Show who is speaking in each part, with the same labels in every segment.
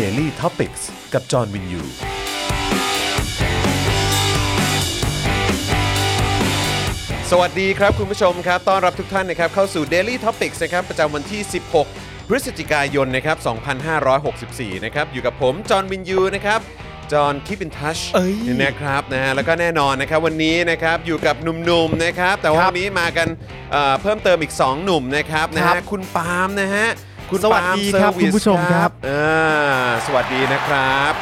Speaker 1: Daily Topics กับจอห์นวินยู สวัสดีครับคุณผู้ชมครับ ต้อนรับทุกท่านนะครับเข้าสู่ Daily Topics นะครับประจำวันที่ 16 พฤศจิกายนนะครับ 2564 นะครับ อยู่กับผม จอห์นวินยูนะครับ จอห์นคิปินทัช
Speaker 2: เอ้ย
Speaker 1: นะครับนะฮะแล้วก็แน่นอนนะครับวันนี้นะครับอยู่กับหนุ่มๆนะครับ แต่ว่า
Speaker 2: ครับ
Speaker 1: วันนี้มากันเอ่อเพิ่มเติมอีก 2 หนุ่มนะครับนะ
Speaker 2: ครั
Speaker 1: ฮะ
Speaker 2: บ
Speaker 1: คุณปาล์มนะฮะคุณ
Speaker 2: สวัสดี
Speaker 1: ปาล์ม
Speaker 2: ครับ
Speaker 1: เซอวิส
Speaker 2: คุณผู้ชมครับ
Speaker 1: อ่าสวัสดีนะครับ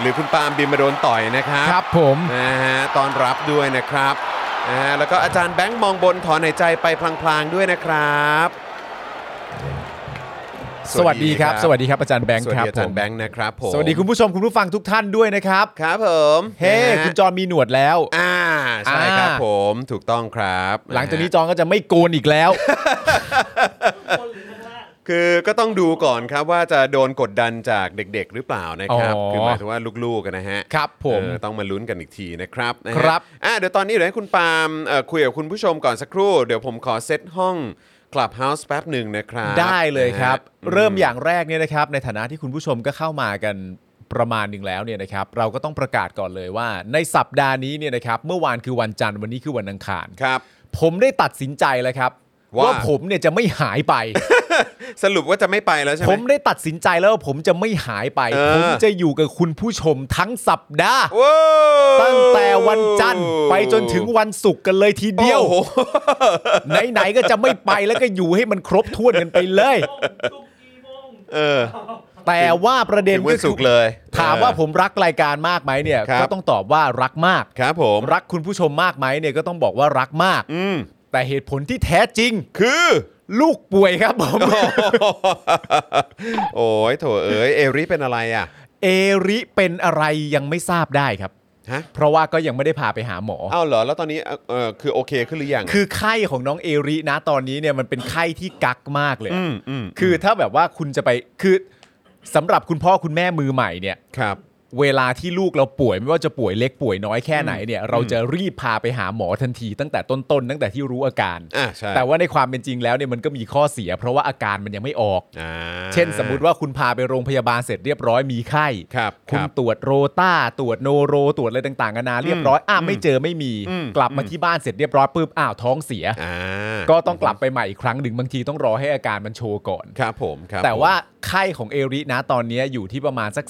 Speaker 1: หรือคุณปาล์มบินมาโดนต่อยนะครับ
Speaker 2: ครับผม
Speaker 1: นะฮะตอนรับด้วยนะครับนะฮะแล้วก็อาจารย์แบงค์มองบนถอนหายใจไปพลางๆด้วยนะครับ
Speaker 2: สวัสดีครับ
Speaker 1: ส
Speaker 2: ส
Speaker 1: วัส
Speaker 2: วัส
Speaker 1: ดี
Speaker 2: ดี
Speaker 1: ค
Speaker 2: ค
Speaker 1: รั
Speaker 2: รับ บอาจารย์แบงค์
Speaker 1: สวัส
Speaker 2: ครับ
Speaker 1: ดีอา
Speaker 2: ผ
Speaker 1: จาร
Speaker 2: ม
Speaker 1: ย์แบงค์นะครับผม
Speaker 2: สวัสดีคุณผู้ชมคุณผู้ฟังทุกท่านด้วยนะครับ
Speaker 1: ครับผม
Speaker 2: เฮ้
Speaker 1: นะฮะ
Speaker 2: คุณจอห์นมีหนวดแล้ว
Speaker 1: อ่าใช่
Speaker 2: อ่า
Speaker 1: ครับผมถูกต้องครับ
Speaker 2: หลังจากนี้
Speaker 1: ะ
Speaker 2: จ
Speaker 1: ฮะ
Speaker 2: อนก็จะไม่โกนอีก แล้ว
Speaker 1: คือก็ต้องดูก่อนครับว่าจะโดนกดดันจากเด็กๆ หรือเปล่านะครับ
Speaker 2: อ๋อ
Speaker 1: คือหมายถึงว่าลูกๆกันนะฮะ
Speaker 2: ครับผม
Speaker 1: เออต้องมาลุ้นกันอีกทีนะครับนะฮะ
Speaker 2: ครับ
Speaker 1: อ่ะเดี๋ยวตอนนี้เดี๋ยวให้คุณปาล์มเอ่อคุยกับคุณผู้ชมก่อนสักครู่ เดี๋ยวผมขอเซตห้อง Clubhouse แป๊บหนึ่งนะครับ
Speaker 2: ได้เลยครับ
Speaker 1: นะฮะ
Speaker 2: เริ่มอย่างแรกเนี่ยนะครับ ในฐานะที่คุณผู้ชมก็เข้ามากันประมาณหนึ่งแล้วเนี่ยนะครับ เราก็ต้องประกาศก่อนเลยว่า ในสัปดาห์นี้เนี่ยนะครับ เมื่อวานคือวันจันทร์วันนี้คือวันอังคาร
Speaker 1: ครับ
Speaker 2: ผมได้ตัดสินใจแล้วครับ
Speaker 1: ว่า
Speaker 2: ว่าผมเนี่ยจะไม่หายไป
Speaker 1: สรุปว่าจะไม่ไปแล้วใช่ไห
Speaker 2: ผม มได้ตัดสินใจแล้วว่าผมจะไม่หายไป
Speaker 1: เออ
Speaker 2: ผมจะอยู่กับคุณผู้ชมทั้งสัปดาห์
Speaker 1: โอ้
Speaker 2: ตั้งแต่วันจันทร์ไปจนถึงวันศุกร์กันเลยทีเดียว
Speaker 1: โอ้โห
Speaker 2: ไหนๆก็จะไม่ไปแล้วก็อยู่ให้มันครบถ้วนกันไปเลย
Speaker 1: เออ
Speaker 2: แต่ว่าประเด็น
Speaker 1: ถึงวั
Speaker 2: ก็
Speaker 1: น
Speaker 2: คื
Speaker 1: ศุ
Speaker 2: อก
Speaker 1: ร์เลย
Speaker 2: ถามว่า
Speaker 1: เออ
Speaker 2: ผมรักรายการมากไหมเนี่ย
Speaker 1: ครับ
Speaker 2: ก็ต้องตอบว่ารักมาก
Speaker 1: ครับผม
Speaker 2: รักคุณผู้ชมมากไหมเนี่ยก็ต้องบอกว่ารักมาก
Speaker 1: อืม
Speaker 2: แต่เหตุผลที่แท้จริง
Speaker 1: คือ
Speaker 2: ลูกป่วยครับผม
Speaker 1: โอ้ยโถเอ้ยเอริเป็นอะไรอ่ะ
Speaker 2: เอริเป็นอะไรยังไม่ทราบได้ครับ
Speaker 1: ฮะ
Speaker 2: เพราะว่าก็ยังไม่ได้พาไปหาหมอ
Speaker 1: เอ้าเหรอแล้วตอนนี้เอ่อเออคือโอเคขึ้นหรือยังะ
Speaker 2: คือไข้ของน้องเอรินะตอนนี้เนี่ยมันเป็นไข้ที่กักมากเลย
Speaker 1: มอืม
Speaker 2: คือถ้าแบบว่าคุณจะไปคือสำหรับคุณพ่อคุณแม่มือใหม่เนี่ย
Speaker 1: ครับ
Speaker 2: เวลาที่ลูกเราป่วยไม่ว่าจะป่วยเล็กป่วยน้อยแค่ไหนเนี่ย เราจะรีบพาไปหาหมอทันที ตั้งแต่ต้นๆตั้งแต่ที่รู้อาการ
Speaker 1: อ่าใช่
Speaker 2: แต่ว่าในความเป็นจริงแล้วเนี่ยมันก็มีข้อเสีย เพราะว่าอาการมันยังไม่ออก
Speaker 1: อ่า
Speaker 2: เช่น สมมติว่าคุณพาไปโรงพยาบาลเสร็จเรียบร้อยมีไข้
Speaker 1: ครับ
Speaker 2: คุ
Speaker 1: ค
Speaker 2: ณ
Speaker 1: รับ
Speaker 2: ตรวจโรต้าตรวจโนโรตรวจอะไรต่างๆนานาเรียบร้อยอ้าวไม่เจอไม่มี
Speaker 1: อืม
Speaker 2: กลับมาที่บ้านเสร็จเรียบร้อยปุ๊บอ้าวท้องเสีย
Speaker 1: อ่า
Speaker 2: ก็ต้องกลับไปใหม่อีกครั้งหนึ่งบางทีต้องรอให้อาการมันโชว์ก่อน
Speaker 1: ครับผมครับ
Speaker 2: แต่
Speaker 1: ผม
Speaker 2: ว่าไข้ของเอรินะตอนนี้อยู่ที่ประมาณสัก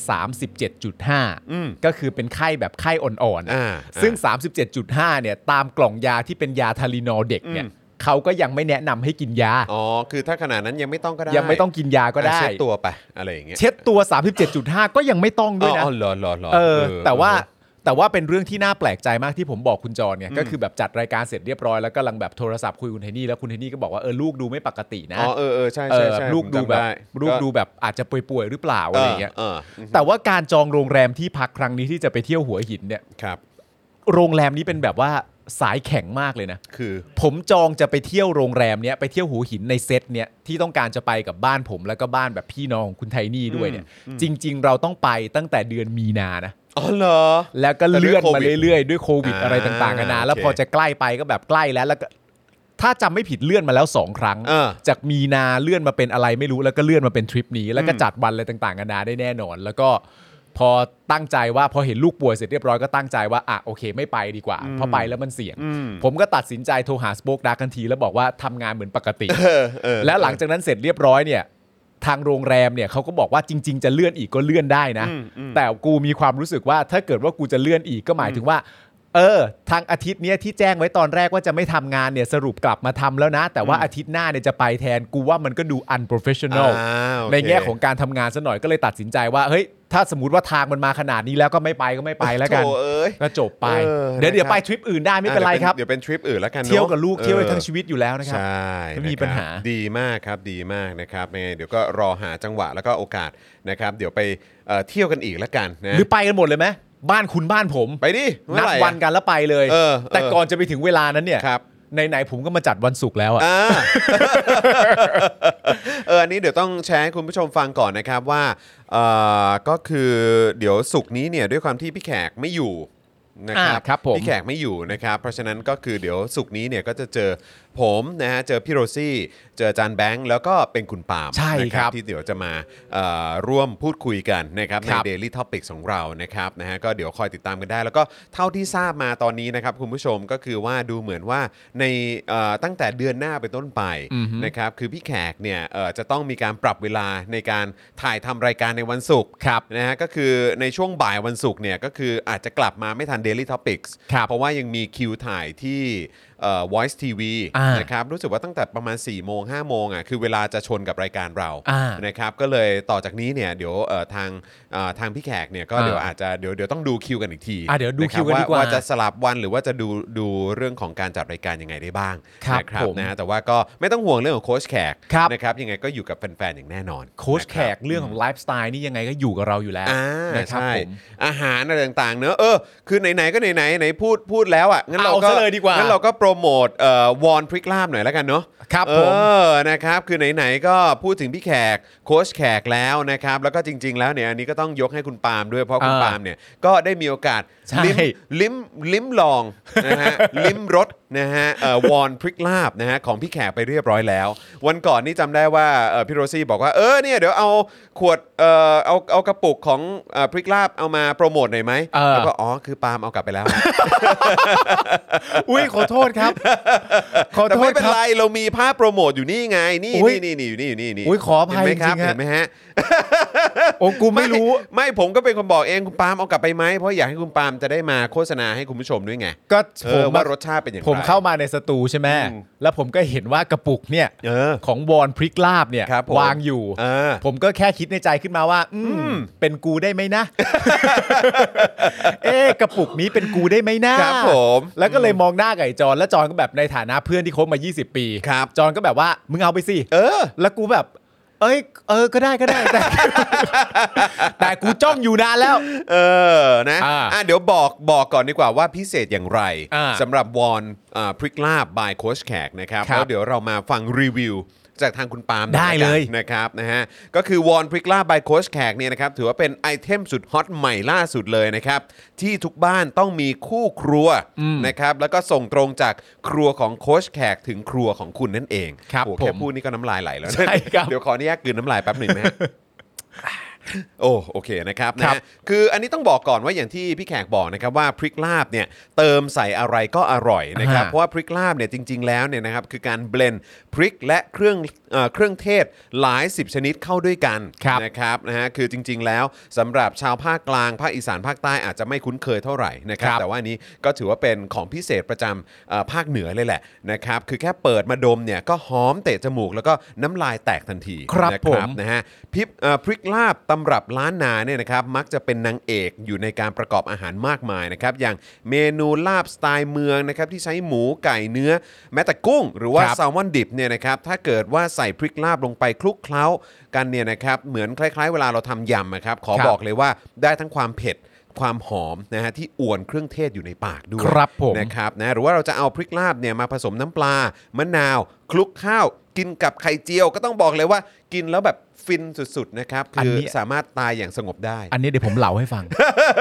Speaker 2: 37.5
Speaker 1: อืม
Speaker 2: ก็คือเป็นไข้แบบไข้อ่อนๆ
Speaker 1: อ่า
Speaker 2: อะซึ่ง
Speaker 1: อ่า
Speaker 2: 37.5 เนี่ยตามกล่องยาที่เป็นยาทารินอลเด็กเนี่ย
Speaker 1: อืม
Speaker 2: เขาก็ยังไม่แนะนำให้กินยา
Speaker 1: อ๋อ คือถ้าขนาดนั้นยังไม่ต้องก็ได้
Speaker 2: ยังไม่ต้องกินยาก็ได้
Speaker 1: อ่ะเช็ดตัวไปอะไรอย่างเงี้ย
Speaker 2: เช็ดตัว 37.5 ก็ยังไม่ต้อง
Speaker 1: อ๋
Speaker 2: ด้วย
Speaker 1: อ
Speaker 2: นะ
Speaker 1: อ๋อเหรอเหรอเหรอ
Speaker 2: เออแต่ว่า
Speaker 1: เออ
Speaker 2: แต่ว่าเป็นเรื่องที่น่าแปลกใจมากที่ผมบอกคุณจรเนี่ยก็คือแบบจัดรายการเสร็จเรียบร้อยแล้วกำลังแบบโทรศัพท์คุยคุณเทนี่แล้วคุณเทนี่ก็บอกว่าเออลูกดูไม่ปกตินะ
Speaker 1: อ๋อ เออเออใช่
Speaker 2: เอ
Speaker 1: ใช่
Speaker 2: อ
Speaker 1: ใช่
Speaker 2: ลูก
Speaker 1: ผม
Speaker 2: ดู
Speaker 1: จำ
Speaker 2: แบบ
Speaker 1: ไ
Speaker 2: ลูกดูแบบอาจจะป่วยๆหรือเปล่า
Speaker 1: เออ
Speaker 2: อะไรเงี้ย
Speaker 1: เอออืม
Speaker 2: แต่ว่าการจองโรงแรมที่พักครั้งนี้ที่จะไปเที่ยวหัวหินเนี่ย
Speaker 1: ครับ
Speaker 2: โรงแรมนี้เป็นแบบว่า สายแข็งมากเลยนะ
Speaker 1: คือ
Speaker 2: ผมจองจะไปเที่ยวโรงแรมเนี้ยไปเที่ยวหัวหินในเซตเนี้ยที่ต้องการจะไปกับบ้านผมแล้วก็บ้านแบบพี่น้องของคุณไทนี่ด้วยเนี่ย จริง ๆ เราต้องไปตั้งแต่เดือนมีนานะ
Speaker 1: อ๋อเหรอ
Speaker 2: แล้วก็เลื่อนมาเรื่อยๆ ด้วยโควิด
Speaker 1: อ่า
Speaker 2: อะไรต่างๆกันานาแล้ว
Speaker 1: โอเค
Speaker 2: พอจะใกล้ไปก็แบบใกล้แล้วแล้วก็ถ้าจำไม่ผิดเลื่อนมาแล้วสองครั้ง
Speaker 1: เออ
Speaker 2: จากมีนาเลื่อนมาเป็นอะไรไม่รู้แล้วก็เลื่อนมาเป็นทริปนี้ แล้วก็
Speaker 1: อืม
Speaker 2: จัดวันอะไรต่างๆกันานาได้แน่นอน แล้วก็พอตั้งใจว่าพอเห็นลูกป่วยเสร็จเรียบร้อยก็ตั้งใจว่าอ่ะโอเค ไม่ไปดีกว่าเพราะไปแล้วมันเสี่ยง
Speaker 1: อืม
Speaker 2: ผมก็ตัดสินใจโทรหาสป o อคดาร์กันทีแล้วบอกว่าทำงานเหมือนปกติ
Speaker 1: เออเออ
Speaker 2: และหลังจากนั้นเสร็จเรียบร้อยเนี่ยทางโรงแรมเนี่ยเขาก็บอกว่าจริง ๆ จะเลื่อนอีกก็เลื่อนได้นะ
Speaker 1: อืมอืม
Speaker 2: แต่กูมีความรู้สึกว่าถ้าเกิดว่ากูจะเลื่อนอีกก็หมายถึงว่า เออ ทางอาทิตย์เนี้ยที่แจ้งไว้ตอนแรกว่าจะไม่ทำงานเนี่ยสรุปกลับมาทำแล้วนะ แต่ว่าอาทิตย์หน้าเนี่ยจะไปแทนกูว่ามันก็ดู unprofessional
Speaker 1: อ่าโอเค
Speaker 2: ในแง่ของการทำงานซะหน่อยก็เลยตัดสินใจว่าเฮ้ยถ้าสมมติว่าทางมันมาขนาดนี้แล้วก็ไม่ไปก็ไม่ไปแล้วกัน
Speaker 1: โถ่เอ้ย
Speaker 2: ก็จบไป
Speaker 1: เออ
Speaker 2: เดี๋ยวเดี๋ยว
Speaker 1: นะครับ
Speaker 2: ไปทริปอื่นได้ไม่เป็นไรครับ
Speaker 1: เดี๋ยวเป็นทริปอื่นแล้วกันนอะ
Speaker 2: เที่ยวกับลูกเที่ยวไปทั้ง
Speaker 1: ออ
Speaker 2: ชีวิตอยู่แล้วนะครับ
Speaker 1: ใช่
Speaker 2: ไม่มี
Speaker 1: นะครับ
Speaker 2: ปัญหา
Speaker 1: ดีมากครับดีมากนะครับยังไงเดี๋ยวก็รอหาจังหวะแล้วก็โอกาสนะครับ เดี๋ยวไปเอ่อเที่ยวกันอีกแล้วกันนะ
Speaker 2: หรือไปกันหมดเลยไหมบ้านคุณบ้านผม
Speaker 1: ไปดิเมื่
Speaker 2: นั
Speaker 1: อ
Speaker 2: ด
Speaker 1: ไหร่
Speaker 2: วัน
Speaker 1: อะ
Speaker 2: กันแล้วไปเลย
Speaker 1: เออเออ
Speaker 2: แต่ก่อนจะไปถึงเวลานั้นเนี่ย
Speaker 1: ครับ
Speaker 2: ไหนๆผมก็มาจัดวันศุกร์แล้วอะ
Speaker 1: อ่า เอออัน นี้เดี๋ยวต้องแชร์ให้คุณผู้ชมฟังก่อนนะครับว่าเอ่อก็คือเดี๋ยวสุกร์นี้เนี่ยด้วยความที่พี่แขกไม่อยู่นะค
Speaker 2: อ่า
Speaker 1: รับ
Speaker 2: ครับผม
Speaker 1: พี่แขกไม่อยู่นะครับ เพราะฉะนั้นก็คือเดี๋ยวสุกร์นี้เนี่ยก็จะเจอผมนะฮะ เจอพี่โรซี่ เจออาจานแบงค์ แล้วก็เป็นคุณปาล์ม
Speaker 2: ใช่ครับ
Speaker 1: นะที่เดี๋ยวจะมาเอ่อร่วมพูดคุยกันนะครับใน
Speaker 2: ครับ
Speaker 1: Daily Topics ของเรานะครับนะฮะก็เดี๋ยวคอยติดตามกันได้ แล้วก็เท่าที่ทราบมาตอนนี้นะครับคุณผู้ชมก็คือว่าดูเหมือนว่าในเอ่อตั้งแต่เดือนหน้าเป็นต้นไป
Speaker 2: อือฮึ
Speaker 1: นะครับคือพี่แขกเนี่ยเอ่อจะต้องมีการปรับเวลาในการถ่ายทำรายการในวันศุกร์
Speaker 2: ครับ
Speaker 1: นะฮะก็คือในช่วงบ่ายวันศุกร์เนี่ยก็คืออาจจะกลับมาไม่ทัน Daily Topics
Speaker 2: ครับ
Speaker 1: เพราะว่ายังมีคิวถ่ายที่เอ่อ Voice TV
Speaker 2: อ่าน
Speaker 1: นะครับรู้สึกว่าตั้งแต่ประมาณ 4 โมง 5 โมงอ่ะคือเวลาจะชนกับรายการเรา
Speaker 2: อ่า
Speaker 1: นะครับก็เลยต่อจากนี้เนี่ยเดี๋ยวเอ่อทางเอ่อทางพี่แขกเนี่ยก็
Speaker 2: อ่า
Speaker 1: เดี๋ยวอาจจะเดี๋ยวเดี๋ยวต้องดูคิวกันอีกที
Speaker 2: อ่ะเดี๋ยวดู
Speaker 1: ะรับ
Speaker 2: คิวกันดีกว่า
Speaker 1: ว่าจะสลับวันหรือว่าจะดูดูเรื่องของการจัดรายการยังไงได้บ้าง
Speaker 2: ครับ
Speaker 1: นะ
Speaker 2: ผม
Speaker 1: นะฮะแต่ว่าก็ไม่ต้องห่วงเรื่องของโค้ชแขก
Speaker 2: ครับ
Speaker 1: นะครับยังไงก็อยู่กับแฟนๆอย่างแน่นอน
Speaker 2: โค้ช
Speaker 1: นะ
Speaker 2: แข
Speaker 1: รับ
Speaker 2: กเรื่องของไลฟ์สไตล์นี่ยังไงก็อยู่กับเราอยู่แล้ว
Speaker 1: อ่า
Speaker 2: นะครับ
Speaker 1: ใช่
Speaker 2: ผม
Speaker 1: อาหารอะไรต่างๆเนอะเออคือไหนๆก็ไหนๆไหนพูดพูดแล้วอ่ะงั้นเราก็
Speaker 2: เอาซะเลยดีกว่างั้
Speaker 1: นเราก็โปรโมทเอ่อวอนพริกลาบหน่อยแล้วกันเนอะ
Speaker 2: ครับ
Speaker 1: เอ
Speaker 2: ผม
Speaker 1: อนะครับคือไหนๆก็พูดถึงพี่แขกโค้ชแขกแล้วนะครับแล้วก็จริง ๆ แล้วเนี่ยอันนี้ก็ต้องยกให้คุณปาล์มด้วยเพราะคุณ
Speaker 2: อ่า
Speaker 1: ปาล์มเนี่ยก็ได้มีโอกาส
Speaker 2: ใช่
Speaker 1: ลิ้มลิ้มลิ้มลองนะฮะ ลิ้มรสนะฮะเอ่อวอนพริกลาบนะฮะของพี่แขกไปเรียบร้อยแล้ว วันก่อนนี่จำได้ว่าเอ่อพี่โรซี่บอกว่าเออเนี่ยเดี๋ยวเอาขวดเอ่อเอาเอากระปุกของเอ่อพริกลาบเอามาโปรโมทหน่อยไหม
Speaker 2: เออ
Speaker 1: แล้วก็อ๋อคือปาล์มเอากลับไปแล้ว
Speaker 2: อุ้ยขอโทษครับ ขอ
Speaker 1: แต่
Speaker 2: โท
Speaker 1: ไม่
Speaker 2: ษ
Speaker 1: เป็น
Speaker 2: ครับ
Speaker 1: ไรเรามีภาพโปรโมทอยู่นี่ไงนี่
Speaker 2: อุ๊ย
Speaker 1: นี่นี่นี่อยู่นี่อยู่นี่นี่
Speaker 2: อุ๊ยขออภัย
Speaker 1: เห็นไหมครับ
Speaker 2: จริงๆฮะ
Speaker 1: เห็นไหมฮะ
Speaker 2: โอ้กูไม่รู้
Speaker 1: ไม่ผมก็เป็นคนบอกเองคุณปาล์มเอากลับไปไหมเพราะอยากให้คุณปาล์มจะได้มาโฆษณาให้คุณผู้ชมด้วยไง
Speaker 2: ก็
Speaker 1: เอ
Speaker 2: ผม
Speaker 1: อ
Speaker 2: มา
Speaker 1: ว่ารสชาติเป็นอย่างไร
Speaker 2: ผมเข้ามาในสตูใช่ไหม
Speaker 1: อืม
Speaker 2: แล้วผมก็เห็นว่ากระปุกเนี่ย
Speaker 1: เออ
Speaker 2: ของวอนพริกลาบเนี่ย
Speaker 1: ครับผม
Speaker 2: วางอยู่
Speaker 1: เออ
Speaker 2: ผมก็แค่คิดในใจขึ้นมาว่า อืม เป็นกูได้ไหมนะ เอ๊ะกระปุกนี้เป็นกูได้ไหมนะครับ
Speaker 1: ผม
Speaker 2: แล้วก็เลยมองหน้าไก่จอนแล้วจอนก็แบบในฐานะเพื่อนที่คบมา 20 ปี
Speaker 1: ครับ
Speaker 2: จอนก็แบบว่ามึงเอาไปสิ
Speaker 1: เออ
Speaker 2: แล้วกูแบบ เอ้ย เออก็ได้ก็ได้แต่ แต่กูจ้องอยู่นานแล้ว
Speaker 1: เออ นะ
Speaker 2: อ่า
Speaker 1: อ่ะเดี๋ยวบอกบอกก่อนดีกว่าว่าพิเศษอย่างไร
Speaker 2: อ่า
Speaker 1: สำหรับวอนอ่าพริกลาบบายโคชแขกนะครับ
Speaker 2: ครับ
Speaker 1: แล้วเดี๋ยวเรามาฟังรีวิวจากทางคุณปาล์มหน่อ
Speaker 2: ได้เลย
Speaker 1: กันนะครับนะฮะก็คือวอนพริกลาบบายโคชแขกเนี่ยนะครับถือว่าเป็นไอเทมสุดฮอตใหม่ล่าสุดเลยนะครับ ที่ทุกบ้านต้องมีคู่ครัวนะครับแล้วก็ส่งตรงจากครัวของโคชแขกถึงครัวของคุณนั่นเอง
Speaker 2: ครับ
Speaker 1: โอ้โหแค่
Speaker 2: ผม
Speaker 1: พูดนี่ก็น้ำลายไหลแล้วนะ
Speaker 2: ใช่ครับ
Speaker 1: เดี๋ยวขออนุญาตกลืนน้ำลายแป๊บหนึ่งไหมฮะ โอ้โอเคนะครับนะ
Speaker 2: ครั
Speaker 1: ฮะ
Speaker 2: บ
Speaker 1: คืออันนี้ต้องบอกก่อนว่าอย่างที่พี่แขกบอกนะครับว่าพริกลาบเนี่ยเติมใส่อะไรก็อร่อยนะครับ
Speaker 2: อ่า
Speaker 1: เพราะว่าพริกลาบเนี่ยจริง ๆ แล้วเนี่ยนะครับคือการเบลนด์พริกและเครื่องเอ่อเครื่องเทศหลาย 10 ชนิดเข้าด้วยกัน
Speaker 2: ครับ
Speaker 1: นะครับนะฮะคือจริง ๆ แล้วสำหรับชาวภาคกลางภาคอีสานภาคใต้อาจจะไม่คุ้นเคยเท่าไหร่นะครับ
Speaker 2: ครับ
Speaker 1: แต่ว่าอันนี้ก็ถือว่าเป็นของพิเศษประจำเอ่อภาคเหนือเลยแหละนะครับคือแค่เปิดมาดมเนี่ยก็หอมเตะจมูกแล้วก็น้ำลายแตกทันที
Speaker 2: ครับ
Speaker 1: นะ
Speaker 2: ผม
Speaker 1: นะฮะพริกเอ่อพริกลาบตำรับล้านนาเนี่ยนะครับมักจะเป็นนางเอกอยู่ในการประกอบอาหารมากมายนะครับอย่างเมนูลาบสไตล์เมืองนะครับที่ใช้หมูไก่เนื้อ แม้แต่กุ้ง หรือว่า
Speaker 2: ครับ
Speaker 1: แซลมอนดิบเนี่ยนะครับถ้าเกิดว่าใส่พริกลาบลงไปคลุกเคล้ากันเนี่ยนะครับเหมือนคล้ายๆ เวลาเราทำยำนะครับขอ
Speaker 2: ครับ
Speaker 1: บอกเลยว่าได้ทั้งความเผ็ด ความหอมนะฮะที่อวนเครื่องเทศอยู่ในปากด้วย
Speaker 2: ครับผม
Speaker 1: นะครับนะหรือว่าเราจะเอาพริกลาบเนี่ยมาผสมน้ำปลามะนาว คลุกข้าว กินกับไข่เจียว ก็ต้องบอกเลยว่ากินแล้วแบบฟินสุดๆนะครับ
Speaker 2: อัน
Speaker 1: คือ
Speaker 2: นี้
Speaker 1: สามารถตายอย่างสงบได้
Speaker 2: อันนี้เดี๋ยวผมเล่าให้ ฟัง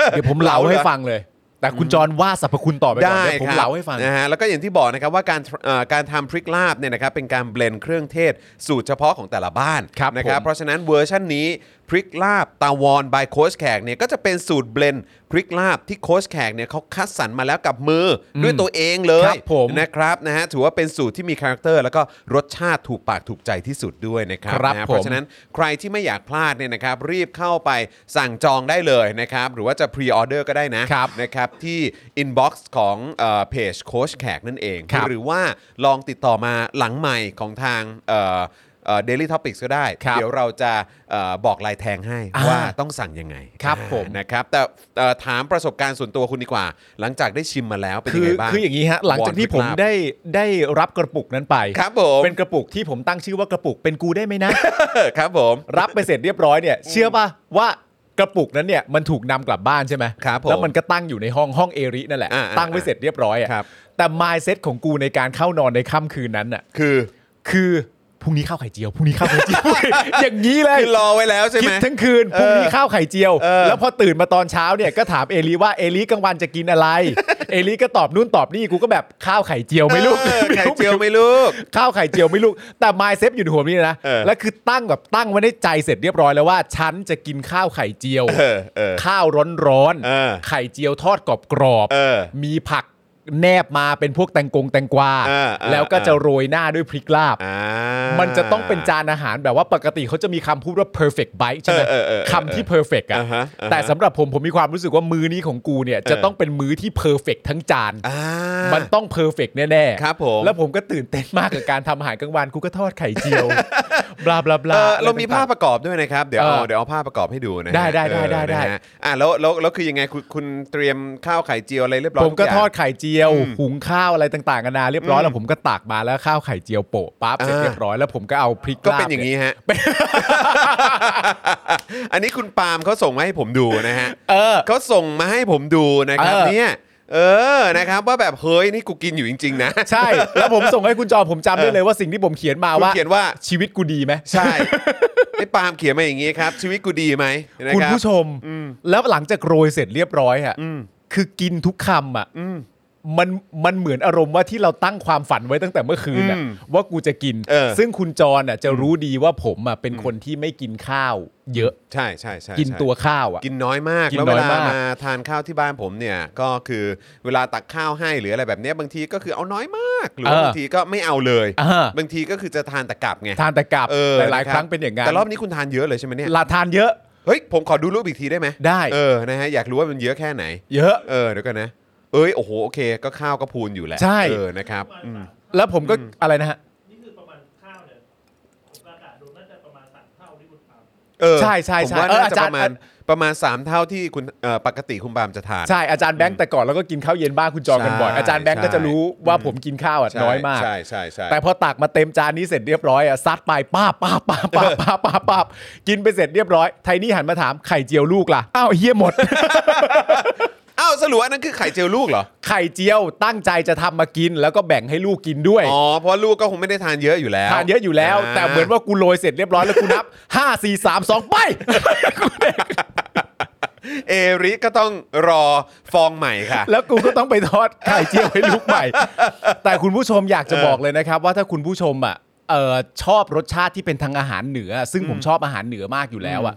Speaker 2: เดี๋ยวผมเล่าให้ฟังเลย แต่คุณจรว่าสรรพคุณต่อไปก่อน
Speaker 1: ได้
Speaker 2: เดี๋ยวผม
Speaker 1: ครับ
Speaker 2: เล่าให้ฟัง
Speaker 1: นะฮะแล้วก็อย่างที่บอกนะครับว่าการเอ่อการทำพริกลาบเนี่ยนะครับเป็นการเบลนด์เครื่องเทศสูตรเฉพาะของแต่ละบ้าน
Speaker 2: ครับ
Speaker 1: นะครับ
Speaker 2: ผม
Speaker 1: เพราะฉะนั้นเวอร์ชันนี้พริกลาบตาวอนบายโค้ชแขกเนี่ยก็จะเป็นสูตรเบลนด์พริกลาบที่โค้ชแขกเนี่ยเขาคัดสรรมาแล้วกับมืออด้วยตัวเองเลย
Speaker 2: ครับผม
Speaker 1: นะครับนะฮะถือว่าเป็นสูตรที่มีคาแรคเตอร์แล้วก็รสชาติถูกปากถูกใจที่สุดด้วยนะครับ
Speaker 2: ครับ
Speaker 1: นะฮะ
Speaker 2: ผม
Speaker 1: เพราะฉะนั้นใครที่ไม่อยากพลาดเนี่ยนะครับรีบเข้าไปสั่งจองได้เลยนะครับหรือว่าจะพรีออเดอร์ก็ได้นะ
Speaker 2: ครับ
Speaker 1: นะครับที่ inbox ของเอ่อเพจโค้ชแขกนั่นเอง
Speaker 2: ครับ
Speaker 1: หรือว่าลองติดต่อมาหลังใหม่ของทางเดลิทอพิกก็ได้
Speaker 2: ครับ
Speaker 1: เดี๋ยวเราจะเอ่อบอกลายแทงให้
Speaker 2: อ่า
Speaker 1: ว่าต้องสั่งยังไง
Speaker 2: ครับ
Speaker 1: อ่า
Speaker 2: ผม
Speaker 1: นะครับแต่เอ่อถามประสบการณ์ส่วนตัวคุณดีกว่า หลังจากได้ชิมมาแล้วเป็น
Speaker 2: คื
Speaker 1: ยัง
Speaker 2: อ
Speaker 1: ไงบ้าง
Speaker 2: คืออย่างนี้ฮะ หลังจากที่ผม
Speaker 1: วอนพริกลาบ
Speaker 2: ได้ได้รับกระปุกนั้นไป
Speaker 1: ครับผม
Speaker 2: เป็นกระปุกที่ผมตั้งชื่อว่ากระปุกเป็นกูได้ไหมนะ
Speaker 1: ครับผม
Speaker 2: รับไปเสร็จเรียบร้อยเนี่ย เชื่อป่ะว่ากระปุกนั้นเนี่ยมันถูกนำกลับบ้านใช่ไหม
Speaker 1: ครับผม
Speaker 2: แล้วมันก็ตั้งอยู่ในห้องห้องเอรินั่นแหละ
Speaker 1: อ่าๆ
Speaker 2: ตั้งไว้เสร็จเรียบร้อยอะ
Speaker 1: ครับ
Speaker 2: แต่ mindset ของกูในการเข้านอนในค่ำคืนนั้นน่ะ
Speaker 1: คือ
Speaker 2: คือพรุ่งนี้ข้าวไข่เจียวพรุ่งนี้ข้าวไข่เจียว อย่างนี้เลย
Speaker 1: คือรอไว้แล้วใช่
Speaker 2: คิ
Speaker 1: ไห
Speaker 2: ด
Speaker 1: ม
Speaker 2: ทั้งคืนพรุ่งนี้ข้าวไข่เจียว
Speaker 1: เออ
Speaker 2: แล้วพอตื่นมาตอนเช้าเนี่ยก็ถามเอลีว่าเอลีกลางวันจะกิน อะไร เอลีก็ตอบนู่นตอบนี่กูก็แบบข้าวไข่เจียวไหม่ลูก
Speaker 1: เออไข่เจียวไหม่ลูก
Speaker 2: ข้าวไข่เจียวไม่ลูก แต่ไมเซฟอยู่ในหัวนี่นะ
Speaker 1: เออ
Speaker 2: แล้วคือตั้งแบบตั้งไว้ในใจเสร็จเรียบร้อยแล้วว่าฉันจะกินข้าวไข่เจียว
Speaker 1: เออเออ
Speaker 2: ข้าวร้อน
Speaker 1: เออ
Speaker 2: ๆไข่เจียวทอดกรอบกรอบๆ
Speaker 1: เออ
Speaker 2: มีผักแนบมาเป็นพวกแตงกงแตงกวา
Speaker 1: เออเออ
Speaker 2: แล้วก็จะโรยหน้าด้วยพริกลาบ
Speaker 1: อ่า
Speaker 2: มันจะต้องเป็นจานอาหารแบบว่าปกติเขาจะมีคำพูดว่า perfect bite ใช่ไหม
Speaker 1: เออเออเออเออ
Speaker 2: คำที่ perfect อ่ะ
Speaker 1: อ่าฮะอ่าฮะ
Speaker 2: แต่สำหรับผมผมมีความรู้สึกว่ามื้อนี้ของกูเนี่ยจะต้องเป็นมื้อที่ perfect ทั้งจาน
Speaker 1: อ่า
Speaker 2: มันต้องเพอร์เฟกแน่ๆ
Speaker 1: ครับผม
Speaker 2: แล้วผมก็ตื่นเต้นมากกับการทำอาหารกลางวันกูก็ทอดไข่เจียว บลาบลาบลา
Speaker 1: เออเรามีภาพประกอบด้วยนะครับ เดี๋ยวเอา
Speaker 2: เออ
Speaker 1: เดี๋ยวเอาภาพประกอบให้ดูนะฮะ
Speaker 2: ได้ได้ได้
Speaker 1: เออ
Speaker 2: ได้ได้
Speaker 1: นะฮะอ่ะแล้วแล้วแล้วคือยังไงคุณคุณเตรียมข้าวไข่เจียวอะไรเรียบร้อย
Speaker 2: ผมก็
Speaker 1: ทุย่าง
Speaker 2: ทอดไข่เจียว
Speaker 1: อืม
Speaker 2: หุงข้าวอะไรต่างๆกันานาเรียบร้อ
Speaker 1: อืม
Speaker 2: ยแล้วผมก็ตากมาแล้วข้าวไข่เจียวโปะปั๊บเสร็จ
Speaker 1: อ่า
Speaker 2: เรียบร้อยแล้วผมก็เอาพริก
Speaker 1: ก็
Speaker 2: ลาบ
Speaker 1: เป็นอย่าง
Speaker 2: นี้
Speaker 1: นี้ฮะ อันนี้คุณปาล์มเขาส่งมาให้ผมดูนะฮะ
Speaker 2: เออ
Speaker 1: เขาส่งมาให้ผมดูนะครับ
Speaker 2: เออ
Speaker 1: เนี่ยเออนะครับ ว่าแบบเฮ้ยนี่กูกินอยู่จริง ๆ นะ
Speaker 2: ใช่ แล้วผมส่งให้คุณจอมผมจำได้เลยว่าสิ่งที่ผมเขียนมา
Speaker 1: คุณ
Speaker 2: ว่า
Speaker 1: เขียนว่า
Speaker 2: ชีวิตกูดีไหม
Speaker 1: ใช่ไอ้ปาล์มเขียนมาอย่างนี้ครับ ชีวิตกูดีไหมนะ
Speaker 2: คุณ
Speaker 1: รับ
Speaker 2: ผู้ชม แล้วหลังจากโรยเสร็จเรียบร้อยอ่ะคือกินทุกคำอ่ะมันมันเหมือนอารมณ์ว่าที่เราตั้งความฝันไว้ตั้งแต่เมื่อคืนน่ะ
Speaker 1: อืม
Speaker 2: ว่ากูจะกิน
Speaker 1: เออ
Speaker 2: ซึ่งคุณจรอ่ะจะรู้ดีว่าผมอ่ะเป็นคนที่ไม่กินข้าวเยอะ
Speaker 1: ใช่ใช่ใช่
Speaker 2: กิน
Speaker 1: ใช่
Speaker 2: ตัวข้าวอ่ะ
Speaker 1: กินน้อยมาก
Speaker 2: กิน
Speaker 1: แล้วเว
Speaker 2: น้
Speaker 1: ลา
Speaker 2: อยมาก
Speaker 1: มาทานข้าวที่บ้านผมเนี่ยก็คือเวลาตักข้าวให้หรืออะไรแบบเนี้ยบางทีก็คือเอาน้อยมาก หรือ
Speaker 2: เออบ
Speaker 1: ว่าางทีก็ไม่เอาเลย
Speaker 2: อ่า
Speaker 1: บางทีก็คือจะทานแต่กลับไง
Speaker 2: ทานแต่กับ
Speaker 1: เออ
Speaker 2: หลาย
Speaker 1: ะ
Speaker 2: ๆ
Speaker 1: บ
Speaker 2: ครั้งเป็นอย่างนั้น
Speaker 1: แต่รอบนี้คุณทานเยอะเลยใช่ไหมเนี่ย
Speaker 2: ลาทานเยอะ
Speaker 1: เฮ้ยผมขอดูรูปอีกทีได้ไหม
Speaker 2: ได้
Speaker 1: เออนะฮะอยากรู้ว่ามันเยอะแค่ไหน
Speaker 2: เยอะ
Speaker 1: เออเดี๋ยวกันนะ เอ้ยโอ้โหโอเคก็ข้าวก็พูนอยู่แหละ
Speaker 2: ใช่
Speaker 1: เออนะครับอืม
Speaker 2: แล้วผมก็อะไรนะฮะ
Speaker 3: นี่คือประมาณข้าวเนี่ยผมกระดาษดูน่าจะประมาณสามเท่าที่คุณท
Speaker 1: เออ
Speaker 2: ใช่ใช่
Speaker 1: ผม
Speaker 2: ใช่
Speaker 1: ว่า
Speaker 2: เออ
Speaker 1: น่า
Speaker 2: อา
Speaker 1: จะ
Speaker 2: จา
Speaker 1: ป
Speaker 2: รย์
Speaker 1: ระมาณประมาณสามเท่าที่คุณเอ่อปกติคุณบามจะทาน
Speaker 2: ใช่อาจารย์แบงค์แต่ก่อนแล้วก็กินข้าวเย็นบ้านคุณจอมกันบ่อย
Speaker 1: ใช่
Speaker 2: อาจารย์แบงค์ก็จะรู้
Speaker 1: ใช่
Speaker 2: ว่าผมกินข้าวอ่ะ
Speaker 1: ใช่
Speaker 2: น้อยมาก
Speaker 1: ใช่ใช่ใช่
Speaker 2: แต่พอตักมาเต็มจานนี้เสร็จเรียบร้อยอ่ะซัดไปป้าบป้าบป้าบป้าบป้าบป้าบป้าบกินไปเสร็จเรียบร้อย ไทนี่หันมาถามไข่เจียวลูกล่ะอ้าวเฮียหมด
Speaker 1: อ้าวสรุปอันนั้นคือไข่เจียวลูกเหรอ
Speaker 2: ไข่เจียวตั้งใจจะทำมากิน แล้วก็แบ่งให้ลูกกินด้วย
Speaker 1: อ๋อ เพราะลูกก็คงไม่ได้ทานเยอะอยู่แล้ว
Speaker 2: ทานเยอะอยู่แล้ว แต่เหมือนว่ากูโรยเสร็จเรียบร้อยแล้วกูนับ 5 4 3 2 ไป
Speaker 1: เอริก็ต้องรอฟองใหม่ค่ะ
Speaker 2: แล้วกูก็ต้องไปทอดไข่เจียวให้ลูก ใหม่ แต่คุณผู้ชมอยากจะบอกเลยนะครับ ว่าถ้าคุณผู้ชมอ่ะเอ่อชอบรสชาติที่เป็นทางอาหารเหนือ ซึ่งผมชอบอาหารเหนือมากอยู่แล้วอ่ะ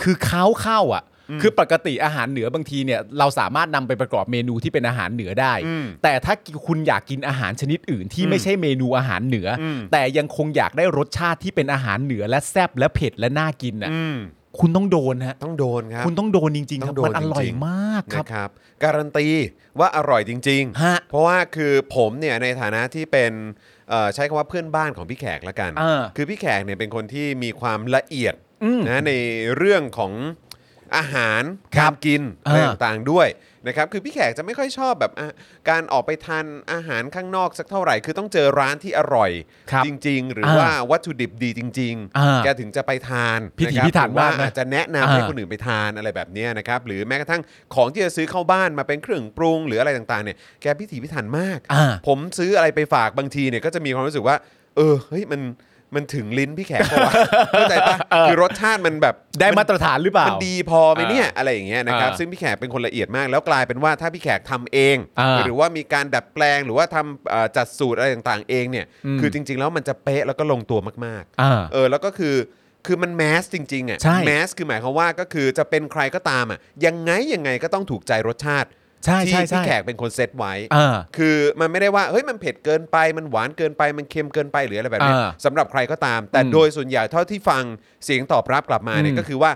Speaker 2: คือข้าวข้าวอ่ะ คือปกติอาหารเหนือบางทีเนี่ยเราสามารถนำไปประกอบเมนูที่เป็นอาหารเหนือได้ แต่ถ้าคุณอยากกินอาหารชนิดอื่นที่ไม่ใช่เมนูอาหารเหนืออแต่ยังคงอยากได้รสชาติที่เป็นอาหารเหนือและแซ่บและเผ็ดและน่ากินอ่ะ
Speaker 1: อืม
Speaker 2: คุณต้องโดนฮะ
Speaker 1: ต้องโดนครับ
Speaker 2: คุณต้องโดนจริงๆค
Speaker 1: ต้
Speaker 2: รั
Speaker 1: อบ งโดน
Speaker 2: มันอร่อย
Speaker 1: จริงๆ
Speaker 2: มากครับ
Speaker 1: นะครับ การันตีว่าอร่อยจริง
Speaker 2: ฮะ
Speaker 1: เพราะว่าคือผมเนี่ยในฐานะที่เป็นเอ่อใช้คำว่าเพื่อนบ้านของพี่แขกละกัน
Speaker 2: อ่า
Speaker 1: คือพี่แขกเนี่ยเป็นคนที่มีความละเอียด
Speaker 2: อืม
Speaker 1: นะในเรื่องของ อาหาร
Speaker 2: ครั
Speaker 1: การ
Speaker 2: บ
Speaker 1: กินอะ
Speaker 2: อ่า
Speaker 1: ไรต่างๆด้วยนะครับคือพี่แขกจะไม่ค่อยชอบแบบอ่ะการออกไปทานอาหารข้างนอกสักเท่าไหร่ คือต้องเจอร้านที่อร่อย
Speaker 2: ครับ
Speaker 1: จริง ๆ หรืออา ว่าวัตถุดิบดีจริง
Speaker 2: อ่า
Speaker 1: ๆ แกถึงจะไปทานะ
Speaker 2: พิถี
Speaker 1: ครับ
Speaker 2: พิถัน
Speaker 1: หรือว่าม
Speaker 2: ากนะ
Speaker 1: อาจจะแนะนำให้
Speaker 2: อ่า
Speaker 1: คนอื่นไปทานอะไรแบบเนี้ยนะครับหรือแม้กระทั่งของที่จะซื้อเข้าบ้านมาเป็นเครื่องปรุง หรืออะไรต่างๆเนี่ยแกพิถีพิถันมาก
Speaker 2: อ่า
Speaker 1: ผมซื้ออะไรไปฝากบางทีเนี่ยก็จะมีความรู้สึกว่า เออเฮ้ยมันมันถึงลิ้นพี่แขก ปะวะ เข้าใจปะคือรสชาติมันแบบ
Speaker 2: ได้มาตรฐานหรือเปล่า
Speaker 1: มันดีพอไหมเนี่ยอะไรอย่างเงี้ยนะครับ
Speaker 2: อ่า
Speaker 1: ซึ่งพี่แขกเป็นคนละเอียดมาก แล้วกลายเป็นว่าถ้าพี่แขกทำเอง
Speaker 2: อ่า
Speaker 1: หรือว่ามีการดัดแปลงหรือว่าทำเอ่อจัดสูตรอะไรต่างๆเองเนี่ย
Speaker 2: อืม
Speaker 1: คือจริง ๆ แล้วมันจะเป๊ะแล้วก็ลงตัวมาก
Speaker 2: อ่า
Speaker 1: ๆ เออแล้วก็คือคือมันแมสจริงๆอ่ะ
Speaker 2: ใช่
Speaker 1: แมสคือหมายความว่าก็คือจะเป็นใครก็ตามอ่ะยังไงยังไงก็ต้องถูกใจรสชาติ
Speaker 2: ใช่
Speaker 1: ที่
Speaker 2: ใช่
Speaker 1: พี่
Speaker 2: ใช่
Speaker 1: แขกเป็นคนเซตไว้
Speaker 2: อ่า
Speaker 1: คือมันไม่ได้ว่าเฮ้ยมันเผ็ดเกินไปมันหวานเกินไปมันเค็มเกินไปหรืออะไรแบบเนี้ย
Speaker 2: อ่า
Speaker 1: สำหรับใครก็ตาม แต่
Speaker 2: อืม
Speaker 1: โดยส่วนใหญ่เท่าที่ฟังเสียงตอบรับกลับมาเนี่ย
Speaker 2: อืม
Speaker 1: ก็คือว่า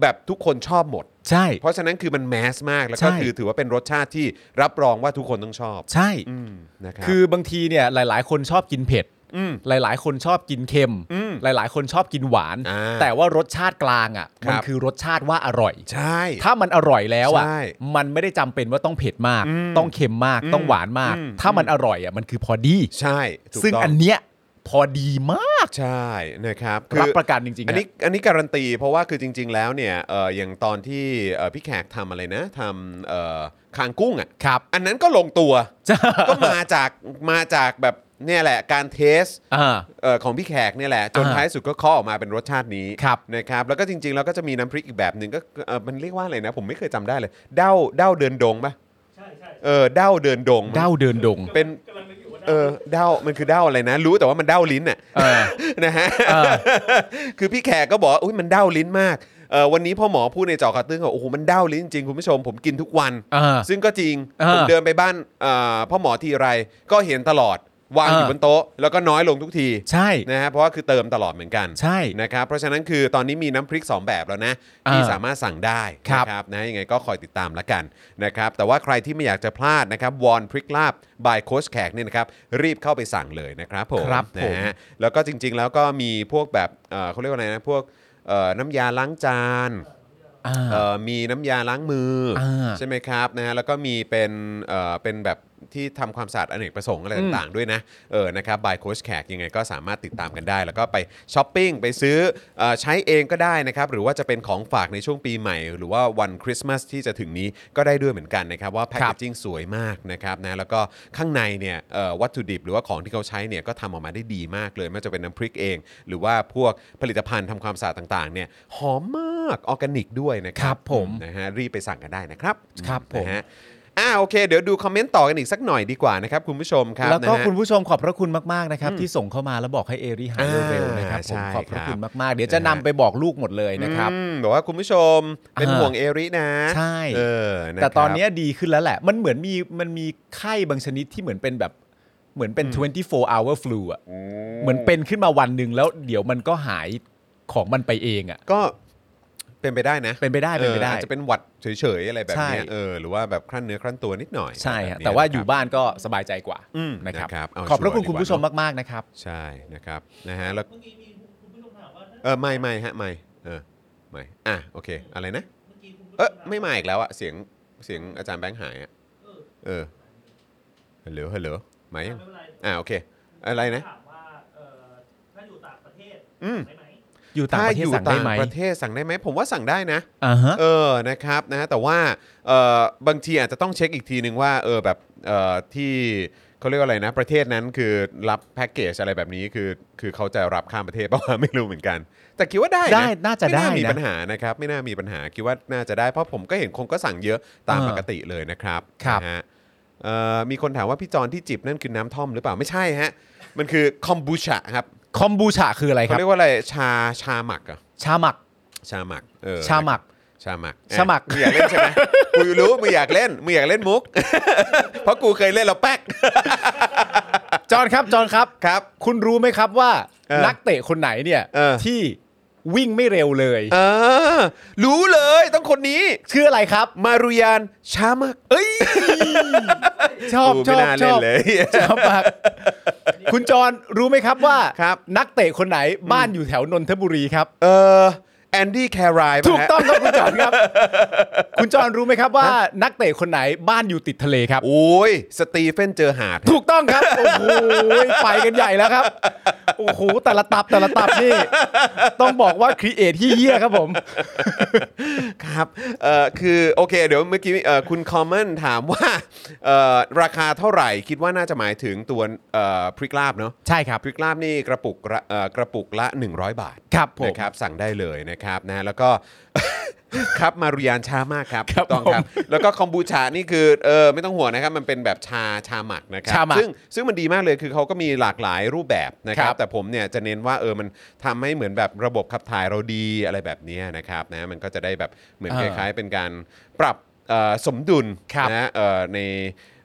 Speaker 1: แบบทุกคนชอบหมด
Speaker 2: ใช่
Speaker 1: เพราะฉะนั้นคือมันแมสมากแล้วก็
Speaker 2: ใช่
Speaker 1: คือถือว่าเป็นรสชาติที่รับรองว่าทุกคนต้องชอบ
Speaker 2: ใช่
Speaker 1: อืมนะครับ
Speaker 2: คือบางทีเนี่ยหลาย ๆ คนชอบกินเผ็ด
Speaker 1: ม
Speaker 2: หลาย ๆ คนชอบกินเค็ม
Speaker 1: อืม
Speaker 2: หลาย ๆ คนชอบกินหวาน
Speaker 1: อ่า
Speaker 2: แต่ว่ารสชาติกลางอ่ะ
Speaker 1: ครับ
Speaker 2: มันคือรสชาติว่าอร่อย
Speaker 1: ใช่
Speaker 2: ถ้ามันอร่อยแล้วอ่ะ
Speaker 1: ใช่
Speaker 2: มันไม่ได้จำเป็นว่าต้องเผ็ดมาก
Speaker 1: อืม
Speaker 2: ต้องเค็มมาก
Speaker 1: อืม
Speaker 2: ต้องหวานมาก
Speaker 1: อืม
Speaker 2: ถ้ามันอร่อยอ่ะ มันคือพอดี
Speaker 1: ใช่ถูก
Speaker 2: ซึ่ง
Speaker 1: ต้
Speaker 2: อันเนี้ยพอดีมาก
Speaker 1: ใช่นะครับ
Speaker 2: รับประกันจริงๆ
Speaker 1: อันนี้
Speaker 2: ฮะ
Speaker 1: อันนี้การันตีเพราะว่าคือจริง ๆ แล้วเนี่ยเอออย่างตอนที่เอ่อพี่แขกทำอะไรนะทำเอ่อคางกุ้งอ่ะ
Speaker 2: ครับ
Speaker 1: อันนั้นก็ลงตัว ก็มาจากมาจากแบบเนี่ยแหละการเทส
Speaker 2: อ่า
Speaker 1: เอ่อของพี่แขกเนี่ยแหละ จน
Speaker 2: อ่า
Speaker 1: ท้ายสุดก็ข้อออกมาเป็นรสชาตินี้
Speaker 2: ครับ
Speaker 1: นะครับแล้วก็จริงๆ แล้วก็จะมีน้ำพริกอีกแบบหนึ่งก็เอ่อมันเรียกว่าอะไรนะ ผมไม่เคยจำได้เลยเด้าเด้าเดินดงปะ
Speaker 3: ใช่ใช่
Speaker 1: เออเด้าเดินดงมั้ย
Speaker 2: เด้าเดินดง
Speaker 1: เป็น
Speaker 3: กำลังนึกอยู่ว่าได้
Speaker 1: เออเด้ามันคือเด้าอะไรนะ รู้แต่ว่ามันเด้าลิ้นน่ะ
Speaker 2: เออ
Speaker 1: นะฮะ
Speaker 2: เออ
Speaker 1: คือพี่แขกก็บอกว่าอุ้ยมันเด้าลิ้นมากเออวันนี้พ่อหมอพูดในเจอข่าวตื้นเขาบอกโอ้โหมันเด้าลิ้นจริงๆคุณผู้ชมผมกินทุกวัน
Speaker 2: เออ
Speaker 1: ซึ่งก็จริง
Speaker 2: อ่า
Speaker 1: ผมเดินไปบ้านเอ่อพ่อหมอทีไรก็เห็นตลอด วาง
Speaker 2: อ่า
Speaker 1: อยู่บนโต๊ะ แล้วก็น้อยลงทุกที
Speaker 2: ใช่
Speaker 1: นะฮะเพราะว่าคือเติมตลอดเหมือนกัน
Speaker 2: ใช่
Speaker 1: นะครับเพราะฉะนั้นคือตอนนี้มีน้ำพริก 2 แบบแล้วนะที่
Speaker 2: อ่า
Speaker 1: สามารถสั่งได้
Speaker 2: ครับ
Speaker 1: นะครับนะยังไงก็คอยติดตามละกันนะครับแต่ว่าใครที่ไม่อยากจะพลาดนะครับวอนพริกลาบบายโคชแขกเนี่ยนะครับรีบเข้าไปสั่งเลยนะครับผม
Speaker 2: ครับผม
Speaker 1: นะฮะแล้วก็จริง ๆ แล้วก็มีพวกแบบเอ่อเขาเรียกว่าอะไรนะพวกเอ่อน้ำยาล้างจาน
Speaker 2: อ่า
Speaker 1: เอ่อมีน้ำยาล้างมืออา ใช่ไหมครับนะฮะแล้วก็มีเป็นเอ่อเป็นแบบที่ทำความสะอาดอเนกประสงค์อะไร
Speaker 2: อืม
Speaker 1: ต่างๆด้วยนะเออนะครับบายโคชแขกยังไงก็สามารถติดตามกันได้ แล้วก็ไปช้อปปิ้งไปซื้อเออใช้เองก็ได้นะครับ หรือว่าจะเป็นของฝากในช่วงปีใหม่ หรือว่าวันคริสต์มาสที่จะถึงนี้ก็ได้ด้วยเหมือนกันนะครับ ว่าแพค
Speaker 2: ครั
Speaker 1: เก
Speaker 2: บ
Speaker 1: จจิ้งสวยมากนะครับนะแล้วก็ข้างในเนี่ยเอ่อวัตถุดิบหรือว่าของที่เขาใช้เนี่ยก็ทำออกมาได้ดีมากเลยไม่ว่าจะเป็นน้ำพริกเอง หรือว่าพวกผลิตภัณฑ์ทำความสะอาดต่างๆเนี่ยหอมมากออร์แกนิกด้วยนะ
Speaker 2: ครับผม
Speaker 1: นะฮะรีบไปสั่งกันได้นะครับ
Speaker 2: ครับผม
Speaker 1: นะฮะอ่าโอเค เดี๋ยวดูคอมเมนต์ต่อกันอีกสักหน่อยดีกว่านะครับ คุณผู้ชมครับ
Speaker 2: แล้วก็
Speaker 1: นะฮะ
Speaker 2: คุณผู้ชมขอบพระคุณมากๆนะครับที่ส่งเข้ามาแล้วบอกให้เอริหายเร็วๆนะครับผ
Speaker 1: ใช่
Speaker 2: มขอบพ
Speaker 1: ค
Speaker 2: ระ
Speaker 1: รับ
Speaker 2: คุณมากๆ เดี๋ยวจะนำไปบอกลูกหมดเลยนะครับ
Speaker 1: อืมบอกว่าคุณผู้ชมเป็น
Speaker 2: อ่า
Speaker 1: ห่วงเอรินะ
Speaker 2: ใช่
Speaker 1: เออนะครับ
Speaker 2: แต่ตอนเนี้ยดีขึ้นแล้วแหละ มันเหมือนมีมันมีไข้บางชนิดที่เหมือนเป็นแบบเหมือนเป็น 24 hour flu อ่ะเหมือนเป็นขึ้นมาวันหนึ่งแล้วเดี๋ยวมันก็หายของมันไปเองอ่ะ
Speaker 1: ก็เป็นไปได้นะ
Speaker 2: เป็นไปได้เป็นไปได้
Speaker 1: อออาจจะเป็นหวัดเฉยๆ อะไรแบบเนี้ย
Speaker 2: ใช่
Speaker 1: เออหรือว่าแบบครั่นเนื้อครั่นตัวนิดหน่อย
Speaker 2: ใช่ฮะ
Speaker 1: บบนี้
Speaker 2: แต่ว่าอยู่
Speaker 1: นะครับ
Speaker 2: บ้านก็สบายใจกว่า
Speaker 1: อืม
Speaker 2: นะครับ
Speaker 1: นะครับเอา
Speaker 2: ขอบพระคุณ
Speaker 1: ชัวร์ดีกว่า
Speaker 2: คุณผู้ชมมากๆนะครับ
Speaker 1: ใช่นะครับนะฮะแล้ว
Speaker 3: เมื่อกี้มีคุณผู้ชมถามว่าถ้า
Speaker 1: เออไม่ไม่ฮะไม่เออไม่อ่ะโอเค อะไรนะ
Speaker 3: เมื่อกี้คุณผู้ชม
Speaker 1: เออ
Speaker 3: ถา
Speaker 1: ไม่มาอีกแล้วอะเสียงเสียงอาจารย์แบงค์หายอะ
Speaker 3: เออ
Speaker 1: เออฮัลโหลฮัลโหลมายัง
Speaker 3: ไม่เป็นไร
Speaker 1: อ่ะโอเค อะไรนะ
Speaker 3: ถามว่าเอ่อถ้าอยู่ต่างประเทศ
Speaker 1: อืม
Speaker 3: ได้ไหม
Speaker 2: อยู่ต่างประเทศสั่งได้ไหม
Speaker 1: ถ้าอยู่ต่างประเทศสั่งได้ไหมผมว่าสั่งได้นะ
Speaker 2: อ่าฮะ
Speaker 1: เออนะครับนะแต่ว่าเออบางทีอาจจะต้องเช็คอีกทีหนึ่งว่าเออแบบเออที่เขาเรียกว่าอะไรนะ ประเทศนั้นคือรับแพ็กเกจอะไรแบบนี้คือคือเขาจะรับข้ามประเทศเปล่าวะ ไม่รู้เหมือนกัน แต่คิดว่าได้
Speaker 2: ได้น่าจะ
Speaker 1: ไม่น่า
Speaker 2: ได้นะ
Speaker 1: มีปัญหานะครับ ไม่น่ามีปัญหาคิดว่าน่าจะได้เพราะผมก็เห็นคนก็สั่งเยอะตาม
Speaker 2: เออ
Speaker 1: ปกติเลยนะครับ
Speaker 2: ครับ
Speaker 1: นะฮะเอ่อมีคนถามว่าพี่จอนที่จิบนั่นคือน้ำท่อมหรือเปล่าไม่ใช่ฮะมันคือคอมบูชาครับ
Speaker 2: คอมบูชาคืออะไรค
Speaker 1: เขา
Speaker 2: รับ
Speaker 1: เรียกว่าอะไรชาชาหมักเหรอะ
Speaker 2: ชาหมัก
Speaker 1: ชาหมักเออ
Speaker 2: ชาหมัก
Speaker 1: ชาหมัก
Speaker 2: ชาหมัก
Speaker 1: อ่ะงอยากเล่นใช่ไหมกูรู้มึงอยากเล่นมึงอยากเล่นมุก เพราะกูเคยเล่นแล้วแป๊ก
Speaker 2: จอนครับจอนครับ
Speaker 1: ครับ
Speaker 2: คุณรู้ไหมครับว่า
Speaker 1: เออ
Speaker 2: นักเตะคนไหนเนี่ย
Speaker 1: เออ
Speaker 2: ที่วิ่งไม่เร็วเลย
Speaker 1: เออรู้เลยต้องคนนี้
Speaker 2: ชื่ออะไรครับ
Speaker 1: มารุยานชาหมัก
Speaker 2: เอ้ย ชอบ
Speaker 1: กู
Speaker 2: ช
Speaker 1: ไม่
Speaker 2: อบ
Speaker 1: น่า
Speaker 2: ช
Speaker 1: เล่น
Speaker 2: อบ
Speaker 1: เลย
Speaker 2: ชอบ มากคุณจรรู้ไหมครับว่า
Speaker 1: ครับ
Speaker 2: นักเตะคนไหนบ้านอยู่แถวนนทบุรีครับ
Speaker 1: เออ แอนดี้แคราย
Speaker 2: ถูกต้องครับคุณจอนครับ คุณจอนรู้ไหมครับว่านักเตะคนไหนบ้านอยู่ติดทะเลครับ
Speaker 1: โอ้ยสตีเฟนเจอหาด
Speaker 2: ถูกต้องครับ โอ้โหไปกันใหญ่แล้วครับ โอ้โหแต่ละตับแต่ละตับนี่ ต้องบอกว่าครีเอทที่เยี่ยครับผม
Speaker 1: ครับเอ่อคือ โอเค เดี๋ยวเมื่อกี้เอ่อคุณคอมเมนถามว่าเอ่อราคาเท่าไหร่ คิดว่าน่าจะหมายถึงตัวเอ่อพริกลาบเนาะ
Speaker 2: ใช่ครับ
Speaker 1: พริกลาบนี่กระปุกละเอ่อกระปุกละ 100 บาท
Speaker 2: ครับผม
Speaker 1: นะครับสั่งได้เลยนะครับนะแล้วก็ ครับมารุยานชามากครับ
Speaker 2: ครับ
Speaker 1: ถูกต้องครับ แล้วก็คอมบูชานี่คือเออไม่ต้องห่วงนะครับ มันเป็นแบบชาชาหมักนะครั
Speaker 2: ชาหมัก
Speaker 1: ซึ่งซึ่งมันดีมากเลยคือเขาก็มีหลากหลายรูปแบบนะครั
Speaker 2: ครับ บ
Speaker 1: แต่ผมเนี่ยจะเน้นว่าเออมันทำให้เหมือนแบบระบบขับถ่ายเราดีอะไรแบบเนี้ยนะครับนะมันก็จะได้แบบเหมือน
Speaker 2: เอ
Speaker 1: ค
Speaker 2: อ
Speaker 1: ล้ายๆ เป็นการปรับเอ่อสมดุล
Speaker 2: ครับ
Speaker 1: นะเอ่อใน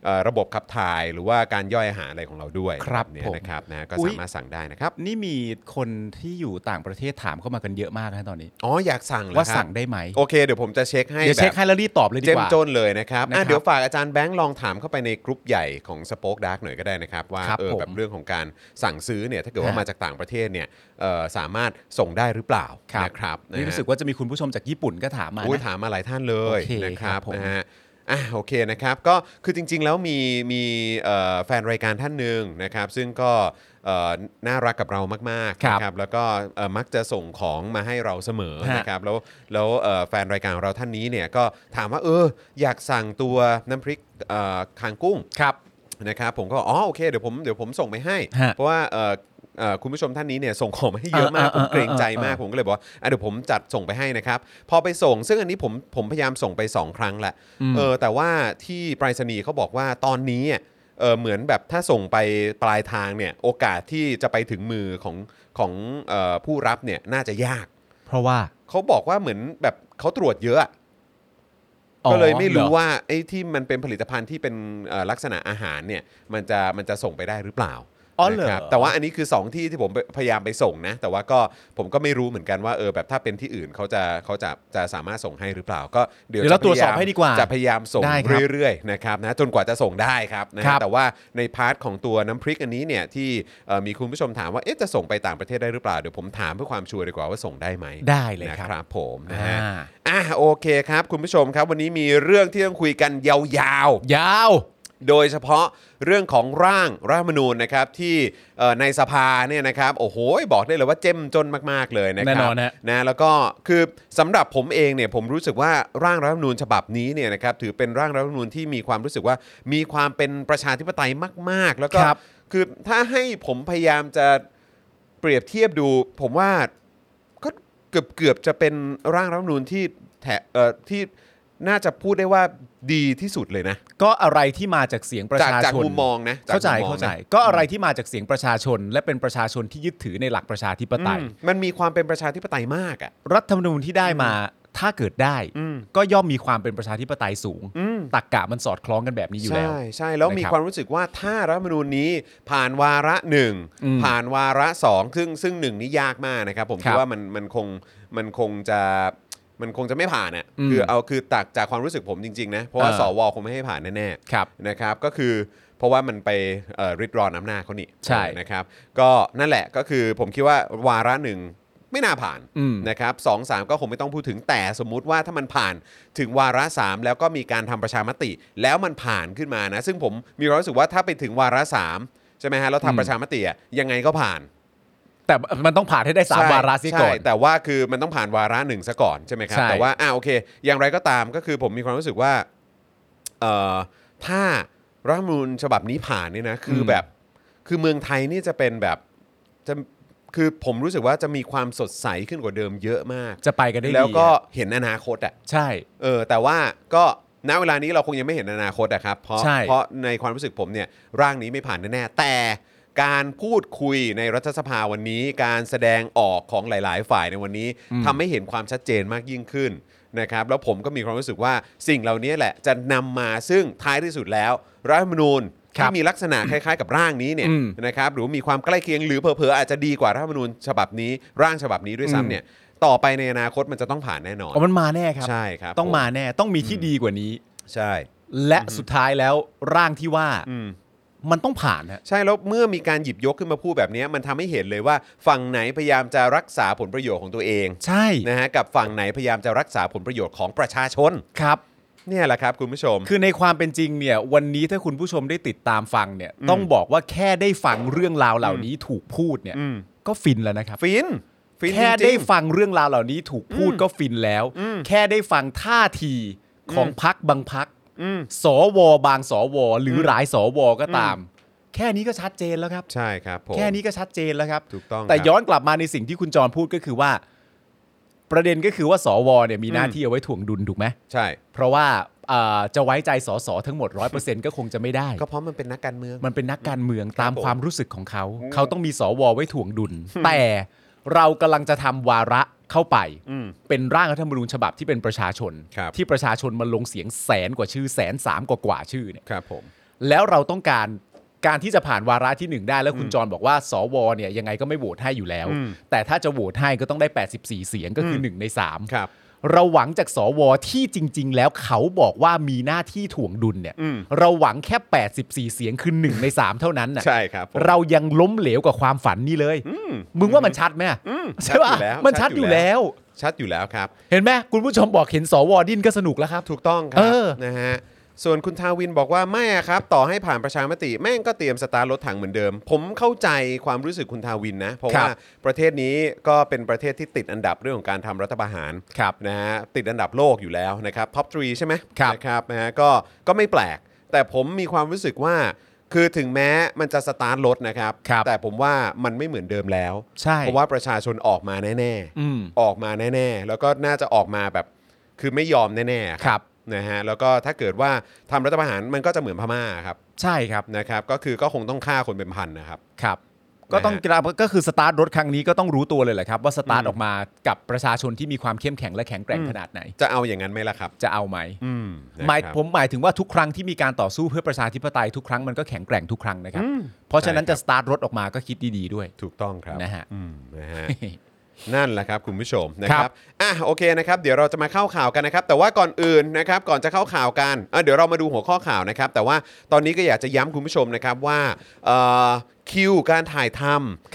Speaker 1: เอ่อระบบขับถ่ายหรือว่าการย่อยอาหารอะไรของเราด้วย
Speaker 2: ครับ
Speaker 1: เนี่ย
Speaker 2: ผม
Speaker 1: นะครับนะก็
Speaker 2: อุ๊ย
Speaker 1: สามารถสั่งได้นะครับ
Speaker 2: นี่มีคนที่อยู่ต่างประเทศถามเข้ามากันเยอะมากนะตอนนี้
Speaker 1: อ๋ออยากสั่งเหรอ
Speaker 2: ว่า
Speaker 1: ครับ
Speaker 2: สั่งได้ไหม
Speaker 1: โอเคเดี๋ยวผมจะเช็คให้
Speaker 2: เดี๋ยวเช็ค
Speaker 1: แบบ
Speaker 2: ให้แล้วรีบตอบเลยดี
Speaker 1: เจ้
Speaker 2: ก
Speaker 1: ม
Speaker 2: ว่า
Speaker 1: จนเลยนะครับ
Speaker 2: นะครับ
Speaker 1: อ่ะเดี๋ยวฝากอาจารย์แบงค์ลองถามเข้าไปในกรุ๊ปใหญ่ของสป็อคดักหน่อยก็ได้นะครับ ว่า
Speaker 2: ครับ
Speaker 1: เออ
Speaker 2: ผม
Speaker 1: แบบเรื่องของการสั่งซื้อเนี่ยถ้าเกิดว่า
Speaker 2: ฮะ
Speaker 1: มาจากต่างประเทศเนี่ยเอ่อสามารถส่งได้หรือเปล่า
Speaker 2: ครับ
Speaker 1: นะครับะฮะ
Speaker 2: นี่รู้สึกว่าจะมีคุณผู้ชมจากญี่ปุ่นก็ถามมา
Speaker 1: โอ้ย
Speaker 2: นะ
Speaker 1: ถามมาหลายท่านเลย
Speaker 2: โอเค
Speaker 1: นะครับ
Speaker 2: ครับผม
Speaker 1: นะฮะอ่ะโอเคนะครับก็คือจริง ๆ แล้วมีมีเอ่อแฟนรายการท่านหนึ่งนะครับ ซึ่งก็เอ่อน่ารักกับเรามากๆ
Speaker 2: ครับ
Speaker 1: นะครับแล้วก็เอ่อมักจะส่งของมาให้เราเสมอ
Speaker 2: ฮะ
Speaker 1: นะครับ นะครับแล้วแล้วเอ่อแฟนรายการของเราท่านนี้เนี่ยก็ถามว่าเอออยากสั่งตัวน้ำพริกเอ่อคางกุ้ง
Speaker 2: ครับ
Speaker 1: นะครับผมก็บอกอ๋อโอเคเดี๋ยวผมเดี๋ยวผมส่งไปให้
Speaker 2: ฮะ
Speaker 1: เพราะว่าเอ่อเอ่อคุณผู้ชมท่านนี้เนี่ยส่งของมาให้เยอะมาก
Speaker 2: เออ
Speaker 1: ผ
Speaker 2: เออ
Speaker 1: มเกรงใจมาก
Speaker 2: เออเออ
Speaker 1: ผมก็เลยบอกว่าอ่ะเดี๋ยวผมจัดส่งไปให้นะครับ พอไปส่งซึ่งอันนี้ผมผมพยายามส่งไป 2 ครั้งแหละ
Speaker 2: อืม
Speaker 1: เออแต่ว่าที่ไปรษณีย์เขาบอกว่าตอนนี้อ่ะเออเหมือนแบบถ้าส่งไปปลายทางเนี่ยโอกาสที่จะไปถึงมือของของเอ่อผู้รับเนี่ยน่าจะยาก
Speaker 2: เพราะว่า
Speaker 1: เขาบอกว่าเหมือนแบบเขาตรวจเยอะอะ
Speaker 2: อ๋อ
Speaker 1: ก็เลยไม่รู้
Speaker 2: หอ
Speaker 1: ว่าไอ้ที่มันเป็นผลิตภัณฑ์ที่เป็นเอ่อลักษณะอาหารเนี่ยมันจะมันจะส่งไปได้หรือเปล่า
Speaker 2: อ๋อเหรอ
Speaker 1: นะครับแต่ว่าอันนี้คือ 2 ที่ที่ผมพยายามไปส่งนะ แต่ว่าก็ผมก็ไม่รู้เหมือนกันว่าเออแบบถ้าเป็นที่อื่นเขาจะเขาจะจะสามารถส่งให้หรือเปล่า ก็เดี๋ยว
Speaker 2: เดี๋ยวเรา
Speaker 1: จะพยยม
Speaker 2: ตรวจสอบให้ดีกว่า
Speaker 1: จะพยายามส่ง
Speaker 2: ได้ครับ
Speaker 1: เรื่อยๆนะครับนะจนกว่าจะส่งได้ครับนะฮะ
Speaker 2: ครับ
Speaker 1: แต่ว่าในพาร์ทของตัวน้ำพริกอันนี้เนี่ยที่เอ่อมีคุณผู้ชมถามว่าเอ๊ะจะส่งไปต่างประเทศได้หรือเปล่าเดี๋ยวผมถามเพื่อความชัวร์ดีกว่าว่าส่งได้ไหม
Speaker 2: ได้เลยครับ
Speaker 1: นะครับผมนะฮะ
Speaker 2: อ่า
Speaker 1: อ่ะโอเคครับ คุณผู้ชมครับวันนี้มีเรื่องที่ต้องคุยกันยาวๆ
Speaker 2: ยาว
Speaker 1: โดยเฉพาะเรื่องของร่างรัฐธรรมนูญนะครับที่เอ่อในสภาเนี่ยนะครับโอ้โหบอกได้เลยว่าเจ้มจนมากๆเลยนะครั
Speaker 2: แน่นอนฮะ
Speaker 1: นะแล้วก็คือสำหรับผมเองเนี่ยผมรู้สึกว่าร่างรัฐธรรมนูญฉบับนี้เนี่ยนะครับถือเป็นร่างรัฐธรรมนูญที่มีความรู้สึกว่ามีความเป็นประชาธิปไตยมาก ๆ แล้วก็
Speaker 2: ครับ
Speaker 1: คือถ้าให้ผมพยายามจะเปรียบเทียบดู ผมว่าก็เกือบเกือบๆจะเป็นร่างรัฐธรรมนูญที่แถเอ่อที่น่าจะพูดได้ว่าดีที่สุดเลยนะ
Speaker 2: ก็อะไรที่มาจากเสียงประ
Speaker 1: จาก
Speaker 2: ชา
Speaker 1: จาก
Speaker 2: ชน
Speaker 1: มุมมองนะ
Speaker 2: เข้าใจ
Speaker 1: กมุมมองนะ
Speaker 2: เข้าใจ ก็อะไรที่มาจากเสียงประชาชน และเป็นประชาชนที่ยึดถือในหลักประชาธิปไตย
Speaker 1: อืมมันมีความเป็นประชาธิปไตยมากอ่ะ
Speaker 2: รัฐธรรมนูญที่ได้มาถ้าเกิดได้
Speaker 1: อืม
Speaker 2: ก็ย่อมมีความเป็นประชาธิปไตยสูง
Speaker 1: อืม
Speaker 2: ตักกะมันสอดคล้องกันแบบนี้อยู่แล้ว
Speaker 1: ใช่ใช่แล้วมี
Speaker 2: นะครับ
Speaker 1: ความรู้สึกว่าถ้ารัฐธรรมนูญนี้ผ่านวาระหนึ่ง
Speaker 2: อืม
Speaker 1: ผ่านวาระสองซึ่งซึ่งหนึ่งนี่ยากมากนะครับ ผม
Speaker 2: ครั
Speaker 1: คิด
Speaker 2: บ
Speaker 1: ว่ามันมันคงมันคงจะมันคงจะไม่ผ่านอ่ะ
Speaker 2: อืม
Speaker 1: คือเอาคือจากจากความรู้สึกผมจริงๆนะเพราะว่า
Speaker 2: เออ
Speaker 1: สวคงไม่ให้ผ่านแน่ๆ
Speaker 2: ครับ
Speaker 1: นะครับก็คือเพราะว่ามันไปเอ่อริดรอนอำนาจเขานี่
Speaker 2: ใช่
Speaker 1: นะครับก็นั่นแหละก็คือผมคิดว่าวาระหนึ่งไม่น่าผ่าน
Speaker 2: อืม
Speaker 1: นะครับสองสามก็คงไม่ต้องพูดถึงแต่สมมุติว่าถ้ามันผ่านถึงวาระสามแล้วก็มีการทำประชามติ แล้วมันผ่านขึ้นมานะซึ่งผมมีความรู้สึกว่าถ้าไปถึงวาระสามใช่ไหมฮะแล้ว
Speaker 2: อืม
Speaker 1: ทำประชามติอะยังไงก็ผ่าน
Speaker 2: แต่มันต้องผ่านให้ได้สาม
Speaker 1: ใช่
Speaker 2: วาระซิก่อน
Speaker 1: ใช่แต่ว่าคือมันต้องผ่านวาระหนึ่งซะก่อนใช่ไหมครับ
Speaker 2: ใช่
Speaker 1: แต่ว่าอ่าโอเค อย่างไรก็ตามก็คือผมมีความรู้สึกว่า เอ่อถ้ารัฐธรรมนูญฉบับนี้ผ่านเนี่ยนะคืออ
Speaker 2: ม
Speaker 1: แบบคือเมืองไทยนี่จะเป็นแบบจะคือผมรู้สึกว่าจะมีความสดใสขึ้นกว่าเดิมเยอะมาก
Speaker 2: จะไปกันได้ดี
Speaker 1: แล้วก็
Speaker 2: อะ
Speaker 1: เห็นอนาคตอ่ะ
Speaker 2: ใช่
Speaker 1: เออแต่ว่าก็ณเวลานี้เราคงยังไม่เห็นอนาคตอะครับเพราะ
Speaker 2: ใช่
Speaker 1: เพราะในความรู้สึกผมเนี่ยร่างนี้ไม่ผ่านแน่ๆแต่การพูดคุยในรัฐสภาวันนี้ การแสดงออกของหลาย ๆ ฝ่ายในวันนี้ทำให้เห็นความชัดเจนมากยิ่งขึ้น นะครับแล้วผมก็มีความรู้สึกว่าสิ่งเหล่านี้แหละจะนำมาซึ่งท้ายที่สุดแล้ว รัฐธรรมนูญ
Speaker 2: ครั
Speaker 1: ที่
Speaker 2: บ
Speaker 1: มีลักษณะ คล้ายๆกับร่างนี้เนี่ย
Speaker 2: อืม
Speaker 1: นะครับหรือมีความใกล้เคียงหรือเผลอๆอาจจะดีกว่ารัฐธรรมนูญฉบับนี้ ร่างฉบับนี้ด้วย
Speaker 2: อื
Speaker 1: ซ้ำ
Speaker 2: ม
Speaker 1: เนี่ยต่อไปในอนาคตมันจะต้องผ่านแน่นอน
Speaker 2: อ๋อมันมาแน่ครับ
Speaker 1: ใช่ครับ
Speaker 2: ต้องมา
Speaker 1: ผ
Speaker 2: แน่ต้องมีที่ดีกว่านี้
Speaker 1: ใช่
Speaker 2: และสุดท้ายแล้วร่างที่ว่า
Speaker 1: อืม
Speaker 2: มันต้องผ่านฮะ
Speaker 1: ใช่แล้วเมื่อมีการหยิบยกขึ้นมาพูดแบบนี้มันทำให้เห็นเลยว่าฝั่งไหนพยายามจะรักษาผลประโยชน์ของตัวเอง
Speaker 2: ใช่
Speaker 1: นะฮะกับฝั่งไหนพยายามจะรักษาผลประโยชน์ของประชาชน
Speaker 2: ครับ
Speaker 1: เนี่ยแหละครับคุณผู้ชม
Speaker 2: คือในความเป็นจริงเนี่ย วันนี้ถ้าคุณผู้ชมได้ติดตามฟังเนี่ย ต้องบอกว่าแค่ได้ฟังเรื่องราวเหล่านี้ถูกพูดเนี่ย
Speaker 1: อืม
Speaker 2: ก็ฟินแล้วนะครับ
Speaker 1: ฟินฟิน
Speaker 2: แค่
Speaker 1: จริ
Speaker 2: ได้
Speaker 1: งๆ
Speaker 2: ฟังเรื่องราวเหล่านี้ถูกพูดก็ฟินแล้ว
Speaker 1: อืม
Speaker 2: แค่ได้ฟังท่าทีของพักบางพัก
Speaker 1: อืม
Speaker 2: สวบางสวหรืออหลายสวก็ตาม แค่นี้ก็ชัดเจนแล้วครับ
Speaker 1: ใช่ครับผม
Speaker 2: แค่นี้ก็ชัดเจนแล้วครับ
Speaker 1: ถูกต้อง
Speaker 2: แต่
Speaker 1: ครับ
Speaker 2: ย้อนกลับมาในสิ่งที่คุณจรพูดก็คือว่า ประเด็นก็คือว่าสวเนี่ยมีหน้า
Speaker 1: อืม
Speaker 2: ที่เอาไว้ถ่วงดุลถูกไหม
Speaker 1: ใช่
Speaker 2: เพราะว่าเอ่อจะไว้ใจสสทั้งหมด 100%ก็คงจะไม่ได้
Speaker 1: ก็เพราะมันเป็นนักการเมือง
Speaker 2: มันเป็นนักการเมืองตาม
Speaker 1: ผม
Speaker 2: ความรู้สึกของเขา เขาต้องมีสวไว้ถ่วงดุล แต่เรากำลังจะทำวาระเข้าไป
Speaker 1: อืม
Speaker 2: เป็นร่างรัฐธรรมนูญฉบับที่เป็นประชาชน
Speaker 1: ครับ
Speaker 2: ที่ประชาชนมาลงเสียงแสนกว่าชื่อแสนสามกว่ากว่าชื่อเนี่ย
Speaker 1: ครับผม
Speaker 2: แล้วเราต้องการการที่จะผ่านวาระที่หนึ่งได้แล้วคุณจรบอกว่าสวเนี่ยยังไงก็ไม่โหวตให้อยู่แล้ว
Speaker 1: อืม
Speaker 2: แต่ถ้าจะโหวตให้ก็ต้องได้ 84 เสียงก็คือหนึ่งในสาม
Speaker 1: ครับ
Speaker 2: เราหวังจากสวที่จริง ๆ แล้วเขาบอกว่ามีหน้าที่ถ่วงดุลเนี่ย
Speaker 1: อืม
Speaker 2: เราหวังแค่ 84 เสียงคือหนึ่งใน 3 เท่านั้นน่ะ
Speaker 1: ใช่ครับผม
Speaker 2: เรายังล้มเหลวกว่าความฝันนี่เลย
Speaker 1: อืม
Speaker 2: มึงว่ามันชัดไหมอะ
Speaker 1: อืม
Speaker 2: ใช่ป่ะ
Speaker 1: ชัดอยู่แล้ว
Speaker 2: มันชัดอยู่
Speaker 1: ชัดอยู่แล้
Speaker 2: แล้ว ว
Speaker 1: ชัดอยู่แล้วครับ
Speaker 2: เห็นไหมคุณผู้ชมบอกเห็นสวดิ้นก็สนุกแล้วครับ
Speaker 1: ถูกต้องครั
Speaker 2: เอบ อ
Speaker 1: นะฮะส่วนคุณทาวินบอกว่าไม่อะครับ ต่อให้ผ่านประชามติ แม่งก็เตรียมสตาร์ทรถถังเหมือนเดิม ผมเข้าใจความรู้สึกคุณทาวินนะ เพราะว่าประเทศนี้ก็เป็นประเทศที่ติดอันดับเรื่องของการทำรัฐประหาร
Speaker 2: ครับ
Speaker 1: นะฮะติดอันดับโลกอยู่แล้วนะครับท็อปทรีใช่ไหม
Speaker 2: ครับ
Speaker 1: นะครับนะฮะก็ก็ไม่แปลก แต่ผมมีความรู้สึกว่า คือถึงแม้มันจะสตาร์ทรถนะครับ
Speaker 2: ครับ
Speaker 1: แต่ผมว่ามันไม่เหมือนเดิมแล้ว
Speaker 2: ใช่
Speaker 1: เพราะว่าประชาชนออกมาแน่
Speaker 2: อืม
Speaker 1: ๆ ออกมาแน่ๆ แล้วก็น่าจะออกมาแบบคือไม่ยอมแน่ๆ
Speaker 2: ครับ
Speaker 1: นะฮะแล้วก็ถ้าเกิดว่าทำรัฐประหารมันก็จะเหมือนพม่าครับ
Speaker 2: ใช่ครับ
Speaker 1: นะครับ ก็คือก็คงต้องฆ่าคนเป็นพันนะครับ
Speaker 2: ครับ ก็ต้อง
Speaker 1: นะฮะ
Speaker 2: กราบก็คือสตาร์ทรถครั้งนี้ก็ต้องรู้ตัวเลยแหละครับ ว่าสตาร์ทออกมากับประชาชนที่มีความเข้มแข็งและแข็งแกร่งขนาดไหน
Speaker 1: จะเอาอย่างนั้นไหมล่ะครับ
Speaker 2: จะเอาไหม
Speaker 1: อืมนะครับ
Speaker 2: หมายผมหมายถึงว่าทุกครั้งที่มีการต่อสู้เพื่อประชาธิปไตยทุกครั้งมันก็แข็งแกร่งทุกครั้งนะครับ
Speaker 1: อืม
Speaker 2: เพราะฉะนั้น
Speaker 1: ใช่ครับ
Speaker 2: จะสตาร์ทรถออกมาก็คิดดี ๆ ด้วย
Speaker 1: ถูกต้องครับ
Speaker 2: นะฮะ
Speaker 1: อืมนะฮะ นั่นแหละครับคุณผู้ชมนะค
Speaker 2: ครั
Speaker 1: รับบ อ่ะโอเคนะครับเดี๋ยวเราจะมาเข้าข่าวกันนะครับ แต่ว่าก่อนอื่นนะครับก่อนจะเข้าข่าวกันอ่ะเดี๋ยวเรามาดูหัวข้อข่าวนะครับ แต่ว่าตอนนี้ก็อยากจะย้ำคุณผู้ชมนะครับว่าเอ่อคิวการถ่ายท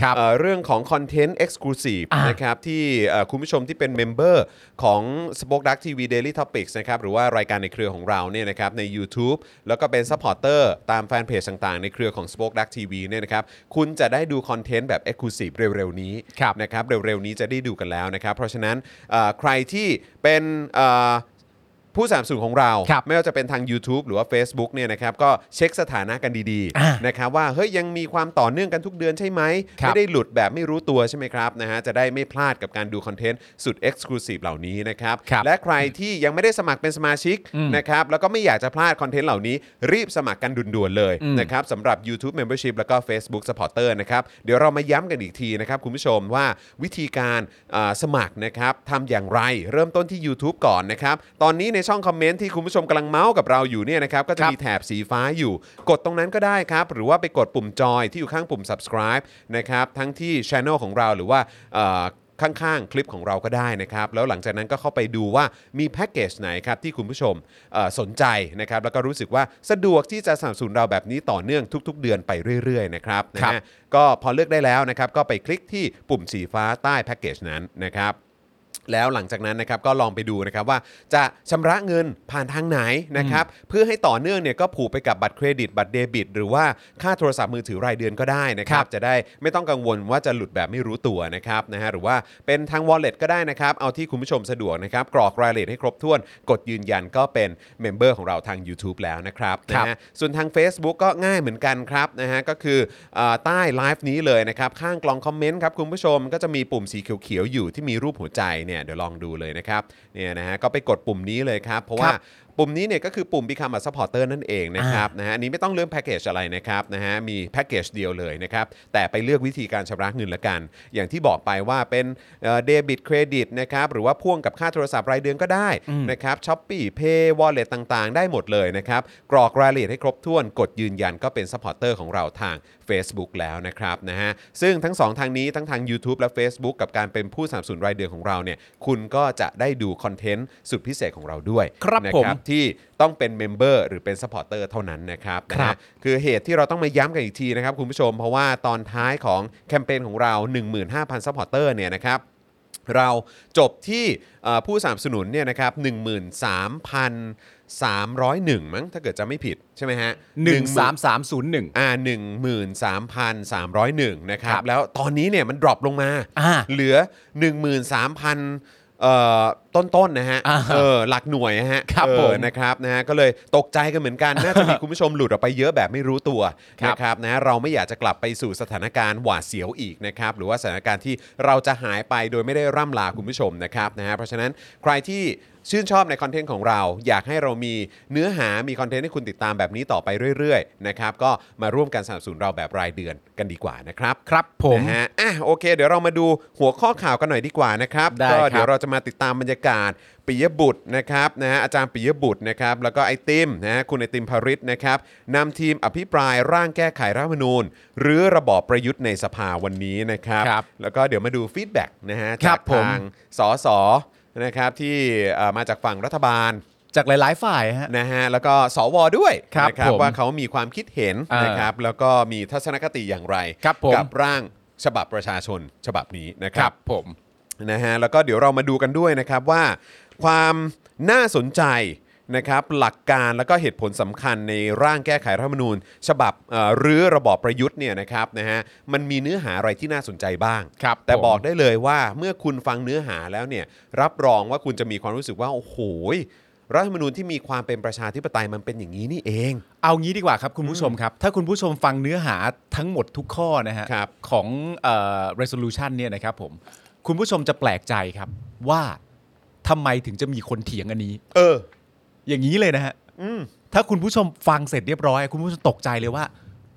Speaker 2: ครับ
Speaker 1: ำเอ่อเรื่องของคอนเทนต์เอ็กซ์คลูซีฟ
Speaker 2: อ่ะ
Speaker 1: นะครับที่เอ่อคุณผู้ชมที่เป็นเมมเบอร์ของ Spoke Dark TV Daily Topics นะครับหรือว่ารายการในเครือของเราเนี่ยนะครับใน YouTube แล้วก็เป็นซัพพอร์เตอร์ตามแฟนเพจต่างๆ ในเครือของ Spoke Dark TV เนี่ยนะครับคุณจะได้ดูคอนเทนต์แบบ Exclusive เร็วๆนี้
Speaker 2: ครับ
Speaker 1: นะครับเร็วๆนี้จะได้ดูกันแล้วนะครับ เพราะฉะนั้นเอ่อใครที่เป็นเอ่อผู้สามสูนของเรา
Speaker 2: ครับ
Speaker 1: ไม่ว่าจะเป็นทาง YouTube หรือว่า Facebook เนี่ยนะครับก็เช็คสถานะกันดี
Speaker 2: อ่า
Speaker 1: ๆนะครับว่าเฮ้ยยังมีความต่อเนื่องกันทุกเดือนใช่ไหม
Speaker 2: ครับ
Speaker 1: ไม่ได้หลุดแบบไม่รู้ตัวใช่ไหมครับนะฮะจะได้ไม่พลาดกับการดูคอนเทนต์สุด Exclusive เหล่านี้นะครับ
Speaker 2: ครับ
Speaker 1: และใครที่ยังไม่ได้สมัครเป็นสมาชิก
Speaker 2: อืม
Speaker 1: นะครับแล้วก็ไม่อยากจะพลาดคอนเทนต์เหล่านี้ รีบสมัครกันด่วนๆเลย
Speaker 2: อืม
Speaker 1: นะครับสำหรับ YouTube Membership แล้วก็ Facebook Supporter นะครับเดี๋ยวเรามาย้ำกันอีกทีนะครับคุณผู้ชมว่าวิธีการอ่าสมัครนะครับทำอย่างไรเริ่มต้นที่ YouTube ก่อนนะครับ ตอนนี้ในช่องคอมเมนต์ที่คุณผู้ชมกำลังเมาส์กับเราอยู่เนี่ยนะครับก็จะมีแถบสีฟ้าอยู่ กดตรงนั้นก็ได้ครับ หรือว่าไปกดปุ่มจอยที่อยู่ข้างปุ่ม subscribe นะครับทั้งที่ Channel ของเราหรือว่าเอ่อ ข้างๆ คลิปของเราก็ได้นะครับ แล้วหลังจากนั้นก็เข้าไปดูว่ามีแพ็กเกจไหนครับ ที่คุณผู้ชมเอ่อสนใจนะครับ แล้วก็รู้สึกว่าสะดวกที่จะสนับสนุนเราแบบนี้ต่อเนื่องทุก ๆ เดือนไปเรื่อยๆ นะครับ
Speaker 2: ครับ
Speaker 1: นะฮะก็พอเลือกได้แล้วนะครับ ก็ไปคลิกที่ปุ่มสีฟ้าใต้แพ็กเกจนั้นนะครับ แล้วหลังจากนั้นนะครับก็ลองไปดูนะครับว่าจะชำระเงินผ่านทางไหนนะครับเพื่อให้ต่อเนื่องเนี่ยก็ผูกไปกับบัตรเครดิต บัตรเดบิต หรือว่าค่าโทรศัพท์มือถือรายเดือนก็ได้นะครับ
Speaker 2: ครับ
Speaker 1: จะได้ไม่ต้องกังวลว่าจะหลุดแบบไม่รู้ตัวนะครับนะฮะหรือว่าเป็นทาง wallet ก็ได้นะครับเอาที่คุณผู้ชมสะดวกนะครับกรอกรายละเอียดให้ครบถ้วน กดยืนยันก็เป็นเมมเบอร์ของเราทาง YouTube แล้วนะครับ
Speaker 2: ครั
Speaker 1: นะ
Speaker 2: บ
Speaker 1: ฮะ ส่วนทาง Facebook ก็ง่ายเหมือนกันครับนะฮะก็คือเออใต้ไลฟ์นี้เลยนะครับข้างกล่องคอมเมนต์ครับคุณผู้ชมก็จะมีปุ่มสีเขียวๆอยู่ที่มีรูปหัวใจเนี่ยเดี๋ยวลองดูเลยนะครับเนี่ยนะฮะก็ไปกดปุ่มนี้เลยครับ เพราะว่าปุ่มนี้เนี่ยก็คือปุ่ม Become a supporter นั่นเองนะครับนะฮะอันนี้ไม่ต้องเลือกแพ็กเกจอะไรนะครับนะฮะมีแพ็กเกจเดียวเลยนะครับแต่ไปเลือกวิธีการชำระเงินละกัน อย่างที่บอกไปว่าเป็นเดบิตเครดิตนะครับหรือว่าพ่วงกับค่าโทรศัพท์รายเดือนก็ได้
Speaker 2: อืม
Speaker 1: นะครับช้อปปี้เพย์วอลเล็ตต่างๆ ได้หมดเลยนะครับ กรอกรายละเอียดให้ครบถ้วน กดยืนยันก็เป็นซัพพอร์เตอร์ของเราทาง Facebook แล้วนะครับนะฮะซึ่งทั้งสองทางนี้ทั้งทาง YouTube และ Facebook กับการเป็นผู้สนับสนุนรายเดือนของเราเนี่ยคุณก็จะได้ดูคอนเทนต์สุดพิเศษของเราด้วย
Speaker 2: ครับ
Speaker 1: นะ
Speaker 2: ผม
Speaker 1: ที่ต้องเป็นเมมเบอร์หรือเป็นซัพพอร์เตอร์เท่านั้นนะครับนะ
Speaker 4: ครั
Speaker 1: ฮะ
Speaker 4: บ
Speaker 1: คือเหตุที่เราต้องมาย้ำกันอีกทีนะครับคุณผู้ชม เพราะว่าตอนท้ายของแคมเปญของเรา 15,000ซัพพอร์เตอร์เนี่ยนะครับ เราจบที่เอ่อผู้สนับสนุนเนี่ยนะครับ13,301 มั้งถ้าเกิดจะไม่ผิดใช่ไหมฮะ
Speaker 2: หนึ่งสามสามศูนย์หนึ่ง
Speaker 1: อ่า13,301 นะครับ
Speaker 2: ครับ
Speaker 1: แล้วตอนนี้เนี่ยมันดรอปลงมา
Speaker 2: อ่า
Speaker 1: เหลือ 13,000เอ่อต้นๆนะฮะ
Speaker 2: อ่าฮะ
Speaker 1: เออหลักหน่วยนะฮะ
Speaker 2: ครับ
Speaker 1: เออ
Speaker 2: ผม
Speaker 1: นะครับนะฮะก็เลยตกใจกันเหมือนกัน น่าจะมีคุณผู้ชมหลุดออกไปเยอะแบบไม่รู้ตัว
Speaker 2: ครับ
Speaker 1: นะครับนะเราไม่อยากจะกลับไปสู่สถานการณ์หวาดเสียวอีกนะครับหรือว่าสถานการณ์ที่เราจะหายไปโดยไม่ได้ร่ำลาคุณผู้ชมนะครับนะฮะเพราะฉะนั้นใครที่ชื่นชอบในคอนเทนต์ของเรา อยากให้เรามีเนื้อหามีคอนเทนต์ให้คุณติดตามแบบนี้ต่อไปเรื่อยๆนะครับก็มาร่วมกันสนับสนุนเราแบบรายเดือนกันดีกว่านะครับ
Speaker 4: ครับผม
Speaker 1: นะฮะอ่ะโอเค เดี๋ยวเรามาดูหัวข้อข่าวกันหน่อยดีกว่านะครับ
Speaker 2: ได้
Speaker 1: ก็
Speaker 2: ครับ
Speaker 1: เดี๋ยวเราจะมาติดตามบรรยากาศปิยบุตรนะครับนะฮะอาจารย์ปิยบุตรนะครับแล้วก็ไอติมนะฮะคุณไอติมภริษนะครับนำทีมอภิปรายร่างแก้ไขรัฐธรรมนูญ หรือระบอบประยุทธ์ในสภาวันนี้นะครับ
Speaker 2: ครับ
Speaker 1: แล้วก็เดี๋ยวมาดูฟีดแบ็กนะฮะ
Speaker 2: ครั
Speaker 1: จาก
Speaker 2: บผม
Speaker 1: ทางสสนะครับที่เอ่อมาจากฝั่งรัฐบาล
Speaker 2: จากหลาย ๆ ฝ่ายฮะ
Speaker 1: นะฮะแล้วก็สวด้วย
Speaker 2: ครับ
Speaker 1: นะ
Speaker 2: ผม
Speaker 1: ว่าเขามีความคิดเห็น
Speaker 2: เออ
Speaker 1: นะครับแล้วก็มีทัศนคติอย่างไร
Speaker 2: ครับผม
Speaker 1: กับร่างฉบับประชาชนฉบับนี้นะค
Speaker 2: ค
Speaker 1: รั
Speaker 2: รับ บผม
Speaker 1: นะฮะแล้วก็เดี๋ยวเรามาดูกันด้วยนะครับว่า ความน่าสนใจนะครับหลักการแล้วก็เหตุผลสำคัญในร่างแก้ไขรัฐธรรมนูญ ฉบับเอ่อหรือระบอบประยุทธ์เนี่ยนะครับนะฮะมันมีเนื้อหาอะไรที่น่าสนใจบ้าง
Speaker 2: ครับ
Speaker 1: แต่
Speaker 2: ผม
Speaker 1: บอกได้เลยว่าเมื่อคุณฟังเนื้อหาแล้วเนี่ยรับรองว่าคุณจะมีความรู้สึกว่า โอ้โหยรัฐธรรมนูญที่มีความเป็นประชาธิปไตยมันเป็นอย่างนี้นี่เอง
Speaker 2: เอางี้ดีกว่าครับคุณผู้ชมครับ ถ้าคุณผู้ชมฟังเนื้อหาทั้งหมดทุกข้อนะฮะ
Speaker 1: ครับ
Speaker 2: ของเอ่อ resolution เนี่ยนะครับผม คุณผู้ชมจะแปลกใจครับ ว่าทำไมถึงจะมีคนเถียงอันนี้
Speaker 1: เออ
Speaker 2: อย่างนี้เลยนะฮะถ้าคุณผู้ชมฟังเสร็จเรียบร้อย คุณผู้ชมตกใจเลยว่า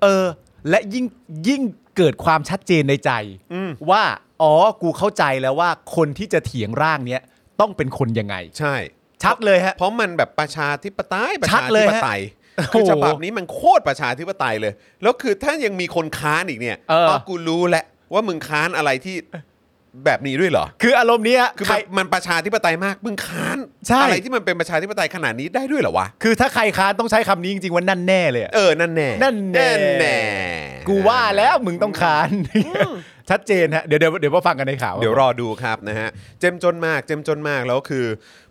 Speaker 2: เออ และยิ่งยิ่งเกิดความชัดเจนในใจ
Speaker 1: อืม
Speaker 2: ว่า อ๋อ กูเข้าใจแล้วว่าคนที่จะเถียงร่างเนี้ยต้องเป็นคนยังไง
Speaker 1: ใช่
Speaker 2: ชัดเลยฮะ
Speaker 1: เพราะมันแบบประชาธิปไตยประ
Speaker 2: ชั
Speaker 1: ชา
Speaker 2: ดเล
Speaker 1: ธิ
Speaker 2: ย
Speaker 1: ป
Speaker 2: ฮะ
Speaker 1: ไตยคือ
Speaker 2: โอ้โห
Speaker 1: ฉบับนี้มันโคตรประชาธิปไตยเลย แล้วคือถ้ายังมีคนค้านอีกเนี่ย
Speaker 2: เออ
Speaker 1: อกูรู้แหละว่ามึงค้านอะไรที่แบบนี้ด้วยเหรอ
Speaker 2: คืออารมณ์เนี้ย
Speaker 1: คือ
Speaker 2: ใคร
Speaker 1: มันมันประชาธิปไตยมากมึงค้าน
Speaker 2: ใช่
Speaker 1: อะไรที่มันเป็นประชาธิปไตยขนาดนี้ได้ด้วยเหรอวะ
Speaker 2: คือถ้าใครค้านต้องใช้คำนี้จริงๆว่านั่นแน่เลยอะ
Speaker 1: เออนั่นแน่
Speaker 2: นั่นแน่
Speaker 1: แน่
Speaker 2: กูว่าแล้วมึงต้องค้าน ชัดเจนฮะ เดี๋ยวเดี๋ยวเดี๋ยวมาฟังกันในข่าว
Speaker 1: เดี๋ยวรอดูครับนะฮะเจ้มจนมากเจ้มจนมากแล้วคือ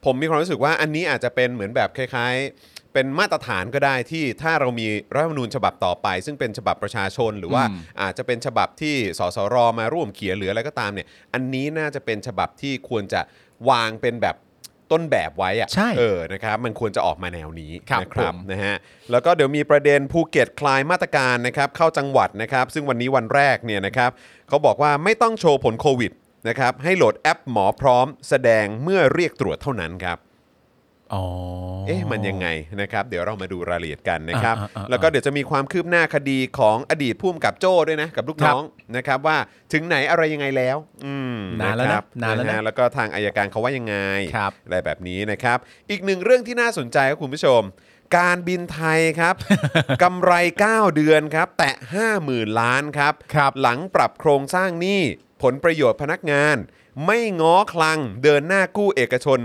Speaker 1: ผมมีความรู้สึกว่าอันนี้อาจจะเป็นเหมือนแบบคล้ายๆ เป็นมาตรฐานก็ได้ที่ถ้าเรามีรัฐธรรมนูญฉบับต่อไป ซึ่งเป็นฉบับประชาชนหรือว่า
Speaker 2: อืม
Speaker 1: อาจจะเป็นฉบับที่สสรมาร่วมเขียนหรืออะไรก็ตามเนี่ย อันนี้น่าจะเป็นฉบับที่ควรจะวางเป็นแบบต้นแบบไว้อะ
Speaker 2: ใช่
Speaker 1: เออนะครับมันควรจะออกมาแนวนี้
Speaker 2: ครับ
Speaker 1: นะ
Speaker 2: ผม
Speaker 1: นะฮะแล้วก็เดี๋ยวมีประเด็นภูเก็ตคลายมาตรการนะครับเข้าจังหวัดนะครับ ซึ่งวันนี้วันแรกเนี่ยนะครับเขาบอกว่าไม่ต้องโชว์ผลโควิดนะครับให้โหลดแอปหมอพร้อม แสดงเมื่อเรียกตรวจเท่านั้นครับ เอ๊ะมันยังไงนะครับเดี๋ยวเรามาดูรายละเอียดกันนะครับ
Speaker 2: อ่าอ่าอ่า
Speaker 1: แล้วก็เดี๋ยวจะมีความคืบหน้าคดีของอดีตผู้กำกับโจ้ด้วยนะ กับลูกน้องนะครับว่าถึงไหนอะไรยังไงแล้วอืม
Speaker 2: นานแล้วนะครับ นานแล้วนะ
Speaker 1: ฮแล้วก็ทางอายการเขาว่ายังไง
Speaker 2: ครับ
Speaker 1: อะไรแบบนี้นะครับ อีกหนึ่งเรื่องที่น่าสนใจครับคุณผู้ชม การบินไทยครับ กำไร 9 เดือนครับ แตะ 50,000 ล้านครับ
Speaker 2: ครับ
Speaker 1: หลังปรับโครงสร้างหนี้ผลประโยชน์พนักงาน ไม่ง้อคลังเดินหน้ากู้เอกชน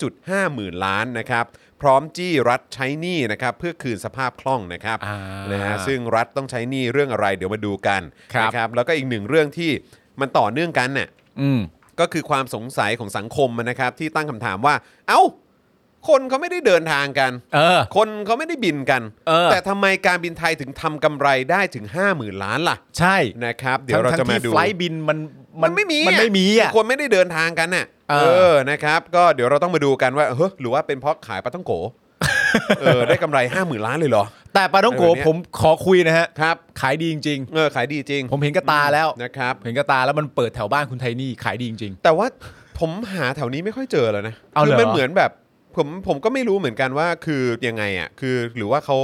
Speaker 1: 2.5 หมื่นล้านนะครับ พร้อมจี้รัฐใช้หนี้นะครับ เพื่อคืนสภาพคล่องนะครับ
Speaker 2: อ่าน
Speaker 1: นะฮะซึ่งรัฐต้องใช้หนี้เรื่องอะไรเดี๋ยวมาดูกัน
Speaker 2: ครับ
Speaker 1: นะครับแล้วก็อีกหนึ่งเรื่องที่มันต่อเนื่องกันเนี่ย
Speaker 2: อืม
Speaker 1: ก็คือความสงสัยของสังคมนะครับที่ตั้งคำถามว่า เอ้า คนเขาไม่ได้เดินทางกัน
Speaker 2: เออ
Speaker 1: คนเขาไม่ได้บินกัน
Speaker 2: เออ
Speaker 1: แต่ทำไมการบินไทยถึงทำกำไรได้ถึง 5 0,000 ล้านล่ะ
Speaker 2: ใช่
Speaker 1: นะครับ เดี๋ยวเราจะมาดู
Speaker 2: ไฟล์บินมัน
Speaker 1: มันไม่มี
Speaker 2: มันไม่มี
Speaker 1: คื
Speaker 2: อ่ะ
Speaker 1: คนไม่ได้เดินทางกันน่ะ
Speaker 2: เออ
Speaker 1: นะครับ ก็เดี๋ยวเราต้องมาดูกันว่าเฮ้ยหรือว่าเป็นเพราะขายปลาต้องโก เออได้กำไร 5 0,000 ล้านเลยเหรอ
Speaker 2: แต่ปาต้องโก
Speaker 1: อะไรแบบเนี้ย
Speaker 2: ผมขอคุยนะฮะ
Speaker 1: ครับ
Speaker 2: ขายดีจริง
Speaker 1: เออขายดีจริง
Speaker 2: ๆ ผมเห็นกระตาแล้ว
Speaker 1: นะครับ
Speaker 2: เห็นกระตาแล้วมันเปิดแถวบ้านคุณไทนี่ขายดีจริง
Speaker 1: แต่ว่าผมหาแถวนี้ไม่ค่อยเจอแล้วนะ
Speaker 2: เอาเหรอ
Speaker 1: คืมันเหมือนแบบผมผมก็ไม่รู้เหมือนกันว่าคือยังไงอ่ะคือหรือว่าเขา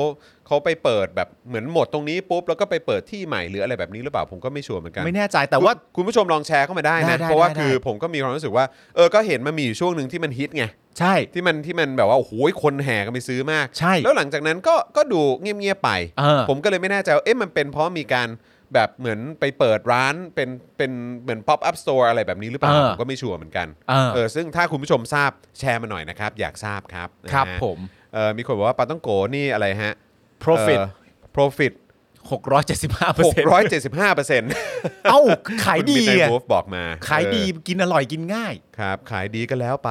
Speaker 1: เขาไปเปิดแบบเหมือนหมดตรงนี้ปุ๊บแล้วก็ไปเปิดที่ใหม่หรืออะไรแบบนี้หรือเปล่าผมก็ไม่ชัวร์เหมือนกัน
Speaker 2: ไม่แน่ใจแต่ว่า
Speaker 1: คุณคุณผู้ชมลองแชร์เข้ามาได้
Speaker 2: ได้
Speaker 1: นะ
Speaker 2: ได้
Speaker 1: เพราะว่า
Speaker 2: ได้
Speaker 1: คือผมก็มีความรู้สึกว่าเออก็เห็นมันมีอยู่ช่วงหนึ่งที่มันฮิตไง
Speaker 2: ๆ ใช่
Speaker 1: ที่มันที่มันแบบว่าโอ้โหคนแห่กันไปซื้อมาก
Speaker 2: ใช่
Speaker 1: แล้วหลังจากนั้นก็ก็ดูเงียบๆไป
Speaker 2: เออ
Speaker 1: ผมก็เลยไม่แน่ใจว่าเอ๊ะมันเป็นเพราะมีการ แบบเหมือนไปเปิดร้านเป็นเป็นเหมือน pop up store อะไรแบบนี้หรือเปล่า
Speaker 2: เออ
Speaker 1: ผมก็ไม่ชัวร์เหมือนกัน
Speaker 2: เออ
Speaker 1: เออซึ่งถ้าคุณผู้ชมทราบแชร์มาหน่อยนะครับ อยากทราบครับ
Speaker 2: ครับ
Speaker 1: นะฮะ
Speaker 2: ผม
Speaker 1: เออมีคนบอกว่าปาต้องโกนี่อะไรฮะ
Speaker 2: profit
Speaker 1: เอ่อ profit
Speaker 2: 675เปอร์เซ็นต์
Speaker 1: 675เปอร์เซ็นต์
Speaker 2: เอ้า ขายดีอะ
Speaker 1: บอกมา
Speaker 2: ขายดี
Speaker 1: เออ
Speaker 2: กินอร่อยกินง่าย
Speaker 1: ครับขายดีก็แล้วไป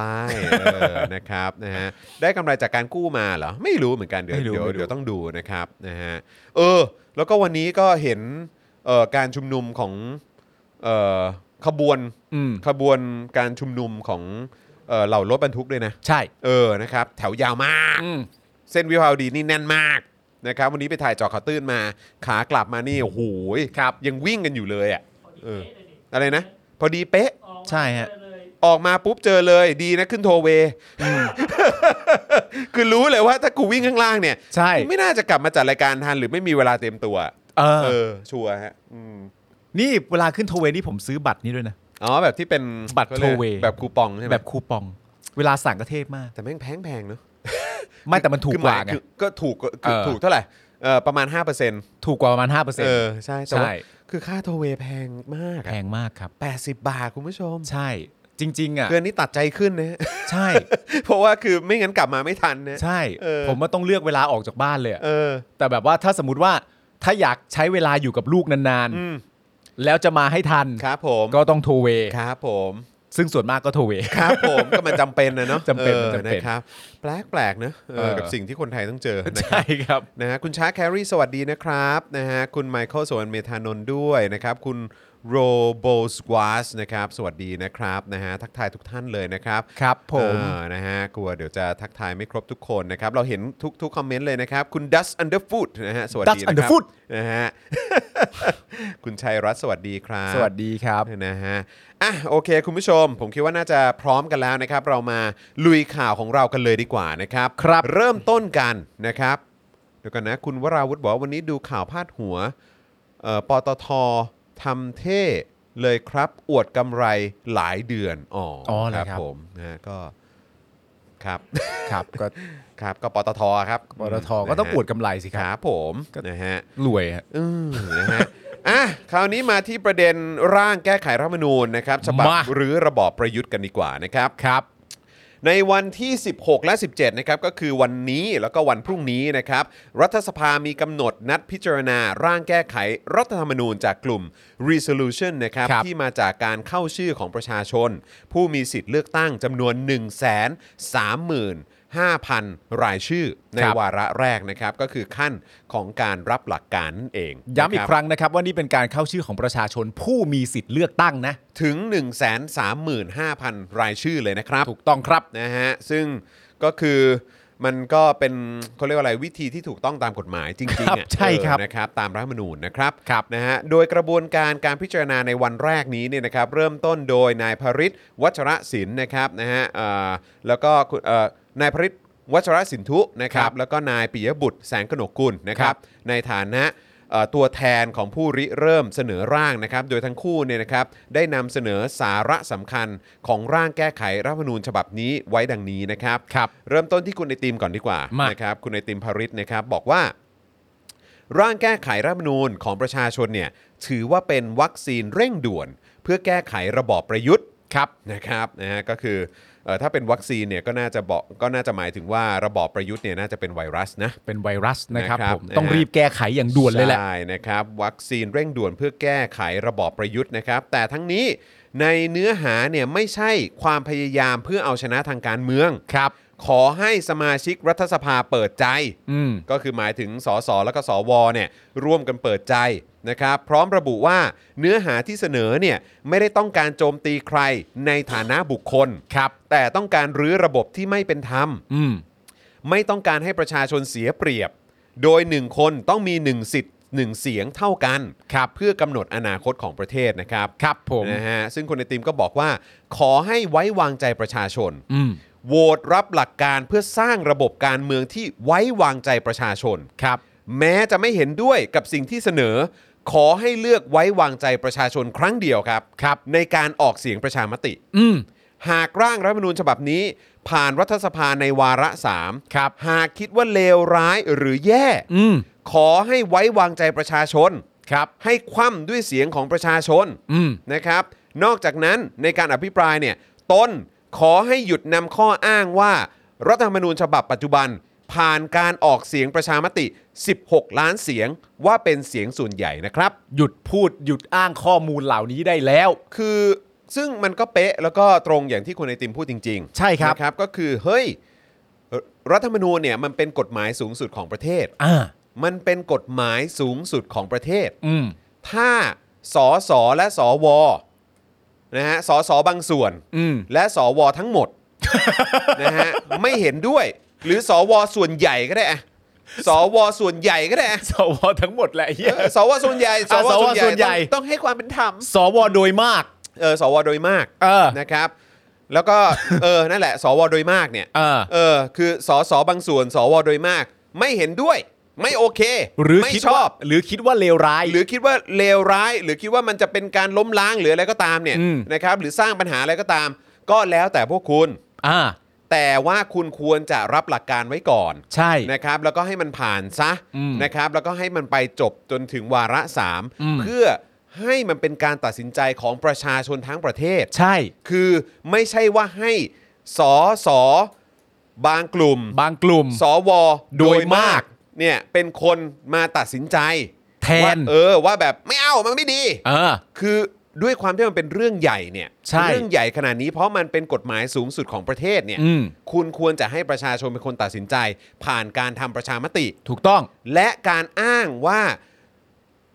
Speaker 1: เอ อ นะครับนะฮะได้กำไรจากการกู้มาเหรอ ไม่รู้เหมือนกันเดี๋ยว
Speaker 2: ไม่รู้
Speaker 1: เดี๋ยว
Speaker 2: ไม่รู้
Speaker 1: เดี๋ยวต้องดูนะครับนะฮะเออ แล้วก็วันนี้ก็เห็นเอ่อการชุมนุมของเอ่อขบวน
Speaker 2: อืม
Speaker 1: ขบวนการชุมนุมของเอ่อเหล่ารถบรรทุกด้วยนะ
Speaker 2: ใช่
Speaker 1: เออนะครับ แถวยาวมาก
Speaker 2: อืม
Speaker 1: เส้นวิภาวดีนี่แน่นมากนะครับวันนี้ไปถ่ายเจอข่าวตื้นมาขากลับมานี่โอ้โหย
Speaker 2: ครับ
Speaker 1: ยังวิ่งกันอยู่เลยอ่ะ
Speaker 3: พอดี
Speaker 1: เออ
Speaker 3: เป๊ะเลยนี่
Speaker 1: อะไรนะ พอดีเป๊ะ
Speaker 3: ออกมา
Speaker 5: ใช่ฮะ
Speaker 3: เจอเลย
Speaker 1: ออกมาปุ๊บเจอเลยดีนะขึ้นโทเวย์ คือรู้เลยว่าถ้ากูวิ่งข้างล่างเนี่ย
Speaker 2: ใช่
Speaker 1: กูไม่น่าจะกลับมาจัดรายการทันหรือไม่มีเวลาเต็มตัว
Speaker 2: เออ
Speaker 1: เออชัวร์ฮะอืม
Speaker 5: นี่เวลาขึ้นโทเวนี่ผมซื้อบัตรนี้ด้วยนะ
Speaker 1: อ๋อแบบที่เป็น
Speaker 2: บัตร
Speaker 1: ขารียก
Speaker 2: โทเวย์
Speaker 1: แบบคูปองใช่ไหม
Speaker 5: แบบคูปอง เวลาสั่งก็เทพมาก
Speaker 1: แต่แม่งแพงแพงๆเนอะ
Speaker 2: ไม่แต่มันถูก
Speaker 1: คือห
Speaker 2: ก
Speaker 1: ม
Speaker 2: ว่าย ไง
Speaker 1: คือก็ถูกก็คือ
Speaker 2: เออ
Speaker 1: ถูกเท่าไหร่เออประมาณ 5%เ
Speaker 2: ถูกกว่าประมาณ5%เปอร์เซ็น
Speaker 1: อ
Speaker 2: ต์
Speaker 1: อใช่แต่ว่า
Speaker 2: ใช่
Speaker 1: คือค่าโทเวย์แพงมาก
Speaker 2: แพงมากครับ
Speaker 1: แปดสิบบาทคุณผู้ชม
Speaker 2: ใช่จริง ๆ อ่ะ
Speaker 1: เดือนนี้ตัดใจขึ้นนะฮ ะ
Speaker 2: ใช่
Speaker 1: เพราะว่าคือไม่งั้นกลับมาไม่ทันนะ
Speaker 2: ใช่
Speaker 1: เออ
Speaker 2: ผมว่าต้องเลือกเวลาออกจากบ้านเลยอะ
Speaker 1: เออ
Speaker 2: แต่แบบว่าถ้าสมมติว่าถ้าอยากใช้เวลาอยู่กับลูกนาน
Speaker 1: อืม
Speaker 2: ๆ แล้วจะมาให้ทัน
Speaker 1: ครับผม
Speaker 2: ก็ต้องโทรเวย์
Speaker 1: ครับผม
Speaker 2: ซึ่งส่วนมากก็โทรเวย์
Speaker 1: ครับผมก็มันจำเป็นนะเนาะ
Speaker 2: จำเป็น
Speaker 1: ออ
Speaker 2: จำเป็น
Speaker 1: นะครับแปลกแปลกๆเนอะเออ
Speaker 2: เออ
Speaker 1: กับสิ่งที่คนไทยต้องเจอนะครั
Speaker 2: ใช่
Speaker 1: บ
Speaker 2: ครับ
Speaker 1: นะฮะคุณช้าแครีสวัสดีนะครับนะฮะคุณไมเคิลสวนเมธานนท์ด้วยนะครับ คุณโรโบสควาสนะครับสวัสดีนะครับนะฮะทักทายทุกท่านเลยนะครับ
Speaker 2: ครับผม
Speaker 1: เออนะฮะกลัวเดี๋ยวจะทักทายไม่ครบทุกคนนะครับ เราเห็นทุกๆคอมเมนต์เลยนะครับ คุณ Dust Underfoot นะฮะสวัสดี
Speaker 2: Dust
Speaker 1: นะครับ
Speaker 2: Underfoot
Speaker 1: นะฮะ คุณชัยรัตน์สวัสดีครับ
Speaker 2: สวัสดีครับ
Speaker 1: นะฮะ อ่ะโอเค คุณผู้ชม ผมคิดว่าน่าจะพร้อมกันแล้วนะครับ เรามาลุยข่าวของเรากันเลยดีกว่านะครับ
Speaker 2: ครับ
Speaker 1: เริ่มต้นกันนะครับ เดี๋ยวกันนะ คุณวราวุฒิบอกว่าวันนี้ดูข่าวพาดหัวเอ่อปตททำเท่เลยครับ อวดกำไรหลายเดือน อ๋อ
Speaker 2: อเหรอครับ
Speaker 1: ผมนะฮะก็ครับ
Speaker 2: ครับก็
Speaker 1: ครับก็ปตทครับ
Speaker 2: ปตทก็ต้อง
Speaker 1: นะ
Speaker 2: อ
Speaker 1: ฮะ
Speaker 2: วดกำไรสิค
Speaker 1: ครับรับผมนะฮะ
Speaker 2: รวยฮะ
Speaker 1: อืมนะฮะ อ่ะ คราวนี้มาที่ประเด็นร่างแก้ไขรัฐธรรมนูญนะครับฉบับ
Speaker 2: มา
Speaker 1: หรือระบอบประยุทธ์กันดีกว่านะครับ
Speaker 2: ครับ
Speaker 1: ในวันที่ 16 และ 17 นะครับ ก็คือวันนี้แล้วก็วันพรุ่งนี้นะครับ รัฐสภามีกำหนดนัดพิจารณาร่างแก้ไขรัฐธรรมนูญจากกลุ่ม resolution นะครับ
Speaker 2: ครับ
Speaker 1: ที่มาจากการเข้าชื่อของประชาชน ผู้มีสิทธิ์เลือกตั้งจำนวน 1 3 0 0 0 0 5,000 รายชื่อใน
Speaker 2: ครับ
Speaker 1: วาระแรกนะครับ ก็คือขั้นของการรับหลักการนั่นเอง
Speaker 2: ย้ำอี
Speaker 1: นะค
Speaker 2: ก
Speaker 1: บ
Speaker 2: ครั้งนะครับว่านี่เป็นการเข้าชื่อของประชาชนผู้มีสิทธิ์เลือกตั้งนะ
Speaker 1: ถึง 135,000 รายชื่อเลยนะครับ
Speaker 2: ถูกต้องครับ
Speaker 1: นะฮะซึ่งก็คือมันก็เป็นเขาเรียกว่าอะไรวิธีที่ถูกต้องตามกฎหมายจริงๆ
Speaker 2: ครับ
Speaker 1: อะ
Speaker 2: ใช่ครับ
Speaker 1: เออนะครับตามรัฐธรรมนูญนะครับ
Speaker 2: ครับ
Speaker 1: นะฮะโดยกระบวนการการพิจารณาในวันแรกนี้เนี่ยนะครับเริ่มต้นโดยนายพริตวัชรศิลป์นะครับนะฮะเอ่อแล้วก็คุณเอ่อนายพริตวัชรศินทุนะครั
Speaker 2: ครับ บ
Speaker 1: แล้วก็นายปิยบุตรแสงกนกกุลนะครั
Speaker 2: ครับ บ
Speaker 1: ในฐานะเอ่อตัวแทนของผู้ริเริ่มเสนอร่างนะครับโดยทั้งคู่เนี่ยนะครับได้นำเสนอสาระสำคัญของร่างแก้ไขรัฐธรรมนูญฉบับนี้ไว้ดังนี้นะครับ
Speaker 2: ครับ
Speaker 1: เริ่มต้นที่คุณไอติมก่อนดีกว่า
Speaker 2: มา
Speaker 1: นะครับคุณไอติมพริตนะครับบอกว่า ร่างแก้ไขรัฐธรรมนูญของประชาชนเนี่ยถือว่าเป็นวัคซีนเร่งด่วน เพื่อแก้ไขระบอบประยุทธ์ครับนะครับนะฮะก็คือเอ่อถ้าเป็นวัคซีนเนี่ยก็น่าจะบอกก็น่าจะหมายถึงว่าระบอบประยุทธ์เนี่ยน่าจะเป็นไวรัสนะ
Speaker 2: เป็นไวรัสนะครับ
Speaker 1: นะครับ
Speaker 2: ผม
Speaker 1: นะฮะ
Speaker 2: ต้องรีบแก้ไขอย่างด่วนเลยแหละ
Speaker 1: ใช่นะครับ วัคซีนเร่งด่วนเพื่อแก้ไขระบอบประยุทธ์นะครับ แต่ทั้งนี้ในเนื้อหาเนี่ยไม่ใช่ความพยายามเพื่อเอาชนะทางการเมือง
Speaker 2: ครับ
Speaker 1: ขอให้สมาชิกรัฐสภาเปิดใจ
Speaker 2: อืม
Speaker 1: ก็คือหมายถึงสสและก็สวเนี่ยร่วมกันเปิดใจนะครับพร้อมระบุว่าเนื้อหาที่เสนอเนี่ยไม่ได้ต้องการโจมตีใครในฐานะบุคคล
Speaker 2: ครับ
Speaker 1: แต่ต้องการรื้อระบบที่ไม่เป็นธรรม
Speaker 2: อืม
Speaker 1: ไม่ต้องการให้ประชาชนเสียเปรียบ โดย 1 คนต้องมี 1 สิทธิ์ 1 เสียงเท่ากัน
Speaker 2: ครับ
Speaker 1: เพื่อกำหนดอนาคตของประเทศนะครับ
Speaker 2: ครับผม
Speaker 1: นะฮะซึ่งคนในทีมก็บอกว่า ขอให้ไว้วางใจประชาชน
Speaker 2: อืม
Speaker 1: โหวตรับหลักการเพื่อสร้างระบบการเมืองที่ไว้วางใจประชาชน
Speaker 2: ครับ
Speaker 1: แม้จะไม่เห็นด้วยกับสิ่งที่เสนอ ขอให้เลือกไว้วางใจประชาชนครั้งเดียวครับ
Speaker 2: ครับ
Speaker 1: ในการออกเสียงประชามติ
Speaker 2: อืม
Speaker 1: หากร่างรัฐธรรมนูญฉบับนี้ ผ่านรัฐสภาในวาระสาม
Speaker 2: ครับ
Speaker 1: หากคิดว่าเลวร้ายหรือแย่
Speaker 2: อืม
Speaker 1: ขอให้ไว้วางใจประชาชน
Speaker 2: ครับ
Speaker 1: ให้คว่ำด้วยเสียงของประชาชน
Speaker 2: อืม
Speaker 1: นะครับ นอกจากนั้นในการอภิปรายเนี่ยตนขอให้หยุดนำข้ออ้างว่า รัฐธรรมนูญฉบับปัจจุบัน ผ่านการออกเสียงประชามติ 16 ล้านเสียงว่าเป็นเสียงส่วนใหญ่นะครับ
Speaker 2: หยุดพูดหยุดอ้างข้อมูลเหล่านี้ได้แล้ว
Speaker 1: คือซึ่งมันก็เป๊ะแล้วก็ตรงอย่างที่คุณไอติมพูดจริงๆ
Speaker 2: ใช่ครับ
Speaker 1: นะครับ ก็คือเฮ้ยเอ่อรัฐธรรมนูญเนี่ยมันเป็นกฎหมายสูงสุดของประเทศ
Speaker 2: อ่า
Speaker 1: มันเป็นกฎหมายสูงสุดของประเทศ
Speaker 2: อืม
Speaker 1: ถ้าสอสอและสอวอนะฮะสอสอบางส่วน
Speaker 2: อืม
Speaker 1: และสอวอทั้งหมด นะฮะไม่เห็นด้วย หรือสอวอส่วนใหญ่ก็ได้อะสอวอส่วนใหญ่ก็ได้ อะ
Speaker 2: สวทั้งหมดแหละไอ้เฮีย
Speaker 1: เออสอวอส่วนใหญ่สอวอ
Speaker 2: อ่ะสวส่
Speaker 1: ส่ว
Speaker 2: วน
Speaker 1: น
Speaker 2: ให
Speaker 1: ให
Speaker 2: ญ่
Speaker 1: ญ่ต้องต้องให้ความเป็นธรรม
Speaker 2: สวโดยมาก
Speaker 1: เออสอวอโดยมาก
Speaker 2: เออ
Speaker 1: นะครับ แล้วก็ เออนั่นแหละ สวโดยมากเนี่ย
Speaker 2: เออ
Speaker 1: เออคือสสบางส่วน สวโดยมาก ไม่เห็นด้วย ไม่โอเค
Speaker 2: หรือ
Speaker 1: ไม่
Speaker 2: คิด
Speaker 1: ช
Speaker 2: ว่า
Speaker 1: อบ
Speaker 2: หรือคิดว่าเลวร้าย
Speaker 1: หรือคิดว่าเลวร้าย หรือคิดว่ามันจะเป็นการล้มล้างหรืออะไรก็ตามเนี่ย
Speaker 2: อืม
Speaker 1: นะครับ หรือสร้างปัญหาอะไรก็ตาม ก็แล้วแต่พวกคุณ
Speaker 2: อ่า
Speaker 1: แต่ว่าคุณควรจะรับหลักการไว้ก่อน
Speaker 2: ใช่
Speaker 1: นะครับแล้วก็ให้มันผ่านซะ
Speaker 2: อืม
Speaker 1: นะครับแล้วก็ให้มันไปจบจนถึงวาระสาม
Speaker 2: อืม
Speaker 1: เพื่อให้มันเป็นการตัดสินใจของประชาชนทั้งประเทศ
Speaker 2: ใช่
Speaker 1: คือไม่ใช่ว่าให้สอสอบางกลุ่ม
Speaker 2: บางกลุ่ม
Speaker 1: สว
Speaker 2: โดยมาก
Speaker 1: เนี่ยเป็นคนมาตัดสินใจ
Speaker 2: แท
Speaker 1: ว่าน เออว่าแบบไม่เอามันไม่ดี
Speaker 2: เออ
Speaker 1: คือด้วยความที่มันเป็นเรื่องใหญ่เนี่ย
Speaker 2: ใช่
Speaker 1: เรื่องใหญ่ขนาดนี้เพราะมันเป็นกฎหมายสูงสุดของประเทศเนี่ย
Speaker 2: อืม
Speaker 1: คุณควรจะให้ประชาชนเป็นคนตัดสินใจ ผ่านการทำประชามติ
Speaker 2: ถูกต้อง
Speaker 1: และการอ้างว่า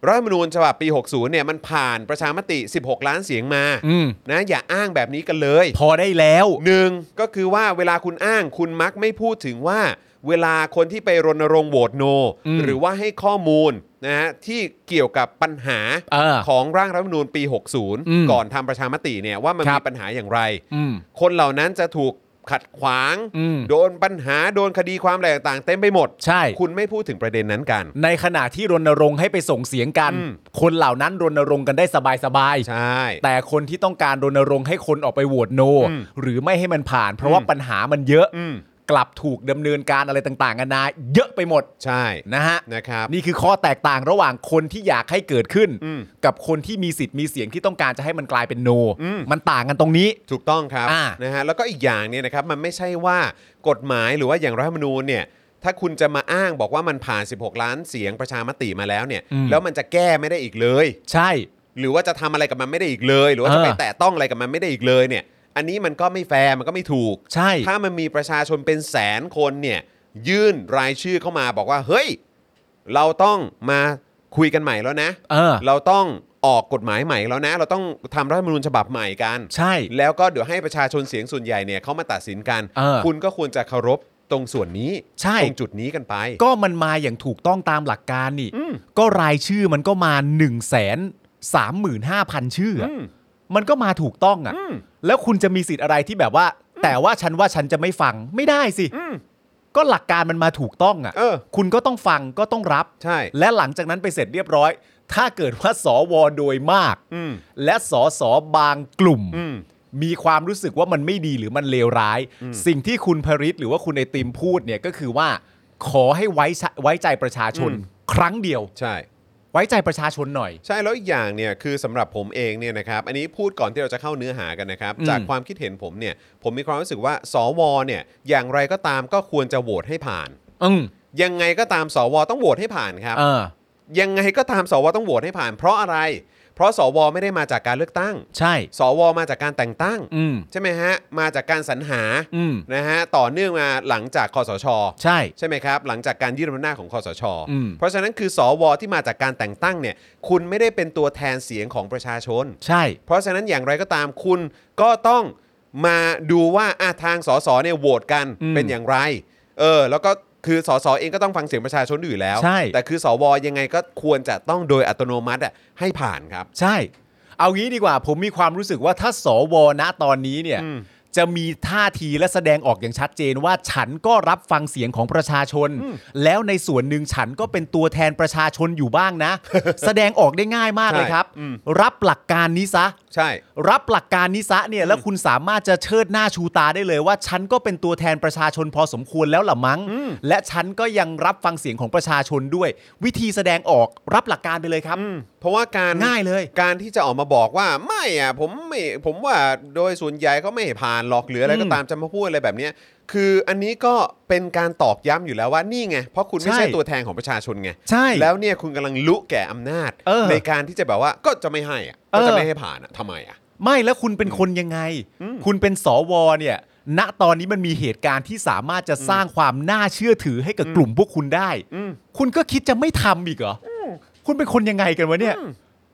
Speaker 1: รัฐธรรมนูญฉบับปี 60เนี่ยมันผ่านประชามติ 16 ล้านเสียงมา
Speaker 2: อืม
Speaker 1: นะอย่าอ้างแบบนี้กันเลย
Speaker 2: พอได้แล้ว
Speaker 1: หนึ่งก็คือว่าเวลาคุณอ้างคุณมักไม่พูดถึงว่า เวลาคนที่ไปรณรงค์โหวตโน
Speaker 2: อืม
Speaker 1: หรือว่าให้ข้อมูลนะฮะที่เกี่ยวกับปัญหา
Speaker 2: เออ
Speaker 1: ของร่างรัฐธรรมนูญปี
Speaker 2: อืม
Speaker 1: 60 ก่อนทำประชามติเนี่ยว่ามัน
Speaker 2: ครั
Speaker 1: มี
Speaker 2: บ
Speaker 1: ปัญหาอย่างไร
Speaker 2: อืม
Speaker 1: คนเหล่านั้นจะถูกขัดขวาง
Speaker 2: อืม
Speaker 1: โดนปัญหาโดนคดีความอะไรต่างๆเต็มไปหมด
Speaker 2: ใช่
Speaker 1: คุณไม่พูดถึงประเด็นนั้นกัน
Speaker 2: ในขณะที่รณรงค์ให้ไปส่งเสียงกัน
Speaker 1: อืม
Speaker 2: คนเหล่านั้นรณรงค์กันได้สบาย
Speaker 1: ใช่
Speaker 2: ๆ แต่คนที่ต้องการรณรงค์ให้คนออกไปโหวตโน
Speaker 1: อืม
Speaker 2: หรือไม่ให้มันผ่าน เพราะ
Speaker 1: อืม
Speaker 2: ว่าปัญหามันเยอะ
Speaker 1: อืม
Speaker 2: กลับถูกดำเนินการอะไรต่างๆนานาเยอะไปหมด
Speaker 1: ใช่
Speaker 2: นะฮะ
Speaker 1: นะครับ
Speaker 2: นี่คือข้อแตกต่างระหว่างคนที่อยากให้เกิดขึ้น
Speaker 1: อืม
Speaker 2: กับคนที่มีสิทธิ์มีเสียงที่ต้องการจะให้มันกลายเป็นโน
Speaker 1: อืม
Speaker 2: มันต่างกันตรงนี้
Speaker 1: ถูกต้องครับ
Speaker 2: อ่า
Speaker 1: นะฮะแล้วก็อีกอย่างเนี่ยนะครับมันไม่ใช่ว่ากฎหมายหรือว่าอย่างรัฐธรรมนูญเนี่ยถ้าคุณจะมาอ้างบอกว่ามันผ่าน 16 ล้านเสียงประชามติมาแล้วเนี่ย
Speaker 2: อืม
Speaker 1: แล้วมันจะแก้ไม่ได้อีกเลย
Speaker 2: ใช่
Speaker 1: หรือว่าจะทำอะไรกับมันไม่ได้อีกเลย หรือว่าจะ
Speaker 2: เออ
Speaker 1: ไปแตะต้องอะไรกับมันไม่ได้อีกเลยเนี่ยอันนี้มันก็ไม่แฟร์มันก็ไม่ถูก
Speaker 2: ใช่
Speaker 1: ถ้ามันมีประชาชนเป็นแสนคนเนี่ยยื่นรายชื่อเข้ามาบอกว่า เฮ้ย เราต้องมาคุยกันใหม่แล้วนะ
Speaker 2: เออ
Speaker 1: เราต้องออกกฎหมายใหม่แล้วนะ เราต้องทำรัฐธรรมนูญฉบับใหม่กัน
Speaker 2: ใช่
Speaker 1: แล้วก็เดี๋ยวให้ประชาชนเสียงส่วนใหญ่เนี่ยเขามาตัดสินกัน
Speaker 2: เออ
Speaker 1: คุณก็ควรจะเคารพตรงส่วนนี้
Speaker 2: ใช่
Speaker 1: ตรงจุดนี้กันไป
Speaker 2: ก็มันมาอย่างถูกต้องตามหลักการนี่
Speaker 1: อืม
Speaker 2: ก็รายชื่อมันก็มา1นึ่งแสนสามหมื่นห้าพันชื่ออะ
Speaker 1: อืม
Speaker 2: มันก็มาถูกต้องอ่ะ
Speaker 1: อืม
Speaker 2: แล้วคุณจะมีสิทธิ์อะไรที่แบบว่า แต่ว่าฉันว่าฉันจะไม่ฟังไม่ได้สิ
Speaker 1: อืม
Speaker 2: ก็หลักการมันมาถูกต้องอ่ะ
Speaker 1: เออ
Speaker 2: คุณก็ต้องฟังก็ต้องรับ
Speaker 1: ใช่
Speaker 2: และหลังจากนั้นไปเสร็จเรียบร้อย ถ้าเกิดว่าสวโดยมาก
Speaker 1: อืม
Speaker 2: และสอสอบางกลุ่ม
Speaker 1: อืม
Speaker 2: มีความรู้สึกว่ามันไม่ดีหรือมันเลวร้าย
Speaker 1: อืม
Speaker 2: สิ่งที่คุณพริตหรือว่าคุณไอติมพูดเนี่ยก็คือว่า ขอให้ไว้ใจไว้ใจประชาชน
Speaker 1: อืม
Speaker 2: ครั้งเดียว
Speaker 1: ใช่
Speaker 2: ไว้ใจประชาชนหน่อย
Speaker 1: ใช่แล้วอีกอย่างเนี่ยคือสำหรับผมเองเนี่ยนะครับอันนี้พูดก่อนที่เราจะเข้าเนื้อหากันนะครับ
Speaker 2: อืม
Speaker 1: จากความคิดเห็นผมเนี่ยผมมีความรู้สึกว่า สวเนี่ยอย่างไรก็ตามก็ควรจะโหวตให้ผ่าน
Speaker 2: อืม
Speaker 1: ยังไงก็ตามสวต้องโหวตให้ผ่านครับ
Speaker 2: เออ
Speaker 1: ยังไงก็ตามสวต้องโหวตให้ผ่าน เพราะอะไร เพราะสวไม่ได้มาจากการเลือกตั้ง
Speaker 2: ใช่
Speaker 1: สวมาจากการแต่งตั้ง
Speaker 2: อืม
Speaker 1: ใช่ไหมฮะ มาจากการสรรหา
Speaker 2: อืม
Speaker 1: นะฮะ ต่อเนื่องมาหลังจากคอสช
Speaker 2: ใช่
Speaker 1: ใช่ไหมครับ หลังจากการยืดอำนาจของคอสช
Speaker 2: อืม
Speaker 1: เพราะฉะนั้นคือสวที่มาจากการแต่งตั้งเนี่ย คุณไม่ได้เป็นตัวแทนเสียงของประชาชน
Speaker 2: ใช่
Speaker 1: เพราะฉะนั้นอย่างไรก็ตามคุณก็ต้องมาดูว่าอาทางสสเนี่ยโหวตกัน
Speaker 2: อืม
Speaker 1: เป็นอย่างไร เออ แล้วก็คือสสเองก็ต้องฟังเสียงประชาชนอยู่แล้ว
Speaker 2: ใช่
Speaker 1: แต่คือสวยังไงก็ควรจะต้องโดยอัตโนมัติอะให้ผ่านครับ
Speaker 2: ใช่ เอางี้ดีกว่า ผมมีความรู้สึกว่าถ้าสวณตอนนี้เนี่ย
Speaker 1: อืม
Speaker 2: จะมีท่าทีและแสดงออกอย่างชัดเจนว่าฉันก็รับฟังเสียงของประชาชน แล้วในส่วนหนึ่งฉันก็เป็นตัวแทนประชาชนอยู่บ้าง นะ แสดงออกได้ง่ายมากเลยครับ
Speaker 1: อืม
Speaker 2: รับหลักการนี้ซะ
Speaker 1: ใช่
Speaker 2: รับหลักการนิสะเนี่ยแล้วคุณสามารถจะเชิดหน้าชูตาได้เลยว่า ฉันก็เป็นตัวแทนประชาชนพอสมควรแล้วล่ะมั้ง และฉันก็ยังรับฟังเสียงของประชาชนด้วย วิธีแสดงออกรับหลักการไปเลยครับ
Speaker 1: อืมเพราะว่าการ
Speaker 2: ง่ายเลย
Speaker 1: การที่จะออกมาบอกว่าไม่อ่ะผมไม่ผมว่าโดยส่วนใหญ่เขาไม่ให้ผ่านหรอกหรืออะไรก็ตามจะมาพูดอะไรแบบเนี้ยคืออันนี้ก็เป็นการตอกย้ำอยู่แล้วว่านี่ไง เพราะคุณไม่ใช่
Speaker 2: ใช่
Speaker 1: ตัวแทนของประชาชนไง
Speaker 2: ใช่
Speaker 1: แล้วเนี่ยคุณกำลังลุแก่อำนาจ
Speaker 2: เออ
Speaker 1: ในการที่จะแบบว่าก็จะไม่ให้อ่ะ
Speaker 2: เอ
Speaker 1: ก็
Speaker 2: อ
Speaker 1: จะไม่ให้ผ่านอ่ะทำไมอ่ะ
Speaker 2: ไม่แล้วคุณเป็นคนยังไง คุณเป็นสวเนี่ย ณตอนนี้มันมีเหตุการณ์ที่สามารถจะสร้างความน่าเชื่อถือให้กับกลุ่มพวกคุณได้
Speaker 1: อืม
Speaker 2: คุณก็คิดจะไม่ทำอีกเหรออคุณเป็นคนยังไงกันวะเนี่ย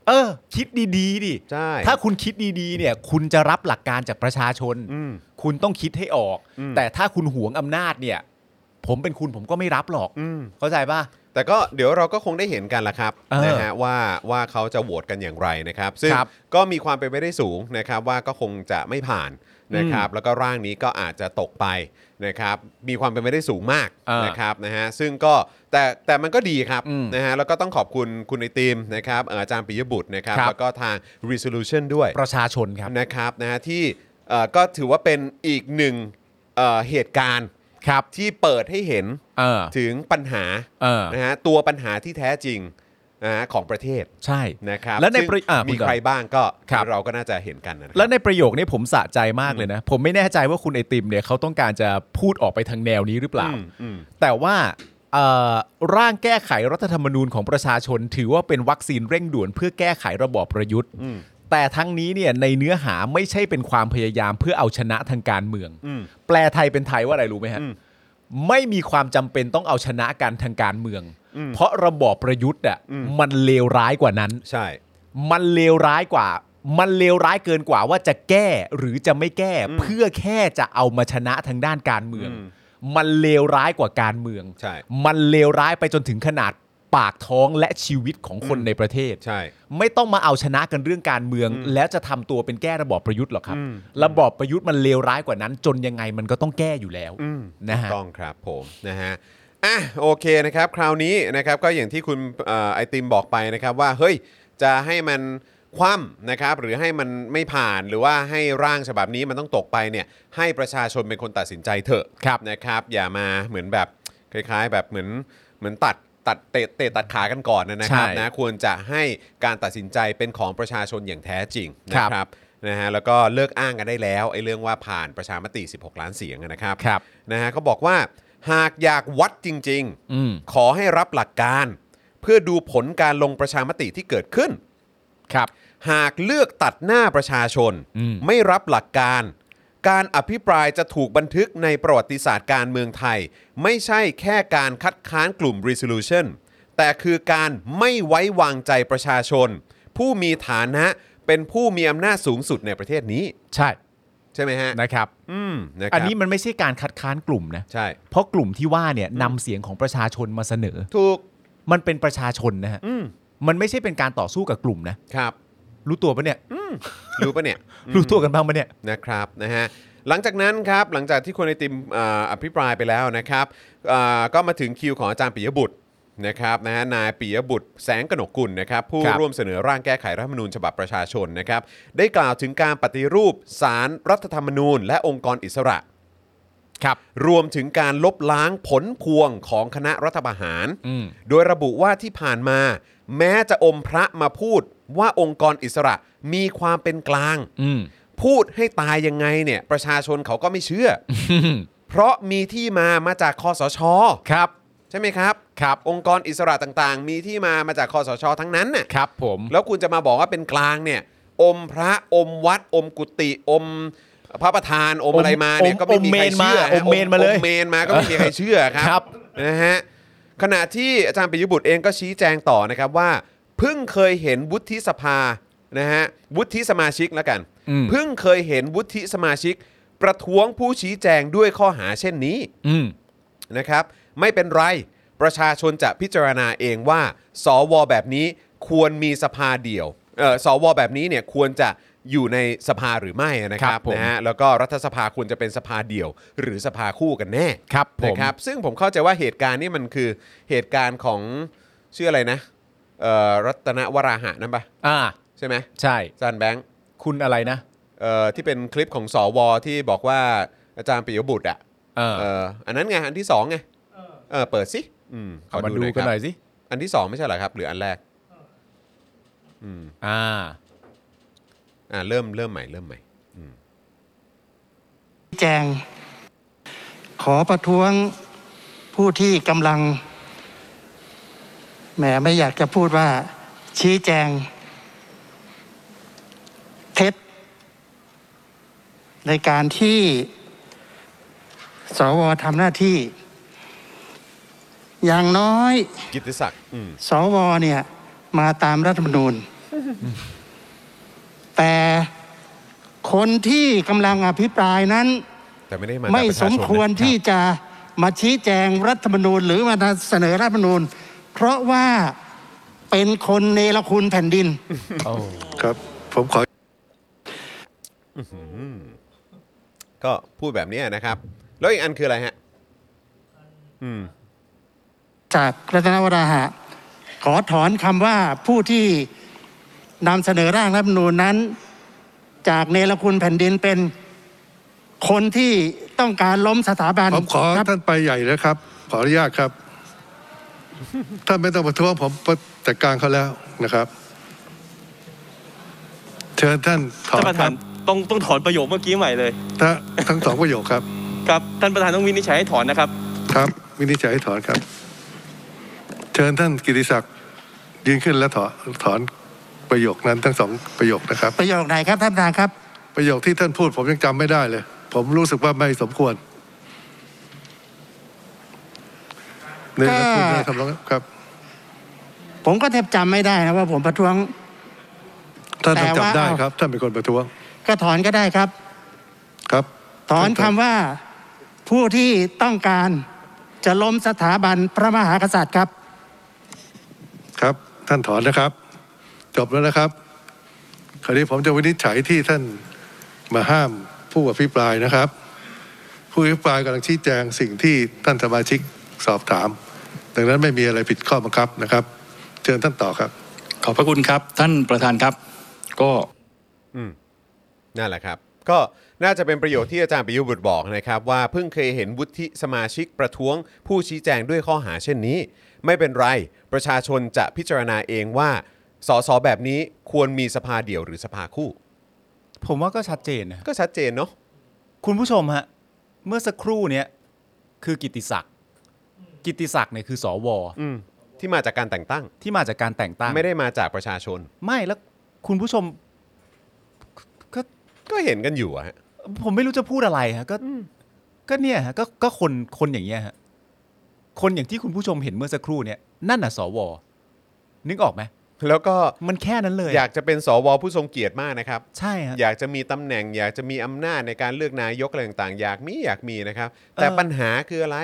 Speaker 2: เออ คิดดีๆดิ
Speaker 1: ใช่
Speaker 2: ถ้าคุณคิดดีๆ เนี่ย คุณจะรับหลักการจากประชาชน
Speaker 1: อืม
Speaker 2: คุณต้องคิดให้ออก
Speaker 1: อืม
Speaker 2: แต่ถ้าคุณหวงอำนาจเนี่ย ผมเป็นคุณผมก็ไม่รับหรอก
Speaker 1: อืม
Speaker 2: เข้าใจป่ะ
Speaker 1: แต่ก็เดี๋ยวเราก็คงได้เห็นกันละครับ
Speaker 2: เออ
Speaker 1: นะฮะว่าว่าเขาจะโหวตกันอย่างไรนะครับ ซึ่ง
Speaker 2: ครับ
Speaker 1: ก็มีความเป็นไปได้สูงนะครับ ว่าก็คงจะไม่ผ่านนะครับ แล้วก็ร่างนี้ก็อาจจะตกไปนะครับ มีความเป็นไปได้สูงมาก
Speaker 2: เออ
Speaker 1: นะครับนะฮะซึ่งก็แต่แต่มันก็ดีครับ
Speaker 2: อืม
Speaker 1: นะฮะแล้วก็ต้องขอบคุณคุณไอติมนะครับเอ่ออาจารย์ปิยบุตรนะครับ
Speaker 2: ครับ
Speaker 1: แล้วก็ทาง resolution ด้วย
Speaker 2: ประชาชนครับ
Speaker 1: นะครับนะฮะที่เอ่อก็ถือว่าเป็นอีกหนึ่งเอ่อเหตุการณ์
Speaker 2: ครับ
Speaker 1: ที่เปิดให้เห็น
Speaker 2: เออ
Speaker 1: ถึงปัญหา
Speaker 2: เออ
Speaker 1: นะฮะตัวปัญหาที่แท้จริงนะฮะของประเทศ
Speaker 2: ใช่
Speaker 1: นะครับ
Speaker 2: และในประ
Speaker 1: ซึ่ง
Speaker 2: อ่ะ
Speaker 1: มี
Speaker 2: คุณก่อน
Speaker 1: ใครบ้างก็
Speaker 2: ครับ
Speaker 1: เราก็น่าจะเห็นกันนะครับ
Speaker 2: แล้วในประโยคนี้ผมสะใจมากเลยนะ ผมไม่แน่ใจว่าคุณไอติมเนี่ยเขาต้องการจะพูดออกไปทางแนวนี้หรือเปล่า
Speaker 1: อืมอืม
Speaker 2: แต่ว่าเอ่อร่างแก้ไขรัฐธรรมนูญของประชาชน ถือว่าเป็นวัคซีนเร่งด่วนเพื่อแก้ไขระบอบประยุทธ์
Speaker 1: อืม
Speaker 2: แต่ทั้งนี้เนี่ยในเนื้อหาไม่ใช่เป็นความพยายามเพื่อเอาชนะทางการเมือง
Speaker 1: อืม
Speaker 2: แปลไทยเป็นไทยว่าอะไรรู้ไหมฮะ
Speaker 1: อืม
Speaker 2: ไม่มีความจำเป็นต้องเอาชนะกันทางการเมือง เพราะระบอบประยุทธ์อ่ะ
Speaker 1: อืม
Speaker 2: มันเลวร้ายกว่านั้น
Speaker 1: ใช่
Speaker 2: มันเลวร้ายกว่า มันเลวร้ายเกินกว่าว่าจะแก้หรือจะไม่แก้ เพื่อแค่จะเอามาชนะทางด้านการเมือง มันเลวร้ายกว่าการเมือง
Speaker 1: ใช่
Speaker 2: มันเลวร้ายไปจนถึงขนาดปากท้องและชีวิตของคนในประเทศ
Speaker 1: ใช่
Speaker 2: ไม่ต้องมาเอาชนะกันเรื่องการเมือง แล้วจะทำตัวเป็นแก้ระบอบประยุทธ์หรอกครับ
Speaker 1: อืม
Speaker 2: ระบอบประยุทธ์มันเลวร้ายกว่านั้น จนยังไงมันก็ต้องแก้อยู่แล้ว
Speaker 1: อืม
Speaker 2: นะฮะ
Speaker 1: ถูกต้องครับผมนะฮะอ่ะโอเคนะครับคราวนี้นะครับก็อย่างที่คุณเอ่อไอติมบอกไปนะครับว่าเฮ้ยจะให้มันคว่ำนะครับหรือให้มันไม่ผ่านหรือว่าให้ร่างฉบับนี้มันต้องตกไปเนี่ยให้ประชาชนเป็นคนตัดสินใจเถอะ
Speaker 2: ครับ
Speaker 1: นะครับ อย่ามาเหมือนแบบคล้าย ๆ แบบเหมือนเหมือนตัดตัดเตะเตะตัดขากันก่อนนะครับ
Speaker 2: ใช่
Speaker 1: นะควรจะให้การตัดสินใจเป็นของประชาชนอย่างแท้จริงนะ
Speaker 2: ครั
Speaker 1: ค
Speaker 2: บ
Speaker 1: รับนะฮะแล้วก็เลิกอ้างกันได้แล้วไอ้เรื่องว่าผ่านประชามติ 16 ล้านเสียงอะนะครับ
Speaker 2: ครับ
Speaker 1: นะฮะเขาบอกว่าหากอยากวัดจริง
Speaker 2: อืม
Speaker 1: ๆ ขอให้รับหลักการ เพื่อดูผลการลงประชามติที่เกิดขึ้น
Speaker 2: ครับ
Speaker 1: หากเลือกตัดหน้าประชาชน
Speaker 2: อืม
Speaker 1: ไม่รับหลักการ การอภิปรายจะถูกบันทึกในประวัติศาสตร์การเมืองไทย ไม่ใช่แค่การคัดค้านกลุ่ม resolution แต่คือการไม่ไว้วางใจประชาชน ผู้มีฐานะเป็นผู้มีอำนาจสูงสุดในประเทศนี้
Speaker 2: ใช่
Speaker 1: ใช่ไหมฮะ
Speaker 2: นะครับ
Speaker 1: อืมนะครับ
Speaker 2: อันนี้มันไม่ใช่การคัดค้านกลุ่มนะ
Speaker 1: ใช่
Speaker 2: เพราะกลุ่มที่ว่าเนี่ยนำเสียงของประชาชนมาเสนอ
Speaker 1: ถูก
Speaker 2: มันเป็นประชาชนนะฮะ
Speaker 1: อืม
Speaker 2: มันไม่ใช่เป็นการต่อสู้กับกลุ่มนะครับ รู้ตัวปะเนี่ย
Speaker 1: รู้ปะเนี่ย
Speaker 2: รู้ตัวกันบ้างปะเนี่ย
Speaker 1: นะครับนะฮะหลังจากนั้นครับหลังจากที่คุณไอติมเอ่ออภิปรายไปแล้วนะครับเอ่อก็มาถึงคิวของอาจารย์ปิยบุตรนะครับนะฮะนายปิยบุตรแสงกนกกุลนะครับผู้
Speaker 2: ครับ
Speaker 1: ร่วมเสนอร่างแก้ไขรัฐธรรมนูญฉบับประชาชนนะครับได้กล่าวถึงการปฏิรูปสารรัฐธรรมนูญ และองค์กรอิสระ
Speaker 2: ครับ
Speaker 1: รวมถึงการลบล้างผลพวงของคณะรัฐประหาร
Speaker 2: อืม
Speaker 1: โดยระบุว่าที่ผ่านมา แม้จะอมพระมาพูดว่าองค์กรอิสระมีความเป็นกลาง
Speaker 2: อืม
Speaker 1: พูดให้ตายยังไงเนี่ยประชาชนเขาก็ไม่เชื่อ เพราะมีที่มามาจากคอสช
Speaker 2: ครับ
Speaker 1: ใช่ไหมครับ
Speaker 2: ครับ
Speaker 1: องค์กรอิสระต่างๆ มีที่มามาจากคอสช ทั้งนั้นน่ะ
Speaker 2: ครับผม
Speaker 1: แล้วคุณจะมาบอกว่าเป็นกลางเนี่ย อมพระอมวัด อมกุฏิอมพระประธานอม
Speaker 2: อม
Speaker 1: อะไรมาเนี่ย
Speaker 2: อม
Speaker 1: ก็ไม่มีใคร
Speaker 2: อมเมนมา
Speaker 1: เชื่อฮะ
Speaker 2: อมเมนมาเลย
Speaker 1: อมเมนมาก็ไม่มีใครเชื่อครั
Speaker 2: ครับ
Speaker 1: นะฮะขณะที่อาจารย์ปิยบุตรเองก็ชี้แจงต่อนะครับว่า เพิ่งเคยเห็นวุฒิสภานะฮะวุฒิสมาชิกแล้วกัน
Speaker 2: อืม
Speaker 1: เพิ่งเคยเห็นวุฒิสมาชิก ประท้วงผู้ชี้แจงด้วยข้อหาเช่นนี้
Speaker 2: อืม
Speaker 1: นะครับ ไม่เป็นไร ประชาชนจะพิจารณาเองว่า สวแบบนี้ควรมีสภาเดี่ยวเออสวแบบนี้เนี่ยควรจะ อยู่ในสภาหรือไม่นะค
Speaker 2: ค
Speaker 1: รั
Speaker 2: รั
Speaker 1: บบ
Speaker 2: ผม
Speaker 1: นะฮะแล้วก็รัฐสภาควรจะเป็นสภาเดี่ยว หรือสภาคู่กันแน่
Speaker 2: ครับผม
Speaker 1: นะครับซึ่งผมเข้าใจว่าเหตุการณ์นี่มันคือเหตุการณ์ของชื่ออะไรนะเอ่อรัตนวราหะนั่นปะ
Speaker 2: อ่า
Speaker 1: ใช่ไหม
Speaker 2: ใช่
Speaker 1: จานแบงค์
Speaker 2: คุณอะไรนะ
Speaker 1: เอ่อที่เป็นคลิปของสวที่บอกว่าอาจารย์ปิยบุตรอ่ะ
Speaker 2: เออ
Speaker 1: เอ่ออันนั้นไงอันที่สองไง
Speaker 3: เออ
Speaker 1: เออเปิดสิอืมข
Speaker 2: เอามาดู
Speaker 1: อยค
Speaker 2: กัน
Speaker 1: รับ
Speaker 2: หน่อยสิ
Speaker 1: อันที่สองไม่ใช่เหรอครับ หรืออันแรกอืม
Speaker 2: อ่า
Speaker 1: อ่าเริ่มเริ่มใหม่เริ่มใหม่
Speaker 6: แจง ขอประท้วงผู้ที่กำลังแหมไม่อยากจะพูดว่า ชี้แจง เท็จ ในการที่สวทำหน้าที่ อย่างน้อย
Speaker 1: กิตติศักดิ์อืม
Speaker 6: สวเนี่ยมาตามรัฐธรรมนูญ แต่คนที่กำลังอภิปรายนั้น
Speaker 1: แต่ไม่ได้มา
Speaker 6: ไม่
Speaker 1: จากประ
Speaker 6: ส
Speaker 1: ชาชน
Speaker 6: ม
Speaker 1: นะ
Speaker 6: ควรที่จะมาชี้แจงรัฐธรรมนูญ หรือมาเสนอรัฐธรรมนูญ เพราะว่าเป็นคนเนรคุณแผ่นดิน
Speaker 7: ครับ ผมขอ
Speaker 1: ก็พูดแบบเนี้ยนะครับ แล้วอีกอันคืออะไรฮะ อืม
Speaker 6: จากรัตนวราหะ ขอถอนคำว่าผู้ที่นำเสนอร่างรัฐธรรมนูญนั้น จากเนรคุณแผ่นดินเป็นคนที่ต้องการล้มสถาบัน
Speaker 7: ผมขอ
Speaker 6: ครับ
Speaker 7: ท่านไปใหญ่นะครับ ขออนุญาตครับ ท่านไม่ต้องประท้วงผมจัดการเขาแล้วนะครับ เชิญท่านถอน
Speaker 8: ท่านประธานต้องต้องถอนประโยคเมื่อกี้ใหม่เลย
Speaker 7: ท่าทั้งสองประโยคครับ
Speaker 8: ครับท่านประธานต้องวินิจฉัยให้ถอนนะครับ
Speaker 7: ครับวินิจฉัยให้ถอนครับ เชิญท่านกิติศักดิ์ยืนขึ้นและถอนถอนประโยคนั้นทั้งสองประโยคนะครับ
Speaker 6: ประโยคไหนครับท่านประธานครับ
Speaker 7: ประโยคที่ท่านพูดผมยังจำไม่ได้เลย ผมรู้สึกว่าไม่สมควรเนี่ยท่านพูดได้ทำร้องครับ
Speaker 6: ผมก็แทบจำไม่ได้นะว่าผมประท้วง
Speaker 7: ท่าน
Speaker 6: แต่
Speaker 7: ต้อง
Speaker 6: ว่า
Speaker 7: จำได้ครับ ท่านเป็นคนประท้วง
Speaker 6: ก็ถอนก็ได้ครับ
Speaker 7: ครับ
Speaker 6: ถอนคำว่าผู้ที่ต้องการจะล้มสถาบันพระมหากษัตริย์ครับ
Speaker 7: ครับ ท่านถอนนะครับ จบแล้วนะครับ คราวนี้ผมจะวินิจฉัยที่ท่านมาห้ามผู้อภิปรายนะครับ ผู้อภิปรายกำลังชี้แจงสิ่งที่ท่านสมาชิกสอบถาม ดังนั้นไม่มีอะไรผิดข้อบังคับนะครับ เชิญท่านต่อครับ
Speaker 9: ขอบพระคุณครับ ท่านประธานครับ ก็
Speaker 1: นั่นแหละครับ ก็น่าจะเป็นประโยชน์ที่อาจารย์ปิยบุตรบอกนะครับว่าเพิ่งเคยเห็นวุฒิสมาชิกประท้วง ผู้ชี้แจงด้วยข้อหาเช่นนี้ ไม่เป็นไรประชาชนจะพิจารณาเองว่าสสแบบนี้ควรมีสภาเดี่ยวหรือสภาคู่
Speaker 2: ผมว่าก็ชัดเจนนะ
Speaker 1: ก็ชัดเจนเนาะ
Speaker 2: คุณผู้ชมฮะ เมื่อสักครู่เนี้ยคือกิตติศักดิ์กิตติศักดิ์เนี่ยคือสว
Speaker 1: อืมที่มาจากการแต่งตั้ง
Speaker 2: ที่มาจากการแต่งตั้ง
Speaker 1: ไม่ได้มาจากประชาชน
Speaker 2: ไม่แล้วคุณผู้ชม ก็
Speaker 1: ก็เห็นกันอยู่อะฮะ
Speaker 2: ผมไม่รู้จะพูดอะไรฮะก็ก็เนี่ยฮะก็ก็คนคนอย่างเงี้ยฮะคนอย่างที่คุณผู้ชมเห็นเมื่อสักครู่เนี่ยนั่นน่ะสว นึกออกไหม
Speaker 1: แล้วก็
Speaker 2: มันแค่นั้นเลย
Speaker 1: อยากจะเป็นสวผู้ทรงเกียรติมากนะครับ
Speaker 2: ใช่ฮะ
Speaker 1: อยากจะมีตำแหน่ง อยากจะมีอำนาจในการเลือกนายกอะไรต่างๆ อยากมีอยากมีนะครับ แต่
Speaker 2: เออ
Speaker 1: ปัญหาคืออะไร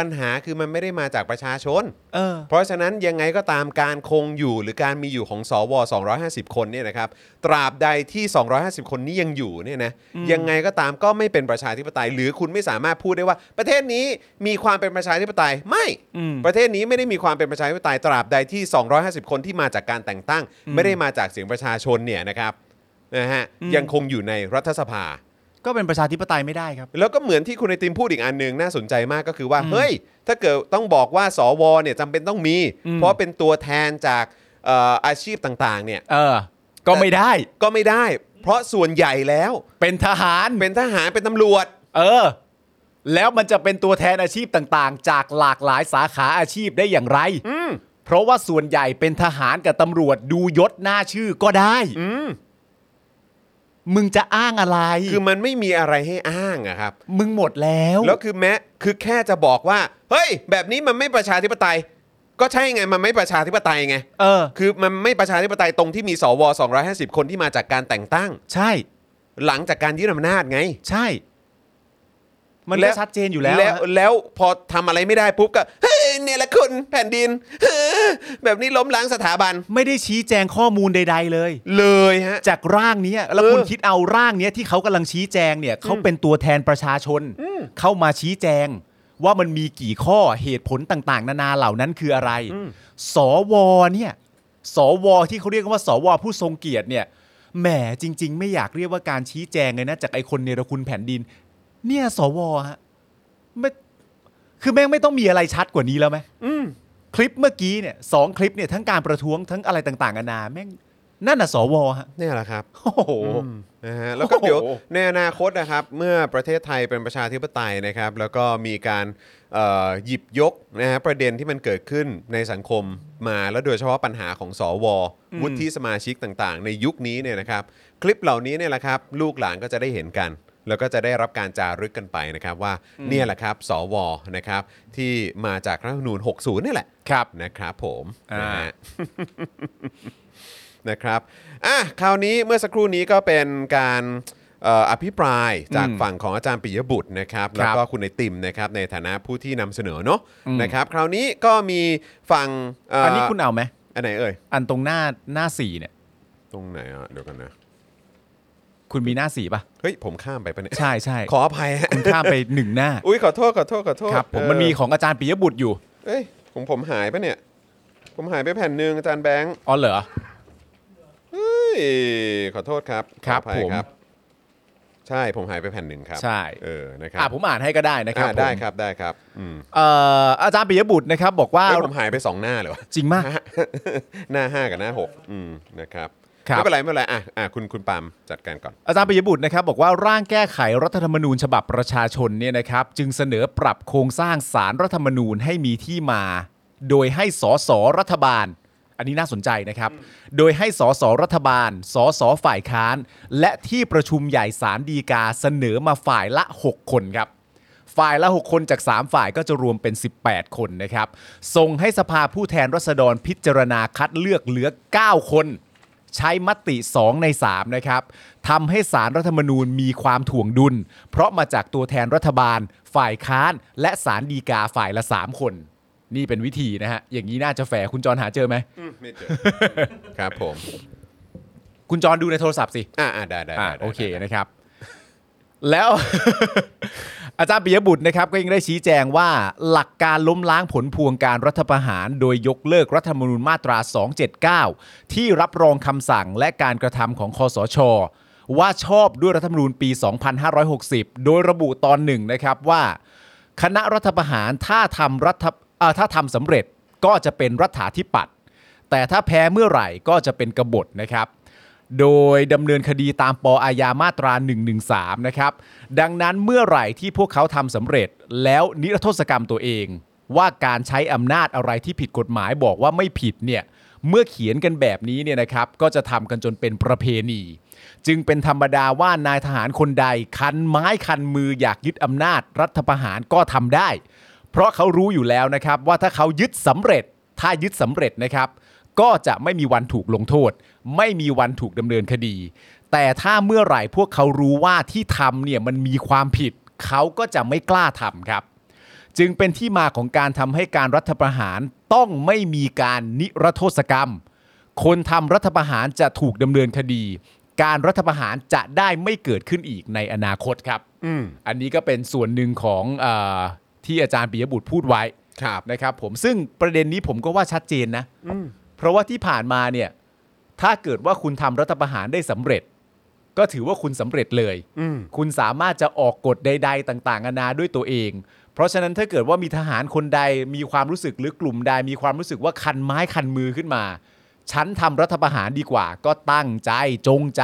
Speaker 1: ปัญหาคือมันไม่ได้มาจากประชาชน
Speaker 2: เออ
Speaker 1: เพราะฉะนั้นยังไงก็ตามการคงอยู่หรือการมีอยู่ของสว 250 คนเนี่ยนะครับ ตราบใดที่ 250 คนนี้ยังอยู่เนี่ยนะยังไงก็ตามก็ไม่เป็นประชาธิปไตย หรือคุณไม่สามารถพูดได้ว่า ประเทศนี้มีความเป็นประชาธิปไตยไม่
Speaker 2: อืม
Speaker 1: ประเทศนี้ไม่ได้มีความเป็นประชาธิปไตย ตราบใดที่ 250 คนที่มาจากการแต่งตั้ง ไม่ได้มาจากเสียงประชาชนเนี่ยนะครับนะฮะยังคงอยู่ในรัฐสภา
Speaker 2: ก็เป็นประชาธิปไตยไม่ได้ครับ
Speaker 1: แล้วก็เหมือนที่คุณไอติมพูดอีกอันหนึ่งน่าสนใจมากก็คือว่า เฮ้ย ถ้าเกิดต้องบอกว่าสวเนี่ยจำเป็นต้องมี เพราะเป็นตัวแทนจากเอ่ออาชีพต่างๆเนี่ย
Speaker 2: เออ ก็ไม่ได้
Speaker 1: ก็ไม่ได้ เพราะส่วนใหญ่แล้ว
Speaker 2: เป็นทหาร
Speaker 1: เป็นทหารเป็นตำรวจ
Speaker 2: เออ แล้วมันจะเป็นตัวแทนอาชีพต่างๆ จากหลากหลายสาขาอาชีพได้อย่างไร เพราะว่าส่วนใหญ่เป็นทหารกับตำรวจดูยศหน้าชื่อก็ได้ มึงจะอ้างอะไร
Speaker 1: คือมันไม่มีอะไรให้อ้างอะครับ
Speaker 2: มึงหมดแล้ว
Speaker 1: แล้วคือแม้คือแค่จะบอกว่า เฮ้ย แบบนี้มันไม่ประชาธิปไตย ก็ใช่ไงมันไม่ประชาธิปไตยไง
Speaker 2: เออ
Speaker 1: คือมันไม่ประชาธิปไตยตรงที่มีสว 250 คนที่มาจากการแต่งตั้ง
Speaker 2: ใช่
Speaker 1: หลังจากการยึดอำนาจไง
Speaker 2: ใช่ มันก็
Speaker 1: แล้ว
Speaker 2: ชัดเจนอยู่แล้ว
Speaker 1: แล้ว
Speaker 2: ฮะ
Speaker 1: แล้วพอทำอะไรไม่ได้ปุ๊บก็เฮ้ย เนรคุณแผ่น ดิน แบบนี้ล้มล้างสถาบัน
Speaker 2: ไม่ได้ชี้แจงข้อมูลใด ๆ เลย
Speaker 1: เลยฮะ
Speaker 2: จากร่างเนี้ยแล้วคุณ
Speaker 1: เออ
Speaker 2: คิดเอาร่างเนี้ยที่เขากำลังชี้แจงเนี่ยเขาเป็นตัวแทนประชาชน เข้ามาชี้แจง ว่ามันมีกี่ข้อเหตุผลต่างๆ นานาเหล่านั้นคืออะไร สวเนี่ยสวที่เขาเรียกกันว่าสวผู้ทรงเกียรติเนี่ยแหมจริง ๆ ไม่อยากเรียกว่าการชี้แจงเลยนะ จากไอคนเนรคุณแผ่นดิน เนี่ยสวฮะไม่คือแม่งไม่ต้องมีอะไรชัดกว่านี้แล้วไหมคลิปเมื่อกี้เนี่ยสองคลิปเนี่ยทั้งการประท้วงทั้งอะไรต่างๆนานาแม่งนั่นน่ะสวฮะ
Speaker 1: เนี่ยแหละครับ
Speaker 2: โอ้โห
Speaker 1: นะฮะแล้วก็เดี๋ยว
Speaker 2: โอ้โห
Speaker 1: ในอนาคตนะครับ เมื่อประเทศไทยเป็นประชาธิปไตยนะครับ แล้วก็มีการเอ่อหยิบยกนะฮะประเด็นที่มันเกิดขึ้นในสังคมมาแล้วโดยเฉพาะปัญหาของสววุฒิสมาชิกต่างๆ ในยุคนี้เนี่ยนะครับ คลิปเหล่านี้เนี่ยแหละครับ ลูกหลานก็จะได้เห็นกัน แล้วก็จะได้รับการจารึกกันไปนะครับว่าเนี่ยแหละครับสวนะครับที่มาจากรัฐธรรมนูญ60เนี่ยแหละครับนะครับผมนะฮะ นะครับ อ่ะ คราวนี้เมื่อสักครู่นี้ก็เป็นการเอ่ออภิปรายจากฝั่งของอาจารย์ปิยบุตรนะครับ แล้วก็คุณไอติมนะครับในฐานะผู้ที่นำเสนอเนาะนะครับ คราวนี้ก็มีฝั่งเ
Speaker 2: อันนี้คุณเอาไหม
Speaker 1: อันไหนเอ่ย
Speaker 2: อันตรงหน้าหน้าสี่เนี่ย
Speaker 1: ตรงไหนอ่ะ เดี๋ยวกันนะ
Speaker 2: คุณมีหน้าสี่ปะ
Speaker 1: เฮ้ย ผมข้ามไปปะเนี่ย
Speaker 2: ใช่ใช่
Speaker 1: ขออภัยฮะ
Speaker 2: คุณข้ามไปหนึ่งหน้า
Speaker 1: อุ้ยขอโทษขอโทษขอโทษ
Speaker 2: ครับ ผม
Speaker 1: เออ
Speaker 2: มันมีของอาจารย์ปิยบุตรอยู่
Speaker 1: เอ้ยของผมหายปะเนี่ย ผมหายไปแผ่นหนึ่งอาจารย์แบงค์
Speaker 2: อ๋อเหรอ
Speaker 1: เฮ้ยขอโทษครับ
Speaker 2: ครับ
Speaker 1: ขออภัย
Speaker 2: ผม
Speaker 1: ใช่ผมหายไปแผ่นหนึ่งครับ
Speaker 2: ใช่
Speaker 1: เออนะครั
Speaker 2: อ่ะผมอ่านให้ก็ได้นะครับ
Speaker 1: อ่ะได้
Speaker 2: ผม
Speaker 1: ครับได้ครับอืม
Speaker 2: เอ่ออาจารย์ปิยบุตรนะครับ บอกว่า
Speaker 1: เอ้ยผมหายไป 2 หน้าเล ยวะ
Speaker 2: จริงมาก
Speaker 1: หน้า 5 กับหน้า 6 อืมนะครับ
Speaker 2: ครับ
Speaker 1: ไม่เป็นไรไม่เป็นไรอ่ะอ่ะคุณคุณปาล์มจัดการก่อน
Speaker 2: อาจารย์ปิยบุตรนะครับบอกว่าร่างแก้ไขรัฐธรรมนูญฉบับประชาชนเนี่ยนะครับจึงเสนอปรับโครงสร้างสารรัฐธรรมนูญให้มีที่มา โดยให้สสรัฐบาล อันนี้น่าสนใจนะครับ โดยให้สสรัฐบาลสสฝ่ายค้าน และที่ประชุมใหญ่สารดีกาเสนอมาฝ่ายละ 6 คนครับ ฝ่ายละ 6 คนจาก 3 ฝ่ายก็จะรวมเป็น 18 คนนะครับส่งให้สภาผู้แทนรัษฎรพิจารณาคัดเลือกเหลือ 9 คน ใช้มติ 2 ใน 3 นะครับทำให้สารรัฐธรรมนูญมีความถ่วงดุล เพราะมาจากตัวแทนรัฐบาล ฝ่ายค้าน และสารดีกาฝ่ายละ 3 คน นี่เป็นวิธีนะฮะ อย่างนี้น่าจะแฝงคุณจรหาเจอไหม
Speaker 1: ไม่เจอ ครับผม
Speaker 2: คุณจรดูในโทรศัพท์สิ
Speaker 1: อ่ะอ่ะได้ได้ได้
Speaker 2: อ่า
Speaker 1: ได้
Speaker 2: โอเค
Speaker 1: ได้ได้
Speaker 2: นะครับ แล้ว อาจารย์ปิยบุตรนะครับ ก็ยังได้ชี้แจงว่า หลักการล้มล้างผลพวงการรัฐประหาร โดยยกเลิกรัฐธรรมนูญมาตรา 279 ที่รับรองคำสั่งและการกระทำของคอสช ว่าชอบด้วยรัฐธรรมนูญปี 2560 โดยระบุตอนหนึ่งนะครับว่า คณะรัฐประหารถ้าทำรัฐเอ่อถ้าทำสำเร็จก็จะเป็นรัฐาธิปัตย์แต่ถ้าแพ้เมื่อไหร่ก็จะเป็นกบฏนะครับ โดยดำเนินคดีตามปออาญามาตรา 113 นะครับ ดังนั้นเมื่อไหร่ที่พวกเขาทำสำเร็จ แล้วนิรโทษกรรมตัวเอง ว่าการใช้อำนาจอะไรที่ผิดกฎหมายบอกว่าไม่ผิดเนี่ยเมื่อเขียนกันแบบนี้เนี่ยนะครับ ก็จะทำกันจนเป็นประเพณี จึงเป็นธรรมดาว่านายทหารคนใด คันไม้คันมืออยากยึดอำนาจ รัฐประหารก็ทำได้ เพราะเขารู้อยู่แล้วนะครับ ว่าถ้าเขายึดสำเร็จ ถ้ายึดสำเร็จนะครับ ก็จะไม่มีวันถูกลงโทษ ไม่มีวันถูกดำเนินคดี แต่ถ้าเมื่อไหร่พวกเขารู้ว่าที่ทำเนี่ยมันมีความผิด เขาก็จะไม่กล้าทำครับ จึงเป็นที่มาของการทำให้การรัฐประหารต้องไม่มีการนิรโทษกรรม คนทำรัฐประหารจะถูกดำเนินคดี การรัฐประหารจะได้ไม่เกิดขึ้นอีกในอนาคตครับ
Speaker 1: อืม
Speaker 2: อันนี้ก็เป็นส่วนหนึ่งของเออที่อาจารย์ปิยบุตรพูดไว้
Speaker 1: ครับ
Speaker 2: นะครับผมซึ่งประเด็นนี้ผมก็ว่าชัดเจนนะเพราะว่าที่ผ่านมาเนี่ยถ้าเกิดว่าคุณทำรัฐประหารได้สำเร็จ ก็ถือว่าคุณสำเร็จเลย
Speaker 1: อืม
Speaker 2: คุณสามารถจะออกกฎใด ๆ ต่างๆนานาด้วยตัวเอง เพราะฉะนั้นถ้าเกิดว่ามีทหารคนใดมีความรู้สึกหรือกลุ่มใดมีความรู้สึกว่าคันไม้คันมือขึ้นมา ฉันทำรัฐประหารดีกว่า ก็ตั้งใจจงใจ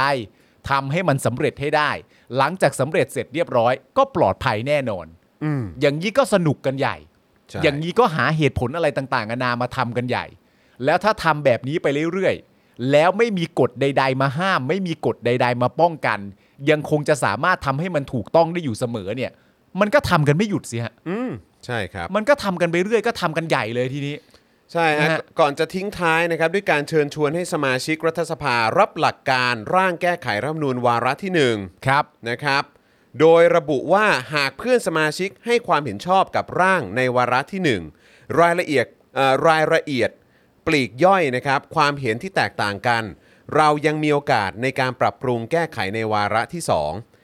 Speaker 2: ทำให้มันสำเร็จให้ได้ หลังจากสำเร็จเสร็จเรียบร้อย ก็ปลอดภัยแน่นอน
Speaker 1: อืม
Speaker 2: อย่างนี้ก็สนุกกันใหญ่
Speaker 1: ใช่
Speaker 2: อย่างนี้ก็หาเหตุผลอะไรต่างๆนานามาทำกันใหญ่ แล้วถ้าทำแบบนี้ไปเรื่อยๆ แล้วไม่มีกฎใด ๆ มาห้าม ไม่มีกฎใด ๆ มาป้องกัน ยังคงจะสามารถทำให้มันถูกต้องได้อยู่เสมอเนี่ย มันก็ทำกันไม่หยุดสิฮะ
Speaker 1: อืมใช่ครับ
Speaker 2: มันก็ทำกันไปเรื่อยก็ทำกันใหญ่เลยทีนี้
Speaker 1: ใช่ฮะ
Speaker 2: นะฮะ
Speaker 1: ก่อนจะทิ้งท้ายนะครับ ด้วยการเชิญชวนให้สมาชิกรัฐสภารับหลักการร่างแก้ไขรัฐธรรมนูญวาระที่หนึ่ง
Speaker 2: ครับ
Speaker 1: นะครับ โดยระบุว่าหากเพื่อนสมาชิกให้ความเห็นชอบกับร่างในวาระที่ 1 รายละเอียดเอ่อรายละเอียดปลีกย่อยนะครับ ความเห็นที่แตกต่างกัน เรายังมีโอกาสในการปรับปรุงแก้ไขในวาระที่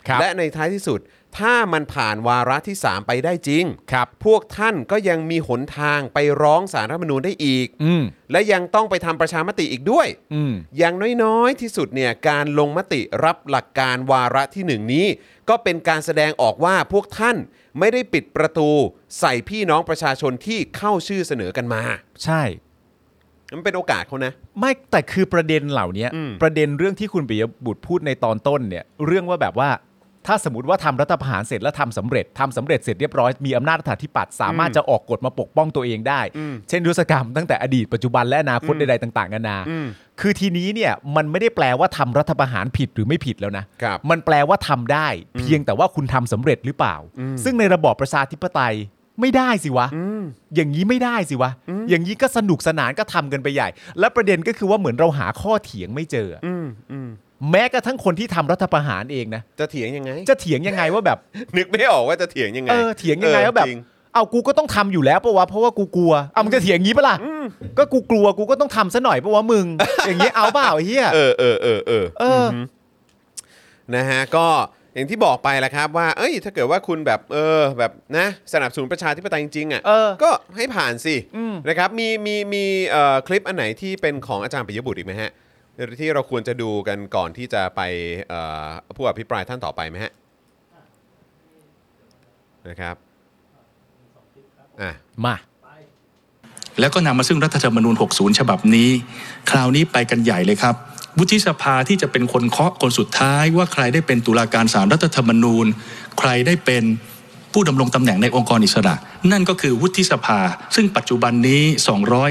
Speaker 2: ครั
Speaker 1: 2
Speaker 2: บ
Speaker 1: และในท้ายที่สุด ถ้ามันผ่านวาระที่ 3 ไปได้จริง
Speaker 2: ครับ
Speaker 1: พวกท่านก็ยังมีหนทางไปร้องสารรัฐธรรมนูญได้อีก
Speaker 2: อืม
Speaker 1: และยังต้องไปทำประชามติอีกด้วย
Speaker 2: อืม
Speaker 1: อย่างน้อยๆ ที่สุดเนี่ยการลงมติรับหลักการวาระที่หนึ่งนี้ ก็เป็นการแสดงออกว่าพวกท่านไม่ได้ปิดประตู ใส่พี่น้องประชาชนที่เข้าชื่อเสนอกันมา
Speaker 2: ใช่
Speaker 1: มันเป็นโอกาสเขานะ
Speaker 2: ไม่แต่คือประเด็นเหล่านี้
Speaker 1: อืม
Speaker 2: ประเด็นเรื่องที่คุณปิยบุตรพูดในตอนต้นเนี่ย เรื่องว่าแบบว่า ถ้าสมมติว่าทำรัฐประหารเสร็จแล้วทำสำเร็จทำสำเร็จเสร็จเรียบร้อยมีอำนาจรัฐาธิปัตย์สามารถจะออกกฎมาปกป้องตัวเองได้ เช่นรุษกรรมตั้งแต่อดีตปัจจุบันและอนาคตใดๆต่างๆนานา คือทีนี้เนี่ยมันไม่ได้แปลว่าทำรัฐประหารผิดหรือไม่ผิดแล้วนะ
Speaker 1: ครับ
Speaker 2: มันแปลว่าทำได้ เพียงแต่ว่าคุณทำสำเร็จหรือเปล่า ซึ่งในระบอบประชาธิปไตยไม่ได้สิวะ อย่างนี้ไม่ได้สิวะ อย่างนี้ก็สนุกสนานก็ทำกันไปใหญ่ และประเด็นก็คือว่าเหมือนเราหาข้อเถียงไม่เจออะแม้กระทั่งคนที่ทำรัฐประหารเองนะ
Speaker 1: จะเถียงยังไง
Speaker 2: จะเถียงยังไงว่าแบบ
Speaker 1: นึกไม่ออกว่าจะเถียงยังไง
Speaker 2: เออเถียงยังไงว่าแบบ
Speaker 1: จริ
Speaker 2: เอากูก็ต้องทำอยู่แล้วปะวะเพราะว่ากูกลัวเอามึงจะเถียงงี้ปะล่ะก็กูกลัวกูก็ต้องทำซะหน่อยปะวะมึง อย่างนี้เอาเปล่าไอ้เฮีย
Speaker 1: เออเออเออเออ
Speaker 2: เออ
Speaker 1: นะฮะก็อย่างที่บอกไปแหละครับว่า เอ้ย ถ้าเกิดว่าคุณแบบเออแบบนะสนับสนุนประชาธิปไตยจริงๆ
Speaker 2: เออ
Speaker 1: อะ่ะก็ให้ผ่านสินะครับมีมีมีเอ่อคลิปอันไหนที่เป็นของอาจารย์ปิยบุตรอีกไหมฮะที่เราควรจะดูกันก่อนที่จะไปเอ่อผู้อภิปรายท่านต่อไปไหมฮะนะครับอ่ะ
Speaker 2: มา
Speaker 9: แล้วก็นำมาซึ่งรัฐธรรมนูญ 60 ฉบับนี้ คราวนี้ไปกันใหญ่เลยครับ วุฒิสภาที่จะเป็นคนเคาะคนสุดท้าย ว่าใครได้เป็นตุลาการสารรัฐธรรมนูญ ใครได้เป็นผู้ดำรงตำแหน่งในองค์กรอิสระ นั่นก็คือวุฒิสภา ซึ่งปัจจุบันนี้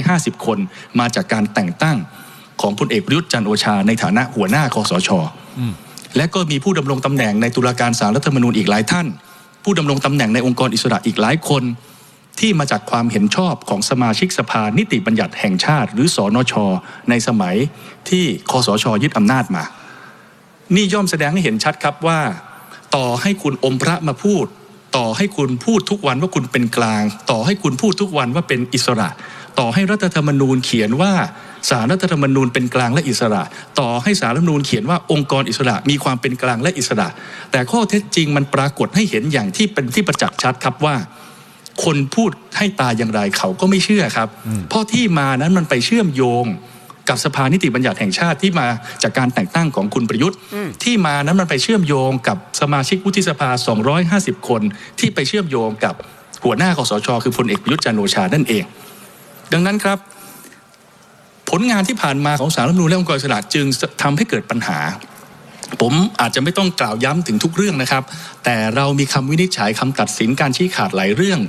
Speaker 9: 250 คนมาจากการแต่งตั้งของพลเอกประยุทธ์จันทร์โอชาในฐานะหัวหน้าคอสช และก็มีผู้ดำรงตำแหน่งในตุลาการสารรัฐธรรมนูญอีกหลายท่าน ผู้ดำรงตำแหน่งในองค์กรอิสระอีกหลายคน ที่มาจากความเห็นชอบของสมาชิกสภานิติบัญญัติแห่งชาติ หรือสอนช ในสมัยที่คอสชยึดอำนาจมา นี่ย่อมแสดงให้เห็นชัดครับว่า ต่อให้คุณอมพระมาพูด ต่อให้คุณพูดทุกวันว่าคุณเป็นกลาง ต่อให้คุณพูดทุกวันว่าเป็นอิสระ ต่อให้รัฐธรรมนูญเขียนว่าสารรัฐธรรมนูญเป็นกลางและอิสระ ต่อให้สารรัฐธรรมนูญเขียนว่าองค์กรอิสระมีความเป็นกลางและอิสระ แต่ข้อเท็จจริงมันปรากฏให้เห็นอย่างที่เป็นที่ประจักษ์ชัดครับว่า คนพูดให้ตายอย่างไรเขาก็ไม่เชื่อครับ เพราะที่มานั้นมันไปเชื่อมโยงกับสภานิติบัญญัติแห่งชาติที่มาจากการแต่งตั้งของคุณประยุทธ์ ที่มานั้นมันไปเชื่อมโยงกับสมาชิกวุฒิสภา 250 คน ที่ไปเชื่อมโยงกับหัวหน้าคอสช คือพลเอกประยุทธ์จันทร์โอชานั่นเอง ดังนั้นครับ ผลงานที่ผ่านมาของสารรัฐธรรมนูญและองค์กรอิสระจึงทำให้เกิดปัญหา ผมอาจจะไม่ต้องกล่าวย้ำถึงทุกเรื่องนะครับ แต่เรามีคำวินิจฉัยคำตัดสินการชี้ขาดหลายเรื่อง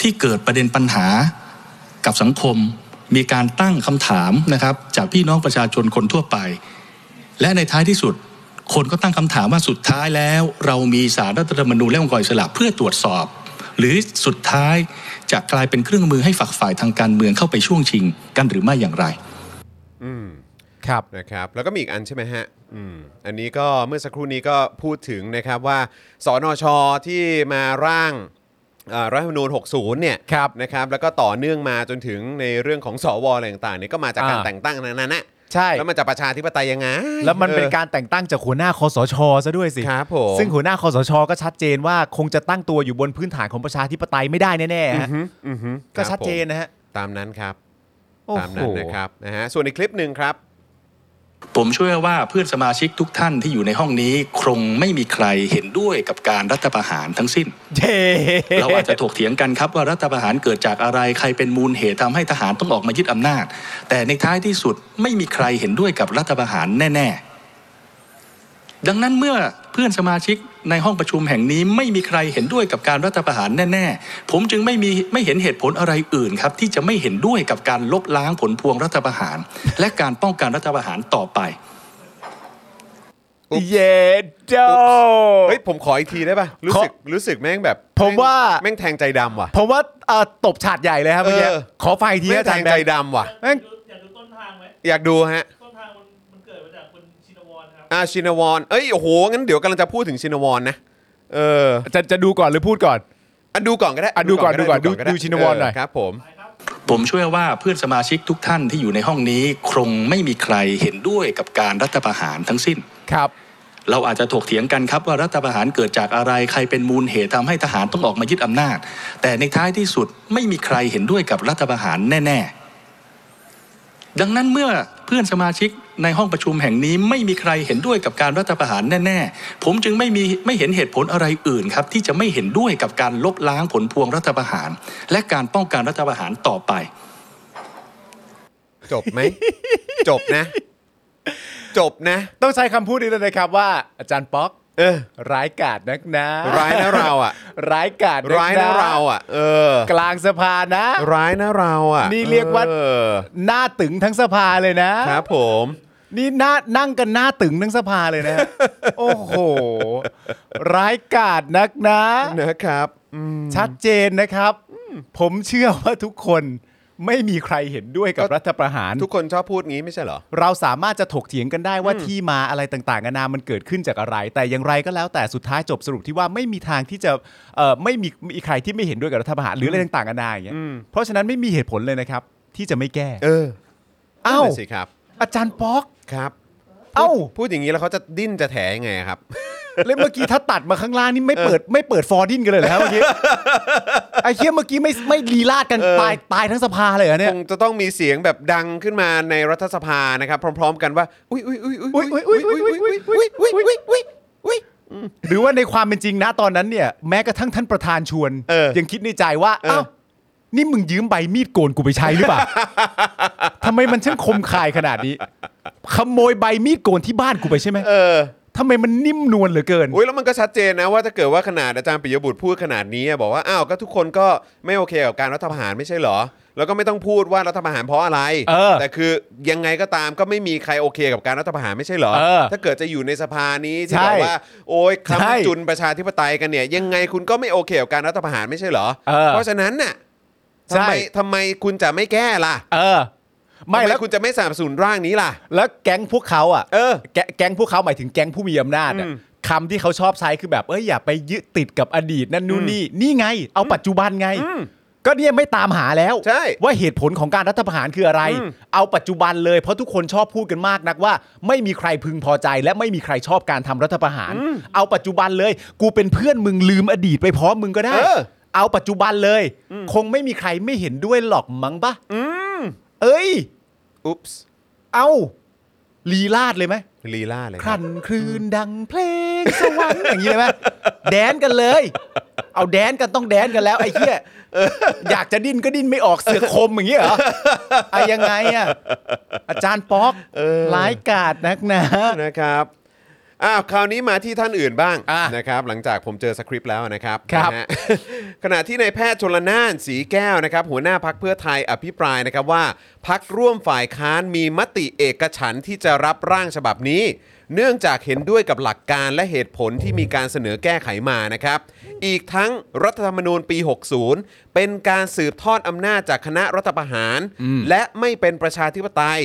Speaker 9: ที่เกิดประเด็นปัญหากับสังคม มีการตั้งคำถามนะครับ จากพี่น้องประชาชนคนทั่วไป และในท้ายที่สุด คนก็ตั้งคำถามว่าสุดท้ายแล้ว เรามีสารรัฐธรรมนูญและองค์กรอิสระเพื่อตรวจสอบ หรือสุดท้ายจะกลายเป็นเครื่องมือให้ฝักฝ่ายทางการเมืองเข้าไปช่วงชิงกันหรือไม่อย่างไร
Speaker 1: อืม
Speaker 2: ครับ
Speaker 1: นะครับแล้วก็มีอีกอันใช่ไหมฮะอืมอันนี้ก็เมื่อสักครู่นี้ก็พูดถึงนะครับว่าสนชที่มาร่างเอ่อรัฐธรรมนูญ 60 เนี่ย
Speaker 2: ครับ
Speaker 1: นะครับแล้วก็ต่อเนื่องมาจนถึงในเรื่องของสวอะไรต่างๆเนี่ยก็มาจากการ
Speaker 2: อ่า
Speaker 1: แต่งตั้งนั้นนะ
Speaker 2: ใช่
Speaker 1: แล้วมันจะประชาธิปไตยยังไง
Speaker 2: แล้วมันเป็น
Speaker 1: ออ
Speaker 2: การแต่งตั้งจากหัวหน้าคอสชซะด้วยสิ
Speaker 1: ครับผม
Speaker 2: ซึ่งหัวหน้าคอสชก็ชัดเจนว่าคงจะตั้งตัวอยู่บนพื้นฐานของประชาธิปไตยไม่ได้แน่ๆฮะ
Speaker 1: อืมอืมอืมค
Speaker 2: ก็
Speaker 1: รับ
Speaker 2: ชัดเจน
Speaker 1: ผม
Speaker 2: นะฮะ
Speaker 1: ตามนั้นครับ
Speaker 2: โอ้โห
Speaker 1: ตามนั้นนะครับนะฮะส่วนอีกคลิปหนึ่งครับ
Speaker 9: ผมเชื่อว่าเพื่อนสมาชิกทุกท่านที่อยู่ในห้องนี้ คงไม่มีใครเห็นด้วยกับการรัฐประหารทั้งสิ้น
Speaker 2: เย้
Speaker 9: เราอาจจะถกเถียงกันครับว่ารัฐประหารเกิดจากอะไรใครเป็นมูลเหตุทำให้ทหารต้องออกมายึดอำนาจ แต่ในท้ายที่สุดไม่มีใครเห็นด้วยกับรัฐประหารแน่ๆ ดังนั้นเมื่อเพื่อนสมาชิกในห้องประชุมแห่งนี้ ไม่มีใครเห็นด้วยกับการรัฐประหารแน่ๆ ผมจึงไม่มีไม่เห็นเหตุผลอะไรอื่นครับ ที่จะไม่เห็นด้วยกับการลบล้างผลพวงรัฐประหาร และการป้องกันรัฐประหารต่อไป
Speaker 2: เย้โจ
Speaker 1: เฮ้ยผมขออีกทีได้ป่ะรู้สึกรู้สึกแม่งแบบ
Speaker 2: ผมว่า
Speaker 1: แม่งแทงใจดำว่ะ
Speaker 2: ผมว่าเอ่อตบฉาดใหญ่เลยครับเมื่อกี้
Speaker 1: เออ
Speaker 2: ขอไฟที
Speaker 1: แม่ง
Speaker 2: นะอา
Speaker 1: แท
Speaker 2: จาร
Speaker 1: ง
Speaker 2: ย์
Speaker 1: ใจ
Speaker 2: แบงค์
Speaker 1: ดำว่ะ
Speaker 2: แม่ง
Speaker 3: อยากดูต้นทางไหม
Speaker 1: อยากดูฮะ
Speaker 3: ต้นทางมันมันเกิดมาจากคุณชินวรครับ
Speaker 1: อาชินวรเอ้ย โอ้โห งั้นเดี๋ยวกำลังจะพูดถึงชินวรนะ เออ
Speaker 2: จะจะดูก่อนหรือพูดก่อน
Speaker 1: อันดูก่อนก็ได้
Speaker 2: อ่ะดูก่อนดูก่อนดู
Speaker 1: ไ
Speaker 2: ดูชินวรหน่อย
Speaker 1: เครับผม
Speaker 9: ผมเชื่อว่าเพื่อนสมาชิกทุกท่านที่อยู่ในห้องนี้ คงไม่มีใครเห็นด้วยกับการรัฐประหารทั้งสิ้น
Speaker 2: ครับ
Speaker 9: เราอาจจะถกเถียงกันครับว่ารัฐประหารเกิดจากอะไรใครเป็นมูลเหตุทำให้ทหารต้องออกมายึดอำนาจ แต่ในท้ายที่สุดไม่มีใครเห็นด้วยกับรัฐประหารแน่ๆ ดังนั้นเมื่อเพื่อนสมาชิกในห้องประชุมแห่งนี้ไม่มีใครเห็นด้วยกับการรัฐประหารแน่ๆ ผมจึงไม่มีไม่เห็นเหตุผลอะไรอื่นครับ ที่จะไม่เห็นด้วยกับการลบล้างผลพวงรัฐประหาร และการป้องกันรัฐประหารต่อไป
Speaker 1: จบไหม จบนะ จบนะ
Speaker 2: ต้องใช้คำพูดนี้เลยนะครับว่าอาจารย์ป๊อก
Speaker 1: เออ
Speaker 2: ร้ายกาจนักนะ
Speaker 1: ร้ายนะเราอ่ะ
Speaker 2: ร้ายกาจก
Speaker 1: ร้ายนะเราอ่ะ เออ
Speaker 2: กลางสภานะ
Speaker 1: ร้ายนะเราอ่ะ
Speaker 2: นี่เรียกว่า
Speaker 1: ออ
Speaker 2: หน้าตึงทั้งสภาเลยนะ
Speaker 1: ครับผม
Speaker 2: นี่หน้านั่งกันหน้าตึงทั้งสภาเลยนะ โอ้โห ร้ายกาจนัก นะ
Speaker 1: นะครับอืม
Speaker 2: ชัดเจนนะครับ ผมเชื่อว่าทุกคนไม่มีใครเห็นด้วยกับ
Speaker 1: ก็
Speaker 2: รัฐประหาร
Speaker 1: ทุกคนชอบพูดงี้ไม่ใช่เหรอ
Speaker 2: เราสามารถจะถกเถียงกันได้ว่าที่มาอะไรต่างๆนานามันเกิดขึ้นจากอะไร แต่อย่างไรก็แล้วแต่สุดท้ายจบสรุปที่ว่าไม่มีทางที่จะเอ่อไม่มีมีใครที่ไม่เห็นด้วยกับรัฐประหารหรืออะไรต่างๆนานาอย่างเงี้ยเพราะฉะนั้นไม่มีเหตุผลเลยนะครับ ที่จะไม่แก้
Speaker 1: เออ
Speaker 2: เอ้า
Speaker 1: นั่นน่ะสิครับ
Speaker 2: อาจารย์ป๊อก
Speaker 1: ครับ
Speaker 2: เอ้า
Speaker 1: พูดพูดอย่างนี้แล้วเขาจะดิ้นจะแถยังไงครับ
Speaker 2: แล้วเมื่อกี้ถ้าตัดมาข้างล่างนี่ไม่เปิดไม่เปิดฟอร์ดินกันเลยเหรอฮะเมื่อกี้ไอ้เคียเมื่อกี้ไม่ไม่ลีลาดกัน
Speaker 1: เออ
Speaker 2: ตายตายทั้งสภาเลยเหรอเนี่
Speaker 1: ค
Speaker 2: ย
Speaker 1: งจะต้องมีเสียงแบบดังขึ้นมาในรัฐสภานะครับ พร้อม ๆ กันว่า อุ้ยอุ้ยอุ้ยอุ้ยอุ้ยอุ้ยอุ้ยอุ้ยอุ้ยอุ้ยอุ้ยอุ้ยอุ้ยอุ้ย
Speaker 2: หรือว่าในความเป็นจริงนะตอนนั้นเนี่ยแม้กระทั่งท่านประธานชวน
Speaker 1: เออ
Speaker 2: ยังคิดในใจว่า
Speaker 1: เออ
Speaker 2: เอ้านี่มึงยืมใบมีดโกนกูไปใช้หรือ เปล่า ทำไมมันช่างคมคายขนาดนี้ ขโมยใบมีดโกนที่บ้านกูไปใช่ไหม
Speaker 1: เออ
Speaker 2: ทำไมมันนิ่มนวลเหลือเกิน
Speaker 1: อุ้ยแล้วมันก็ชัดเจนนะว่าถ้าเกิดว่าขนาดอาจารย์ปิยบุตรพูดขนาดนี้อะบอกว่าอ้าวก็ทุกคนก็ไม่โอเคกับการรัฐประหารไม่ใช่เหรอ แล้วก็ไม่ต้องพูดว่ารัฐประหารเพราะอะไร
Speaker 2: เออ
Speaker 1: แต่คือยังไงก็ตามก็ไม่มีใครโอเคกับการรัฐประหารไม่ใช่เหรอ
Speaker 2: เออ
Speaker 1: ถ้าเกิดจะอยู่ในสภานี้ที่
Speaker 2: ใช่
Speaker 1: แบบว่า โอ้ยค
Speaker 2: ใช่
Speaker 1: ำจุนประชาธิปไตยกันเนี่ย ยังไงคุณก็ไม่โอเคกับการรัฐประหารไม่ใช่เหรอ
Speaker 2: เออ
Speaker 1: เพราะฉะนั้นน่ะทำ
Speaker 2: ใช่
Speaker 1: ไมทำไมคุณจะไม่แก้ล่ะ
Speaker 2: เออ ไม่
Speaker 1: ทำ
Speaker 2: แล้ว
Speaker 1: คุณจะไม่สนับสนุนร่างนี้ล่ะ
Speaker 2: แล้วแก๊งพวกเขาอ่ะ
Speaker 1: เออ
Speaker 2: แกแก๊งพวกเขาหมายถึงแก๊งผู้มีอำนาจอะ
Speaker 1: อืม
Speaker 2: คำที่เขาชอบใช้คือแบบเอ้ยอย่าไปยึดติดกับอดีตนั่นนู่นนี่ นี่ไง เอาปัจจุบันไง ก็เนี่ยไม่ตามหาแล้ว
Speaker 1: ใช่
Speaker 2: ว่าเหตุผลของการรัฐประหารคืออะไร
Speaker 1: อืม
Speaker 2: เอาปัจจุบันเลยเพราะทุกคนชอบพูดกันมากนักว่า ไม่มีใครพึงพอใจและไม่มีใครชอบการทำรัฐประหาร เอาปัจจุบันเลย กูเป็นเพื่อนมึงลืมอดีตไปพร้อมมึงก็ได้ เอาปัจจุบันเลย คงไม่มีใครไม่เห็นด้วยหรอกมั้งปะเอ้ย
Speaker 1: อุ๊ปส์
Speaker 2: เอาลีลาดเลยไหม
Speaker 1: ลีลาเลย
Speaker 2: ค
Speaker 1: ครั
Speaker 2: รั่
Speaker 1: บ
Speaker 2: นคลืนดังเพลงสวรรค์อย่างนี้เลยไหมแดนกันเลย เอาแดนกันต้องแดนกันแล้วไอ้เหี้ยอยากจะดิ้นก็ดิ้นไม่ออกเสือกคมอย่างนี้เหรอไอ้ยังไงอ่ะอาจารย์ป๊อกร้ายกาดนักนะ
Speaker 1: นะครับอ้าวคราวนี้มาที่ท่านอื่นบ้าง
Speaker 2: อ่ะ
Speaker 1: นะครับ หลังจากผมเจอสคริปต์แล้วนะครับ
Speaker 2: ครับ
Speaker 1: นะฮะ ขณะที่ในายแพทย์ชลนานสีแก้วนะครับ หัวหน้าพักเพื่อไทยอภิปรายนะครับว่าพักร่วมฝ่ายค้านมีมติเอกฉันท์ที่จะรับร่างฉบับนี้ เนื่องจากเห็นด้วยกับหลักการและเหตุผลที่มีการเสนอแก้ไขมานะครับ อีกทั้งรัฐธรรมนูญปี 60 เป็นการสืบทอดอำนาจจากคณะรัฐประหาร และไม่เป็นประชาธิปไตย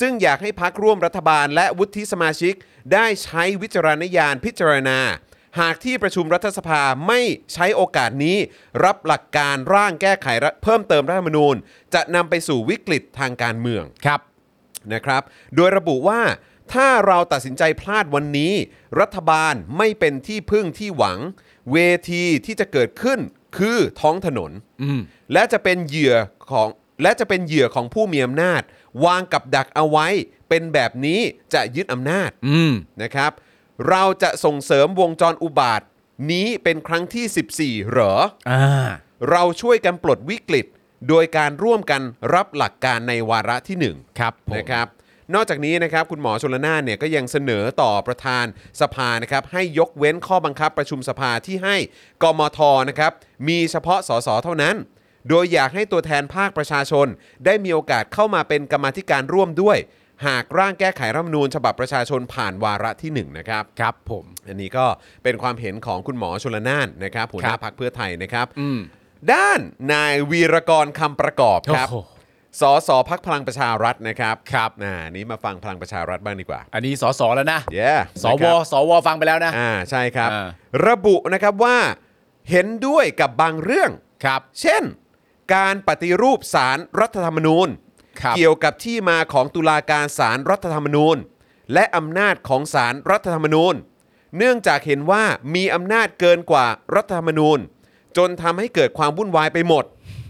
Speaker 1: ซึ่งอยากให้พักร่วมรัฐบาลและวุฒิสมาชิก ได้ใช้วิจารณญาณพิจารณา หากที่ประชุมรัฐสภาไม่ใช้โอกาสนี้ รับหลักการร่างแก้ไขรัฐเพิ่มเติมรัฐธรรมนูญ จะนำไปสู่วิกฤตทางการเมือง
Speaker 2: ครับ
Speaker 1: นะครับ โดยระบุว่าถ้าเราตัดสินใจพลาดวันนี้ รัฐบาลไม่เป็นที่พึ่งที่หวัง เวทีที่จะเกิดขึ้นคือท้องถนน และจะเป็นเหยื่อของและจะเป็นเหยื่อของผู้มีอำนาจ วางกับดักเอาไว้ เป็นแบบนี้จะยึดอำนาจ
Speaker 2: อืม
Speaker 1: นะครับ เราจะส่งเสริมวงจรอุบาท นี้เป็นครั้งที่ 14 เหรอ
Speaker 2: อ่า
Speaker 1: เราช่วยกันปลดวิกฤต โดยการร่วมกันรับหลักการในวาระที่ 1
Speaker 2: ครับผม
Speaker 1: นะครับ นอกจากนี้นะครับคุณหมอชลนานเนี่ยก็ยังเสนอต่อประธานสภานะครับให้ยกเว้นข้อบังคับประชุมสภาที่ให้กมทนะครับมีเฉพาะสสเท่านั้น โดยอยากให้ตัวแทนภาคประชาชน ได้มีโอกาสเข้ามาเป็นกรรมาธิการร่วมด้วย หากร่างแก้ไขรัฐธรรมนูญฉบับประชาชนผ่านวาระที่หนึ่งนะครับ
Speaker 2: ครับผม
Speaker 1: อันนี้ก็เป็นความเห็นของคุณหมอชลนานนะครับหัวหน้า
Speaker 2: ครับ
Speaker 1: พักเพื่อไทยนะครับ
Speaker 2: อืม
Speaker 1: ด้านนายวีรกรคำประกอบครับ
Speaker 2: โอ้โห
Speaker 1: สสพักพลังประชารัฐนะครับครับอ่านี้มาฟังพลังประชารัฐบ้างดีกว่า
Speaker 2: อันนี้สอสอแล้วนะ
Speaker 1: เย้
Speaker 2: สว สวฟังไปแล้วนะ
Speaker 1: อ่าใช่ครับ
Speaker 2: อ่า
Speaker 1: ระบุนะครับว่าเห็นด้วยกับบางเรื่อง
Speaker 2: ครับ
Speaker 1: เช่น การปฏิรูปสารรัฐธรรมนูญ
Speaker 2: ครับ
Speaker 1: เกี่ยวกับที่มาของตุลาการสารรัฐธรรมนูญ และอำนาจของสารรัฐธรรมนูญ เนื่องจากเห็นว่ามีอำนาจเกินกว่ารัฐธรรมนูญ จนทำให้เกิดความวุ่นวายไปหมด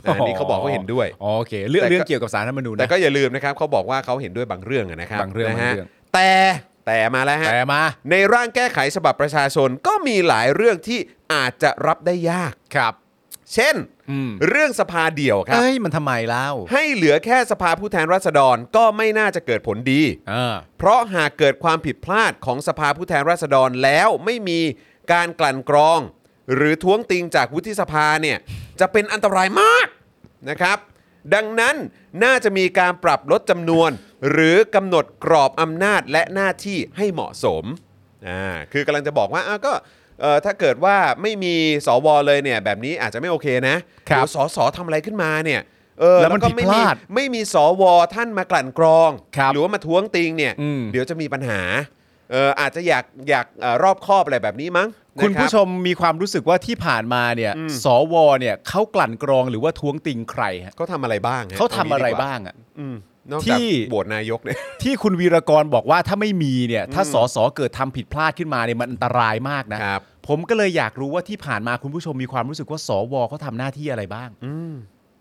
Speaker 1: อะอันนี้เขาบอกเขาเห็นด้วย
Speaker 2: อ๋อโอเค เรื่อง
Speaker 1: แต่ก็
Speaker 2: เรื่องเกี่ยวกับสารรัฐธรรมนูญ
Speaker 1: แต่
Speaker 2: นะ
Speaker 1: ก็อย่าลืมนะครับเขาบอกว่าเขาเห็นด้วยบางเรื่องอะนะครับ
Speaker 2: บางเรื่อง
Speaker 1: นะฮะ
Speaker 2: บางเรื่อง
Speaker 1: แต่แต่มาแล้วฮะ
Speaker 2: แต่มา
Speaker 1: ในร่างแก้ไขฉบับประชาชนก็มีหลายเรื่องที่อาจจะรับได้ยาก
Speaker 2: ครับ
Speaker 1: เช่น
Speaker 2: อืม
Speaker 1: เรื่องสภาเดี่ยวครับ
Speaker 2: เอ้ย มันทำไมเล่า
Speaker 1: ให้เหลือแค่สภาผู้แทนราษฎรก็ไม่น่าจะเกิดผลดี
Speaker 2: เออ
Speaker 1: เพราะหากเกิดความผิดพลาดของสภาผู้แทนราษฎรแล้วไม่มีการกลั่นกรอง หรือท้วงติงจากวุฒิสภาเนี่ยจะเป็นอันตรายมากนะครับ ดังนั้นน่าจะมีการปรับลดจำนวน หรือกำหนดกรอบอำนาจและหน้าที่ให้เหมาะสมอ่าคือกำลังจะบอกว่าอ้าวก็เอ่อถ้าเกิดว่าไม่มีสวเลยเนี่ยแบบนี้อาจจะไม่โอเคนะครับ เดี๋ยวสสทำอะไรขึ้นมาเนี่ยเออ
Speaker 2: แล้วมัน
Speaker 1: ก็ไม่มี
Speaker 2: ผิดพลาด
Speaker 1: ไม่มีสวท่านมากลั่นกรอง
Speaker 2: ครับ
Speaker 1: หรือว่ามาท้วงติงเนี่ย
Speaker 2: อืม
Speaker 1: เดี๋ยว เดี๋ยวจะมีปัญหาเอออาจจะอยากอยากเอ่อรอบครอบอะไรแบบนี้มั้ง
Speaker 2: คุณผู้ช
Speaker 1: นะรับ
Speaker 2: มมีความรู้สึกว่าที่ผ่านมาเนี่ย
Speaker 1: อืม
Speaker 2: สวเนี่ยเขากลั่นกรองหรือว่าท้วงติงใครฮะ
Speaker 1: เขาทำอะไรบ้างฮ
Speaker 2: เขาทำอะไร
Speaker 1: เดีกว่
Speaker 2: บ้างอะ
Speaker 1: อืมนอก
Speaker 2: ที่
Speaker 1: จากโหวตนายกเนี่ย
Speaker 2: ที่คุณวีรกรบอกว่าถ้าไม่มีเนี่ย ถ้าสสเกิดทำผิดพลาดขึ้นมาเนี่ยมันอันตรายมากนะครับ ผมก็เลยอยากรู้ว่าที่ผ่านมาคุณผู้ชมมีความรู้สึกว่าสวเขาทำหน้าที่อะไรบ้าง
Speaker 1: อืม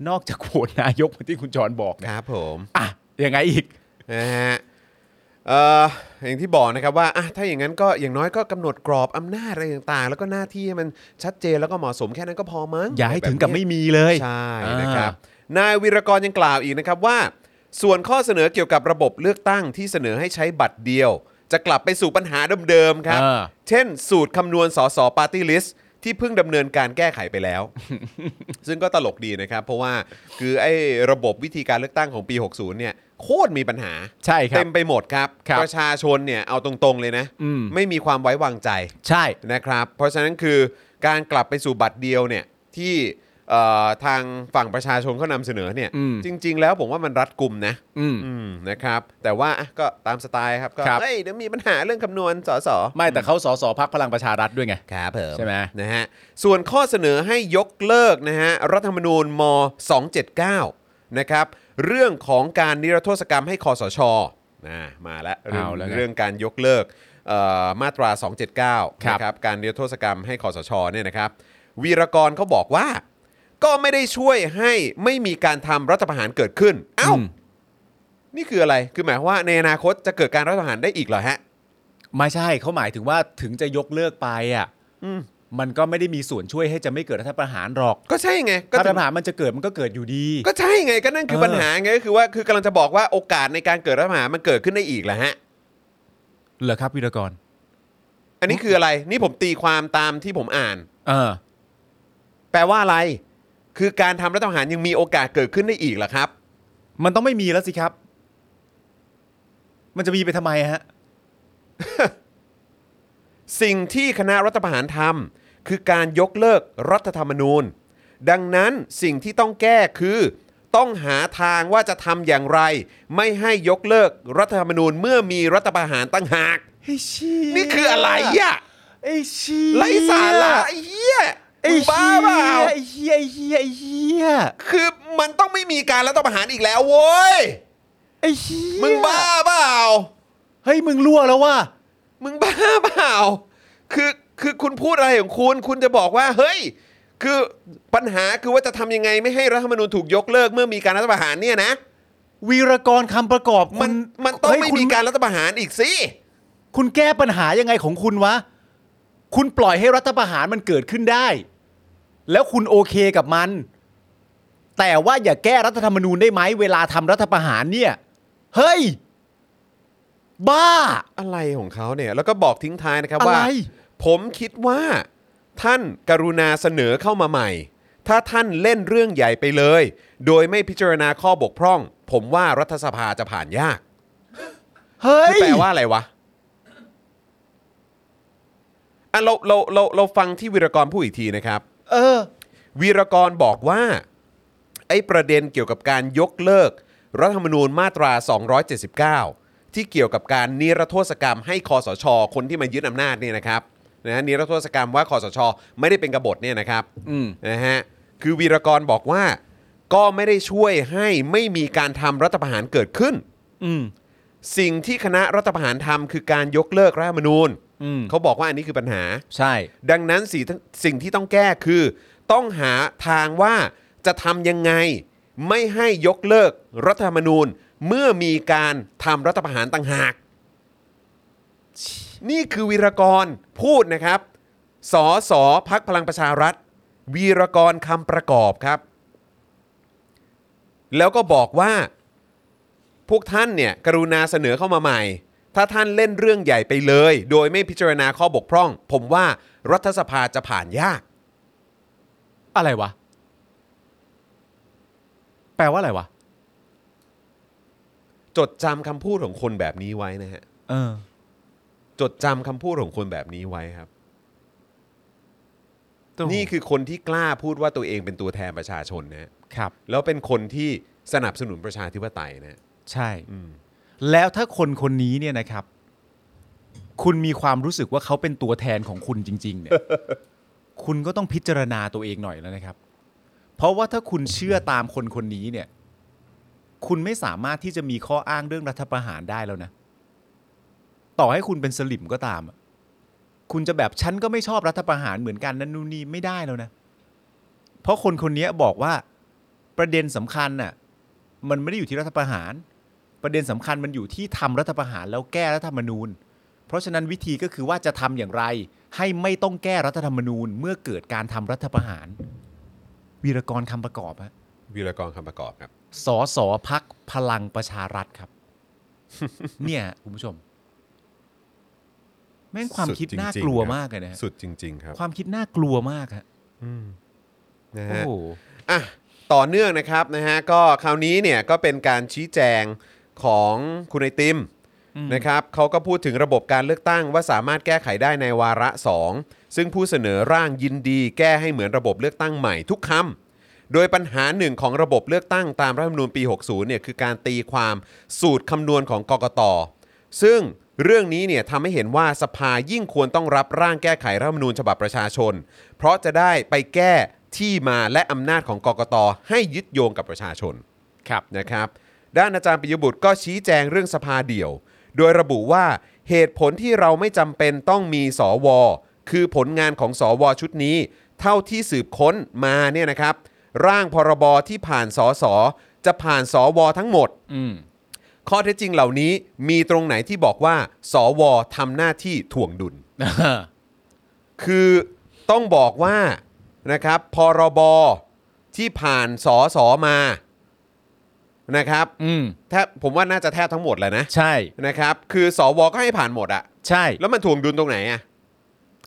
Speaker 2: นอกจากโหวตนายกเหมือนที่คุณจรบอก
Speaker 1: ค
Speaker 2: เนี่ย
Speaker 1: รับผม
Speaker 2: อ่ะยังไงอีก
Speaker 1: นะฮะเอ่ออย่างที่บอกนะครับว่าอ่ะถ้าอย่างนั้นก็อย่างน้อยก็กำหนดกรอบอำนาจอะไรต่างๆ แล้วก็หน้าที่ให้มันชัดเจนแล้วก็เหมาะสมแค่นั้นก็พอมั้ง
Speaker 2: อย่าให้
Speaker 1: แบบ
Speaker 2: ถึงกับ
Speaker 1: เนี้ย
Speaker 2: ไม่มีเลย
Speaker 1: ใช่
Speaker 2: อ่าน
Speaker 1: นะครับ นายวิรกรยังกล่าวอีกนะครับว่า ส่วนข้อเสนอเกี่ยวกับระบบเลือกตั้งที่เสนอให้ใช้บัตรเดียว จะกลับไปสู่ปัญหาเดิมๆครับ
Speaker 2: อ่า
Speaker 1: เช่น สูตรคำนวณสสปาร์ตี้ลิสที่เพิ่งดำเนินการแก้ไขไปแล้ว ซึ่งก็ตลกดีนะครับ เพราะว่าคือไอ้ระบบวิธีการเลือกตั้งของปี 60 เนี่ยโคตรมีปัญหา
Speaker 2: ใช่ครับ
Speaker 1: เต็มไปหมดครับ
Speaker 2: ครับ
Speaker 1: ประชาชนเนี่ยเอาตรงๆเลยนะ
Speaker 2: อืม
Speaker 1: ไม่มีความไว้วางใจ
Speaker 2: ใช่
Speaker 1: นะครับเพราะฉะนั้นคือการกลับไปสู่บัตรเดียวเนี่ยที่เอ่อทางฝั่งประชาชนเขานำเสนอเนี่ย
Speaker 2: อืม
Speaker 1: จริง ๆ แล้วผมว่ามันรัดกลุ่มนะ
Speaker 2: อืม
Speaker 1: อืมนะครับแต่ว่าอ่ะก็ตามสไตล์ครับก็
Speaker 2: ครับ
Speaker 1: เฮ้ยเดี๋ยวมีปัญหาเรื่องคำนวณสส
Speaker 2: ไม่แต่เขาสสพักพลังประชารัฐด้วยไง
Speaker 1: ครับเผม
Speaker 2: ใช่ไหม
Speaker 1: นะฮะส่วนข้อเสนอให้ยกเลิกนะฮะรัฐธรรมนูญม 279 นะครับเรื่องของการนิรโทษกรรมให้คอสชนะมาแล้วเรื่อง
Speaker 2: เอาแล้วไง
Speaker 1: เรื่องการยกเลิกเอ่อมาตรา 279
Speaker 2: ครับ
Speaker 1: นะครับการนิรโทษกรรมให้คอสชเนี่ยนะครับ วีรกรเขาบอกว่า ก็ไม่ได้ช่วยให้ไม่มีการทำรัฐประหารเกิดขึ้น เอ้า
Speaker 2: ม
Speaker 1: นี่คืออะไรคือหมายความว่าในอนาคตจะเกิดการรัฐประหารได้อีกเหรอฮะ
Speaker 2: ไม่ใช่เขาหมายถึงว่าถึงจะยกเลิกไปอ่ะ
Speaker 1: อืม
Speaker 2: มันก็ไม่ได้มีส่วนช่วยให้จะไม่เกิดรัฐประหารหรอก
Speaker 1: ก็ใช่ไงก็
Speaker 2: รัฐ
Speaker 1: ถึ
Speaker 2: ป
Speaker 1: ง
Speaker 2: ระหารมันจะเกิดมันก็เกิดอยู่ดี
Speaker 1: ก็ใช่ไงก็นั่นคือ
Speaker 2: เออ
Speaker 1: ปัญหาไงก็คือว่าคือกำลังจะบอกว่าโอกาสในการเกิดรัฐประหารมันเกิดขึ้นได้อีกเหรอฮะ
Speaker 2: เหรอครับวีรกร
Speaker 1: อันนี้คืออะไรนี่ผมตีความตามที่ผมอ่าน
Speaker 2: เออ
Speaker 1: แปลว่าอะไร คือการทำรัฐประหารยังมีโอกาสเกิดขึ้นได้อีกเหรอครับ
Speaker 2: มันต้องไม่มีแล้วสิครับ มันจะมีไปทำไมฮะ
Speaker 1: สิ่งที่คณะรัฐประหารทำคือการยกเลิกรัฐธรรมนูญ ดังนั้นสิ่งที่ต้องแก้คือ ต้องหาทางว่าจะทำอย่างไร ไม่ให้ยกเลิกรัฐธรรมนูญเมื่อมีรัฐประหารตั้งหาก
Speaker 2: ไอ้ชี
Speaker 1: นี่คืออะไรอ่ะ
Speaker 2: ไอ้ชี
Speaker 1: ไร้สาระไอ้เหี้ยมึงบ้าเปล่า
Speaker 2: ไอ้เฮียไอ้เฮียไอ้เฮีย
Speaker 1: คือมันต้องไม่มีการรัฐประหารอีกแล้วโว้ย
Speaker 2: ไอ้เฮีย
Speaker 1: มึงบ้าเปล่า
Speaker 2: เฮ้ยมึงรั่วแล้วว่ะ
Speaker 1: มึงบ้าเปล่า คือ คือคุณพูดอะไรของคุณ คุณจะบอกว่า เฮ้ย คือปัญหาคือว่าจะทำยังไงไม่ให้รัฐธรรมนูญถูกยกเลิกเมื่อมีการรัฐประหารเนี่ยนะ
Speaker 2: วีรกรคำประกอบ
Speaker 1: มัน
Speaker 2: คุณ
Speaker 1: มันต้อง
Speaker 2: เฮ้ย
Speaker 1: ไม่
Speaker 2: คุณ
Speaker 1: มีการรัฐประหารอีกสิ
Speaker 2: คุณแก้ปัญหายังไงของคุณวะ คุณปล่อยให้รัฐประหารมันเกิดขึ้นได้ แล้วคุณโอเคกับมัน แต่ว่าอย่าแก้รัฐธรรมนูญได้ไหมเวลาทำรัฐประหารเนี่ย เฮ้ย บ้า
Speaker 1: อะไรของเขาเนี่ย แล้วก็บอกทิ้งท้ายนะครับว่า
Speaker 2: อะไร
Speaker 1: ผมคิดว่า ท่านกรุณาเสนอเข้ามาใหม่ ถ้าท่านเล่นเรื่องใหญ่ไปเลย โดยไม่พิจารณาข้อบกพร่อง ผมว่ารัฐสภาจะผ่านยาก
Speaker 2: เฮ้
Speaker 1: คื
Speaker 2: ย
Speaker 1: อแปลว่าอะไรวะ อ่ะเราเราเราเราฟังที่วิรกรพูดอีกทีนะครับ
Speaker 2: เออ
Speaker 1: วีรกรบอกว่า ไอ้ประเด็นเกี่ยวกับการยกเลิก รัฐธรรมนูญมาตรา 279 ที่เกี่ยวกับการนิรโทษกรรมให้คอสช คนที่มายึดอำนาจเนี่ยนะครับนะนิรโทษกรรมว่าคอสช ไม่ได้เป็นกบฏเนี่ยนะครับ
Speaker 2: อืม
Speaker 1: นะฮะคือวีรกรบอกว่า ก็ไม่ได้ช่วยให้ไม่มีการทำรัฐประหารเกิดขึ้น
Speaker 2: อืม
Speaker 1: สิ่งที่คณะรัฐประหารทำคือการยกเลิกรัฐธรรมนูญ
Speaker 2: อืม
Speaker 1: เขาบอกว่าอันนี้คือปัญหา
Speaker 2: ใช่
Speaker 1: ดังนั้นสิ่งสิ่งที่ต้องแก้คือ ต้องหาทางว่าจะทำยังไง ไม่ให้ยกเลิกรัฐธรรมนูญ เมื่อมีการทำรัฐประหารต่างหาก นี่คือวีรกรพูดนะครับสอสอพักพลังประชารัฐ วีรกรคำประกอบครับ แล้วก็บอกว่า พวกท่านเนี่ยกรุณาเสนอเข้ามาใหม่ ถ้าท่านเล่นเรื่องใหญ่ไปเลย โดยไม่พิจารณาข้อบกพร่อง ผมว่ารัฐสภาจะผ่านยาก
Speaker 2: อะไรวะ แปลว่าอะไรวะ
Speaker 1: จดจำคำพูดของคนแบบนี้ไว้นะฮะ
Speaker 2: เออ
Speaker 1: จดจำคำพูดของคนแบบนี้ไว้ครับ นี่คือคนที่กล้าพูดว่าตัวเองเป็นตัวแทนประชาชนนะฮะ
Speaker 2: ครับ
Speaker 1: แล้วเป็นคนที่สนับสนุนประชาธิปไตยนะฮะ
Speaker 2: ใช่
Speaker 1: อืม
Speaker 2: แล้วถ้าคนคนนี้เนี่ยนะครับ คุณมีความรู้สึกว่าเขาเป็นตัวแทนของคุณจริง ๆ เนี่ย คุณก็ต้องพิจารณาตัวเองหน่อยแล้วนะครับ เพราะว่าถ้าคุณเชื่อตามคนคนนี้เนี่ย คุณไม่สามารถที่จะมีข้ออ้างเรื่องรัฐประหารได้แล้วนะ ต่อให้คุณเป็นสลิมก็ตามอะคุณจะแบบฉันก็ไม่ชอบรัฐประหารเหมือนกันนั่นนู่นนี่ไม่ได้แล้วนะ เพราะคนคนนี้บอกว่าประเด็นสำคัญน่ะ มันไม่ได้อยู่ที่รัฐประหาร ประเด็นสำคัญมันอยู่ที่ทำรัฐประหารแล้วแก้รัฐธรรมนูญ เพราะฉะนั้นวิธีก็คือว่าจะทำอย่างไร ให้ไม่ต้องแก้รัฐธรรมนูญเมื่อเกิดการทำรัฐประหาร วีรกรคำประกอบฮะ
Speaker 1: วีรกรคำประกอบครับ
Speaker 2: สอสอพักพลังประชารัฐครับ เนี่ยคุณผู้ชม แม่งความคิด
Speaker 1: สุดจริงๆ
Speaker 2: น่ากลัว
Speaker 1: ครับ
Speaker 2: มากเลยนะฮะ
Speaker 1: สุดจริง ๆ ครับ
Speaker 2: ความคิดน่ากลัวมากฮะ
Speaker 1: นะ
Speaker 2: โอ้
Speaker 1: ฮะ
Speaker 2: โห
Speaker 1: อ่ะต่อเนื่องนะครับนะฮะก็คราวนี้เนี่ยก็เป็นการชี้แจงของคุณไอติมนะครับเขาก็พูดถึงระบบการเลือกตั้งว่าสามารถแก้ไขได้ในวาระ 2 ซึ่งผู้เสนอร่างยินดี แก้ให้เหมือนระบบเลือกตั้งใหม่ทุกคำโดยปัญหาหนึ่งของระบบเลือกตั้งตามรัฐธรรมนูญปี 60เนี่ยคือการตีความสูตรคำนวณของกกต ซึ่งเรื่องนี้เนี่ยทำให้เห็นว่าสภายิ่งควรต้องรับร่างแก้ไขรัฐธรรมนูญฉบับประชาชน เพราะจะได้ไปแก้ที่มาและอำนาจของกกตให้ยึดโยงกับประชาชน
Speaker 2: ครับ
Speaker 1: นะครับ ด้านอาจารย์ปิยบุตรก็ชี้แจงเรื่องสภาเดี่ยว โดยระบุว่าเหตุผลที่เราไม่จำเป็นต้องมีสว คือผลงานของสวชุดนี้ เท่าที่สืบค้นมาเนี่ยนะครับ ร่างพรบที่ผ่านสสจะผ่านสวทั้งหมด
Speaker 2: อืม
Speaker 1: ข้อเท็จจริงเหล่านี้มีตรงไหนที่บอกว่า สวทำหน้าที่ถ่วงดุล คือต้องบอกว่านะครับพรบที่ผ่านสอสอมานะครับ
Speaker 2: อืม
Speaker 1: แทบผมว่าน่าจะแทบทั้งหมดแหละนะ
Speaker 2: ใช่
Speaker 1: นะครับ คือสวก็ให้ผ่านหมดอะ
Speaker 2: ใช่
Speaker 1: แล้วมันถ่วงดุลตรงไหนอะ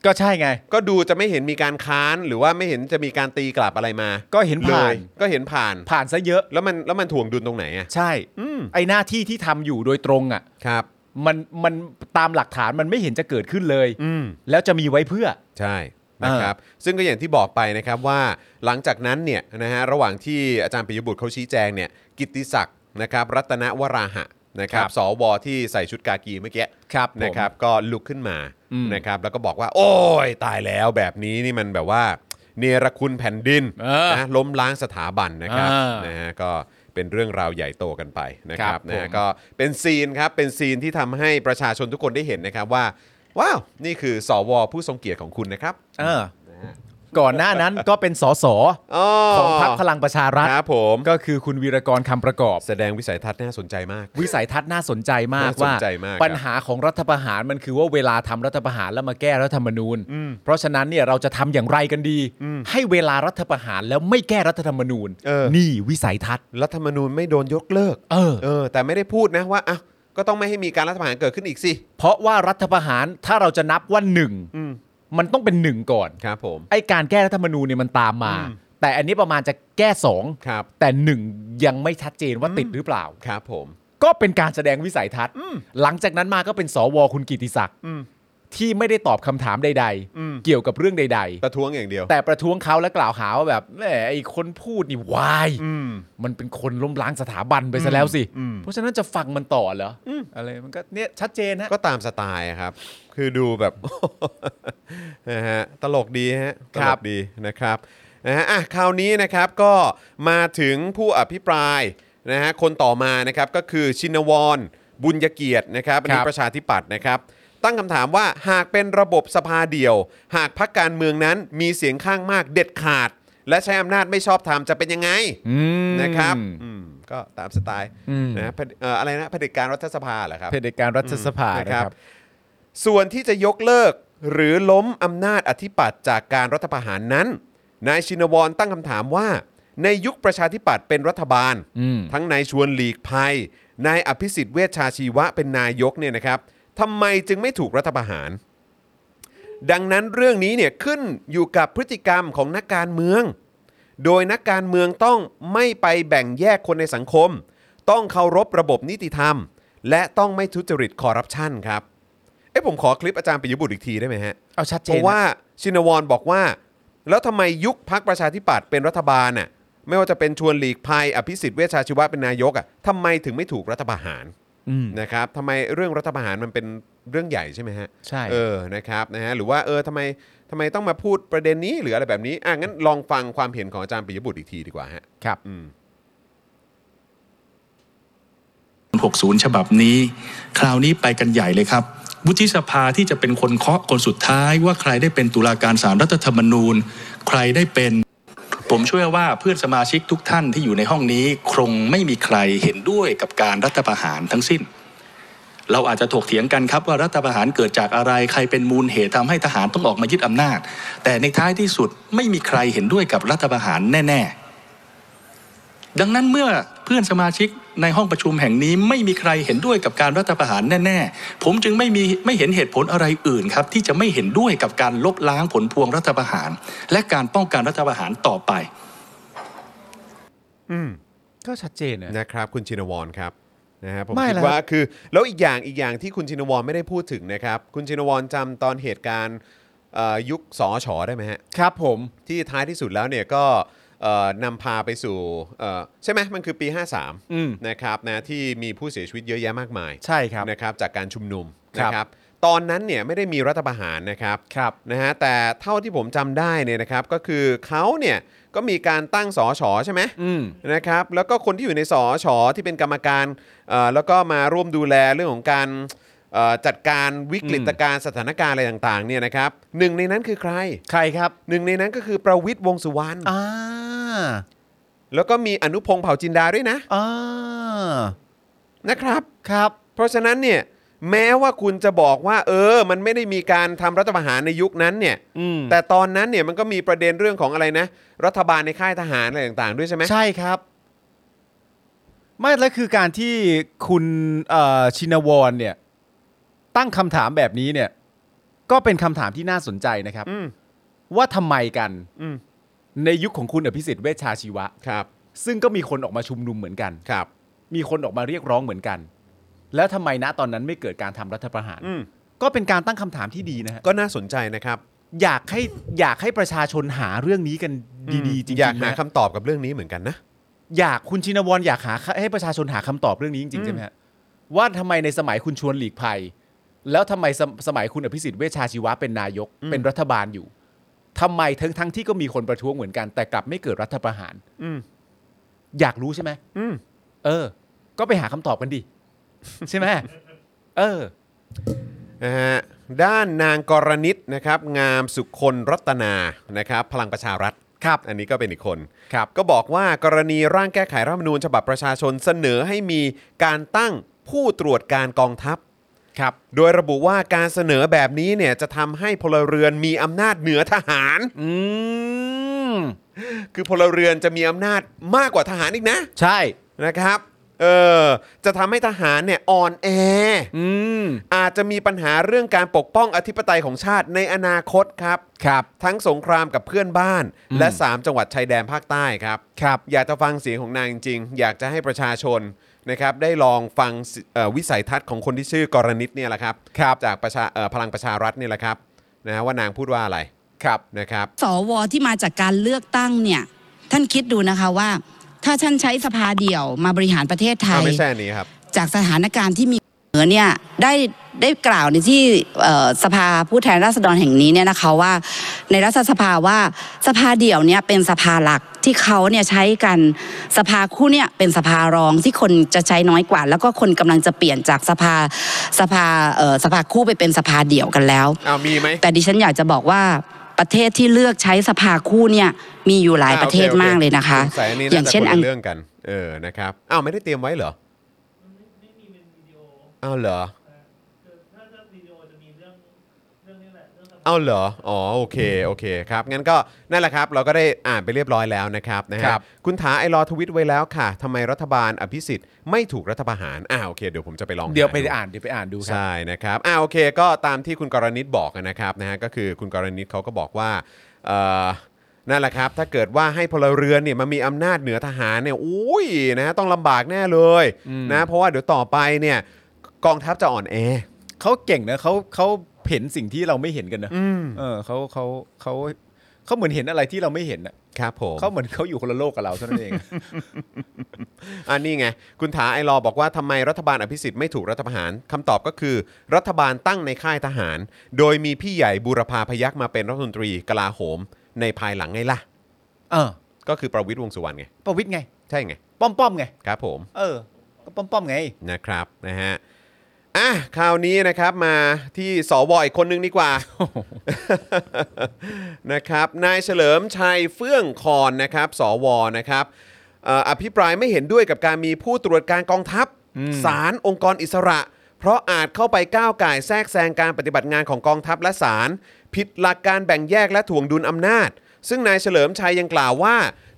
Speaker 2: ก็ใช่ไง
Speaker 1: ก็ดูจะไม่เห็นมีการค้านหรือว่าไม่เห็นจะมีการตีกลับอะไรมา
Speaker 2: ก็เห็นผ่า
Speaker 1: ล
Speaker 2: น
Speaker 1: ยก็เห็นผ่าน
Speaker 2: ผ่านซะเยอะ
Speaker 1: แล้วมันแล้วมันถ่วงดุลตรงไหนอะ
Speaker 2: ใช่
Speaker 1: อืม
Speaker 2: ไอหน้าที่ที่ทำอยู่โดยตรงอ่ะ
Speaker 1: ครับ
Speaker 2: มันมันตามหลักฐานมันไม่เห็นจะเกิดขึ้นเลย
Speaker 1: อืม
Speaker 2: แล้วจะมีไว้เพื่อ
Speaker 1: ใช่นะครับ ซึ่งก็อย่างที่บอกไปนะครับว่าหลังจากนั้นเนี่ยนะฮะระหว่างที่อาจารย์ปิยบุตรเขาชี้แจงเนี่ยกิตติศักดิ์นะครับรัตนวราหะนะครับ
Speaker 2: ครับ
Speaker 1: สวที่ใส่ชุดกากีเมื่อกี้
Speaker 2: ครับผม
Speaker 1: นะครับก็ลุกขึ้นมา
Speaker 2: อืม
Speaker 1: นะครับแล้วก็บอกว่า โอ้ยตายแล้วแบบนี้นี่มันแบบว่า เนรคุณแผ่นดิน
Speaker 2: เออ
Speaker 1: นะล้มล้างสถาบันนะครับ
Speaker 2: อ่าน
Speaker 1: นะฮะก็เป็นเรื่องราวใหญ่โตกันไปนะค
Speaker 2: ครั
Speaker 1: รับบ นะฮะ
Speaker 2: ผม
Speaker 1: ก็เป็นซีนครับเป็นซีนที่ทำให้ประชาชนทุกคนได้เห็นนะครับว่าว้าวนี่คือสวผู้ทรงเกียรติของคุณนะครับ
Speaker 2: เออ ก่อนหน้านั้นก็เป็นสสของพรรคพลังประชารัฐ
Speaker 1: ครับผม
Speaker 2: ก็คือคุณวีรกรคำประกอบ
Speaker 1: แสดงวิสัยทัศน์น่าสนใจมาก
Speaker 2: วิสัยทัศน์น่าสนใจมาก
Speaker 1: น่าสน
Speaker 2: ว่า
Speaker 1: ใจมาก
Speaker 2: ปัญหาของรัฐประหารมันคือว่าเวลาทำรัฐประหารแล้วมาแก้รัฐธรรมนูญ เพราะฉะนั้นเนี่ยเราจะทำอย่างไรกันดี ให้เวลารัฐประหารแล้วไม่แก้รัฐธรรมนูญ
Speaker 1: เออ
Speaker 2: นี่วิสัยทัศน์
Speaker 1: รัฐธรรมนูญไม่โดนยกเลิก
Speaker 2: เออ
Speaker 1: เออ แต่ไม่ได้พูดนะว่าอ่ะก็ต้องไม่ให้มีการรัฐประหารเกิดขึ้นอีกสิ
Speaker 2: เพราะว่ารัฐประหารถ้าเราจะนับว่าหนึ่ง
Speaker 1: อืม
Speaker 2: มันต้องเป็นหนึ่งก่อน
Speaker 1: ครับผม
Speaker 2: ไอการแก้รัฐธรรมนูญเนี่ยมันตามมา แต่อันนี้ประมาณจะแก้สอง
Speaker 1: ครับ
Speaker 2: แต่หนึ่งยังไม่ชัดเจนว่าติดหรือเปล่า
Speaker 1: ครับผม
Speaker 2: ก็เป็นการแสดงวิสัยทัศน์ หลังจากนั้นมาก็เป็นสวคุณกิติศักดิ์ที่ไม่ได้ตอบคำถามใด
Speaker 1: อืม
Speaker 2: ๆ เกี่ยวกับเรื่องใด
Speaker 1: ประท้วงอย่างเดียว
Speaker 2: ๆ แต่ประท้วงเขาและกล่าวหาว่าแบบแหมไอคนพูดนี่วาย
Speaker 1: อืม
Speaker 2: มันเป็นคนล้มล้างสถาบันไปซะแล้วสิ
Speaker 1: อืม
Speaker 2: เพราะฉะนั้นจะฟังมันต่อเหรอออะไรมันก็เนี่ยชัดเจนฮะ
Speaker 1: ก็ตามสไตล์อะครับ คือดูแบบ นะฮะตลกดีฮะตลกดีนะครับ นะฮะอ่ะคราวนี้นะครับก็มาถึงผู้อภิปรายนะฮะคนต่อมานะครับก็คือชินวร บุญยเกียรตินะครับอันนี้ประชาธิปัตย์นะครับ ตั้งคำถามว่าหากเป็นระบบสภาเดียว หากพักการเมืองนั้นมีเสียงข้างมากเด็ดขาด และใช้อำนาจไม่ชอบธรรมจะเป็นยังไงนะครับอืมก็ตามสไตล์นะเผดเอ่ออะไรนะเผด็จการรัฐสภาเหรอครับ
Speaker 2: เผด็จการรัฐสภา
Speaker 1: นะ
Speaker 2: นะ
Speaker 1: ค
Speaker 2: ค
Speaker 1: รั
Speaker 2: รับ บ
Speaker 1: ส่วนที่จะยกเลิกหรือล้มอำนาจอธิปัตย์จากการรัฐประหารนั้น นายชินวรตั้งคำถามว่า ในยุคประชาธิปัตย์เป็นรัฐบาล
Speaker 2: อืม
Speaker 1: ทั้งนายชวนหลีกภัย นายอภิสิทธิ์เวชชาชีวะเป็นนายกเนี่ยนะครับทำไมจึงไม่ถูกรัฐประหาร ดังนั้นเรื่องนี้เนี่ยขึ้นอยู่กับพฤติกรรมของนักการเมือง โดยนักการเมืองต้องไม่ไปแบ่งแยกคนในสังคม ต้องเคารพระบบนิติธรรม และต้องไม่ทุจริตคอร์รัปชันครับ เอ้ผมขอคลิปอาจารย์ปิยบุตรอีกทีได้ไหมฮะ
Speaker 2: เอาชัดเจ
Speaker 1: เพ
Speaker 2: น
Speaker 1: ราะว่าชินวรบอกว่า แล้วทำไมยุคพักประชาธิปัตย์เป็นรัฐบาลน่ะไม่ว่าจะเป็นชวนหลีกภัย อภิสิทธิ์เวชชาชีวะเป็นนายกอ่ะทำไมถึงไม่ถูกรัฐประหาร
Speaker 2: อืม
Speaker 1: นะครับทำไมเรื่องรัฐประหารมันเป็นเรื่องใหญ่ใช่ไหมฮะ
Speaker 2: ใช่
Speaker 1: เออนะครับนะฮะหรือว่าเออทำไมทำไมต้องมาพูดประเด็นนี้หรืออะไรแบบนี้อ่ะงั้นลองฟังความเห็นของอาจารย์ปิยบุตรอีกทีดีกว่าฮะ
Speaker 2: ครับ
Speaker 1: อืม
Speaker 9: 60 ฉบับนี้ คราวนี้ไปกันใหญ่เลยครับ วุฒิสภาที่จะเป็นคนเคาะคนสุดท้ายว่าใครได้เป็นตุลาการสารรัฐธรรมนูญ ใครได้เป็น ผมเชื่อว่าเพื่อนสมาชิกทุกท่านที่อยู่ในห้องนี้คงไม่มีใครเห็นด้วยกับการรัฐประหารทั้งสิ้น เราอาจจะถกเถียงกันครับว่ารัฐประหารเกิดจากอะไรใครเป็นมูลเหตุทำให้ทหารต้องออกมายึดอำนาจ แต่ในท้ายที่สุดไม่มีใครเห็นด้วยกับรัฐประหารแน่ ๆ ดังนั้นเมื่อเพื่อนสมาชิกในห้องประชุมแห่งนี้ไม่มีใครเห็นด้วยกับการรัฐประหารแน่ๆ ผมจึงไม่มีไม่เห็นเหตุผลอะไรอื่นครับ ที่จะไม่เห็นด้วยกับการลบล้างผลพวงรัฐประหาร และการป้องกันรัฐประหารต่อไป
Speaker 2: ก็ชัดเจนนะ
Speaker 1: นะครับคุณชินวรครับนะฮะผม
Speaker 2: ไม่
Speaker 1: คิด
Speaker 2: แล้ว
Speaker 1: ว่าคือแล้วอีกอย่างอีกอย่างที่คุณชินวรไม่ได้พูดถึงนะครับ คุณชินวรจำตอนเหตุการณ์เอ่อยุคสอชอได้ไหมฮะ
Speaker 2: ครับผม
Speaker 1: ที่ท้ายที่สุดแล้วเนี่ยก็เอ่อนำพาไปสู่เอ่อใช่ไหมมันคือปี
Speaker 2: อืม
Speaker 1: 53นะครับนะที่มีผู้เสียชีวิตเยอะแยะมากมาย
Speaker 2: ใช่ครับ
Speaker 1: นะครับจากการชุมนุม
Speaker 2: ครั
Speaker 1: นะ
Speaker 2: บ
Speaker 1: ครับตอนนั้นเนี่ยไม่ได้มีรัฐประหารนะครับ
Speaker 2: ครับ
Speaker 1: นะฮะแต่เท่าที่ผมจำได้เนี่ยนะครับก็คือเขาเนี่ยก็มีการตั้งสอชอใช่ไหม
Speaker 2: อืม
Speaker 1: นะครับแล้วก็คนที่อยู่ในสอชอที่เป็นกรรมการเอ่อแล้วก็มาร่วมดูแลเรื่องของการเอ่อจัดการวิกฤตการณ์สถานการณ์อะไรต่างๆเนี่ยนะครับหนึ่งในนั้นคือใคร
Speaker 2: ใครครับ
Speaker 1: หนึ่งในนั้นก็คือประวิทย์วงษ์สุวรรณ
Speaker 2: อ่า
Speaker 1: แล้วก็มีอนุพงษ์เผ่าจินดาด้วยนะ
Speaker 2: อ่า
Speaker 1: นะครับ
Speaker 2: ครับ
Speaker 1: เพราะฉะนั้นเนี่ยแม้ว่าคุณจะบอกว่า เออ มันไม่ได้มีการทำรัฐประหารในยุคนั้นเนี่ย
Speaker 2: อืม
Speaker 1: แต่ตอนนั้นเนี่ยมันก็มีประเด็นเรื่องของอะไรนะ รัฐบาลในค่ายทหารอะไรต่างๆ ด้วยใช่ไหม
Speaker 2: ใช่ครับ ไม่แล้วคือการที่คุณเอ่อชินวรเนี่ย ตั้งคำถามแบบนี้เนี่ย ก็เป็นคำถามที่น่าสนใจนะครับ
Speaker 1: อืม
Speaker 2: ว่าทำไมกัน
Speaker 1: อืม
Speaker 2: ในยุคของคุณอภิสิทธิ์เวชชาชีวะ
Speaker 1: ครับ
Speaker 2: ซึ่งก็มีคนออกมาชุมนุมเหมือนกัน
Speaker 1: ครับ
Speaker 2: มีคนออกมาเรียกร้องเหมือนกัน แล้วทำไมณตอนนั้นไม่เกิดการทำรัฐประหาร
Speaker 1: อืม
Speaker 2: ก็เป็นการตั้งคำถามที่ดีนะฮะ
Speaker 1: ก็น่าสนใจนะครับ
Speaker 2: อยากให้อยากให้ประชาชนหาเรื่องนี้กันดีๆจริงๆ
Speaker 1: อยากหา
Speaker 2: นะ
Speaker 1: คำตอบกับเรื่องนี้เหมือนกันนะ
Speaker 2: อยากคุณชินวรอยากหาให้ประชาชนหาคำตอบเรื่องนี้จริงๆใช่ไหมฮะว่าทำไมในสมัยคุณชวนหลีกภัย แล้วทำไมสมสมัยคุณอภิสิทธิ์เวชชาชีวะเป็นนายกเป็นรัฐบาลอยู่ทำไมทั้งทั้งที่ก็มีคนประท้วงเหมือนกัน แต่กลับไม่เกิดรัฐประหาร
Speaker 1: อืม
Speaker 2: อยากรู้ใช่ไหม
Speaker 1: อืม
Speaker 2: เออ ก็ไปหาคำตอบกันดิ ใช่ไหมเออ
Speaker 1: นะฮะด้านนางกรณิตนะครับ งามสุคนรัตนานะครับ พลังประชารัฐครับ อันนี้ก็เป็นอีกคน
Speaker 2: ครับ
Speaker 1: ก็บอกว่ากรณีร่างแก้ไขรัฐธรรมนูญฉบับประชาชนเสนอให้มีการตั้งผู้ตรวจการกองทัพ
Speaker 2: ครับ
Speaker 1: โดยระบุว่าการเสนอแบบนี้เนี่ยจะทำให้พลเรือนมีอำนาจเหนือทหาร
Speaker 2: อืม
Speaker 1: คือพลเรือนจะมีอำนาจมากกว่าทหารอีกนะ
Speaker 2: ใช่
Speaker 1: นะครับ เออจะทำให้ทหารเนี่ยอ่อนแอ
Speaker 2: อืม
Speaker 1: อาจจะมีปัญหาเรื่องการปกป้องอธิปไตยของชาติในอนาคตครับ
Speaker 2: ครับ
Speaker 1: ทั้งสงครามกับเพื่อนบ้าน และ 3 จังหวัดชายแดนภาคใต้ครับ
Speaker 2: ครับ
Speaker 1: อยากจะฟังเสียงของนางจริงๆ อยากจะให้ประชาชนนะครับได้ลองฟังสิเอ่อวิสัยทัศน์ของคนที่ชื่อกรณิตเนี่ยแหละครับ
Speaker 2: ครับ
Speaker 1: จากประชาเอ่อพลังประชารัฐเนี่ยแหละครับนะฮะว่านางพูดว่าอะไร
Speaker 2: ครับ
Speaker 1: นะครับ
Speaker 10: สวที่มาจากการเลือกตั้งเนี่ย ท่านคิดดูนะคะว่า ถ้าท่านใช้สภาเดี่ยวมาบริหารประเทศไท
Speaker 1: อ่าย ไม่ใช่อันนี้ครับ
Speaker 10: จากสถานการณ์ที่มี อเนี่ยได้ได้กล่าวในที่เอ่อสภาผู้แทนราษฎรแห่งนี้เนี่ยนะคะว่า ในรัฐสภาว่าสภาเดี่ยวเนี่ยเป็นสภาหลักที่เขาเนี่ยใช้กันสภาคู่เนี่ยเป็นสภารองที่คนจะใช้น้อยกว่า แล้วก็คนกำลังจะเปลี่ยนจากสภาสภาเอ่อสภาคู่ไปเป็นสภาเดี่ยวกันแล้ว
Speaker 1: อ้าวมีไหม
Speaker 10: แต่ดิฉันอยากจะบอกว่าประเทศที่เลือกใช้สภาคู่เนี่ยมีอยู่หลายประเทศมากเลยนะคะ
Speaker 1: สายอันนี้
Speaker 10: อ
Speaker 1: น่า
Speaker 10: ย่าง
Speaker 1: จะ
Speaker 10: เช่น
Speaker 1: คน
Speaker 10: อัง
Speaker 1: ละเรื่องกัน เออ นะครับ อ้าว ไม่ได้เตรียมไว้เหรอ อ้าวเหรอ เอาเหรอ อ๋อ โอเค โอเค ครับ งั้นก็ นั่นแหละครับ เราก็ได้อ่านไปเรียบร้อยแล้วนะครับ นะฮะ
Speaker 2: ครับ
Speaker 1: คุณถาไอรอว์ทวิตไว้แล้วค่ะ ทำไมรัฐบาลอภิสิทธิ์ไม่ถูกรัฐประหาร อ่าโอเค เดี๋ยวผมจะไปลอง
Speaker 2: เดี๋ยวไป
Speaker 1: ห
Speaker 2: อ่านเดี๋ยวไปอ่านดูครับ
Speaker 1: ใช่นะครับอ่าโอเคก็ตามที่คุณกรณิตบอกนะครับนะฮะก็คือคุณกรณิตเขาก็บอกว่าเอ่อนั่นแหละครับ ถ้าเกิดว่าให้พลเรือนเนี่ยมามีอำนาจเหนือทหารเนี่ยอุ้ยนะต้องลำบากแน่เลยนะเพราะว่าเดี๋ยวต่อไปเนี่ยกองทัพจะอ่อนแอ
Speaker 2: เขาเก่งนะเขาเขาเห็นสิ่งที่เราไม่เห็นกันนะ
Speaker 1: อืม
Speaker 2: เออเขาเขาเขาเขาเหมือนเห็นอะไรที่เราไม่เห็นอ่ะ
Speaker 1: ครับผม
Speaker 2: เขาเหมือนเขาอยู่คนละโลกกับเราเท่านั้นเอง
Speaker 1: อันนี้ไง คุณถาไอรอว์บอกว่าทำไมรัฐบาลอภิสิทธิ์ไม่ถูกรัฐประหารคำตอบก็คือ รัฐบาลตั้งในค่ายทหาร โดยมีพี่ใหญ่บูรพาพยักษ์มาเป็นรัฐมนตรีกลาโหม ในภายหลังไงล่ะ
Speaker 2: เออ
Speaker 1: ก็คือประวิตรวงษ์สุวรรณไง
Speaker 2: ประวิทย์ไง
Speaker 1: ใช่ไง
Speaker 2: ป้อมป้อมๆไง
Speaker 1: ครับผม
Speaker 2: เออก็ป้อมป้อมๆไง
Speaker 1: นะครับนะฮะอ่ะคราวนี้นะครับมาที่สวอีกคนนึงดีกว่า นะครับนายเฉลิมชัยเฟื่องคอนนะครับสวนะครับเอ่ออภิปรายไม่เห็นด้วยกับการมีผู้ตรวจการกองทัพสารองค์กรอิสระ เพราะอาจเข้าไปก้าวก่ายแทรกแซงการปฏิบัติงานของกองทัพและศาลผิดหลักการแบ่งแยกและถ่วงดุลอำนาจ ซึ่งนายเฉลิมชัยยังกล่าวว่า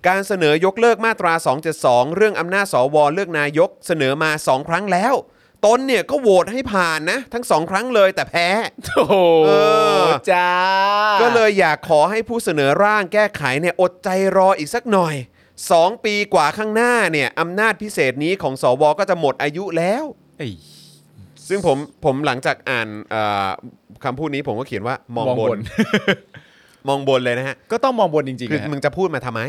Speaker 1: การเสนอยกเลิกมาตรา 272 เรื่องอำนาจสวเลือกนายกเสนอมา 2 ครั้งแล้ว ตนเนี่ยก็โหวตให้ผ่านนะ ทั้งสองครั้งเลยแต่แพ้
Speaker 2: โอ้โห
Speaker 1: เออ
Speaker 2: จ้า
Speaker 1: ก็เลยอยากขอให้ผู้เสนอร่างแก้ไขเนี่ยอดใจรออีกสักหน่อย 2 ปีกว่าข้างหน้าเนี่ยอำนาจพิเศษนี้ของสวก็จะหมดอายุแล้ว
Speaker 2: เอ้ย
Speaker 1: ซึ่งผมผมหลังจากอ่านเอ่อคำพูดนี้ผมก็เขียนว่ามอง
Speaker 2: มอง
Speaker 1: บบ น
Speaker 2: น
Speaker 1: มองบนเลยนะฮะ
Speaker 2: ก็ต้องมองบนจริงๆ
Speaker 1: คือ
Speaker 2: นะฮะ
Speaker 1: มึงจะพูดมาทำไม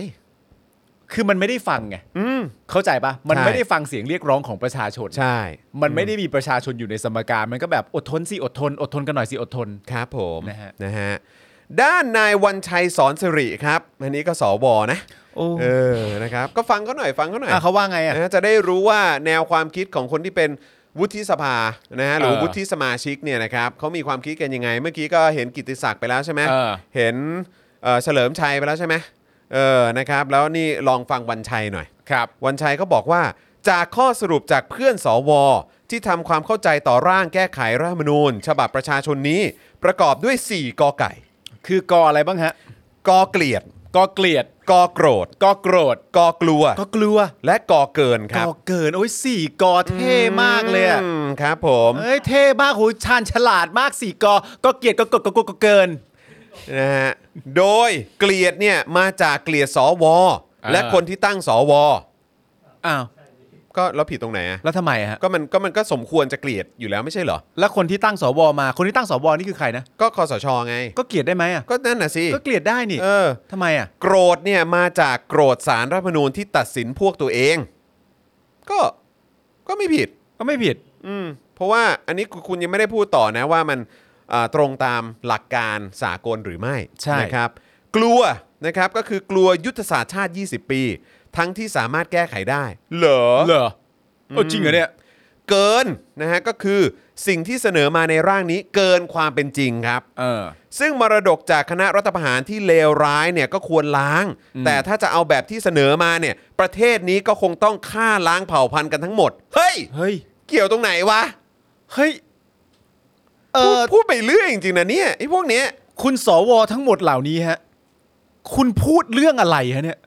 Speaker 2: คือมันไม่ได้ฟังไง
Speaker 1: อืม
Speaker 2: เข้าใจปะมัน
Speaker 1: ใช่
Speaker 2: ไม่ได้ฟังเสียงเรียกร้องของประชาชน
Speaker 1: ใช่
Speaker 2: มันไม่ได้มีประชาชนอยู่ในสมการ มันก็แบบอดทนสิอดทน อดทนกันหน่อยสิอดทน
Speaker 1: ครับผม
Speaker 2: นะฮะ
Speaker 1: นะฮะด้านนายวันชัยสอนสิริครับอันนี้ก็สวนะ
Speaker 2: โอ้
Speaker 1: เออนะครับก็ฟังเขาหน่อยฟังเขาหน่อย
Speaker 2: อ่ะเขาว่าไงอ่ะ
Speaker 1: นะฮะจะได้รู้ว่าแนวความคิดของคนที่เป็นวุฒิสภานะฮะหรือ
Speaker 2: เออ
Speaker 1: วุฒิสมาชิกเนี่ยนะครับเขามีความคิดกันยังไง เมื่อกี้ก็เห็นกิตติศักดิ์ไปแล้วใช่ไหม
Speaker 2: เออ
Speaker 1: เห็นเอ่อเฉลิมชัยไปแล้วใช่ไหมเออนะครับ แล้วนี่ลองฟังวันชัยหน่อย
Speaker 2: ครับ
Speaker 1: วันชัยก็บอกว่า จากข้อสรุปจากเพื่อนสว ที่ทำความเข้าใจต่อร่างแก้ไขรัฐธรรมนูญ ฉบับประชาชนนี้ ประกอบด้วย 4กอไก่
Speaker 2: คือกออะไรบ้างฮะ
Speaker 1: กอเกลียด
Speaker 2: กอเกลียด
Speaker 1: กอโกรธ
Speaker 2: กอโกรธ
Speaker 1: กอกลัว
Speaker 2: กอกลัว
Speaker 1: และกอเกินค
Speaker 2: ก
Speaker 1: รับ
Speaker 2: อเกิน โอ้ยสี่กอเท่มากเลยอ่ะ
Speaker 1: อืมครับผม
Speaker 2: เอ้ยเท่มากโหชาญฉลาดมากสี่กอกอเกลียดกอกดกอกดกอเกิน
Speaker 1: นะฮะ โดยเกลียดเนี่ยมาจากเกลียดสว
Speaker 2: อ่า
Speaker 1: และคนที่ตั้งสว
Speaker 2: อ้าว
Speaker 1: ก็แล้วผิดตรงไหนอ่ะ
Speaker 2: แล้วทำไมอะฮะ
Speaker 1: ก็มันก็มันก็สมควรจะเกลียดอยู่แล้วไม่ใช่เหรอ
Speaker 2: แล้วคนที่ตั้งสวมา คนที่ตั้งสวนี่คือใครนะ
Speaker 1: ก็คอสชไง
Speaker 2: ก็เกลียดได้ไหมอ่ะ
Speaker 1: ก็นั่นน่ะสิ
Speaker 2: ก็เกลียดได้นี่
Speaker 1: เออ
Speaker 2: ทำไมอ่ะ
Speaker 1: โกรธเนี่ยมาจากโกรธสารรัฐธรรมนูญที่ตัดสินพวกตัวเอง ก็ก็ไม่ผิด
Speaker 2: ก็ไม่ผิด
Speaker 1: อืมเพราะว่าอันนี้คุณยังไม่ได้พูดต่อนะว่ามันอ่าตรงตามหลักการสากลหรือไม่
Speaker 2: ใช่
Speaker 1: นะครับ กลัวนะครับก็คือกลัวยุทธศาสตร์ชาติ 20 ปี ทั้งที่สามารถแก้ไขได้ เหรอ
Speaker 2: เหรอเออจริงเหรอเนี่ย
Speaker 1: เกินนะฮะก็คือสิ่งที่เสนอมาในร่างนี้เกินความเป็นจริงครับ
Speaker 2: เออ
Speaker 1: ซึ่งมรดกจากคณะรัฐประหารที่เลวร้ายเนี่ยก็ควรล้าง แต่ถ้าจะเอาแบบที่เสนอมาเนี่ย ประเทศนี้ก็คงต้องฆ่าล้างเผ่าพันธุ์กันทั้งหมด เฮ้ย
Speaker 2: เฮ้ย
Speaker 1: เกี่ยวตรงไหนวะ
Speaker 2: เฮ้ย เอ
Speaker 1: พูด
Speaker 2: อ
Speaker 1: พูดไปเรื่อยจริงๆนะเนี่ยไอ้พวกเนี้ย
Speaker 2: คุณสวทั้งหมดเหล่านี้ฮะ คุณพูดเรื่องอะไรฮะเนี่ย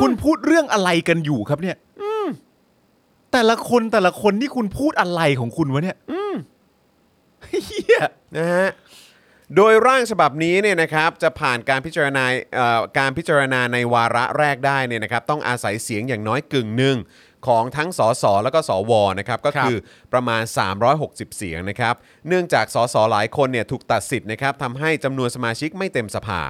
Speaker 2: คุณพูดเรื่องอะไรกันอยู่ครับเนี่ยแต่ละคนแต่ละคนนี่คุณพูดอะไรของคุณวะเนี่ยเฮีย
Speaker 1: นะฮะโดยร่างฉบับนี้เนี่ยนะครับจะผ่านการพิจารณาเอ่อการพิจารณาในวาระแรกได้เนี่ยนะครับต้องอาศัยเสียงอย่างน้อยกึ่งหนึ่ง ของทั้งสสแล้วก็สวนะครับก็คือประมาณ 360 เสียงนะครับเนื่องจากสสหลายคนเนี่ยถูกตัดสิทธิ์นะครับทำให้จำนวนสมาชิกไม่เต็มสภา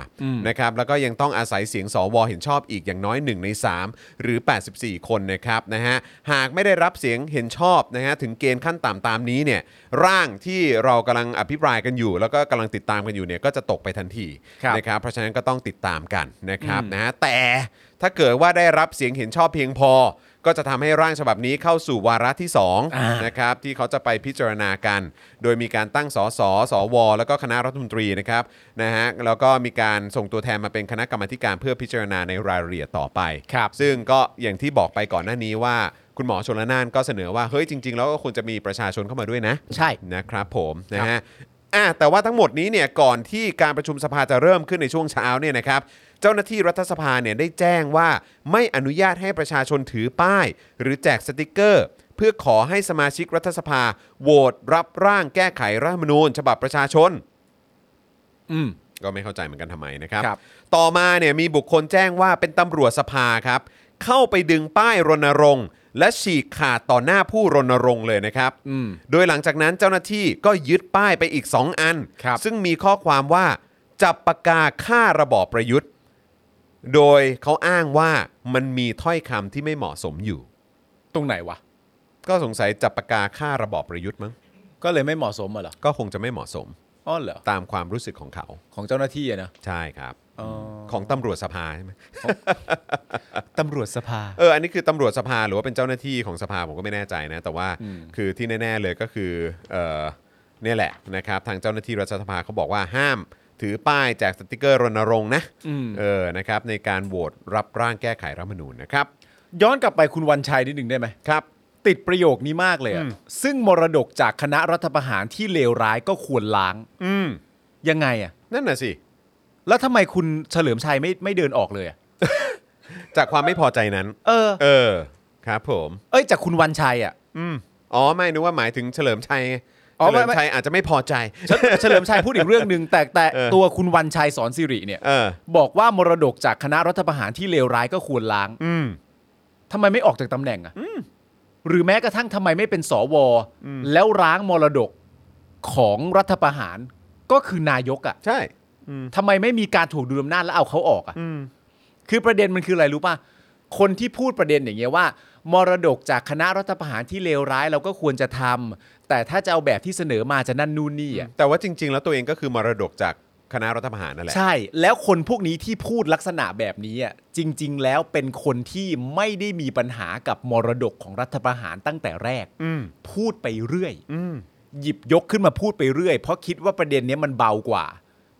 Speaker 1: นะครับแล้วก็ยังต้องอาศัยเสียงสวเห็นชอบอีกอย่างน้อย 1 ใน 3 หรือ 84 คนนะครับนะฮะหากไม่ได้รับเสียงเห็นชอบนะฮะถึงเกณฑ์ขั้นต่ำตามนี้เนี่ยร่างที่เรากำลังอภิปรายกันอยู่ แล้วก็กำลังติดตามกันอยู่เนี่ยก็จะตกไปทันที
Speaker 2: ครับ
Speaker 1: นะครับเพราะฉะนั้นก็ต้องติดตามกันนะครับนะฮะแต่ ถ้าเกิดว่าได้รับเสียงเห็นชอบเพียงพอ ก็จะทำให้ร่างฉบับนี้เข้าสู่วาระที่2นะครับที่เขาจะไปพิจารณากัน โดยมีการตั้งสสสว แล้วก็คณะรัฐมนตรีนะครับนะฮะแล้วก็มีการส่งตัวแทนมาเป็นคณะกรรมาธิการเพื่อพิจารณาในรายละเอียดต่อไป
Speaker 2: ครับ
Speaker 1: ซึ่งก็อย่างที่บอกไปก่อนหน้านี้ว่า คุณหมอชนละนานก็เสนอว่าเฮ้ยจริง ๆ แล้วก็ควรจะมีประชาชนเข้ามาด้วยนะ
Speaker 2: ใช่
Speaker 1: นะครับผมนะฮะอ่ะแต่ว่าทั้งหมดนี้เนี่ยก่อนที่การประชุมสภาจะเริ่มขึ้นในช่วงเช้าเนี่ยนะครับ เจ้าหน้าที่รัฐสภาเนี่ยได้แจ้งว่าไม่อนุญาตให้ประชาชนถือป้าย หรือแจกสติกเกอร์ เพื่อขอให้สมาชิกรัฐสภาโหวตรับร่างแก้ไขรัฐธรรมนูญ ฉบับประชาชน
Speaker 2: อืม
Speaker 1: ก็ไม่เข้าใจเหมือนกันทำไมนะครับ
Speaker 2: ครับ
Speaker 1: ต่อมาเนี่ยมีบุคคลแจ้งว่าเป็นตำรวจสภาครับ เข้าไปดึงป้ายรณรงค์ และฉีกขาดต่อหน้าผู้รณรงค์เลยนะครับ
Speaker 2: อืม
Speaker 1: โดยหลังจากนั้นเจ้าหน้าที่ก็ยึดป้ายไปอีก 2 อัน
Speaker 2: ครับ
Speaker 1: ซึ่งมีข้อความว่า จับปากกาฆ่าระบอบประยุทธ์ โดยเขาอ้างว่ามันมีถ้อยคำที่ไม่เหมาะสมอยู่
Speaker 2: ตรงไหนวะ
Speaker 1: ก็สงสัยจับปากกาฆ่าระบอบประยุทธ์มั้ง
Speaker 2: ก็เลยไม่เหมาะสมอะเหรอ
Speaker 1: ก็คงจะไม่เหมาะสม
Speaker 2: อ้อเหรอ
Speaker 1: ตามความรู้สึกของเขา
Speaker 2: ของเจ้าหน้าที่อะนะ
Speaker 1: ใช่ครับ ของตำรวจสภาใช่ไหม
Speaker 2: ตำรวจสภา
Speaker 1: เอออันนี้คือตำรวจสภาหรือว่าเป็นเจ้าหน้าที่ของสภาผมก็ไม่แน่ใจนะ แต่ว่าคือที่แน่ ๆเลยก็คือเออเนี่ยแหละนะครับ ทางเจ้าหน้าที่รัฐสภาเขาบอกว่าห้าม ถือป้ายแจกสติกเกอร์รณรงค์นะเออนะครับในการโหวตรับร่างแก้ไขรัฐธรรมนูญนะครับ
Speaker 2: ย้อนกลับไปคุณวันชัยนิดหนึ่งได้ไหม
Speaker 1: ครับ
Speaker 2: ติดประโยคนี้มากเลยอะ
Speaker 1: อืม
Speaker 2: ซึ่งมรดกจากคณะรัฐประหารที่เลวร้ายก็ควรล้าง
Speaker 1: อืม
Speaker 2: ยังไงอะ
Speaker 1: นั่นน่ะสิ
Speaker 2: แล้วทำไมคุณเฉลิมชัยไม่ไม่เดินออกเลยอะ
Speaker 1: จากความไม่พอใจนั้น
Speaker 2: เออ
Speaker 1: เออครับผม
Speaker 2: เอ้ยจากคุณวันชัยอะ
Speaker 1: อืมอ๋อไม่นึกว่าหมายถึงเฉลิมชัยไง
Speaker 2: อ๋อ
Speaker 1: เฉ
Speaker 2: ไม่
Speaker 1: ลิม
Speaker 2: ไม่
Speaker 1: ชัยอาจจะไม่พอใจ
Speaker 2: เฉเฉลิมชัยพูดอีกเรื่องหนึ่งแต่แต่
Speaker 1: เออ
Speaker 2: ตัวคุณวันชัยสอนสิริเนี่ย
Speaker 1: เออ
Speaker 2: บอกว่ามรดกจากคณะรัฐประหารที่เลวร้ายก็ควรล้าง
Speaker 1: อืม
Speaker 2: ทำไมไม่ออกจากตำแหน่งอะหรือแม้กระทั่งทำไมไม่เป็นสวแล้วร้างมรดกของรัฐประหารก็คือนายกอะ
Speaker 1: ใช่
Speaker 2: ทำไมไม่มีการถูกดูดอำนาจแล้วเอาเขาออกอ่ะ คือประเด็นมันคืออะไรรู้ป่ะ คนที่พูดประเด็นอย่างเงี้ยว่า มรดกจากคณะรัฐประหารที่เลวร้ายเราก็ควรจะทำแต่ถ้าจะเอาแบบที่เสนอมาจะนั่นนู่นนี่อ่ะ
Speaker 1: แต่ว่าจริง ๆ แล้วตัวเองก็คือมรดกจากคณะรัฐประหารนั่นแหละ
Speaker 2: ใช่ แล้วคนพวกนี้ที่พูดลักษณะแบบนี้อ่ะจริง ๆ แล้วเป็นคนที่ไม่ได้มีปัญหากับมรดกของรัฐประหารตั้งแต่แรก
Speaker 1: อืม
Speaker 2: พูดไปเรื่อย
Speaker 1: อืม
Speaker 2: หยิบยกขึ้นมาพูดไปเรื่อยเพราะคิดว่าประเด็นเนี้ยมันเบากว่า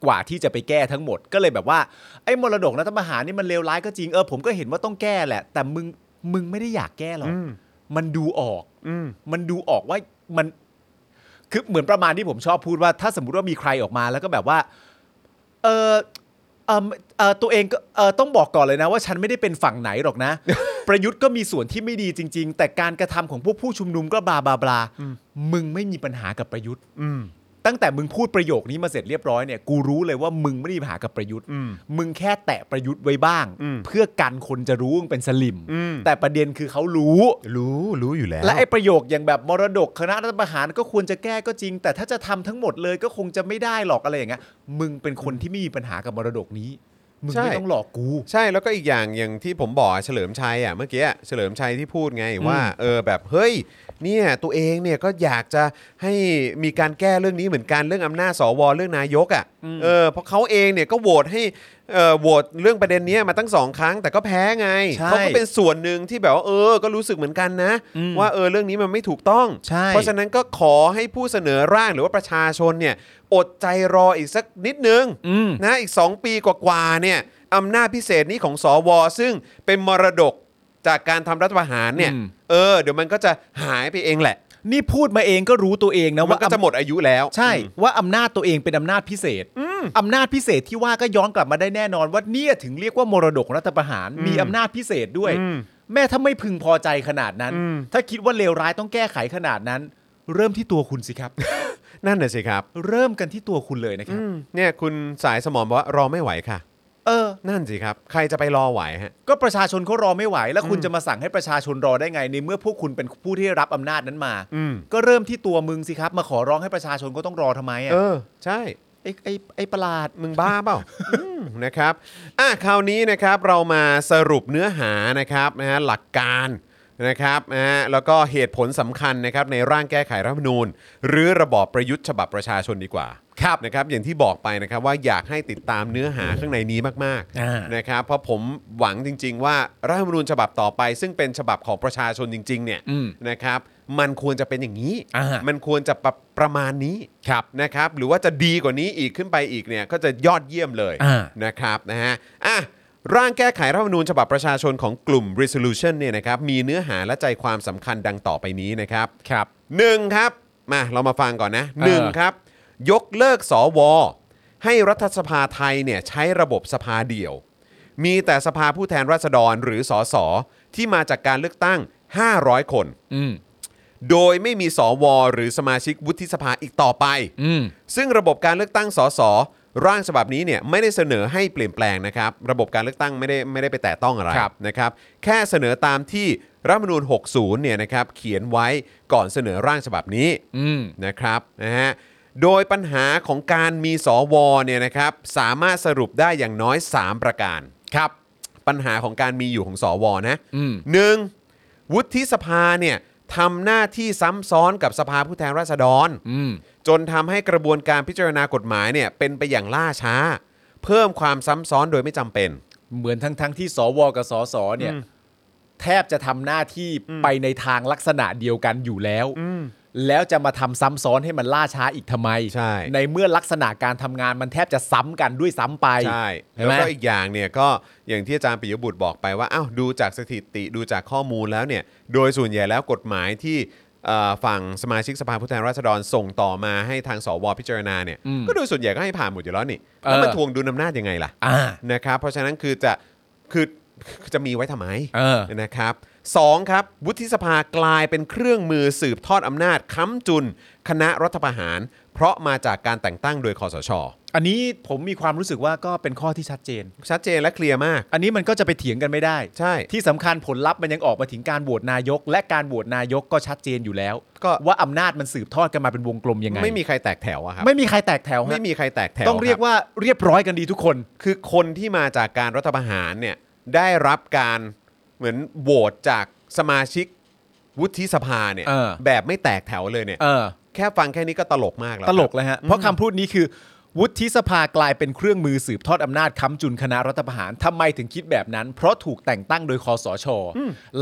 Speaker 2: กว่าที่จะไปแก้ทั้งหมด ก็เลยแบบว่าไอ้มรดกรัฐประหารนี่มันเลวร้ายก็จริงเออผมก็เห็นว่าต้องแก้แหละ แต่มึงมึงไม่ได้อยากแก้หรอก
Speaker 1: อืม
Speaker 2: มันดูออก
Speaker 1: อืม
Speaker 2: มันดูออกว่ามันคือเหมือนประมาณที่ผมชอบพูดว่า ถ้าสมมุติว่ามีใครออกมาแล้วก็แบบว่า เออเออเออตัวเองก็เออต้องบอกก่อนเลยนะว่าฉันไม่ได้เป็นฝั่งไหนหรอกนะ ประยุทธ์ก็มีส่วนที่ไม่ดีจริง ๆ แต่การกระทำของพวกผู้ชุมนุมก็บลาบลาบลามึงไม่มีปัญหากับประยุทธ์
Speaker 1: อืม
Speaker 2: ตั้งแต่มึงพูดประโยคนี้มาเสร็จเรียบร้อยเนี่ยกูรู้เลยว่ามึงไม่ได้มีปัญหากับประยุทธ์
Speaker 1: อืม
Speaker 2: มึงแค่แตะประยุทธ์ไว้บ้าง
Speaker 1: อืม
Speaker 2: เพื่อกันคนจะรู้ว่ามึงเป็นสลิม
Speaker 1: อืม
Speaker 2: แต่ประเด็นคือเขารู้
Speaker 1: รู้รู้อยู่แล้ว
Speaker 2: และไอ้ประโยคอย่างแบบมรดกคณะรัฐประหารก็ควรจะแก้ก็จริง แต่ถ้าจะทำทั้งหมดเลยก็คงจะไม่ได้หรอกอะไรอย่างเงี้ยมึงเป็นคนที่ไม่มีปัญหากับมรดกนี้ มึง
Speaker 1: ใช่
Speaker 2: ไม่ต้องหลอกกู
Speaker 1: ใช่แล้วก็อีกอย่างอย่างที่ผมบอกเฉลิมชัยอ่ะเมื่อกี้อะเฉลิมชัยที่พูดไงว่าเออแบบเฮ้ยเนี่ยตัวเองเนี่ยก็อยากจะให้มีการแก้เรื่องนี้เหมือนกันเรื่องอำนาจสวเรื่องนายกอ่ะเออเพราะเขาเองเนี่ยก็โหวตให้เออโหวตเรื่องประเด็นเนี้ยมาตั้งสองครั้ง แต่ก็แพ้ไง
Speaker 2: ใช่
Speaker 1: เขาก็เป็นส่วนหนึ่งที่แบบว่าเออก็รู้สึกเหมือนกันนะ
Speaker 2: อืม
Speaker 1: ว่าเออเรื่องนี้มันไม่ถูกต้อง
Speaker 2: ใช่
Speaker 1: เพราะฉะนั้นก็ขอให้ผู้เสนอร่างหรือว่าประชาชนเนี่ยอดใจรออีกสักนิดนึง
Speaker 2: อืม
Speaker 1: นะอีก 2 ปีกว่าๆเนี่ยอำนาจพิเศษนี้ของสอวซึ่งเป็นมรดกจากการทำรัฐประหารเนี่ย
Speaker 2: อืม
Speaker 1: เออ เดี๋ยวมันก็จะหายไปเองแหละ
Speaker 2: นี่พูดมาเองก็รู้ตัวเองนะ
Speaker 1: มัน
Speaker 2: ว่า
Speaker 1: ก็จะหมดอายุแล้ว
Speaker 2: ใช่ ว่าอำนาจตัวเองเป็นอำนาจพิเศษอำนาจพิเศษที่ว่าก็ย้อนกลับมาได้แน่นอนว่าเนี่ยถึงเรียกว่ามรดกของรัฐประหารมีอำนาจพิเศษด้วย แม่ถ้าไม่พึงพอใจขนาดนั้น ถ้าคิดว่าเลวร้ายต้องแก้ไขขนาดนั้น เริ่มที่ตัวคุณสิ ครับ
Speaker 1: นั่นน่ะสิครับ
Speaker 2: เริ่มกันที่ตัวคุณเลยนะครับ
Speaker 1: เนี่ยคุณสายสมอนบอกว่ารอไม่ไหวค่ะ
Speaker 2: เออ
Speaker 1: นั่นสิครับ ใครจะไปรอไหวฮะ
Speaker 2: ก็ประชาชนเขารอไม่ไหว แล้วคุณจะมาสั่งให้ประชาชนรอได้ไงในเมื่อพวกคุณเป็นผู้ที่ได้รับอำนาจนั้นมา
Speaker 1: อืม
Speaker 2: ก็เริ่มที่ตัวมึงสิครับ มาขอร้องให้ประชาชนก็ต้องรอทำไมอ่ะ
Speaker 1: เออ ใช่
Speaker 2: ไอ้ไอ้ไอ้ประหลาด
Speaker 1: มึงบ้าเปล่า อืมนะครับ อ่ะคราวนี้นะครับเรามาสรุปเนื้อหานะครับนะฮะหลักการนะครับนะฮะแล้วก็เหตุผลสำคัญนะครับในร่างแก้ไขรัฐธรรมนูญ หรือระบอบประยุทธ์ฉบับประชาชนดีกว่าครับนะครับอย่างที่บอกไปนะครับว่าอยากให้ติดตามเนื้อหาข้างในนี้มาก
Speaker 2: อ่า
Speaker 1: นะครับเพราะผมหวังจริง ๆ ว่ารัฐธรรมนูญฉบับต่อไป ซึ่งเป็นฉบับของประชาชนจริงๆเนี่ยนะครับมันควรจะเป็นอย่างนี้
Speaker 2: อ่า
Speaker 1: มันควรจะประประมาณนี้ครับนะครับ หรือว่าจะดีกว่านี้อีกขึ้นไปอีกเนี่ยก็จะยอดเยี่ยมเลย
Speaker 2: อ่า
Speaker 1: นะครับนะฮะอ่ะร่างแก้ไขรัฐธรรมนูญฉบับประชาชนของกลุ่ม resolution เนี่ยนะครับมีเนื้อหาและใจความสำคัญดังต่อไปนี้นะครับ
Speaker 2: ครับ
Speaker 1: หนึ่งครับมาเรามาฟังก่อนนะหนึ่ง
Speaker 2: เออ
Speaker 1: ครับ ยกเลิกสว ให้รัฐสภาไทยเนี่ยใช้ระบบสภาเดี่ยว มีแต่สภาผู้แทนราษฎรหรือสสที่มาจากการเลือกตั้ง 500 คน
Speaker 2: อืม
Speaker 1: โดยไม่มีสว หรือสมาชิกวุฒิสภาอีกต่อไป
Speaker 2: อืม
Speaker 1: ซึ่งระบบการเลือกตั้งสสร่างฉบับนี้เนี่ยไม่ได้เสนอให้เปลี่ยนแปลงนะครับ ระบบการเลือกตั้งไม่ได้ไม่ได้ไปแตะต้องอะไรนะครับ แค่เสนอตามที่รัฐธรรมนูญ 60 เนี่ยนะครับเขียนไว้ก่อนเสนอร่างฉบับนี้
Speaker 2: อืม
Speaker 1: นะครับนะฮะโดยปัญหาของการมีสวเนี่ยนะครับสามารถสรุปได้อย่างน้อย 3 ประการครับ ปัญหาของการมีอยู่ของสวนะ
Speaker 2: อืม
Speaker 1: หนึ่งวุฒิสภาเนี่ยทำหน้าที่ซ้ำซ้อนกับสภาผู้แทนราษฎร
Speaker 2: อืม
Speaker 1: จนทำให้กระบวนการพิจารณากฎหมายเนี่ยเป็นไปอย่างล่าช้า เพิ่มความซ้ำซ้อนโดยไม่จำเป็น
Speaker 2: เหมือนทั้งทั้งที่สวกับสสเนี่ย
Speaker 1: อืม
Speaker 2: แทบจะทำหน้าที่ไปในทางลักษณะเดียวกันอยู่แล้ว แล้วจะมาทำซ้ำซ้อนให้มันล่าช้าอีกทำไม
Speaker 1: ใช่
Speaker 2: เมื่อลักษณะการทำงานมันแทบจะซ้ำกันด้วยซ้ำไป
Speaker 1: ใช่
Speaker 2: เห็น
Speaker 1: แล้ว
Speaker 2: ไหม
Speaker 1: ก็อีกอย่างเนี่ยก็อย่างที่อาจารย์ปิยบุตรบอกไปว่าอ้าวดูจากสถิติดูจากข้อมูลแล้วเนี่ยโดยส่วนใหญ่แล้วกฎหมายที่เอ่อฝั่งสมาชิกสภาผู้แทนราษฎรส่งต่อมาให้ทางสวพิจารณาเนี่ย
Speaker 2: อืม
Speaker 1: ก็โดยส่วนใหญ่ก็ให้ผ่านหมดอยู่แล้วนี่
Speaker 2: เออ
Speaker 1: แล้วมันทวงดุลอำนาจยังไงล่ะ
Speaker 2: อ่า
Speaker 1: นะครับเพราะฉะนั้นคือจะคือจะมีไว้ทำไม
Speaker 2: เออ
Speaker 1: นะครับสองครับวุฒิสภากลายเป็นเครื่องมือสืบทอดอำนาจค้ำจุน คณะรัฐประหาร เพราะมาจากการแต่งตั้งโดยคอสช
Speaker 2: อันนี้ผมมีความรู้สึกว่าก็เป็นข้อที่ชัดเจน
Speaker 1: ชัดเจนและเคลียร์มาก
Speaker 2: อันนี้มันก็จะไปเถียงกันไม่ได้
Speaker 1: ใช่
Speaker 2: ที่สำคัญผลลัพธ์มันยังออกมาถึงการโหวตนายก และการโหวตนายกก็ชัดเจนอยู่แล้ว
Speaker 1: ก็
Speaker 2: ว่าอำนาจมันสืบทอดกันมาเป็นวงกลมยังไง
Speaker 1: ไม่มีใครแตกแถวอะครับ
Speaker 2: ไม่มีใครแตกแถวฮะ
Speaker 1: ไม่มีใครแตกแถว
Speaker 2: ต้องเรียก
Speaker 1: คบ
Speaker 2: ว่าเรียบร้อยกันดีทุกคน
Speaker 1: คือคนที่มาจากการรัฐประหารเนี่ยได้รับการเหมือนโหวตจากสมาชิกวุฒิสภาเนี่ย
Speaker 2: เออ
Speaker 1: แบบไม่แตกแถวเลยเนี่ย
Speaker 2: เออ
Speaker 1: แค่ฟังแค่นี้ก็ตลกมากแล้ว
Speaker 2: ตลกเลยฮะ เพราะคำพูดนี้คือ วุฒิสภากลายเป็นเครื่องมือสืบทอดอำนาจค้ำจุนคณะรัฐประหารทำไมถึงคิดแบบนั้น เพราะถูกแต่งตั้งโดยคอสช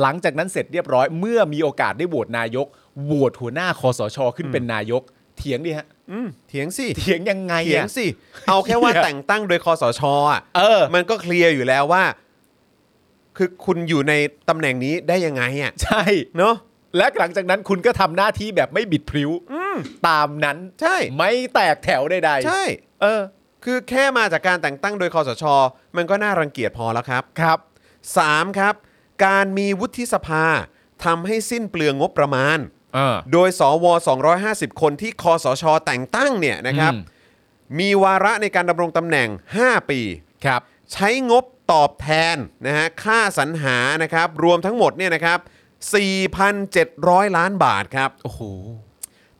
Speaker 2: หลังจากนั้นเสร็จเรียบร้อย เมื่อมีโอกาสได้โหวตนายกโหวตหัวหน้าคอสช ขึ้นเป็นนายก เถียงดิฮะ
Speaker 1: เถียงสิ
Speaker 2: เถียงยังไง
Speaker 1: เถียง
Speaker 2: อะ
Speaker 1: สิเอาแค่ว่า
Speaker 2: เหี้ย
Speaker 1: แต่งตั้งโดยคอสชอ่ะ
Speaker 2: เออ
Speaker 1: มันก็เคลียร์อยู่แล้วว่า คือคุณอยู่ในตำแหน่งนี้ได้ยังไงอ่ะ
Speaker 2: ใช่
Speaker 1: เนาะ
Speaker 2: และหลังจากนั้นคุณก็ทำหน้าที่แบบไม่บิดพริ้วตามนั้น
Speaker 1: ใช่
Speaker 2: ไม่แตกแถวใดๆ
Speaker 1: ใช่
Speaker 2: เออ
Speaker 1: คือแค่มาจากการแต่งตั้งโดยคอสช มันก็น่ารังเกียจพอแล้วครับ
Speaker 2: ครับ
Speaker 1: 3ครับ การมีวุฒิสภาทำให้สิ้นเปลืองงบประมาณ
Speaker 2: เออ
Speaker 1: โดยสว 250 คนที่คอสช แต่งตั้งเนี่ยนะครับ
Speaker 2: อืม
Speaker 1: มีวาระในการดำรงตำแหน่ง 5 ปี
Speaker 2: ครับ
Speaker 1: ใช้งบตอบแทนนะฮะค่าสรรหานะครับ รวมทั้งหมดเนี่ยนะครับ 4,700 ล้านบาทครับ
Speaker 2: โอ้โห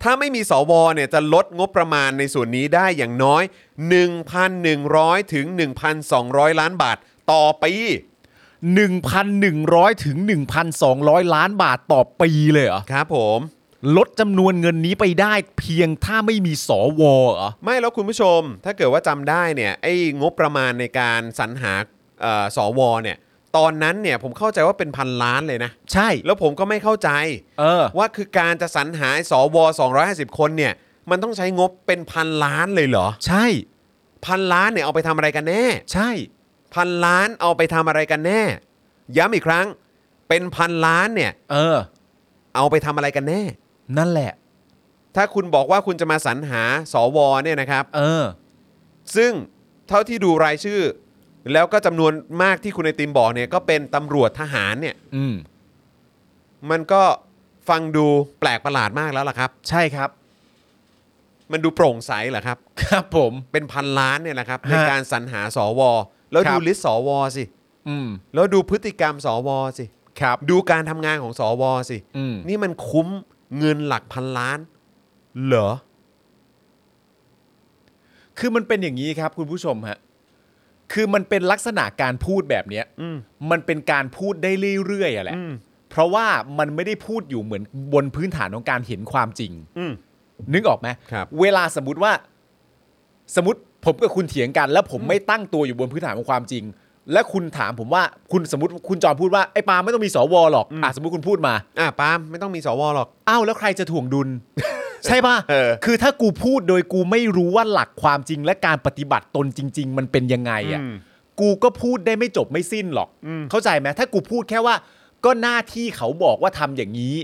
Speaker 1: ถ้าไม่มีสวเนี่ยจะลดงบประมาณในส่วนนี้ได้อย่างน้อย 1,100 ถึง 1,200 ล้านบาทต่อปี
Speaker 2: 1,100 ถึง 1,200 ล้านบาทต่อปีเลยเหรอ
Speaker 1: ครับผม
Speaker 2: ลดจำนวนเงินนี้ไปได้เพียงถ้าไม่มีสวเหรอ
Speaker 1: ไม่แล้วคุณผู้ชม ถ้าเกิดว่าจำได้เนี่ยไอ้งบประมาณในการสรรหาเอ่อสวเนี่ยตอนนั้นเนี่ยผมเข้าใจว่าเป็นพันล้านเลยนะ
Speaker 2: ใช่
Speaker 1: แล้วผมก็ไม่เข้าใจ
Speaker 2: เออ
Speaker 1: ว่าคือการจะสรรหาสว 250 คนเนี่ยมันต้องใช้งบเป็นพันล้านเลยเหรอ
Speaker 2: ใช่
Speaker 1: พันล้านเนี่ยเอาไปทำอะไรกันแน่
Speaker 2: ใช่
Speaker 1: พันล้านเอาไปทำอะไรกันแน่ ย้ำอีกครั้ง เป็นพันล้านเนี่ย
Speaker 2: เออ
Speaker 1: เอาไปทำอะไรกันแน่
Speaker 2: นั่นแหละ
Speaker 1: ถ้าคุณบอกว่าคุณจะมาสรรหาสวเนี่ยนะครับ
Speaker 2: เออ
Speaker 1: ซึ่งเท่าที่ดูรายชื่อ แล้วก็จำนวนมากที่คุณไอติมบอกเนี่ยก็เป็นตำรวจทหารเนี่ย
Speaker 2: อืม
Speaker 1: มันก็ฟังดูแปลกประหลาดมากแล้วล่ะครับ
Speaker 2: ใช่ครับ
Speaker 1: มันดูโปร่งใสเหรอครับ
Speaker 2: ครับผม
Speaker 1: เป็นพันล้านเนี่ยนะครับ
Speaker 2: ฮะ
Speaker 1: ในการสรรหาสว แล้วดู
Speaker 2: ครับ
Speaker 1: ลิสต์สวสิ
Speaker 2: อืม
Speaker 1: แล้วดูพฤติกรรมสวสิ
Speaker 2: ครับ
Speaker 1: ดูการทำงานของสวสิ
Speaker 2: อืม
Speaker 1: นี่มันคุ้มเงินหลักพันล้าน เหรอ
Speaker 2: คือมันเป็นอย่างนี้ครับคุณผู้ชมฮะ คือมันเป็นลักษณะการพูดแบบเนี้ย
Speaker 1: อืม
Speaker 2: มันเป็นการพูดได้เรื่อยๆอะแหละ
Speaker 1: อืม
Speaker 2: เพราะว่ามันไม่ได้พูดอยู่เหมือนบนพื้นฐานของการเห็นความจริง
Speaker 1: อืม
Speaker 2: นึกออกไหม
Speaker 1: ครับ
Speaker 2: เวลาสมมติว่า สมมติผมกับคุณเถียงกัน แล้วผมไม่ตั้งตัวอยู่บนพื้นฐานของความจริง และคุณถามผมว่าคุณสมมติคุณจอมพูดว่าไอ้ปาล์มไม่ต้องมีสวหรอกอ่ะสมมติคุณพูดมา
Speaker 1: อ่ะปาล์มไม่ต้องมีสวหรอก
Speaker 2: อ้าวแล้วใครจะถ่วงดุล ใช่ป่ะ
Speaker 1: เออ
Speaker 2: คือถ้ากูพูดโดยกูไม่รู้ว่าหลักความจริงและการปฏิบัติตนจริง ๆ มันเป็นยังไงอ่ะกูก็พูดได้ไม่จบไม่สิ้นหรอก เข้าใจไหมถ้ากูพูดแค่ว่า ก็หน้าที่เขาบอกว่าทำอย่างนี้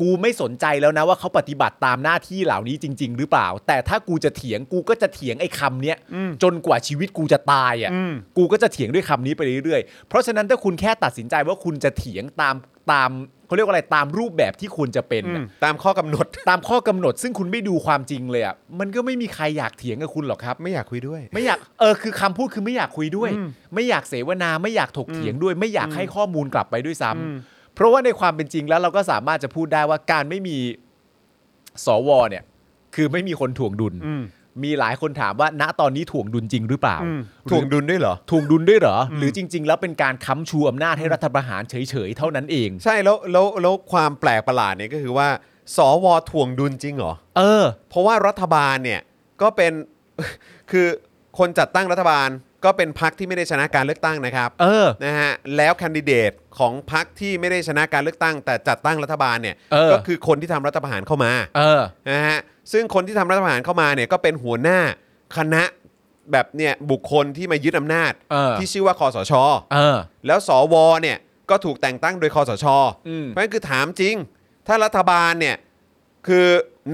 Speaker 2: กูไม่สนใจแล้วนะว่าเขาปฏิบัติตามหน้าที่เหล่านี้จริง ๆ หรือเปล่า แต่ถ้ากูจะเถียงกูก็จะเถียงไอ้คำเนี้ยจนกว่าชีวิตกูจะตายอ่ะกูก็จะเถียงด้วยคำนี้ไปเรื่อยๆ เพราะฉะนั้นถ้าคุณแค่ตัดสินใจว่าคุณจะเถียงตามตามเขาเรียกว่าอะไรตามรูปแบบที่ควรจะเป็นน่ะ
Speaker 1: ตามข้อกำหนด
Speaker 2: ตามข้อกำหนด ซึ่งคุณไม่ดูความจริงเลยอ่ะมันก็ไม่มีใครอยากเถียงกับคุณหรอกครับ
Speaker 1: ไม่อยากคุยด้วย
Speaker 2: ไม่อยากเออคือคำพูดคือไม่อยากคุยด้วย ไม่อยากเสวนาไม่อยากถกเถียงด้วย ไม่อยากให้ข้อมูลกลับไปด้วยซ้ำเพราะว่าในความเป็นจริงแล้วเราก็สามารถจะพูดได้ว่าการไม่มีสวเนี่ย คือไม่มีคนถ่วงดุล มีหลายคนถามว่า ณตอนนี้ถ่วงดุลจริงหรือเปล่า
Speaker 1: ถ่วงดุลด้วยเหรอ
Speaker 2: ถ่วงดุลด้วยเหรออหรือจริง ๆ แล้วเป็นการค้ำชูอำนาจให้รัฐประหารเฉยๆเท่านั้นเอง
Speaker 1: ใช่แล้วแล้วแล้วความแปลกประหลาดเนี่ยก็คือว่า สวถ่วงดุลจริงเหรอ
Speaker 2: เออ
Speaker 1: เพราะว่ารัฐบาลเนี่ยก็เป็น คือคนจัดตั้งรัฐบาลก็เป็นพักที่ไม่ได้ชนะการเลือกตั้งนะครับ
Speaker 2: เออ
Speaker 1: นะฮะแล้วแคนดิเดตของพักที่ไม่ได้ชนะการเลือกตั้ง แต่จัดตั้งรัฐบาลเนี่ย
Speaker 2: เออ
Speaker 1: ก็คือคนที่ทำรัฐประหารเข้ามา
Speaker 2: เออ
Speaker 1: นะฮะซึ่งคนที่ทำรัฐประหารเข้ามาเนี่ยก็เป็นหัวหน้าคณะแบบเนี่ยบุคคลที่มายึดอำนาจ
Speaker 2: เออ
Speaker 1: ที่ชื่อว่าคอสช
Speaker 2: เออ
Speaker 1: แล้วสวเนี่ยก็ถูกแต่งตั้งโดยคอสช
Speaker 2: อืม
Speaker 1: เพราะฉะนั้นคือถามจริง ถ้ารัฐบาลเนี่ยคือ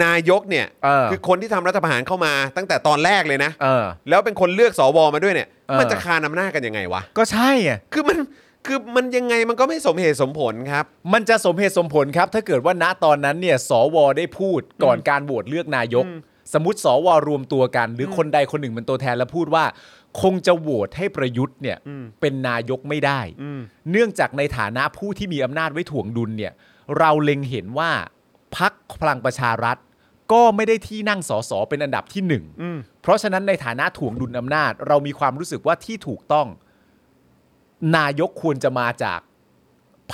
Speaker 1: นายกเนี่ย
Speaker 2: เออ
Speaker 1: คือคนที่ทำรัฐประหารเข้ามาตั้งแต่ตอนแรกเลยนะ
Speaker 2: เออ
Speaker 1: แล้วเป็นคนเลือกสวมาด้วยเนี่ย
Speaker 2: เออ
Speaker 1: มันจะคานอำนาจกันยังไงวะ
Speaker 2: ก็ใช่อ่ะ
Speaker 1: คือมันคือมันยังไงมันก็ไม่สมเหตุสมผลครับ
Speaker 2: มันจะสมเหตุสมผลครับ ถ้าเกิดว่าณตอนนั้นเนี่ยสวได้พูดก่อนการโหวตเลือกนายก สมมติสวรวมตัวกัน หรือคนใดคนหนึ่งเป็นตัวแทนแล้วพูดว่า คงจะโหวตให้ประยุทธ์เนี่ยเป็นนายกไม่ได้ เนื่องจากในฐานะผู้ที่มีอำนาจไว้ถ่วงดุลเนี่ย เราเล็งเห็นว่าพักพลังประชารัฐ ก็ไม่ได้ที่นั่งสสเป็นอันดับที่หนึ่งเพราะฉะนั้นในฐานะถ่วงดุลอำนาจ เรามีความรู้สึกว่าที่ถูกต้อง นายกควรจะมาจาก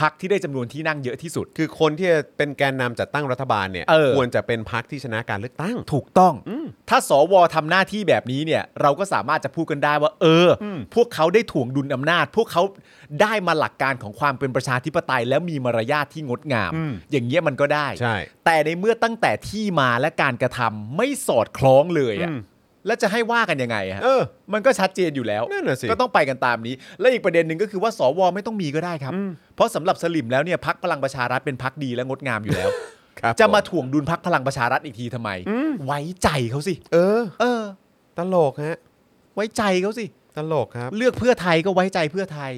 Speaker 2: พักที่ได้จำนวนที่นั่งเยอะที่สุด
Speaker 1: คือคนที่จะเป็นแกนนำจัดตั้งรัฐบาลเนี่ย
Speaker 2: เออ
Speaker 1: ควรจะเป็นพรรคที่ชนะการเลือกตั้ง
Speaker 2: ถูกต้อง ถ้าสวทำหน้าที่แบบนี้เนี่ย เราก็สามารถจะพูดกันได้ว่า เอออพวกเขาได้ถ่วงดุลอำนาจ พวกเขาได้มาหลักการของความเป็นประชาธิปไตย แล้วมีมารยาทที่งดงาม อย่างเงี้ยมันก็ได้
Speaker 1: ใช่
Speaker 2: แต่ในเมื่อตั้งแต่ที่มาและการกระทำไม่สอดคล้องเลยอะแล้วจะให้ว่ากันยังไงฮะ
Speaker 1: เออ
Speaker 2: มันก็ชัดเจนอยู่แล้ว
Speaker 1: นั่นน่ะสิ
Speaker 2: ก็ต้องไปกันตามนี้ และอีกประเด็นหนึ่งก็คือว่าสวไม่ต้องมีก็ได้ครับ เพราะสำหรับสลิมแล้วเนี่ยพักพลังประชารัฐเป็นพักดีและงดงามอยู่แล้ว
Speaker 1: ครับ
Speaker 2: จะมา
Speaker 1: ผ
Speaker 2: ถ่วงดุลพักพลังประชารัฐอีกทีทำไม ไว้ใจเขาสิ
Speaker 1: เออ
Speaker 2: เออ
Speaker 1: ตลกฮะ
Speaker 2: ไว้ใจเขาสิ
Speaker 1: ตลกครับ
Speaker 2: เลือกเพื่อไทยก็ไว้ใจเพื่อไทย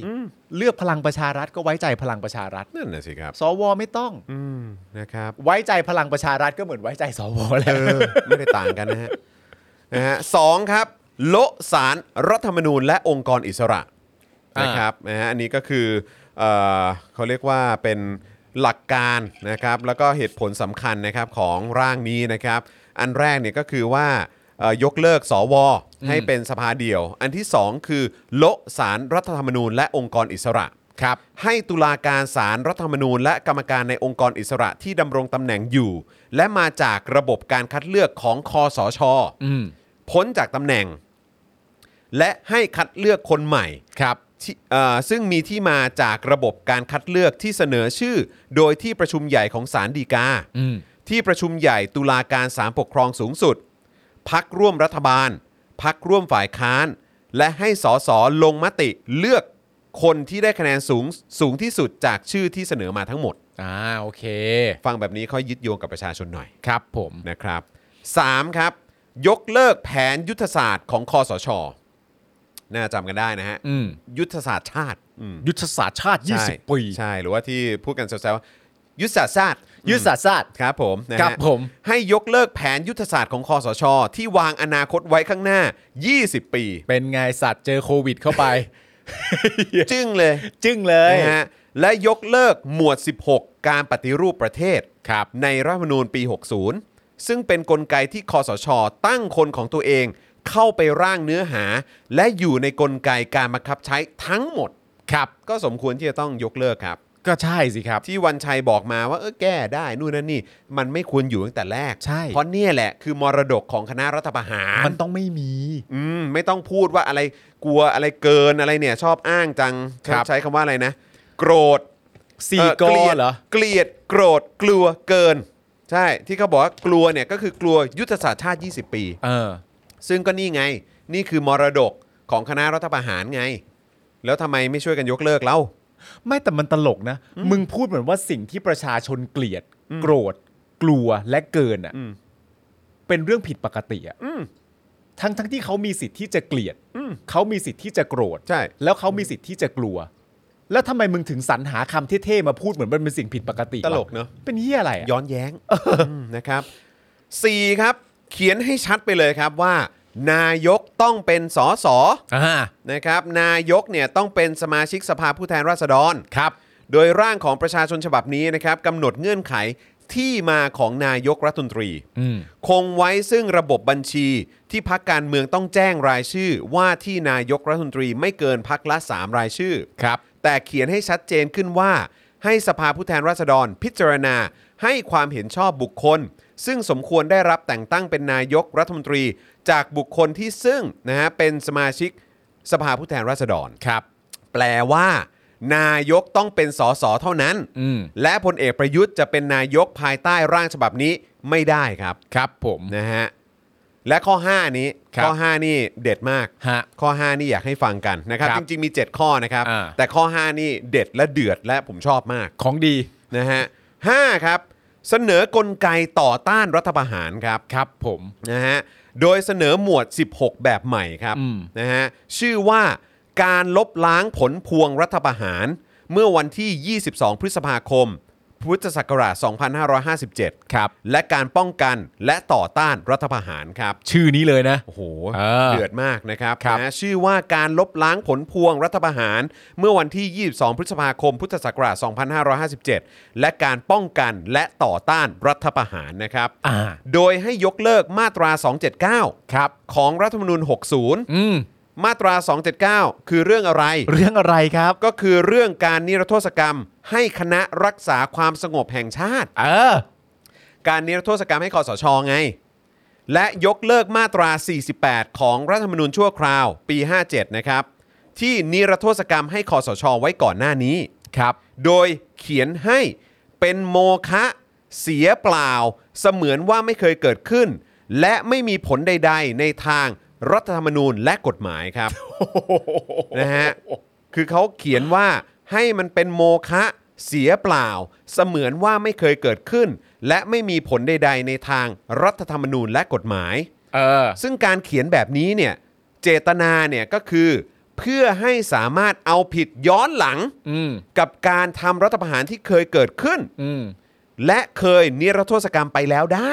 Speaker 2: เลือกพลังประชารัฐก็ไว้ใจพลังประชารัฐ
Speaker 1: นั่นน่ะสิครับ
Speaker 2: สวไม่ต้อง
Speaker 1: อืมนะครับ
Speaker 2: ไว้ใจพลังประชารัฐก็เหมือนไว้ใจสวแล้
Speaker 1: เอ
Speaker 2: ว
Speaker 1: อไม่ได้ต่างกันนะฮะ นะฮะสองครับโละสารรัฐธรรมนูญและองค์กรอิสระ
Speaker 2: อ่าน
Speaker 1: นะครับนะฮะอันนี้ก็คือเออเขาเรียกว่าเป็นหลักการนะครับ แล้วก็เหตุผลสำคัญนะครับของร่างนี้นะครับ อันแรกเนี่ยก็คือว่าเอ่อยกเลิกสวให้เป็นสภาเดียว อันที่สองคือโละสารรัฐธรรมนูญและองค์กรอิสระ
Speaker 2: ครับ
Speaker 1: ให้ตุลาการสารรัฐธรรมนูญและกรรมการในองค์กรอิสระที่ดำรงตำแหน่งอยู่ และมาจากระบบการคัดเลือกของคอสช
Speaker 2: อืม
Speaker 1: พ้นจากตำแหน่ง และให้คัดเลือกคนใหม่
Speaker 2: ครับ
Speaker 1: ที่เอ่อซึ่งมีที่มาจากระบบการคัดเลือกที่เสนอชื่อ โดยที่ประชุมใหญ่ของศาลฎีกา
Speaker 2: อืม
Speaker 1: ที่ประชุมใหญ่ตุลาการศาลปกครองสูงสุด พักร่วมรัฐบาล พักร่วมฝ่ายค้าน และให้สสลงมติเลือกคนที่ได้คะแนนสูงสูงที่สุดจากชื่อที่เสนอมาทั้งหมด
Speaker 2: อ่า โอเค
Speaker 1: ฟังแบบนี้ค่อยยึดโยงกับประชาชนหน่อย
Speaker 2: ครับผม
Speaker 1: นะครับ 3. ครับ ยกเลิกแผนยุทธศาสตร์ของคอสช น่าจำกันได้นะฮะ
Speaker 2: อืม
Speaker 1: ยุทธศาสตร์ชาติอืม
Speaker 2: ยุทธศาสตร์ชาติ
Speaker 1: ใช่
Speaker 2: 20 ปี
Speaker 1: ใช่หรือว่าที่พูดกันแซวๆว่า ยุทธศาสตร์ชาติ
Speaker 2: ยุทธศาสตร์ศาสตร์
Speaker 1: ครับผมนะฮะ
Speaker 2: ครับผม
Speaker 1: ให้ยกเลิกแผนยุทธศาสตร์ของคอสช ที่วางอนาคตไว้ข้างหน้า 20 ปี
Speaker 2: เป็นไงสัตว์เจอโควิดเข้าไป
Speaker 1: จึ้งเลย
Speaker 2: จึ้งเลย
Speaker 1: นะฮะและยกเลิกหมวด 16 การปฏิรูปประเทศ ในรัฐธรรมนูญปี 60 ซึ่งเป็นนกลไกที่คอสช ตั้งคนของตัวเอง เข้าไปร่างเนื้อหา และอยู่ในกลไกการบังคับใช้ทั้งหมด ครับ ก็สมควรที่จะต้องยกเลิกครับ
Speaker 2: ก็ใช่สิครับ
Speaker 1: ที่วันชัยบอกมาว่าเออแก้ได้นู่นนั่นนี่ มันไม่ควรอยู่ตั้งแต่แรก
Speaker 2: ใช่
Speaker 1: เพราะเนี่ยแหละคือมรดกของคณะรัฐประหาร
Speaker 2: มันต้องไม่มี
Speaker 1: อืมไม่ต้องพูดว่าอะไรกลัวอะไรเกินอะไรเนี่ยชอบอ้างจัง
Speaker 2: ครับ
Speaker 1: ใช้คำว่าอะไรนะ โกรธ
Speaker 2: สี่กอเหรอ
Speaker 1: เกลียดโกรธกลัวเกิน ใช่ ที่เขาบอกว่ากลัวเนี่ยก็คือกลัวยุทธศาสตร์ชาติ 20 ปี
Speaker 2: เออ
Speaker 1: ซึ่งก็นี่ไง นี่คือมรดกของคณะรัฐประหารไง แล้วทำไมไม่ช่วยกันยกเลิกเล่า
Speaker 2: ไม่แต่มันตลกนะ มึงพูดเหมือนว่าสิ่งที่ประชาชนเกลียด โกรธ กลัวและเกินอ่ะ
Speaker 1: อืม
Speaker 2: เป็นเรื่องผิดปกติอ่ะ
Speaker 1: อืม
Speaker 2: ทั้งทั้งที่เขามีสิทธิ์ที่จะเกลียด
Speaker 1: อืม
Speaker 2: เขามีสิทธิ์ที่จะโกรธ
Speaker 1: ใช่
Speaker 2: แล้วเขามีสิทธิ์ที่จะกลัว แล้วทำไมมึงถึงสรรหาคำเท่ๆมาพูดเหมือนมันเป็นสิ่งผิดปกติวะ
Speaker 1: ตลกเนอะ
Speaker 2: เป็นเหี้ยอะไรอะ
Speaker 1: ย้อนแย้ งมนะครับ 4 ครับ เขียนให้ชัดไปเลยครับว่า นายกต้องเป็นสอสอ
Speaker 2: อ่า
Speaker 1: นะครับนายกเนี่ยต้องเป็นสมาชิกสภาผู้แทนราษฎร
Speaker 2: ครับ
Speaker 1: โดยร่างของประชาชนฉบับนี้นะครับกำหนดเงื่อนไขที่มาของนายกรัฐมนตรี
Speaker 2: อืม
Speaker 1: คงไว้ซึ่งระบบบัญชีที่พักการเมืองต้องแจ้งรายชื่อ ว่าที่นายกรัฐมนตรีไม่เกินพักละ 3 รายชื่อ
Speaker 2: ครับ
Speaker 1: แต่เขียนให้ชัดเจนขึ้นว่า ให้สภาผู้แทนราษฎรพิจารณาให้ความเห็นชอบบุคคล ซึ่งสมควรได้รับแต่งตั้งเป็นนายกรัฐมนตรี จากบุคคลที่ซึ่งนะฮะเป็นสมาชิกสภาผู้แทนราษฎรครับ แปลว่า นายกต้องเป็นสสเท่านั้น
Speaker 2: อืม
Speaker 1: และพลเอกประยุทธ์จะเป็นนายกภายใต้ร่างฉบับนี้ไม่ได้ครับ
Speaker 2: ครับผม
Speaker 1: นะฮะและข้อ 5 นี้
Speaker 2: ครับ
Speaker 1: ข้อ 5 นี่เด็ดมาก
Speaker 2: ฮะ
Speaker 1: ข้อ 5 นี่อยากให้ฟังกันนะครับ
Speaker 2: ครับ
Speaker 1: จริง ๆ มี 7 ข้อนะครับ
Speaker 2: อ่า
Speaker 1: แต่ข้อ 5 นี่เด็ดและเดือดและผมชอบมาก
Speaker 2: ของดี
Speaker 1: นะฮะห้าครับ เสนอกลไกต่อต้านรัฐประหารครับ
Speaker 2: ครับผม
Speaker 1: นะฮะโดยเสนอหมวด 16 แบบใหม่ครับ
Speaker 2: อืม
Speaker 1: นะฮะชื่อว่าการลบล้างผลพวงรัฐประหาร เมื่อวันที่ 22 พฤษภาคม พุทธศักราช 2557
Speaker 2: ครับ
Speaker 1: และการป้องกันและต่อต้านรัฐประหารครับ
Speaker 2: ชื่อนี้เลยนะ
Speaker 1: โอ้โห
Speaker 2: เออ
Speaker 1: เดือดมากนะครับ
Speaker 2: ครับ
Speaker 1: นะชื่อว่าการลบล้างผลพวงรัฐประหาร เมื่อวันที่ 22 พฤษภาคม พุทธศักราช 2557 และการป้องกันและต่อต้านรัฐประหารนะครับ
Speaker 2: อ่า
Speaker 1: โดยให้ยกเลิกมาตรา 279
Speaker 2: ครับ
Speaker 1: ของรัฐธรรมนูญ
Speaker 2: อืม
Speaker 1: 60 มาตรา 279 คือเรื่องอะไร
Speaker 2: เรื่องอะไรครับ
Speaker 1: ก็คือเรื่องการนิรโทษกรรม ให้คณะรักษาความสงบแห่งชาติ
Speaker 2: เออ
Speaker 1: การนิรโทษกรรมให้คอสชไง และยกเลิกมาตรา 48 ของรัฐธรรมนูญชั่วคราวปี 57 นะครับ ที่นิรโทษกรรมให้คอสชไว้ก่อนหน้านี้
Speaker 2: ครับ
Speaker 1: โดยเขียนให้เป็นโมฆะเสียเปล่า เสมือนว่าไม่เคยเกิดขึ้น และไม่มีผลใดๆ ในทางรัฐธรรมนูญและกฎหมาย ครับ นะฮะคือเขาเขียนว่าให้มันเป็นโมฆะเสียเปล่า เสมือนว่าไม่เคยเกิดขึ้น และไม่มีผลใด ๆ ในทางรัฐธรรมนูญและกฎหมาย
Speaker 2: เออ
Speaker 1: ซึ่งการเขียนแบบนี้เนี่ยเจตนาเนี่ยก็คือ เพื่อให้สามารถเอาผิดย้อนหลัง
Speaker 2: อืม
Speaker 1: กับการทำรัฐประหารที่เคยเกิดขึ้น
Speaker 2: อืม
Speaker 1: และเคยนิรโทษกรรมไปแล้วได้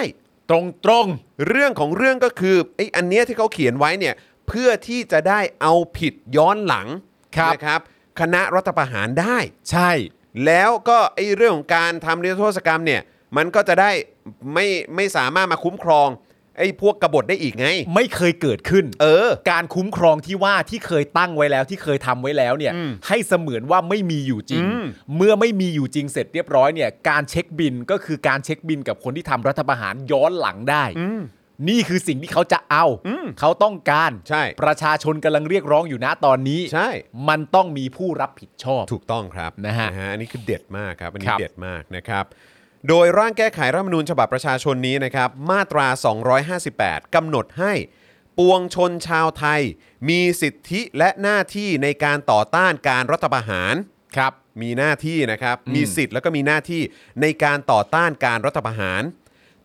Speaker 2: ตรงตรง
Speaker 1: เรื่องของเรื่องก็คือไอ้อันเนี้ยที่เขาเขียนไว้เนี่ยเพื่อที่จะได้เอาผิดย้อนหลังนะครับ คณะรัฐประหารได้
Speaker 2: ใช่
Speaker 1: แล้วก็ไอ้เรื่องของการทำนิรโทษกรรมเนี่ยมันก็จะได้ไม่ไม่สามารถมาคุ้มครองไอ้พวกกบฏได้อีกไง
Speaker 2: ไม่เคยเกิดขึ้น
Speaker 1: เออ
Speaker 2: การคุ้มครองที่ว่าที่เคยตั้งไว้แล้วที่เคยทำไว้แล้วเนี่ย
Speaker 1: อืม
Speaker 2: ให้เสมือนว่าไม่มีอยู่จริง
Speaker 1: อืม
Speaker 2: เมื่อไม่มีอยู่จริงเสร็จเรียบร้อยเนี่ย การเช็คบินก็คือการเช็คบินกับคนที่ทำรัฐประหารย้อนหลังได้
Speaker 1: อืม
Speaker 2: นี่คือสิ่งที่เขาจะเอา
Speaker 1: อืม
Speaker 2: เขาต้องการ
Speaker 1: ใช่
Speaker 2: ประชาชนกำลังเรียกร้องอยู่นะตอนนี้
Speaker 1: ใช่
Speaker 2: มันต้องมีผู้รับผิดชอบ
Speaker 1: ถูกต้องครับ
Speaker 2: นะฮะ
Speaker 1: อันนี้คือเด็ดมากครับ อันนี้
Speaker 2: ครับ
Speaker 1: เด็ดมากนะครับ โดยร่างแก้ไขรัฐธรรมนูญฉบับประชาชนนี้นะครับ มาตรา 258 กำหนดให้ ปวงชนชาวไทย มีสิทธิและหน้าที่ในการต่อต้านการรัฐประหาร
Speaker 2: ครับ
Speaker 1: มีหน้าที่นะครับ
Speaker 2: อืม
Speaker 1: มีสิทธิ์แล้วก็มีหน้าที่ในการต่อต้านการรัฐประหาร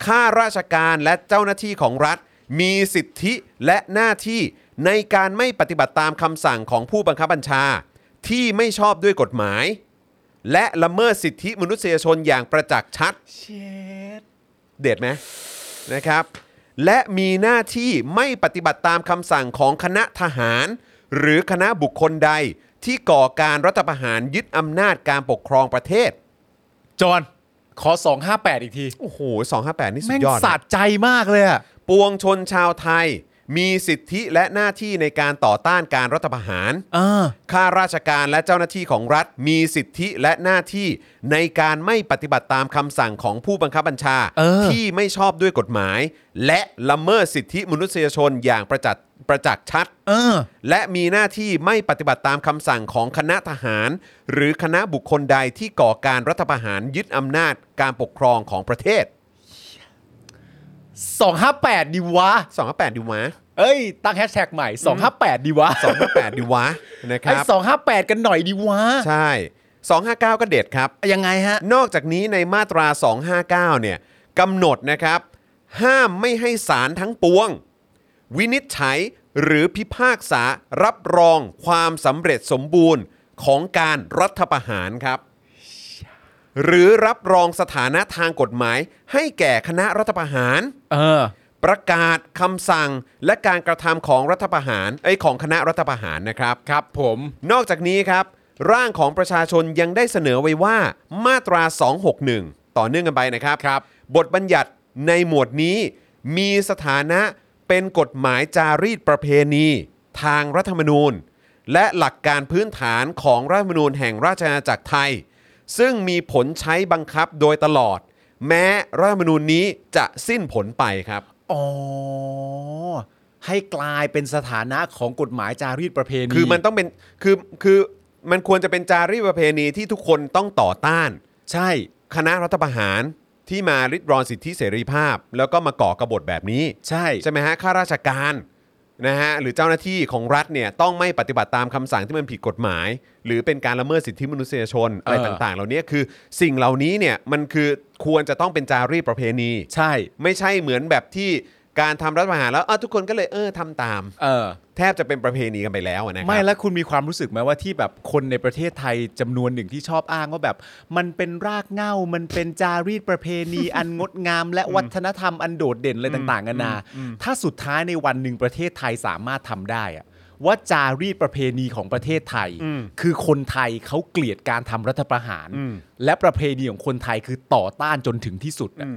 Speaker 1: ข้าราชการและเจ้าหน้าที่ของรัฐ มีสิทธิและหน้าที่ในการไม่ปฏิบัติตามคำสั่งของผู้บังคับบัญชา ที่ไม่ชอบด้วยกฎหมาย และละเมิดสิทธิมนุษยชนอย่างประจักษ์ชัด เด็ดไหมนะครับ และมีหน้าที่ไม่ปฏิบัติตามคำสั่งของคณะทหาร หรือคณะบุคคลใดที่ก่อการรัฐประหารยึดอำนาจการปกครองประเทศ
Speaker 2: จอห์นขอ 258 อีกที
Speaker 1: โอ้โห 258 นี่สุ
Speaker 2: แม่
Speaker 1: ด
Speaker 2: ง
Speaker 1: ยอดนะ
Speaker 2: สะใจมากเลยอะ
Speaker 1: ปวงชนชาวไทย มีสิทธิและหน้าที่ในการต่อต้านการรัฐประหาร
Speaker 2: เออ
Speaker 1: ข้าราชการและเจ้าหน้าที่ของรัฐ มีสิทธิและหน้าที่ในการไม่ปฏิบัติตามคำสั่งของผู้บังคับบัญชา
Speaker 2: เออ
Speaker 1: ที่ไม่ชอบด้วยกฎหมาย และละเมิดสิทธิมนุษยชนอย่างประจักษ์ประจักษ์ชัด
Speaker 2: เออ
Speaker 1: และมีหน้าที่ไม่ปฏิบัติตามคำสั่งของคณะทหาร หรือคณะบุคคลใดที่ก่อการรัฐประหารยึดอำนาจการปกครองของประเทศ
Speaker 2: 258 ดีวะ
Speaker 1: 258ดีวะ
Speaker 2: เอ้ย ตั้งแฮชแท็กใหม่ 258 ดีวะ
Speaker 1: 258ดีวะนะค
Speaker 2: ไอ้
Speaker 1: รับ
Speaker 2: 258 กันหน่อยดีวะ
Speaker 1: ใช่ 259 ก็เด็ดครับ
Speaker 2: ยังไงฮะ
Speaker 1: นอกจากนี้ในมาตรา 259 เนี่ยกำหนดนะครับ ห้ามไม่ให้ศาลทั้งปวง วินิจฉัยหรือพิพากษารับรองความสำเร็จสมบูรณ์ของการรัฐประหารครับ หรือรับรองสถานะทางกฎหมาย ให้แก่คณะรัฐประหาร
Speaker 2: เออ
Speaker 1: ประกาศคำสั่งและการกระทำของรัฐประหารไอยของคณะรัฐประหารนะครับ
Speaker 2: ครับผม
Speaker 1: นอกจากนี้ครับ ร่างของประชาชนยังได้เสนอไว้ว่ามาตรา 261 ต่อเนื่องกันไปนะครับครับ บทบัญญัติในหมวดนี้มีสถานะเป็นกฎหมายจารีตประเพณี ทางรัฐธรรมนูญ และหลักการพื้นฐานของรัฐธรรมนูญแห่งราชอาณาจักรไทย ซึ่งมีผลใช้บังคับโดยตลอด แม้รัฐธรรมนูญนี้จะสิ้นผลไปครับ
Speaker 2: อ๋อ ให้กลายเป็นสถานะของกฎหมายจารีตประเพณี
Speaker 1: คือมันต้องเป็นคือคือมันควรจะเป็นจารีตประเพณีที่ทุกคนต้องต่อต้าน
Speaker 2: ใช่
Speaker 1: คณะรัฐประหารที่มาริดรอนสิทธิเสรีภาพ แล้วก็มาก่อกบฏแบบนี้
Speaker 2: ใช่
Speaker 1: ใช่ไหมฮะข้าราชการนะฮะหรือเจ้าหน้าที่ของรัฐเนี่ยต้องไม่ปฏิบัติตามคำสั่งที่มันผิดกฎหมาย หรือเป็นการละเมิดสิทธิมนุษยชนอะไร
Speaker 2: เออ
Speaker 1: ต่างๆ เหล่านี้คือสิ่งเหล่านี้เนี่ยมันคือควรจะต้องเป็นจารีตประเพณี
Speaker 2: ใช่
Speaker 1: ไม่ใช่เหมือนแบบที่การทำรัฐประหารแล้วอ้าวทุกคนก็เลยเออทำตาม
Speaker 2: เออ
Speaker 1: แทบจะเป็นประเพณีกันไปแล้วอะนะค
Speaker 2: ไม่
Speaker 1: รับ
Speaker 2: แล้วคุณมีความรู้สึกไหมว่าที่แบบคนในประเทศไทยจำนวนหนึ่งที่ชอบอ้างว่าแบบ มันเป็นรากเหง้ามันเป็นจารีตประเพณี อันงดงาม และวัฒนธรรมอันโดดเด่นอะไรต่างๆนานาถ้าสุดท้ายในวันหนึ่งประเทศไทยสามารถทำได้อะว่าจารีตประเพณีของประเทศไทย คือคนไทยเขาเกลียดการทำรัฐประหาร และประเพณีของคนไทยคือต่อต้านจนถึงที่สุดอะ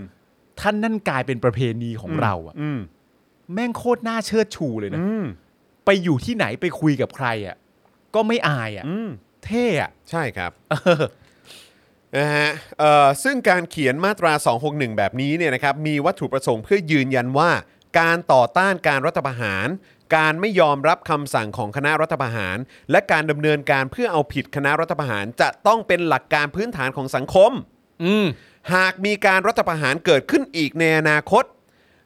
Speaker 2: ท่านนั่นกลายเป็นประเพณีของเราอะแม่งโคตรน่าเชิดชูเลยนะ ไปอยู่ที่ไหนไปคุยกับใครอ่ะก็ไม่อายอ่ะเท่อะ
Speaker 1: ใช่ครับ นะฮะเอ่อซึ่งการเขียนมาตรา 261 แบบนี้เนี่ยนะครับมีวัตถุประสงค์เพื่อยืนยันว่า การต่อต้านการรัฐประหาร การไม่ยอมรับคำสั่งของคณะรัฐประหาร และการดำเนินการเพื่อเอาผิดคณะรัฐประหาร จะต้องเป็นหลักการพื้นฐานของสังคม
Speaker 2: อืม
Speaker 1: หากมีการรัฐประหารเกิดขึ้นอีกในอนาคต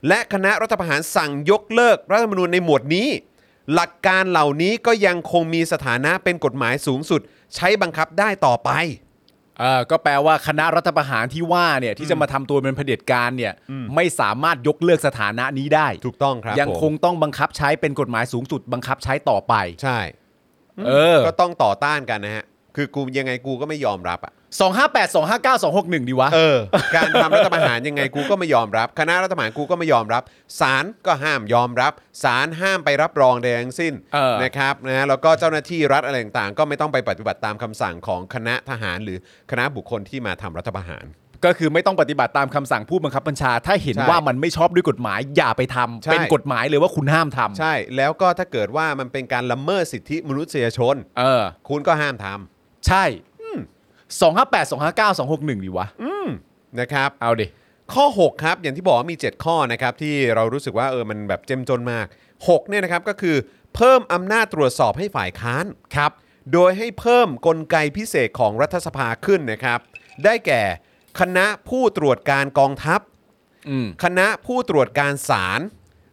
Speaker 1: และคณะรัฐประหารสั่งยกเลิกรัฐธรรมนูญในหมวดนี้ หลักการเหล่านี้ก็ยังคงมีสถานะเป็นกฎหมายสูงสุด ใช้บังคับได้ต่อไป
Speaker 2: เออก็แปลว่าคณะรัฐประหารที่ว่าเนี่ยที่จะมาทำตัวเป็นเผด็จการเนี่ย ไม่สามารถยกเลิกสถานะนี้ได้
Speaker 1: ถูกต้องครับ
Speaker 2: ยัง
Speaker 1: ผม
Speaker 2: คงต้องบังคับใช้เป็นกฎหมายสูงสุดบังคับใช้ต่อไป
Speaker 1: ใช่
Speaker 2: เออ
Speaker 1: ก็ต้องต่อต้านกันนะฮะ คือกูยังไงกูก็ไม่ยอมรับอ่ะ
Speaker 2: สองห้าแปดสองห้าเก้าสองหกหนึ่งดีวะ
Speaker 1: เออ การทำรัฐประหารยังไงกูก็ไม่ยอมรับ คณะรัฐประหารกูก็ไม่ยอมรับศาลก็ห้ามยอมรับศาลห้ามไปรับรองใดทั้งสิ้น
Speaker 2: เออ
Speaker 1: นะครับนะฮะแล้วก็เจ้าหน้าที่รัฐอะไรต่างๆ ก็ไม่ต้องไปปฏิบัติตามคำสั่งของคณะทหารหรือคณะบุคคลที่มาทำรัฐประหาร
Speaker 2: ก็คือไม่ต้องปฏิบัติตามคำสั่งผู้บังคับบัญชา ถ้าเห็น
Speaker 1: ใช่
Speaker 2: ว่ามันไม่ชอบด้วยกฎหมายอย่าไปทำ
Speaker 1: ใช่
Speaker 2: เป็นกฎหมายเลยว่าคุณห้ามทำ
Speaker 1: ใช่ แล้วก็ถ้าเกิดว่ามันเป็นการละเมิดสิทธิมนุษยชน
Speaker 2: เออ
Speaker 1: คุณก็ห้ามทำ
Speaker 2: ใช่สองห้าแปดสองห้าเก้าสองหกหนึ่งดีวะ
Speaker 1: นะครับ
Speaker 2: เอาดิ
Speaker 1: ข้อ 6 ครับ อย่างที่บอกว่ามี 7 ข้อนะครับ ที่เรารู้สึกว่าเออมันแบบเจ้มจนมาก 6 เนี่ยนะครับ ก็คือเพิ่มอำนาจตรวจสอบให้ฝ่ายค้านครับ โดยให้เพิ่มกลไกพิเศษของรัฐสภาขึ้นนะครับ ได้แก่คณะผู้ตรวจการกองทัพ
Speaker 2: อืม
Speaker 1: คณะผู้ตรวจการศาล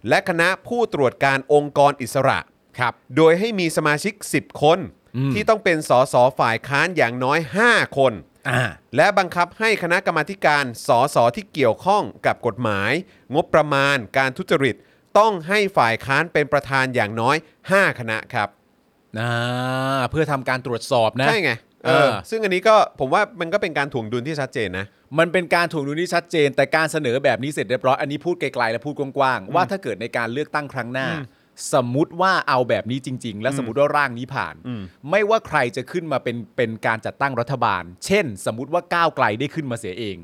Speaker 1: และคณะผู้ตรวจการองค์กรอิสระครับโดยให้มีสมาชิก 10 คน ที่ต้องเป็นสสฝ่ายค้านอย่างน้อย 5 คน
Speaker 2: อ่า
Speaker 1: และบังคับให้คณะกรรมาธิการสสที่เกี่ยวข้องกับกฎหมาย งบประมาณการทุจริต ต้องให้ฝ่ายค้านเป็นประธานอย่างน้อย 5 คณะครับ
Speaker 2: อ่าเพื่อทำการตรวจสอบนะ
Speaker 1: ใช่ไง เออ ซึ่งอันนี้ก็ผมว่ามันก็เป็นการถ่วงดุลที่ชัดเจนนะ
Speaker 2: มันเป็นการถ่วงดุลที่ชัดเจน แต่การเสนอแบบนี้เสร็จเรียบร้อยอันนี้พูดไกลๆและพูดกว้างๆว่าถ้าเกิดในการเลือกตั้งครั้งหน้า สมมติว่าเอาแบบนี้จริง ๆ และสมมติว่าร่างนี้ผ่าน ไม่ว่าใครจะขึ้นมาเป็นเป็นการจัดตั้งรัฐบาล เช่น สมมติว่าก้าวไกลได้ขึ้นมาเสียเอง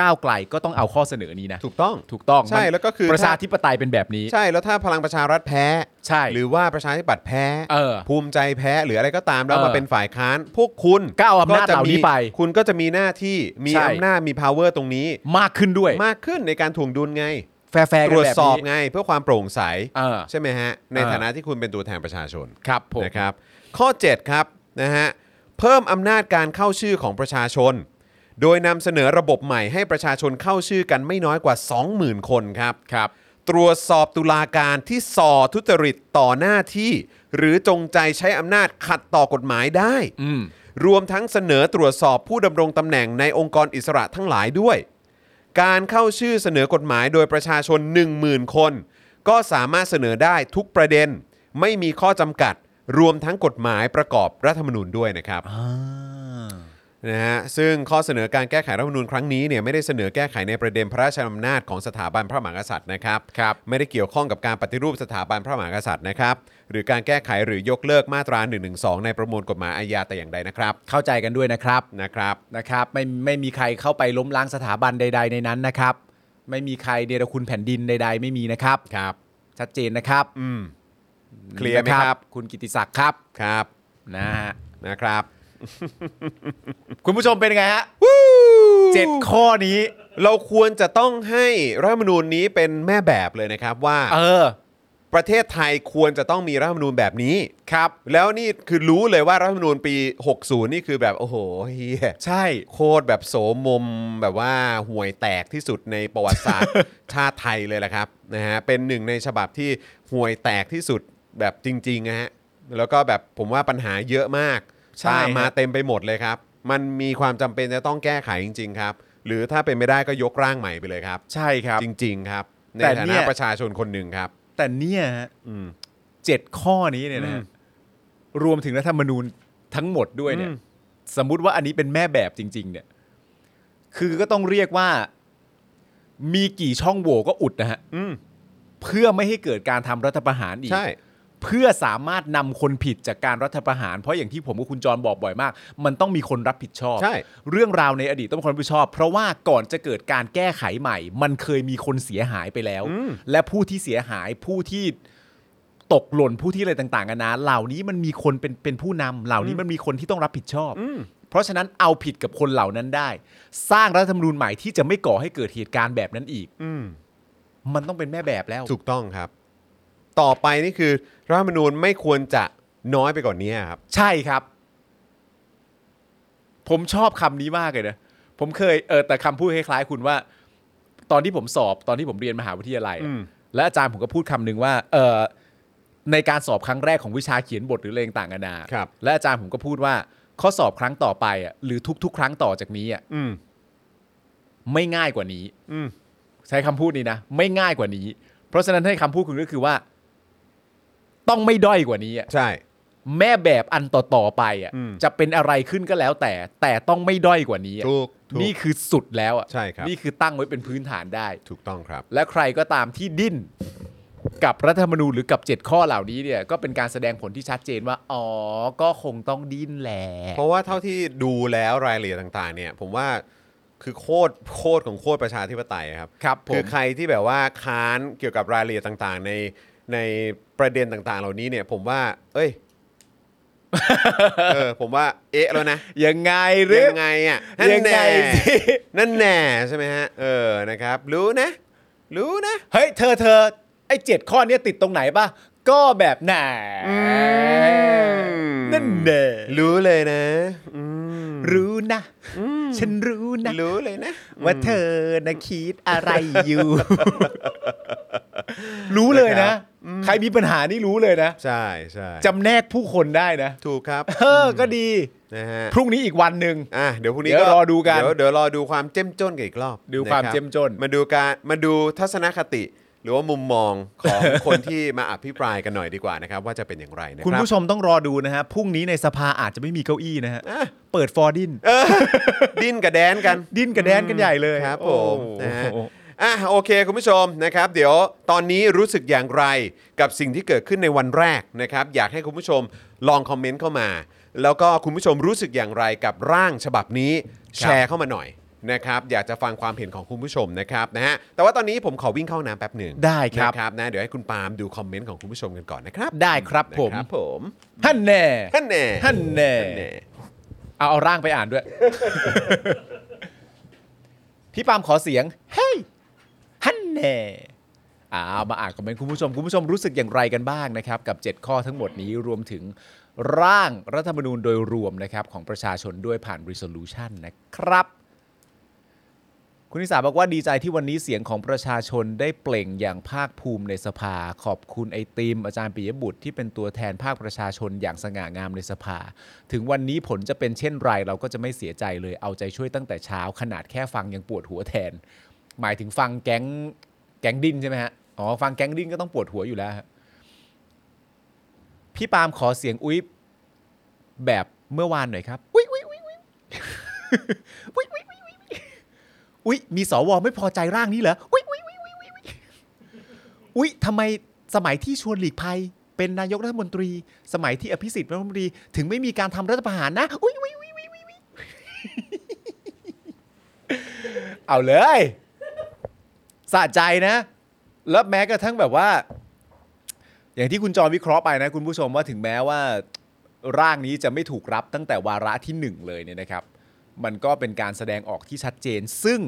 Speaker 2: ก้าวไกลก็ต้องเอาข้อเสนอนี้นะ
Speaker 1: ถูกต้อง
Speaker 2: ถูกต้อง
Speaker 1: ใช่
Speaker 2: มัน
Speaker 1: แล้วก็คือ
Speaker 2: ประชา
Speaker 1: ถ้า
Speaker 2: ธิปไตยเป็นแบบนี้
Speaker 1: ใช่แล้วถ้าพลังประชารัฐแพ้
Speaker 2: ใช่
Speaker 1: หรือว่าประชาธิปัตย์แพ้
Speaker 2: เออ
Speaker 1: ภูมิใจแพ้หรืออะไรก็ตามแล้ว
Speaker 2: เออ
Speaker 1: มาเป็นฝ่ายค้าน พวกคุณ
Speaker 2: ก็เอาอำนาจ
Speaker 1: ก็จะ
Speaker 2: เหล่านี้
Speaker 1: มี
Speaker 2: ไป
Speaker 1: คุณก็จะมีหน้าที่มี
Speaker 2: ใช่
Speaker 1: อำนาจมี power ตรงนี้
Speaker 2: มากขึ้นด้วย
Speaker 1: มากขึ้นในการถ่วงดุลไง
Speaker 2: แฟร์ๆ
Speaker 1: ต
Speaker 2: กัน
Speaker 1: รวจ
Speaker 2: แบบ
Speaker 1: สอบ
Speaker 2: นี้
Speaker 1: ไงเพื่อความโปร่งใส
Speaker 2: เออ
Speaker 1: ใช่ไหมฮะ ใน
Speaker 2: เออ
Speaker 1: ฐานะที่คุณเป็นตัวแทนประชาชน
Speaker 2: ครับผม
Speaker 1: นะครับข้อ 7 ครับนะฮะเพิ่มอำนาจการเข้าชื่อของประชาชน โดยนำเสนอระบบใหม่ให้ประชาชนเข้าชื่อกันไม่น้อยกว่า 20,000 คนครับครับ ตรวจสอบตุลาการที่ส่อทุจริตต่อหน้าที่ หรือจงใจใช้อำนาจขัดต่อกฎหมายได้
Speaker 2: อืม
Speaker 1: รวมทั้งเสนอตรวจสอบผู้ดำรงตำแหน่งในองค์กรอิสระทั้งหลายด้วย การเข้าชื่อเสนอกฎหมายโดยประชาชน 10,000 คน ก็สามารถเสนอได้ทุกประเด็น ไม่มีข้อจำกัด รวมทั้งกฎหมายประกอบรัฐธรรมนูญด้วยนะครับนะฮะซึ่งข้อเสนอการแก้ไขรัฐธรรมนูญครั้งนี้เนี่ยไม่ได้เสนอแก้ไขในประเด็นพระราชอำนาจของสถาบันพระมหากษัตริย์นะครับ
Speaker 2: ครับ
Speaker 1: ไม่ได้เกี่ยวข้องกับการปฏิรูปสถาบันพระมหากษัตริย์นะครับหรือการแก้ไขหรือยกเลิกมาตรา1นึในประมวลกฎหมายอาญาแต่อย่างใดนะครับ
Speaker 2: เข้าใจกันด้วยนะครับ
Speaker 1: นะครับ
Speaker 2: นะครับไม่ไม่มีใครเข้าไปล้มล้างสถาบันใด ๆ ในนั้นนะครับ ไม่มีใครเนรคุณแผ่นดินใด ๆ ไม่มีนะครับ
Speaker 1: ครับ
Speaker 2: ชัดเจนนะครับ
Speaker 1: อืม เคลียร์ไหมครับ
Speaker 2: คุณกิติศักดิ์ครับ
Speaker 1: ครับ
Speaker 2: นะฮะ
Speaker 1: นะครับ
Speaker 2: คุณผู้ชมเป็นไงฮะเจ็ดข้อนี้
Speaker 1: เราควรจะต้องให้รัฐธรรมนูญนี้เป็นแม่แบบเลยนะครับว่า
Speaker 2: เออ
Speaker 1: ประเทศไทยควรจะต้องมีรัฐธรรมนูญแบบนี้ครับ แล้วนี่คือรู้เลยว่ารัฐธรรมนูญปี 60 นี่คือแบบโอ้โหเฮีย
Speaker 2: ใช่
Speaker 1: โคตรแบบโสมมแบบว่าห่วยแตกที่สุดในประวัติศาสต ร์ ชาติไทยเลยแหละครับนะฮะเป็นหนึ่งในฉบับที่ห่วยแตกที่สุดแบบจริงๆนะฮะแล้วก็แบบผมว่าปัญหาเยอะมาก
Speaker 2: ใช่
Speaker 1: ตาม
Speaker 2: ฮะ
Speaker 1: มา เต็มไปหมดเลยครับ มันมีความจำเป็นจะต้องแก้ไขจริง ๆ ครับ หรือถ้าเป็นไม่ได้ก็ยกร่างใหม่ไปเลยครับ
Speaker 2: ใช่ครับ
Speaker 1: จริง ๆ ครับ ใน
Speaker 2: แต่
Speaker 1: ฐา
Speaker 2: เนี่
Speaker 1: นะ
Speaker 2: ย
Speaker 1: ประชาชนคนหนึ่งครับ
Speaker 2: แต่เนี่ยฮะ
Speaker 1: อืม
Speaker 2: เจ็ดข้อนี้เนี่ยนะ
Speaker 1: อื
Speaker 2: ฮะ
Speaker 1: ม
Speaker 2: รวมถึงรัฐธรรมนูญทั้งหมดด้วยเนี่ย
Speaker 1: อืม
Speaker 2: สมมุติว่าอันนี้เป็นแม่แบบจริง ๆ เนี่ย คือก็ต้องเรียกว่า มีกี่ช่องโหว่ก็อุดนะฮะ
Speaker 1: อืม
Speaker 2: เพื่อไม่ให้เกิดการทำรัฐประหารอีก
Speaker 1: ใช่
Speaker 2: เพื่อสามารถนำคนผิดจากการรัฐประหาร เพราะอย่างที่ผมกับคุณจรบอกบ่อยมาก มันต้องมีคนรับผิดชอบ
Speaker 1: ใช่
Speaker 2: เรื่องราวในอดีตต้องมีคนรับผิดชอบ เพราะว่าก่อนจะเกิดการแก้ไขใหม่ มันเคยมีคนเสียหายไปแล้ว และผู้ที่เสียหายผู้ที่ตกหล่นผู้ที่อะไรต่างๆกันานะเหล่านี้มันมีคนเป็นเป็นผู้นำเหล่านี้มันมีคนที่ต้องรับผิดชอบ เพราะฉะนั้นเอาผิดกับคนเหล่านั้นได้ สร้างรัฐธรรมนูญใหม่ที่จะไม่ก่อให้เกิดเหตุการณ์แบบนั้นอีก
Speaker 1: อืม
Speaker 2: มันต้องเป็นแม่แบบแล้ว
Speaker 1: ถูกต้องครับ ต่อไปนี่คือรัฐธรรมนูญไม่ควรจะน้อยไปกว่านนี้ครับ
Speaker 2: ใช่ครับ ผมชอบคำนี้มากเลยนะ ผมเคยเออแต่คำพูดคล้ายๆ คุณว่า ตอนที่ผมสอบตอนที่ผมเรียนมหาวิทยาลัยอะ
Speaker 1: อืม
Speaker 2: และอาจารย์ผมก็พูดคำหนึ่งว่าเออในการสอบครั้งแรกของวิชาเขียนบทหรืออะไรต่างๆนานา
Speaker 1: ครับ
Speaker 2: และอาจารย์ผมก็พูดว่า ข้อสอบครั้งต่อไปอ่ะหรือทุก ๆ ครั้งต่อจากนี้อ่ะ
Speaker 1: อืม
Speaker 2: ไม่ง่ายกว่านี้
Speaker 1: อืม
Speaker 2: ใช้คำพูดนี้นะไม่ง่ายกว่านี้ เพราะฉะนั้นให้คำพูดคุณก็คือว่า ต้องไม่ด้อยกว่านี้อะ
Speaker 1: ใช่
Speaker 2: แม่แบบอันต่อ ๆ ไปอ่ะ
Speaker 1: อืม
Speaker 2: จะเป็นอะไรขึ้นก็แล้วแต่ แต่ต้องไม่ด้อยกว่านี้อะ
Speaker 1: ถูกถูก
Speaker 2: นี่คือสุดแล้วอ่ะ
Speaker 1: ใช่ครับ
Speaker 2: นี่คือตั้งไว้เป็นพื้นฐานได้
Speaker 1: ถูกต้องครับ
Speaker 2: และใครก็ตามที่ดิ้น กับรัฐธรรมนูญหรือกับ 7 ข้อเหล่านี้เนี่ย ก็เป็นการแสดงผลที่ชัดเจนว่า อ๋อ ก็คงต้องดิ้นแหละ
Speaker 1: เพราะว่าเท่าที่ดูแล้วรายละเอียดต่างๆ เนี่ย ผมว่าคือโคตรโคตรของโคตรประชาธิปไตยครับ
Speaker 2: ครับผ
Speaker 1: คือ
Speaker 2: ม
Speaker 1: ใครที่แบบว่าค้านเกี่ยวกับรายละเอียดต่างๆ ในในประเด็นต่างๆ เหล่านี้เนี่ย ผมว่า เอ้ย เออผมว่าเอ๊ะแล้วนะ
Speaker 2: ยังไงหรือ
Speaker 1: ยังไงอ่ะนั่น
Speaker 2: ยังไง
Speaker 1: แน่
Speaker 2: สิ
Speaker 1: นั่นแน่ใช่ไหมฮะเออนะครับ รู้นะ รู้นะ
Speaker 2: เฮ้ย เธอเธอไอ้เจ็ดข้อเนี้ยติดตรงไหนป่ะ ก็แบบไหน
Speaker 1: ม
Speaker 2: นั่นเด้
Speaker 1: รู้เลยนะอืม
Speaker 2: รู้นะ ฉันรู้นะ
Speaker 1: รู้เลยนะ
Speaker 2: ว่าเธอนะคิดอะไรอยู่ รู้เลยนะ ใครมีปัญหานี่รู้เลยนะ
Speaker 1: ใช่ใช่
Speaker 2: จำแนกผู้คนได้นะ
Speaker 1: ถูกครับ
Speaker 2: เออก็ดี
Speaker 1: นะฮะ
Speaker 2: พรุ่งนี้อีกวันหนึ่ง
Speaker 1: อ่ะเดี๋ยวพรุ่งนี้
Speaker 2: เดี๋ยวรอดูกัน
Speaker 1: เดี๋ยวเดี๋ยวรอดูความเจ้มจนกันอีกรอบ
Speaker 2: ดูความ
Speaker 1: นะครับ
Speaker 2: เจ้มจน
Speaker 1: มาดูการมาดูทัศนคติ หรือว่ามุมมองของคนที่มาอภิปรายกันหน่อยดีกว่านะครับ ว่าจะเป็นอย่างไรนะค
Speaker 2: คุณ
Speaker 1: รับ
Speaker 2: ผู้ชมต้องรอดูนะฮะพรุ่งนี้ในสภาอาจจะไม่มีเก้าอี้นะฮะ
Speaker 1: อ่ะ
Speaker 2: เปิดฟอร์ดิน
Speaker 1: เออดิ้นกับแดนกัน
Speaker 2: ดิ้นกระแดนกันใหญ่เลย
Speaker 1: ครับผ
Speaker 2: โอ้
Speaker 1: มนะฮะ
Speaker 2: โห
Speaker 1: อ่ะโอเค คุณผู้ชมนะครับ เดี๋ยวตอนนี้รู้สึกอย่างไรกับสิ่งที่เกิดขึ้นในวันแรกนะครับ อยากให้คุณผู้ชมลองคอมเมนต์เข้ามา แล้วก็คุณผู้ชมรู้สึกอย่างไรกับร่างฉบับนี้แชร์เข้ามาหน่อยนะครับ อยากจะฟังความเห็นของคุณผู้ชมนะครับนะฮะแต่ว่าตอนนี้ผมขอวิ่งเข้าน้ำแป๊บหนึ่ง
Speaker 2: ได้ครับ
Speaker 1: นะครับนะเดี๋ยวให้คุณปาล์มดูคอมเมนต์ของคุณผู้ชมกันก่อนนะครับ
Speaker 2: ได้ครับผม
Speaker 1: นะครับผม
Speaker 2: ท่านแน่
Speaker 1: ท่านแน่
Speaker 2: ท่านแน่
Speaker 1: แน่
Speaker 2: เอาเอาร่างไปอ่านด้วย พี่ปาล์มขอเสียงเฮ้ยฮันแน่อ่ามาอ่านคอมเมนต์คุณผู้ชม คุณผู้ชมรู้สึกอย่างไรกันบ้างนะครับ กับ 7 ข้อทั้งหมดนี้รวมถึงร่างรัฐธรรมนูญโดยรวมนะครับของประชาชนด้วยผ่าน resolution นะครับ คุณนิสาบอกว่าดีใจที่วันนี้เสียงของประชาชนได้เปล่งอย่างภาคภูมิในสภา ขอบคุณไอติมอาจารย์ปิยบุตรที่เป็นตัวแทนภาคประชาชนอย่างสง่างามในสภา ถึงวันนี้ผลจะเป็นเช่นไรเราก็จะไม่เสียใจเลยเอาใจช่วยตั้งแต่เช้า ขนาดแค่ฟังยังปวดหัวแทน หมายถึงฟังแก๊งแก๊งดินใช่ไหมฮะอ๋อฟังแก๊งดินก็ต้องปวดหัวอยู่แล้วฮะพี่ปาล์มขอเสียงอุ๊ยแบบเมื่อวานหน่อยครับอุ๊ยอุ๊ยอุ๊ยอุ๊ยอุ๊ยอุ๊ยอุ๊ยอุ๊ย อุ๊ย มีสวไม่พอใจร่างนี้เหรอ อุ๊ยอุ๊ยอุ๊ยอุ๊ยอุ๊ยอุ๊ยอุ๊ยทำไมสมัยที่ชวนหลีกภัย เป็นนายกรัฐมนตรี สมัยที่อภิสิทธิ์เป็นรัฐมนตรีถึงไม่มีการทำรัฐประหารนะ อุ๊ยอุ๊ยอุ๊ยอุ๊ยอุ๊ยอุ๊ยเอาเลยสะใจนะ แล้วแม้กระทั่งแบบว่า อย่างที่คุณจอห์นวิเคราะห์ไปนะ คุณผู้ชมว่าถึงแม้ว่า ร่างนี้จะไม่ถูกรับตั้งแต่วาระทีหนึ่งเลยเนี่ยนะครับ มันก็เป็นการแสดงออกที่ชัดเจน ซึ่ง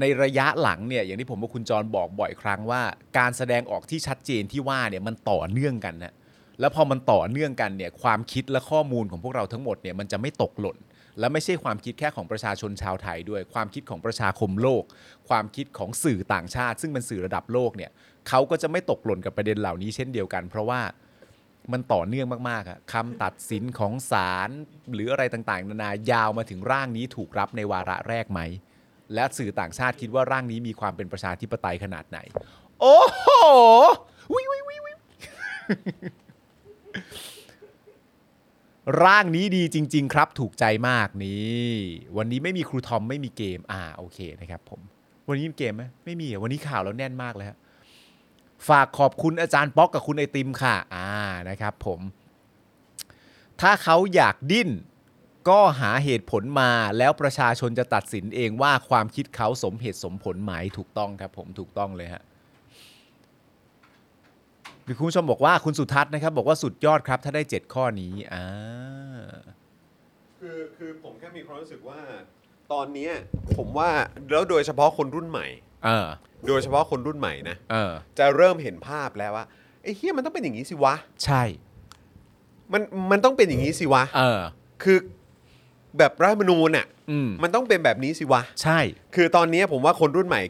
Speaker 2: ในระยะหลังเนี่ยอย่างที่ผมกับคุณจรบอกบ่อยครั้งว่า การแสดงออกที่ชัดเจนที่ว่าเนี่ยมันต่อเนื่องกันนะแล้วพอมันต่อเนื่องกันเนี่ยความคิดและข้อมูลของพวกเราทั้งหมดเนี่ยมันจะไม่ตกหล่น และไม่ใช่ความคิดแค่ของประชาชนชาวไทยด้วย ความคิดของประชาคมโลก ความคิดของสื่อต่างชาติ ซึ่งเป็นสื่อระดับโลกเนี่ยเขาก็จะไม่ตกหล่นกับประเด็นเหล่านี้เช่นเดียวกัน เพราะว่า มันต่อเนื่องมากๆอะคำตัดสินของศาลหรืออะไรต่างๆ นานายาวมาถึงร่างนี้ถูกรับในวาระแรกไหม และสื่อต่างชาติคิดว่าร่างนี้มีความเป็นประชาธิปไตยขนาดไหน โอ้โห วิววิววิววิวร่างนี้ดีจริง ๆ ครับ ถูกใจมากนี่ วันนี้ไม่มีครูทอมไม่มีเกม อ่าโอเคนะครับผม วันนี้มีเกมไหมไม่มีอะวันนี้ข่าวเราแน่นมากเลยฮะ ฝากขอบคุณอาจารย์ป๊อกกับคุณไอติมค่ะ อ่านะครับผม ถ้าเขาอยากดิ้น ก็หาเหตุผลมาแล้วประชาชนจะตัดสินเองว่าความคิดเขาสมเหตุสมผลไหมถูกต้องครับผมถูกต้องเลยฮะมีคุณผู้ชมบอกว่าคุณสุทัศน์นะครับ บอกว่าสุดยอดครับ ถ้าได้ 7 ข้อนี้อ่า
Speaker 1: คือคือผมแค่มีความรู้สึกว่า ตอนเนี้ยผมว่าแล้วโดยเฉพาะคนรุ่นใหม่
Speaker 2: เออ
Speaker 1: โดยเฉพาะคนรุ่นใหม่นะ
Speaker 2: เออ
Speaker 1: จะเริ่มเห็นภาพแล้วว่าไอ้เฮียมันต้องเป็นอย่างนี้สิวะ
Speaker 2: ใช่
Speaker 1: มันมันต้องเป็นอย่างนี้สิวะ
Speaker 2: เออ
Speaker 1: คือแบบรัฐธรรมนูญอ่ะ
Speaker 2: อืม
Speaker 1: มันต้องเป็นแบบนี้สิวะ
Speaker 2: ใช่
Speaker 1: คือตอนนี้ผมว่าคนรุ่นใหม่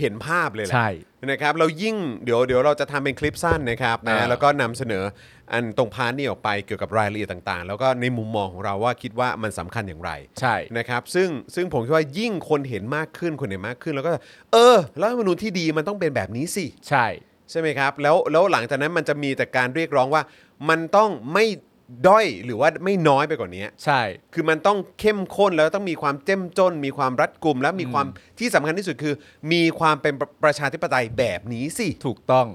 Speaker 1: เห็นภาพเลยแหละ
Speaker 2: ใช่
Speaker 1: นะครับเรายิ่งเดี๋ยวเดี๋ยวเราจะทำเป็นคลิปสั้นนะครับ
Speaker 2: อ่า
Speaker 1: นะแล้วก็นำเสนออันตรงพาร์ทนี้ออกไปเกี่ยวกับรายละเอียดต่างๆ แล้วก็ในมุมมองของเราว่าคิดว่ามันสำคัญอย่างไร
Speaker 2: ใช่
Speaker 1: นะครับซึ่งซึ่งผมคิดว่ายิ่งคนเห็นมากขึ้นคนเห็นมากขึ้น แล้วก็ เออรัฐธรรมนูญที่ดีมันต้องเป็นแบบนี้สิ
Speaker 2: ใช่
Speaker 1: ใช่ไหมครับ แล้วแล้วหลังจากนั้นมันจะมีแต่การเรียกร้องว่า มันต้องไม่ด้อยหรือว่าไม่น้อยไปกว่านี้
Speaker 2: ใช่
Speaker 1: คือมันต้องเข้มข้นแล้วต้องมีความเจ้มจน มีความรัดกุม และมีความที่สำคัญที่สุดคือ มีความเป็นประประชาธิปไตยแบบนี้สิ
Speaker 2: ถูกต้อง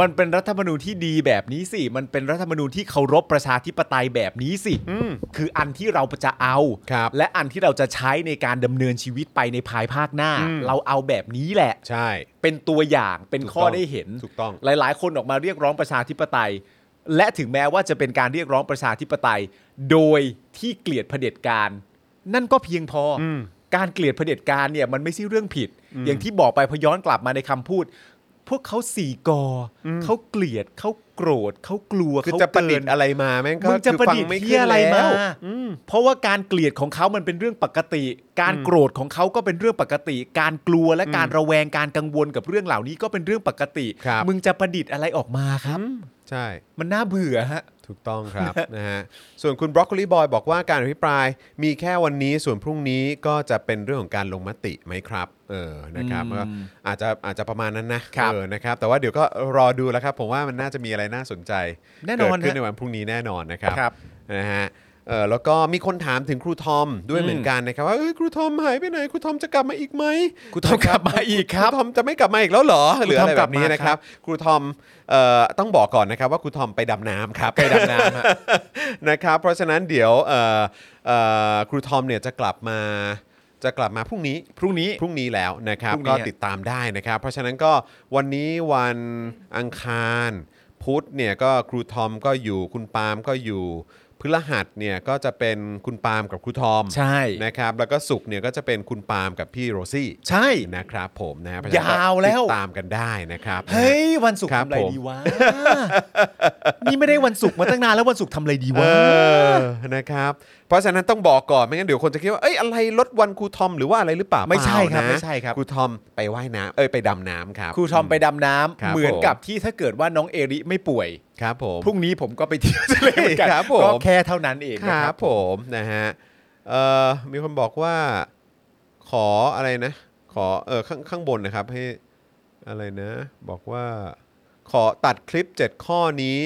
Speaker 2: มันเป็นรัฐธรรมนูญที่ดีแบบนี้สิ มันเป็นรัฐธรรมนูญที่เคารพประชาธิปไตยแบบนี้สิ
Speaker 1: อืม
Speaker 2: คืออันที่เราจะเอา
Speaker 1: ครับ
Speaker 2: และอันที่เราจะใช้ในการดำเนินชีวิตไปในภายภาคหน้า
Speaker 1: อืม
Speaker 2: เราเอาแบบนี้แหละ
Speaker 1: ใช่
Speaker 2: เป็นตัวอย่างเป็น
Speaker 1: ถูก
Speaker 2: ข้อ
Speaker 1: ต้อง
Speaker 2: ได้เห็น
Speaker 1: ถูกต้อง
Speaker 2: หลาย ๆ คนออกมาเรียกร้องประชาธิปไตย และถึงแม้ว่าจะเป็นการเรียกร้องประชาธิปไตย โดยที่เกลียดเผด็จการ นั่นก็เพียงพออ
Speaker 1: ม
Speaker 2: การเกลียดเผด็จการเนี่ยมันไม่ใช่เรื่องผิด อย่างที่บอกไปพอย้อนกลับมาในคำพูด พวกเขาสี่กออเขาเกลียดเขาโกรธเขากลัว
Speaker 1: คือ
Speaker 2: เขา
Speaker 1: จะประดิษ
Speaker 2: เกิน
Speaker 1: ฐ์อะไรมาแม่งก็
Speaker 2: มึงจะประดิษ
Speaker 1: คื
Speaker 2: ฐ์
Speaker 1: ฟัง
Speaker 2: เฮียอะไร
Speaker 1: ขึ้น
Speaker 2: มา
Speaker 1: แล้ว
Speaker 2: เพราะว่าการเกลียดของเขามันเป็นเรื่องปกติ การโกรธของเขาก็เป็นเรื่องปกติ การกลัวและการระแวงการกังวลกับเรื่องเหล่านี้ก็เป็นเรื่องปกติ
Speaker 1: ครับ
Speaker 2: มึงจะประดิษฐ์อะไรออกมาครับ
Speaker 1: ใช่
Speaker 2: มันน่าเบื่อฮะ
Speaker 1: ถ ถูกต้องครับ นะฮะส่วนคุณบรอกโคลีบอยบอกว่าการอภิปรายมีแค่วันนี้ส่วนพรุ่งนี้ก็จะเป็นเรื่องของการลงมติไหมครับ เออนะครับก็อาจจะอาจจะประมาณนั้นนะครับ เออนะครับ แต่ว่าเดี๋ยวก็รอดูแล้วครับ ผมว่ามันน่าจะมีอะไรน่าสนใจ
Speaker 2: แน่นอน
Speaker 1: เกิดขึ้น
Speaker 2: ฮะ
Speaker 1: ในวันพรุ่งนี้แน่นอนนะครับ
Speaker 2: ครับ
Speaker 1: นะฮะเออแล้วก็มีคนถามถึงครูทอมด้วยเหมือนกันนะครับว่าเอ้ยครูทอมหายไปไหนครูทอมจะกลับมาอีกไหม
Speaker 2: ครูทอมกลับมาอีกครับ
Speaker 1: ครูทอมจะไม่กลับมาอีกแล้วเหรอ หรืออะไร
Speaker 2: ครูทอม
Speaker 1: แบ
Speaker 2: กลั
Speaker 1: บบ นี้
Speaker 2: มา
Speaker 1: นะครับ ครูทอมเอ่อต้องบอกก่อนนะครับว่าครูทอมไปดำน้ำครับไปดำน้ำ นะครับ เพราะฉะนั้นเดี๋ยวเอ่อเอ่อครูทอมเนี่ยจะกลับมาจะกลับมาพรุ่งนี้
Speaker 2: พรุ่งนี้
Speaker 1: พรุ่งนี้แล้วนะครับ
Speaker 2: พรุ่งนี้
Speaker 1: ก็
Speaker 2: ฮะ
Speaker 1: ติดตามได้นะครับ เพราะฉะนั้นก็วันนี้วันอังคารพุธเนี่ยก็ครูทอมก็อยู่คุณปาล์มก็อยู่พฤหัสเนี่ยก็จะเป็นคุณปาล์มกับครูทอม
Speaker 2: ใช่
Speaker 1: นะครับแล้วก็ศุกร์เนี่ยก็จะเป็นคุณปาล์มกับพี่โรซี่
Speaker 2: ใช่
Speaker 1: นะครับผมนะฮะเพระฉะนั้นก็
Speaker 2: ยาวแล้ว
Speaker 1: ติดตามกันได้นะครับ
Speaker 2: เฮ้ย วันศุกร์
Speaker 1: ครับ
Speaker 2: ทำอะไร
Speaker 1: ผม
Speaker 2: ดีวะ นี่ไม่ได้วันศุกร์มาตั้งนานแล้ววันศุกร์ทำอะไรดี
Speaker 1: เอ
Speaker 2: วะ
Speaker 1: อนะครับ เพราะฉะนั้นต้องบอกก่อนไม่งั้นเดี๋ยวคนจะคิดว่าเอ้ยอะไรลดวันครูทอมหรือว่าอะไรหรือเปล่า
Speaker 2: ไม่ใช่ครับ
Speaker 1: เปล่านะ
Speaker 2: ไม่ใช่ครับ
Speaker 1: ครูทอมไปว่ายน้ำเอ้ยไปดำน้ำครับ
Speaker 2: ครูทอมไปดำน้
Speaker 1: ครับ
Speaker 2: ำเหมือนกับที่ถ้าเกิดว่าน้องเอริไม่ป่วย
Speaker 1: ครับผม
Speaker 2: พรุ่งนี้ผมก็ไปเที่ยวทะเลเหมือนกัน
Speaker 1: ครับผม
Speaker 2: ก็แค่เท่านั้นเอง
Speaker 1: ค
Speaker 2: นะค
Speaker 1: รั
Speaker 2: รั
Speaker 1: บบ ผมนะฮะเอ่อมีคนบอกว่าขออะไรนะ ขอเออข้างข้างบนนะครับให้อะไรนะ บอกว่า ขอตัดคลิป 7 ข้อนี้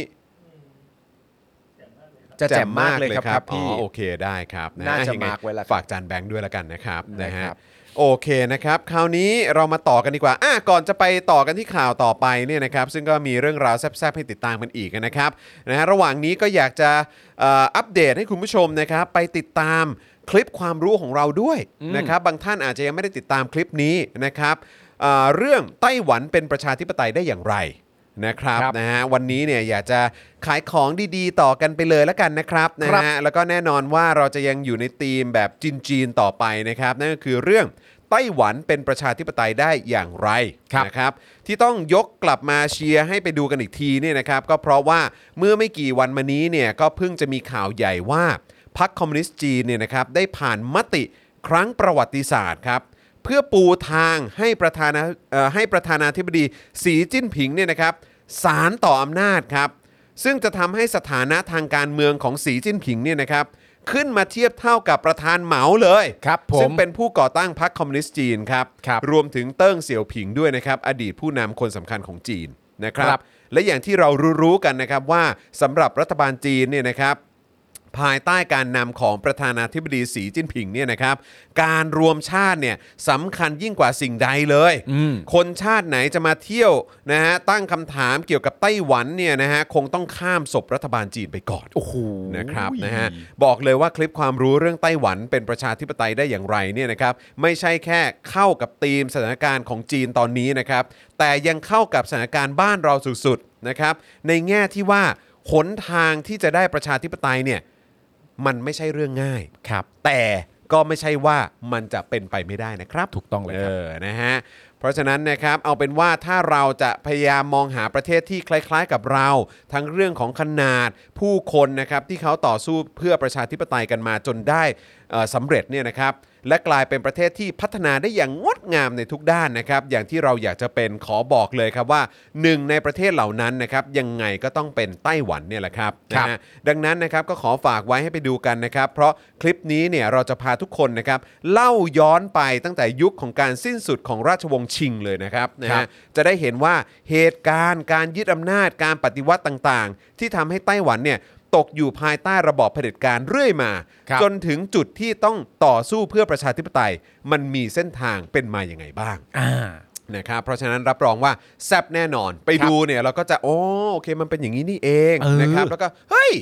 Speaker 2: จะแจ่มมากเลยครับครับ
Speaker 1: อ๋อ
Speaker 2: พี่
Speaker 1: โอเคได้ครับ
Speaker 2: น่าจะ
Speaker 1: ยังง
Speaker 2: มาร์คไว้แล้วครับ
Speaker 1: ฝากจานแบงค์ด้วยแล้วกันนะครับ
Speaker 2: ได้
Speaker 1: นะ
Speaker 2: ค
Speaker 1: ฮะ
Speaker 2: รับ
Speaker 1: โอเคนะครับ คราวนี้เรามาต่อกันดีกว่าอ่ะก่อนจะไปต่อกันที่ข่าวต่อไปเนี่ยนะครับซึ่งก็มีเรื่องราวแซ่บๆให้ติดตามกันอีกนะครับนะฮะระหว่างนี้ก็อยากจะ เอ่ออัปเดตให้คุณผู้ชมนะครับไปติดตามคลิปความรู้ของเราด้วยนะครับบางท่านอาจจะยังไม่ได้ติดตามคลิปนี้นะครับเอ่อเรื่องไต้หวันเป็นประชาธิปไตยได้อย่างไรนะครับ
Speaker 2: ครับ
Speaker 1: นะฮะวันนี้เนี่ยอยากจะขายของดีๆ ต่อกันไปเลยแล้วกันนะครับนะฮะแล้วก็แน่นอนว่าเราจะยังอยู่ในธีมแบบจีนๆต่อไปนะครับนั่นก็คือเรื่องไต้หวันเป็นประชาธิปไตยได้อย่างไร
Speaker 2: ครับ
Speaker 1: นะครับที่ต้องยกกลับมาเชียร์ให้ไปดูกันอีกทีเนี่ยนะครับก็เพราะว่าเมื่อไม่กี่วันมานี้เนี่ยก็เพิ่งจะมีข่าวใหญ่ว่าพรรคคอมมิวนิสต์จีนเนี่ยนะครับได้ผ่านมติครั้งประวัติศาสตร์ครับเพื่อปูทางให้ประธานาเอ่อให้ประธานาธิบดีสีจิ้นผิงเนี่ยนะครับสารต่ออำนาจครับ ซึ่งจะทำให้สถานะทางการเมืองของสีจิ้นผิงเนี่ยนะครับขึ้นมาเทียบเท่ากับประธานเหมาเลย
Speaker 2: ครับผม
Speaker 1: ซึ่งเป็นผู้ก่อตั้งพรรคคอมมิวนิสต์จีนครับ
Speaker 2: ครับ
Speaker 1: รวมถึงเติ้งเสี่ยวผิงด้วยนะครับ อดีตผู้นำคนสำคัญของจีนนะครับ
Speaker 2: ครับ
Speaker 1: และอย่างที่เรารู้ๆกันนะครับว่าสำหรับรัฐบาลจีนเนี่ยนะครับ ภายใต้การนำของประธานาธิบดีสีจิ้นผิงเนี่ยนะครับ การรวมชาติเนี่ยสำคัญยิ่งกว่าสิ่งใดเลย คนชาติไหนจะมาเที่ยวนะฮะตั้งคำถามเกี่ยวกับไต้หวันเนี่ยนะฮะคงต้องข้ามศพรัฐบาลจีนไปก่อน
Speaker 2: โอ้โห
Speaker 1: นะครับนะฮะบอกเลยว่าคลิปความรู้เรื่องไต้หวันเป็นประชาธิปไตยได้อย่างไรเนี่ยนะครับไม่ใช่แค่เข้ากับธีมสถานการณ์ของจีนตอนนี้นะครับ แต่ยังเข้ากับสถานการณ์บ้านเราสุดๆนะครับ ในแง่ที่ว่าหนทางที่จะได้ประชาธิปไตยเนี่ยมันไม่ใช่เรื่องง่ายครับ แต่ก็ไม่ใช่ว่ามันจะเป็นไปไม่ได้นะครับ
Speaker 2: ถูกต้องเลยครับ
Speaker 1: อนะฮะเพราะฉะนั้นนะครับเอาเป็นว่าถ้าเราจะพยายามมองหาประเทศที่คล้าย ๆ กับเรา ทั้งเรื่องของขนาดผู้คนนะครับที่เขาต่อสู้เพื่อประชาธิปไตยกันมาจนได้เอ่อสำเร็จเนี่ยนะครับ และกลายเป็นประเทศที่พัฒนาได้อย่างงดงามในทุกด้านนะครับ อย่างที่เราอยากจะเป็นขอบอกเลยครับว่าหนึ่งในประเทศเหล่านั้นนะครับยังไงก็ต้องเป็นไต้หวันเนี่ยแหละครับ
Speaker 2: ครับ
Speaker 1: นะฮะ ดังนั้นนะครับก็ขอฝากไว้ให้ไปดูกันนะครับ เพราะคลิปนี้เนี่ยเราจะพาทุกคนนะครับ เล่าย้อนไปตั้งแต่ยุคของการสิ้นสุดของราชวงศ์ชิงเลยนะครับนะ
Speaker 2: ครั
Speaker 1: ฮะ
Speaker 2: บ
Speaker 1: จะได้เห็นว่าเหตุการณ์การยึดอำนาจการปฏิวัติต่างๆ ที่ทำให้ไต้หวันเนี่ยตกอยู่ภายใต้ระบอบเผด็จการเรื่อยมา จนถึงจุดที่ต้องต่อสู้เพื่อประชาธิปไตย มันมีเส้นทางเป็นมาอย่างไงบ้าง
Speaker 2: อ่า
Speaker 1: นะครับเพราะฉะนั้นรับรองว่าแซบแน่นอนไป
Speaker 2: ครับ
Speaker 1: ดูเนี่ยเราก็จะโอ้โอเคมันเป็นอย่างนี้นี่เอง
Speaker 2: เออ
Speaker 1: นะครับแล้วก็เฮ้ย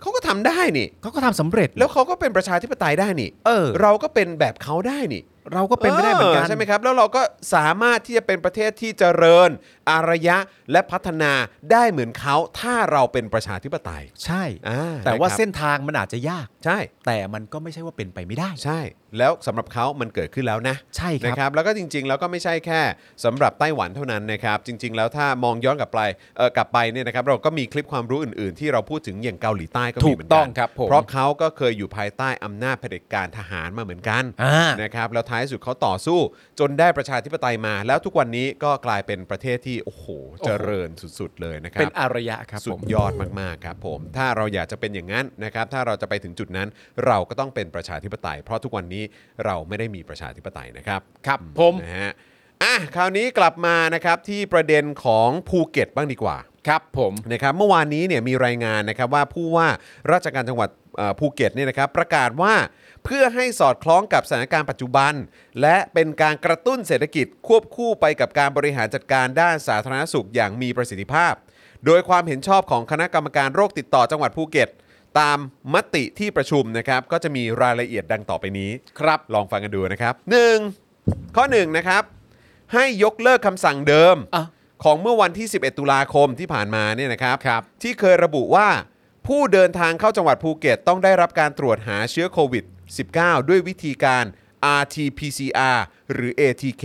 Speaker 1: เขาก็ทำได้นี่
Speaker 2: เขาก็ทำสำเร็จ
Speaker 1: แล้วเขาก็เป็นประชาธิปไตยได้นี่
Speaker 2: เออ
Speaker 1: เราก็เป็นแบบเขาได้นี่
Speaker 2: เราก็เป็นไม่ได้เหมือนกัน
Speaker 1: ใช่ไหมครับ แล้วเราก็สามารถที่จะเป็นประเทศที่เจริญ อารยะและพัฒนาได้เหมือนเขาถ้าเราเป็นประชาธิปไตย
Speaker 2: ใช่
Speaker 1: อ่า
Speaker 2: แต่ว่า
Speaker 1: ะครับ
Speaker 2: เส้นทางมันอาจจะยาก
Speaker 1: ใช่
Speaker 2: แต่มันก็ไม่ใช่ว่าเป็นไปไม่ได้
Speaker 1: ใช่แล้วสำหรับเขามันเกิดขึ้นแล้วนะ
Speaker 2: ใช่ครับ
Speaker 1: นะครับ แล้วก็จริง ๆ แล้วก็ไม่ใช่แค่สำหรับไต้หวันเท่านั้นนะครับ จริง ๆ แล้วถ้ามองย้อนกลับไปเอ่อกลับไปเนี่ยนะครับ เราก็มีคลิปความรู้อื่น ๆ ที่เราพูดถึงอย่างเกาหลีใต้ก็มีเหมือน
Speaker 2: ถูกต้
Speaker 1: กั
Speaker 2: องครับผม
Speaker 1: เพราะเขาก็เคยอยู่ภายใต้อำนาจเผด็จการทหารมาเหมือนกัน
Speaker 2: อ่าน
Speaker 1: นะครับแล้วท้าย ายสุดเขาต่อสู้ จนได้ประชาธิปไตยมา แล้วทุกวันนี้ก็กลายเป็นประเทศที่โอ้โหเจริญสุดๆเลยนะครั
Speaker 2: เป็น
Speaker 1: บ
Speaker 2: อารยะครับ
Speaker 1: สุ
Speaker 2: ผ
Speaker 1: ด
Speaker 2: ม
Speaker 1: ยอดมาก ๆ ครับผม ถ้าเราอยากจะเป็นอย่างนั้นนะครับ ถ้าเราจะไปถึงจุดนั้นเราก็ต้องเป็นประชาธิปไตย เพราะทุกวันนี้เราไม่ได้มีประชาธิปไตยนะครับ
Speaker 2: ครับผม
Speaker 1: นะฮะอ่ะคราวนี้กลับมานะครับที่ประเด็นของภูเก็ตบ้างดีกว่า
Speaker 2: ครับผม
Speaker 1: นะครับเมื่อวานนี้เนี่ยมีรายงานนะครับว่าผู้ว่าราชการจังหวัดเอ่อภูเก็ตเนี่ยนะครับประกาศว่าเพื่อให้สอดคล้องกับสถานการณ์ปัจจุบัน และเป็นการกระตุ้นเศรษฐกิจควบคู่ไปกับการบริหารจัดการด้านสาธารณสุขอย่างมีประสิทธิภาพ โดยความเห็นชอบของคณะกรรมการโรคติดต่อจังหวัดภูเก็ต ตามมติที่ประชุมนะครับก็จะมีรายละเอียดดังต่อไปนี้
Speaker 2: ครับ
Speaker 1: ลองฟังกันดูนะครับ 1. ข้อ 1 นะครับ ให้ยกเลิกคำสั่งเดิม
Speaker 2: อ่ะ
Speaker 1: ของเมื่อวันที่ 11 ตุลาคมที่ผ่านมาเนี่ยนะครับ
Speaker 2: ครับ
Speaker 1: ที่เคยระบุว่า ผู้เดินทางเข้าจังหวัดภูเก็ตต้องได้รับการตรวจหาเชื้อโควิด -19 ด้วยวิธีการ RT-PCR หรือ ATK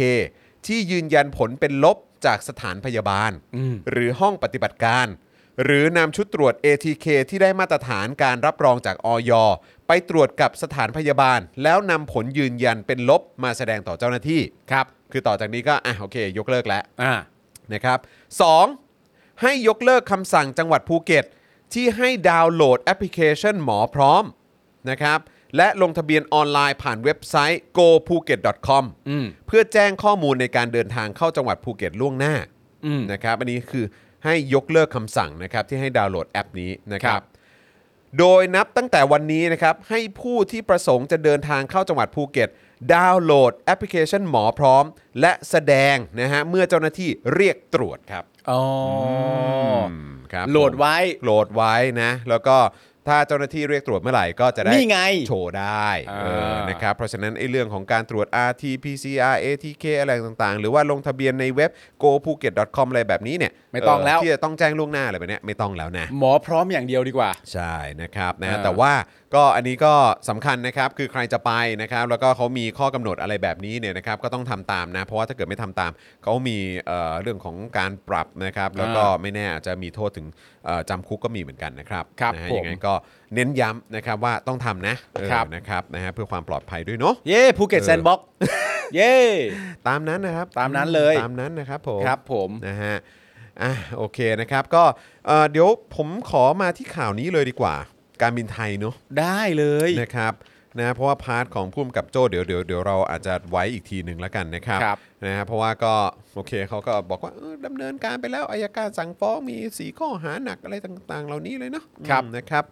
Speaker 1: ที่ยืนยันผลเป็นลบจากสถานพยาบาล หรือห้องปฏิบัติการ หรือนำชุดตรวจ ATK ที่ได้มาตรฐานการรับรองจากอย ไปตรวจกับสถานพยาบาล แล้วนำผลยืนยันเป็นลบมาแสดงต่อเจ้าหน้าที่ครับ คือต่อจากนี้ก็อ่ะโอเค ยกเลิกแล้ว
Speaker 2: อ่า
Speaker 1: นะครับ 2. ให้ยกเลิกคำสั่งจังหวัดภูเก็ต ที่ให้ดาวน์โหลดแอปพลิเคชันหมอพร้อมนะครับและลงทะเบียนออนไลน์ผ่านเว็บไซต์ gophuket.com
Speaker 2: อืม
Speaker 1: เพื่อแจ้งข้อมูลในการเดินทางเข้าจังหวัดภูเก็ตล่วงหน้านะครับอันนี้คือให้ยกเลิกคำสั่งนะครับที่ให้ดาวน์โหลดแอปนี้นะครับ โดยนับตั้งแต่วันนี้นะครับ ให้ผู้ที่ประสงค์จะเดินทางเข้าจังหวัดภูเก็ต ดาวน์โหลดแอปพลิเคชันหมอพร้อม และแสดงนะฮะเมื่อเจ้าหน้าที่เรียกตรวจครับ
Speaker 2: อ๋ออ
Speaker 1: มครับ
Speaker 2: โหลดไว้
Speaker 1: โหลดไว้นะ แล้วก็ถ้าเจ้าหน้าที่เรียกตรวจเมื่อไหร่ก็จะได้
Speaker 2: นี่ไง
Speaker 1: โชว์ได้
Speaker 2: อ่า
Speaker 1: เออนะครับเพราะฉะนั้นไอ้เรื่องของการตรวจ RT PCR ATK อะไรต่างๆ หรือว่าลงทะเบียนในเว็บ go phuket com อะไรแบบนี้เนี่ย
Speaker 2: ไม่ต้องแล้ว
Speaker 1: เที่จะต้องแจ้งล่วงหน้าอะไรแบบเนี้ยไม่ต้องแล้วนะ
Speaker 2: หมอพร้อมอย่างเดียวดีกว่า
Speaker 1: ใช่นะครับนะ
Speaker 2: อ่า
Speaker 1: แต่ว่าก็อันนี้ก็สำคัญนะครับคือใครจะไปนะครับ แล้วก็เขามีข้อกำหนดอะไรแบบนี้เนี่ยนะครับก็ต้องทำตามนะ เพราะว่าถ้าเกิดไม่ทำตามเขามีเอ่อเรื่องของการปรับนะครับ แล้วก็ไม่แน่อาจจะมีโทษถึงเอ่อจำคุกก็มีเหมือนกันนะครับ
Speaker 2: ครับ
Speaker 1: นะฮะ
Speaker 2: ผม
Speaker 1: ยังไงก็เน้นย้ำนะครับว่าต้องทำนะครับ เออนะครับนะฮะเพื่อความปลอดภัยด้วยเนาะ
Speaker 2: เย้ภูเก็ตแซนด์บ็อกเย้
Speaker 1: ตามนั้นนะครับ
Speaker 2: ตามนั้นเลย
Speaker 1: ตามนั้นนะครับผม
Speaker 2: ครับผม
Speaker 1: นะฮะ อ่ะโอเคนะครับก็เอ่อเดี๋ยวผมขอมาที่ข่าวนี้เลยดีกว่า การบินไทยเนอะ
Speaker 2: ได้เลย
Speaker 1: นะครับนะเพราะว่าพาร์ทของพุ่มกับโจ้เดี๋ยวเดี๋ยวเดี๋ยวเราอาจจะไว้อีกทีหนึ่งแล้วกันนะครับ
Speaker 2: ครับ
Speaker 1: นะฮะเพราะว่าก็โอเคเขาก็บอกว่าเออดำเนินการไปแล้วอายการสั่งฟ้องมีสีข้อหาหนักอะไรต่างๆ เหล่านี้เลยเนาะ
Speaker 2: ครับ
Speaker 1: อืมนะครับ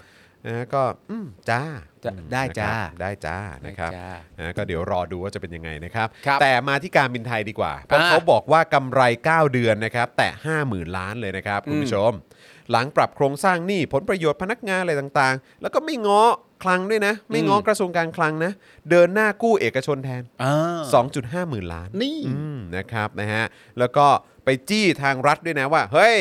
Speaker 1: นะฮะก็อืมจ้า
Speaker 2: จะได้จ้า
Speaker 1: นะครับได้จ้านะครับ
Speaker 2: ได้จ้า
Speaker 1: นะก็เดี๋ยวรอดูว่าจะเป็นยังไงนะครับ
Speaker 2: ครับ
Speaker 1: แต่มาที่การบินไทยดีกว่า เพราะ
Speaker 2: อ่า
Speaker 1: เขาบอกว่ากำไร 9 เดือนนะครับ แต่ 50,000 ล้านเลยนะครับ คุณผู้ชม หลังปรับโครงสร้างหนี้ผลประโยชน์พนักงานอะไรต่างๆ แล้วก็ไม่ง้อคลังด้วยนะ ไม่ง้อ
Speaker 2: ม
Speaker 1: กระทรวงการคลังนะ เดินหน้ากู้เอกชนแทน
Speaker 2: อ่า
Speaker 1: 2.5 หมื่นล้าน
Speaker 2: นี่
Speaker 1: อืมนะครับนะฮะแล้วก็ไปจี้ทางรัฐด้วยนะว่า เฮ้ย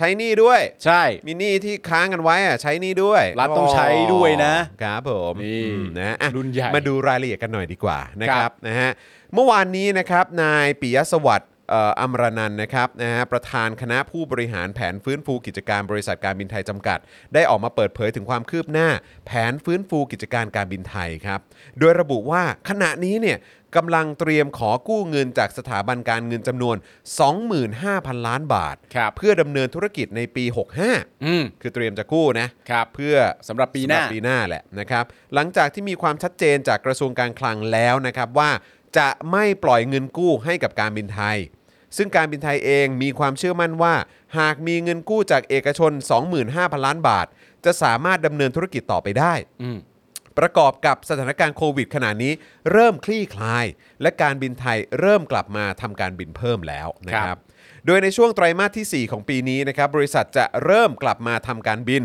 Speaker 1: ใช้หนี้ด้วย
Speaker 2: ใช่
Speaker 1: มีหนี้ที่ค้างกันไว้อะใช้หนี้ด้วย
Speaker 2: รัฐต้องใช้ด้วยนะครับ
Speaker 1: ผม
Speaker 2: นี่
Speaker 1: อืมนะอ่ะ
Speaker 2: รุ่นใหญ่
Speaker 1: มาดูรายละเอียดกันหน่อยดีกว่านะค
Speaker 2: ครั
Speaker 1: รับบ นะฮะเมื่อวานนี้นะครับนายปิยะสวัสดิ์เอ่ออมรนันท์นะครับนะฮะประธานคณะผู้บริหารแผนฟื้นฟูกิจการบริษัทการบินไทยจำกัด ได้ออกมาเปิดเผยถึงความคืบหน้า แผนฟื้นฟูกิจการการบินไทยครับโดยระบุว่าขณะนี้เนี่ยกำลังเตรียมขอกู้เงินจากสถาบันการเงินจำนวน 25,000 ล้านบาท
Speaker 2: ครับ
Speaker 1: เพื่อดำเนินธุรกิจในปี 65
Speaker 2: อืม
Speaker 1: คือเตรียมจะกู้นะครับ เพื่อ
Speaker 2: สำหรับปีหน้า
Speaker 1: สำปีหน้าแหละนะครับ หลังจากที่มีความชัดเจนจากกระทรวงการคลังแล้วนะครับว่าจะไม่ปล่อยเงินกู้ให้กับการบินไทย ซึ่งการบินไทยเองมีความเชื่อมั่นว่า หากมีเงินกู้จากเอกชน 25,000 ล้านบาท จะสามารถดำเนินธุรกิจต่อไปได้
Speaker 2: อืม
Speaker 1: ประกอบกับสถานการณ์โควิดขณะนี้เริ่มคลี่คลาย และการบินไทยเริ่มกลับมาทำการบินเพิ่มแล้วนะค
Speaker 2: ครั
Speaker 1: รับ
Speaker 2: บ
Speaker 1: โดยในช่วงไตรมาสที่ 4 ของปีนี้นะครับ บริษัทจะเริ่มกลับมาทำการบิน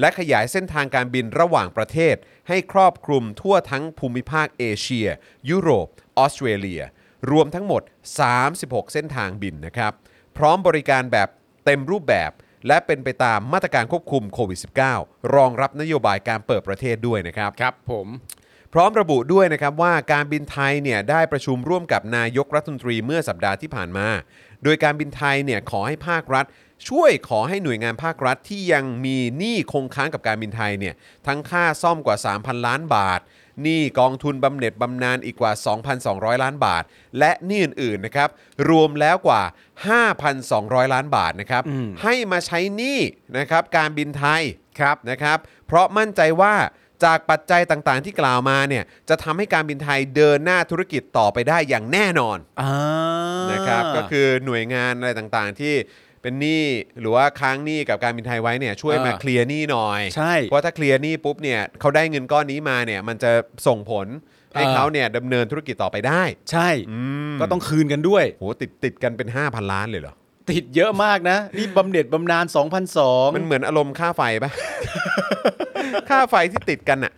Speaker 1: และขยายเส้นทางการบินระหว่างประเทศ ให้ครอบคลุมทั่วทั้งภูมิภาคเอเชีย ยุโรป ออสเตรเลีย รวมทั้งหมด 36 เส้นทางบินนะครับ พร้อมบริการแบบเต็มรูปแบบ และเป็นไปตามมาตรการควบคุมโควิด -19 รองรับนโยบายการเปิดประเทศด้วยนะครับ
Speaker 2: ครับผม
Speaker 1: พร้อมระบุด้วยนะครับว่าการบินไทยเนี่ยได้ประชุมร่วมกับนายกรัฐมนตรีเมื่อสัปดาห์ที่ผ่านมา โดยการบินไทยเนี่ยขอให้ภาครัฐ ช่วยขอให้หน่วยงานภาครัฐที่ยังมีหนี้คงค้างกับการบินไทยเนี่ยทั้งค่าซ่อมกว่า 3,000 ล้านบาท หนี้กองทุนบำเหน็จบำนาญอีกกว่า 2,200 ล้านบาท และหนี้อื่นๆนะครับรวมแล้วกว่า 5,200 ล้านบาทนะครับให้มาใช้หนี้นะครับการบินไทยครับนะครับ เพราะมั่นใจว่าจากปัจจัยต่างๆ ที่กล่าวมาเนี่ยจะทำให้การบินไทยเดินหน้าธุรกิจต่อไปได้อย่างแน่นอน
Speaker 2: อ่า
Speaker 1: นะครับก็คือหน่วยงานอะไรต่างๆที่เป็นหนี้หรือว่าค้างหนี้กับการบินไทยไว้เนี่ยช่วย
Speaker 2: เออ
Speaker 1: มาเคลียร์หนี้หน่อย
Speaker 2: ใช่
Speaker 1: เพราะถ้าเคลียร์หนี้ปุ๊บเนี่ยเขาได้เงินก้อนนี้มาเนี่ยมันจะส่งผลให้
Speaker 2: เออ
Speaker 1: เขาเนี่ยดำเนินธุรกิจต่อไปได้
Speaker 2: ใช่ก็ต้องคืนกันด้วย
Speaker 1: โหติดติดกันเป็น 5,000 ล้านเลยเหรอ
Speaker 2: ติดเยอะมากนะ นี่บำเหน็จบำนาญ2,002
Speaker 1: มันเหมือนอารมณ์ค่าไฟปะ ค่าไฟที่ติดกันอะ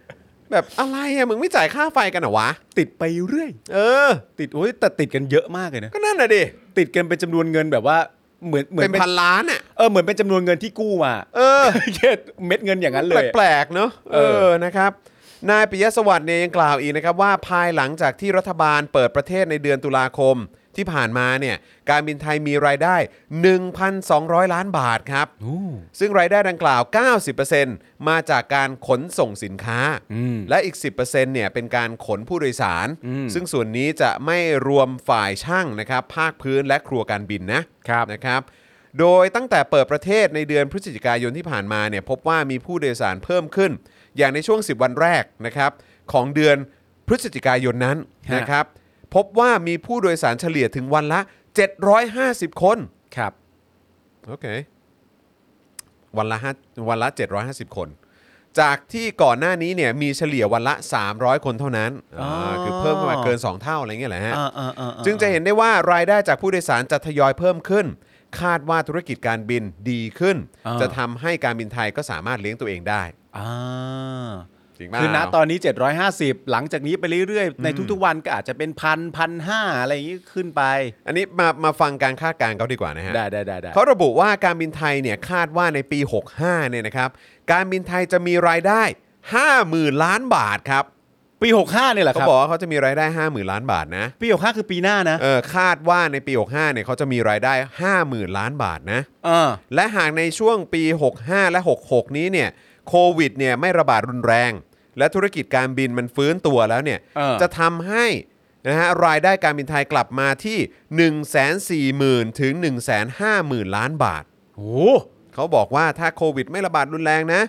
Speaker 1: แบบอะไรอะมึงไม่จ่ายค่าไฟกันเหรอวะ
Speaker 2: ติดไปเรื่อย
Speaker 1: เออ
Speaker 2: ติดโอ้ยแต่ติดกันเยอะมากเลยนะ
Speaker 1: ก็นั่นน่ะดิ
Speaker 2: ติดกันเป็นจำนวนเงินแบบว่าเหมือนเหมือ
Speaker 1: เป็น นพันล้านอะ
Speaker 2: เออเหมือนเป็นจำนวนเงินที่กู้มา
Speaker 1: เออ
Speaker 2: เหี้ยเม็ดเงินอย่างนั้นเลย
Speaker 1: แปลกๆเนอะเอ
Speaker 2: เออ
Speaker 1: อนะครับนายปิยะสวัสดิ์เนี่ยยังกล่าวอีกนะครับว่าภายหลังจากที่รัฐบาลเปิดประเทศในเดือนตุลาคมที่ผ่านมาเนี่ยการบินไทยมีรายได้ 1,200 ล้านบาทครับ ซึ่งรายได้ดังกล่าว 90%มาจากการขนส่งสินค้า และอีก 10%เนี่ยเป็นการขนผู้โดยสาร ซึ่งส่วนนี้จะไม่รวมฝ่ายช่างนะครับภาคพื้นและครัวการบินนะ
Speaker 11: ครับ
Speaker 1: นะครับ โดยตั้งแต่เปิดประเทศในเดือนพฤศจิกายนที่ผ่านมาเนี่ยพบว่ามีผู้โดยสารเพิ่มขึ้น อย่างในช่วง 10 วันแรกนะครับของเดือนพฤศจิกายนนั้น
Speaker 2: ฮะ
Speaker 1: นะครับพบว่ามีผู้โดยสารเฉลี่ยถึงวันละ 750 คน
Speaker 2: ครับ
Speaker 1: โอเควันละ5วันละ 750 คน จากที่ก่อนหน้านี้เนี่ยมีเฉลี่ยวันละ 300 คนเท่านั้นอ่าคือเพิ่มขึ้นมาเกิน 2 เท่าอะไรเงี้ยแหละฮะ
Speaker 2: อ่าอ่าอ่าอ่า
Speaker 1: จึงจะเห็นได้ว่ารายได้จากผู้โดยสารจะทยอยเพิ่มขึ้น คาดว่าธุรกิจการบินดีขึ้น จะทำให้การบินไทยก็สามารถเลี้ยงตัวเองได้
Speaker 2: อ่า
Speaker 1: จริงมาก
Speaker 2: คือณตอนนี้ 750 หลังจากนี้ไปเรื่อยๆ ในทุกๆวันก็อาจจะเป็นพันพันห้าอะไรอย่างนี้ขึ้นไป
Speaker 1: อันนี้มามาฟังการคาดการณ์เขาดีกว่านะฮะ
Speaker 2: ได้ได้ได้ได้
Speaker 1: เขาระบุว่าการบินไทยเนี่ยคาดว่าในปี 65เนี่ยนะครับ การบินไทยจะมีรายได้ 50,000 ล้านบาทครับ
Speaker 2: ปี 65เนี่ยแหละ
Speaker 1: เขา
Speaker 2: ครับ
Speaker 1: บอกว่าเขาจะมีรายได้ 50,000 ล้านบาทนะ
Speaker 2: ปี 65 คือปีหน้านะ
Speaker 1: เออคาดว่าในปี 65เนี่ยเขาจะมีรายได้ 50,000 ล้านบาทนะ
Speaker 2: อ่า
Speaker 1: และหากในช่วงปี 65 และ 66 นี้เนี่ยโควิดเนี่ยไม่ระบาดรุนแรง และธุรกิจการบินมันฟื้นตัวแล้วเนี่ยจะทำให้นะฮะรายได้การบินไทยกลับมาที่ 140,000 ถึง 150,000 ล้านบาท
Speaker 2: โอ้
Speaker 1: เขาบอกว่าถ้าโควิดไม่ระบาดรุนแรงนะ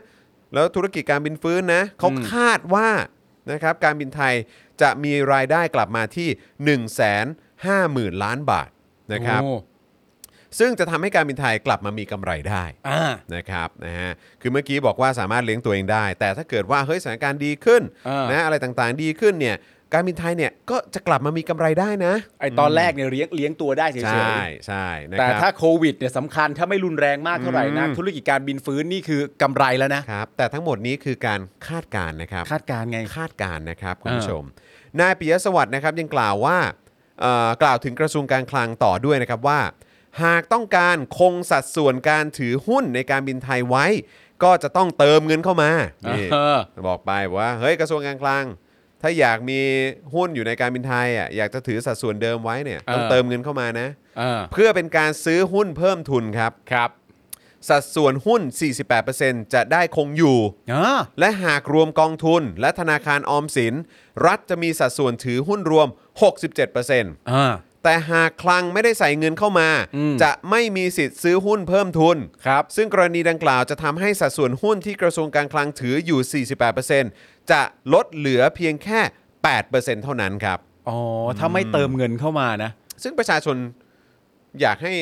Speaker 1: แล้วธุรกิจการบินฟื้นนะเขาคาดว่านะครับการบินไทยจะมีรายได้กลับมาที่ 150,000 ล้านบาทนะครับ ซึ่งจะทำให้การบินไทยกลับมามีกำไรได้
Speaker 2: อ่า
Speaker 1: นะครับนะฮะคือเมื่อกี้บอกว่าสามารถเลี้ยงตัวเองได้ แต่ถ้าเกิดว่าเฮ้ยสถานการณ์ดีขึ้น
Speaker 2: อ่าน
Speaker 1: นะอะไรต่างๆดีขึ้นเนี่ยการบินไทยเนี่ยก็จะกลับมามีกำไรได้นะ
Speaker 2: ไอตอนแรกเนี่ยเลี้ยงเลี้ยงตัวได้เฉย
Speaker 1: ใช่ใช่นะ
Speaker 2: ๆ แต่
Speaker 1: ค
Speaker 2: ถ้า
Speaker 1: รับ
Speaker 2: โควิดเนี่ยสำคัญถ้าไม่รุนแรงมากเท่าไหร่นะ
Speaker 1: อืม
Speaker 2: ธุรกิจการบินฟื้นนี่คือกำไรแล้วนะ
Speaker 1: ครับแต่ทั้งหมดนี้คือการคาดการณ์นะครับ
Speaker 2: คาดการณ์ไง
Speaker 1: คาดการณ์นะครับคุณผู้ชม นายปิยะสวัสดิ์นะครับยังกล่าวว่าเอ่อกล่าวถึงกระทรวงการคลังต่อด้วยนะครับว่า หากต้องการคงสัดส่วนการถือหุ้นในการบินไทยไว้ ก็จะต้องเติมเงินเข้ามานี่
Speaker 2: เออ
Speaker 1: บอกไปบอกว่าเฮ้ยกระทรวงการคลัง ถ้าอยากมีหุ้นอยู่ในการบินไทยอ่ะอยากจะถือสัดส่วนเดิมไว้เนี่ยต้อง
Speaker 2: เออ
Speaker 1: เติมเงินเข้ามานะ
Speaker 2: เออ
Speaker 1: เพื่อเป็นการซื้อหุ้นเพิ่มทุนครับ
Speaker 2: ครับ
Speaker 1: สัดส่วนหุ้น 48%จะได้คงอยู่
Speaker 2: อ่า
Speaker 1: และหากรวมกองทุน และธนาคารออมสิน รัฐจะมีสัดส่วนถือหุ้นรวม 67%
Speaker 2: อ่า
Speaker 1: แต่หากคลังไม่ได้ใส่เงินเข้ามา
Speaker 2: อืม
Speaker 1: จะไม่มีสิทธิ์ซื้อหุ้นเพิ่มทุน
Speaker 2: ครับ
Speaker 1: ซึ่งกรณีดังกล่าวจะทำให้สัดส่วนหุ้นที่กระทรวงการคลังถืออยู่ 48%จะลดเหลือเพียงแค่ 8%เท่านั้นครับ
Speaker 2: อ๋อ ถ้าไม่เติมเงินเข้ามานะ
Speaker 1: ซึ่งประชาชนอยากให้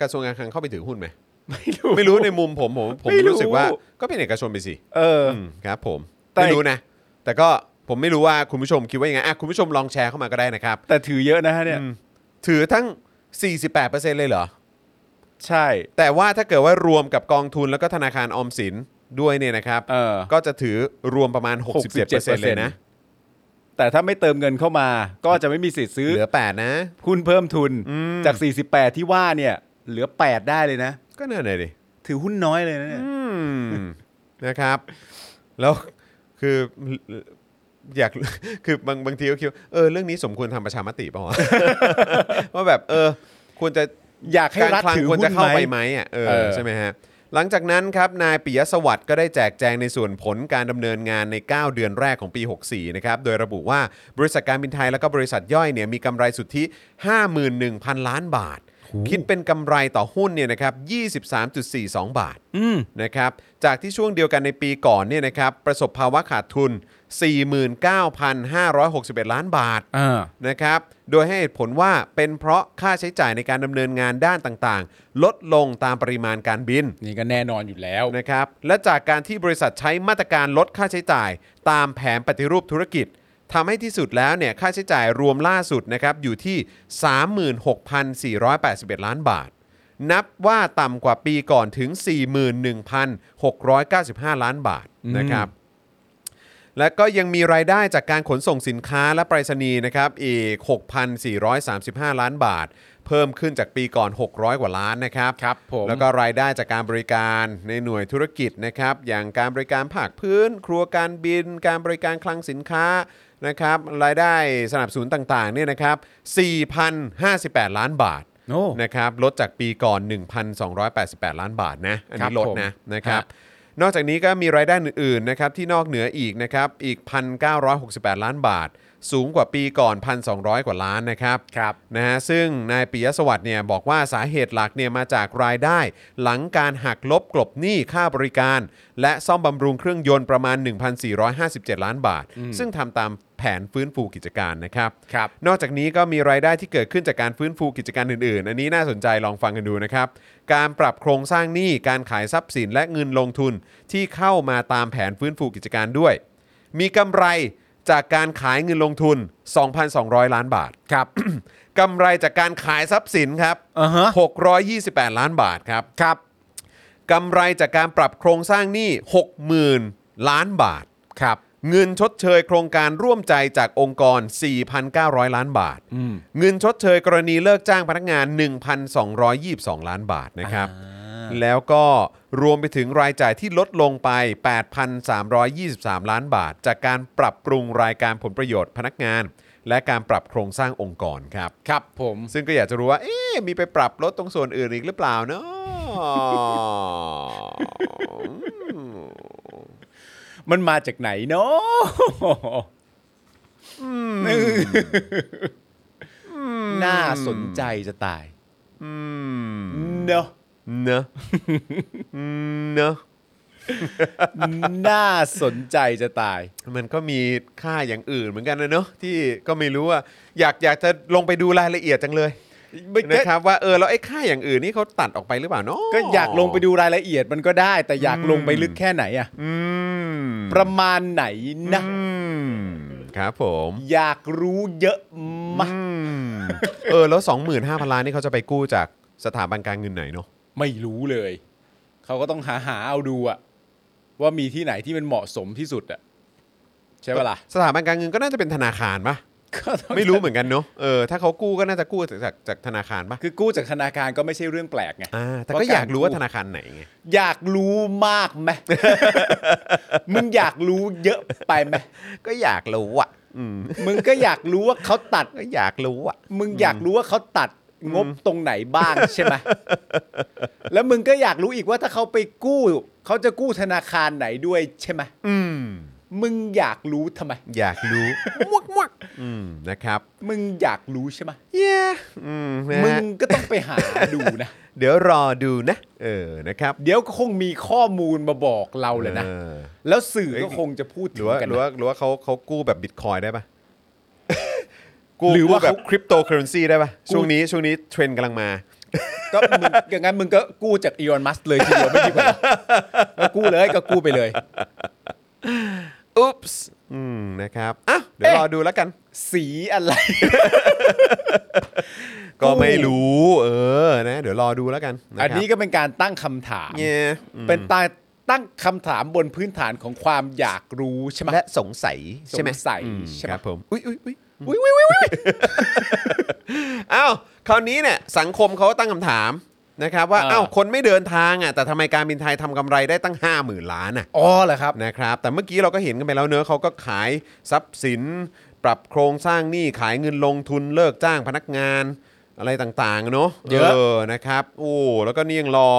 Speaker 1: กระทรวงการคลังเข้าไปถือหุ้นไหม
Speaker 2: ไม่รู้
Speaker 1: ไม่รู้ในมุมผมผมผม
Speaker 2: ไม่รู้
Speaker 1: รู้สึกว่าก็เป็นเอกชนไปสิ
Speaker 2: เออ
Speaker 1: มครับผม
Speaker 2: แต่
Speaker 1: ไม่รู้นะ แต่ก็ผมไม่รู้ว่าคุณผู้ชมคิดว่ายังไงอ่ะคุณผู้ชมลองแชร์เข้ามาก็ได้นะครับ
Speaker 2: แต่ถือเยอะนะฮะเนี่ย
Speaker 1: อืม ถือทั้ง 48%เลยเหรอ
Speaker 2: ใช่
Speaker 1: แต่ว่าถ้าเกิดว่ารวมกับกองทุนแล้วก็ธนาคารออมสินด้วยเนี่ยนะครับ
Speaker 2: เออ
Speaker 1: ก็จะถือรวมประมาณ 67%เลยนะ
Speaker 2: แต่ถ้าไม่เติมเงินเข้ามา ก็จะไม่มีสิทธิ์ซื้อ
Speaker 1: เหลือ 8 นะ
Speaker 2: หุ้นเพิ่มทุน
Speaker 1: อืม
Speaker 2: จาก 48 ที่ว่าเนี่ย เหลือ 8 ได้เลยนะ
Speaker 1: ก็นั่นเลยดิ
Speaker 2: ถือหุ้นน้อยเลยนะเนี่ย
Speaker 1: อืม นะครับ แล้วคืออยาก คือบางบางทีก็คิดว่าเออ เรื่องนี้สมควรทำประชามติป่าวะ ว่าแบบ เออ ควรจะ
Speaker 2: อยากให้
Speaker 1: การ
Speaker 2: รัฐ
Speaker 1: คลัง
Speaker 2: ถือ
Speaker 1: ควร
Speaker 2: หุ้
Speaker 1: จะ
Speaker 2: น
Speaker 1: เข้า
Speaker 2: ไห
Speaker 1: ไป
Speaker 2: ม
Speaker 1: ไหมอ่ะเออ
Speaker 2: เออ
Speaker 1: ใช่ไหมฮะ หลังจากนั้นครับนายปิยสวัสดิ์ก็ได้แจกแจงในส่วนผลการดำเนินงานใน 9 เดือนแรกของปี 64 นะครับ โดยระบุว่าบริษัทการบินไทยและก็บริษัทย่อยเนี่ยมีกำไรสุทธิ 51,000 ล้านบาท คิดเป็นกำไรต่อหุ้นเนี่ยนะครับ 23.42 บาท นะครับ จากที่ช่วงเดียวกันในปีก่อนเนี่ยนะครับประสบภาวะขาดทุน 49,561 ล้านบาท
Speaker 2: อ่า
Speaker 1: นะครับ โดยให้เหตุผลว่าเป็นเพราะค่าใช้จ่ายในการดำเนินงานด้านต่างๆ ลดลงตามปริมาณการบิน
Speaker 2: นี่ก็แน่นอนอยู่แล้ว
Speaker 1: นะครับ และจากการที่บริษัทใช้มาตรการลดค่าใช้จ่าย ตามแผนปฏิรูปธุรกิจทำให้ที่สุดแล้วเนี่ยค่าใช้จ่ายรวมล่าสุดนะครับอยู่ที่ 36,481 ล้านบาท นับว่าต่ำกว่าปีก่อนถึง 41,695 ล้านบาทนะครับ และก็ยังมีรายได้จากการขนส่งสินค้าและไปรษณีย์นะครับอีก 6,435 ล้านบาท เพิ่มขึ้นจากปีก่อน 600 กว่าล้านนะครับ
Speaker 2: ครับผม
Speaker 1: แล้วก็รายได้จากการบริการในหน่วยธุรกิจนะครับอย่างการบริการภาคพื้น ครัวการบิน การบริการคลังสินค้านะครับรายได้สนับสนุนต่างๆเนี่ยนะครับ4,058 ล้านบาท
Speaker 2: โอ้
Speaker 1: นะครับลดจากปีก่อน 1,288 ล้านบาทนะ อัน
Speaker 2: ครั
Speaker 1: นี้
Speaker 2: บ
Speaker 1: ลดนะ
Speaker 2: ผม
Speaker 1: นะครับ
Speaker 2: ฮะ
Speaker 1: นอกจากนี้ก็มีรายได้อื่นๆนะครับที่นอกเหนืออีกนะครับอีก 1,968 ล้านบาท สูงกว่าปีก่อน 1,200 กว่าล้านนะครับ
Speaker 2: ครับ
Speaker 1: นะฮะซึ่งนายปิยสวัสด์เนี่ยบอกว่าสาเหตุหลักเนี่ยมาจากรายได้ หลังการหักลบกลบหนี้ค่าบริการ และซ่อมบำรุงเครื่องยนต์ประมาณ 1,457 ล้านบาท ซึ่งทำตามแผนฟื้นฟูกิจการนะครับ
Speaker 2: ครับ
Speaker 1: นอกจากนี้ก็มีรายได้ที่เกิดขึ้นจากการฟื้นฟูกิจการอื่นๆ อันนี้น่าสนใจลองฟังกันดูนะครับ การปรับโครงสร้างหนี้ การขายทรัพย์สินและเงินลงทุนที่เข้ามาตามแผนฟื้นฟูกิจการด้วย มีกำไรจากการขายเงินลงทุน 2,200 ล้านบาท
Speaker 2: ครับ
Speaker 1: กำไรจากการขายทรัพย์สินครับ
Speaker 2: อ่าฮะ
Speaker 1: 628 ล้านบาทครับ
Speaker 2: ครับ
Speaker 1: กำไรจากการปรับโครงสร้างหนี้ 60,000 ล้านบาท
Speaker 2: ครับ
Speaker 1: เงินชดเชยโครงการร่วมใจจากองค์กร 4,900 ล้านบาท เงินชดเชยกรณีเลิกจ้างพนักงาน 1,222 ล้านบาทนะครับ แล้วก็รวมไปถึงรายจ่ายที่ลดลงไป 8,323 ล้านบาท จากการปรับปรุงรายการผลประโยชน์พนักงาน และการปรับโครงสร้างองค์กรครับ
Speaker 2: ครับผม
Speaker 1: ซึ่งก็อยากจะรู้ว่า เอ๊ะมีไปปรับลดตรงส่วนอื่นอีกหรือเปล่า เนาะ
Speaker 2: มันมาจากไหนเนาะน่าสนใจจะตายเนาะ
Speaker 1: เนอะ เนอะ
Speaker 2: น่าสนใจจะตาย
Speaker 1: มันก็มีค่าอย่างอื่นเหมือนกันนะเนอะที่ก็ไม่รู้ว่าอยากอยากจะลงไปดูรายละเอียดจังเลยนะครับว่าเออแล้วไอ้ค่าอย่างอื่นนี่เขาตัดออกไปหรือเปล่าเนาะ
Speaker 2: ก็อยากลงไปดูรายละเอียดมันก็ได้ แต่อยากลงไปลึกแค่ไหนอะ
Speaker 1: อืม
Speaker 2: ประมาณไหนนะ
Speaker 1: อืมครับผม
Speaker 2: อยากรู้เยอะมาก
Speaker 1: อืมเออแล้ว 25,000ล้านนี่เขาจะไปกู้จากสถาบันการเงินไหนเนาะ
Speaker 2: ไม่รู้เลย เขาก็ต้องหาหาเอาดูอะว่ามีที่ไหนที่มันเหมาะสมที่สุดอะใช่ปะล่ะ
Speaker 1: สถาบันการเงินก็น่าจะเป็นธนาคารปะ
Speaker 2: ก็ต้อง
Speaker 1: ไม่รู้เหมือนกันเนาะเออถ้าเขากู้ก็น่าจะกู้จากจากจากธนาคารปะ
Speaker 2: คือกู้จากธนาคารก็ไม่ใช่เรื่องแปลกไง
Speaker 1: อ่าแต่ก็อยากรู้ว่าธนาคารไหนไง
Speaker 2: อยากรู้มาก ไหม มึงอยากรู้เยอะไปไหม
Speaker 1: ก็อยากรู้อ่ะอืม
Speaker 2: มึงก็อยากรู้ว่าเขาตัด
Speaker 1: ก็อยากรู้อ่ะ
Speaker 2: มึงอยากรู้ว่าเขาตัดงบตรงไหนบ้าง ใช่ไหมแล้วมึงก็อยากรู้อีกว่าถ้าเขาไปกู้ เขาจะกู้ธนาคารไหนด้วยใช่ไหม
Speaker 1: อืม
Speaker 2: มึงอยากรู้ทำไม
Speaker 1: อยากรู้ มวกมวกอืมนะครับ
Speaker 2: มึงอยากรู้ใช่ไหม
Speaker 1: เย้อืมนะ
Speaker 2: มึ
Speaker 1: ฮะ
Speaker 2: งก็ต้องไปหาดูนะ
Speaker 1: เดี๋ยวรอดูนะ เออนะครับ
Speaker 2: เดี๋ยวก็คงมีข้อมูลมาบอกเราเลยนะ
Speaker 1: ออ
Speaker 2: แล้วสื่อก็คงจะพูด
Speaker 1: ห
Speaker 2: ถึ
Speaker 1: รือง ว่า
Speaker 2: กัน
Speaker 1: ห
Speaker 2: นะ
Speaker 1: รือว่าหรือว่าเขาเขากู้แบบบิตคอย ได้ปะกู้
Speaker 2: หรือว่า
Speaker 1: กู้แบบ
Speaker 2: เขา
Speaker 1: คริปโตเคอเรนซีได้ปะ
Speaker 2: กู้
Speaker 1: ช่วงนี้ช่วงนี้เทรนด์กำลังมา
Speaker 2: ก็มึงอย่างนั้นมึงก็กู้จากอีลอนมัสเลยทีเดียวไม่ดี กว่าเหรอก็กู้เลยก็กู้ไปเลย
Speaker 1: อุ๊ปส์อืมนะครับอ่ะเดี๋ยว
Speaker 2: เอ๊ะ
Speaker 1: รอดูแล้วกัน
Speaker 2: สีอะไร
Speaker 1: ก็ไม่รู้ เออนะเดี๋ยวรอดูแล้วกันะ
Speaker 2: อัน
Speaker 1: ครับ
Speaker 2: นี้ก็เป็นการตั้งคำถาม
Speaker 1: เย้อืม
Speaker 2: เป็นตาตั้งคำถามบนพื้นฐานของความอยากรู้ใช่ไหม
Speaker 1: และสงสัยใช่ไหม
Speaker 2: สงสัย
Speaker 1: อืม
Speaker 2: ใช่ไหม
Speaker 1: ครับผมอุ้ยอุ้ยอุ้ย
Speaker 2: อุ้ยอุ้ยอุ้ยอุ๊ย
Speaker 1: อ้าวคราวนี้เนี่ยสังคมเขาตั้งคำถามนะครับว่า
Speaker 2: า
Speaker 1: อ้าวคนไม่เดินทางอ่ะแต่ทำไมการบินไทยทำกำไรได้ตั้ง 5 0,000 ล้านอ่ะ
Speaker 2: อ๋อเหรอครับ
Speaker 1: นะครับแต่เมื่อกี้เราก็เห็นกันไปแล้วเนอะเขาก็ขายทรัพย์สิน ปรับโครงสร้างหนี้ขายเงินลงทุนเลิกจ้างพนักงานอะไรต่างๆเนอะ
Speaker 2: เยอะ
Speaker 1: นะครับโอ้แล้วก็นี่ยังรอ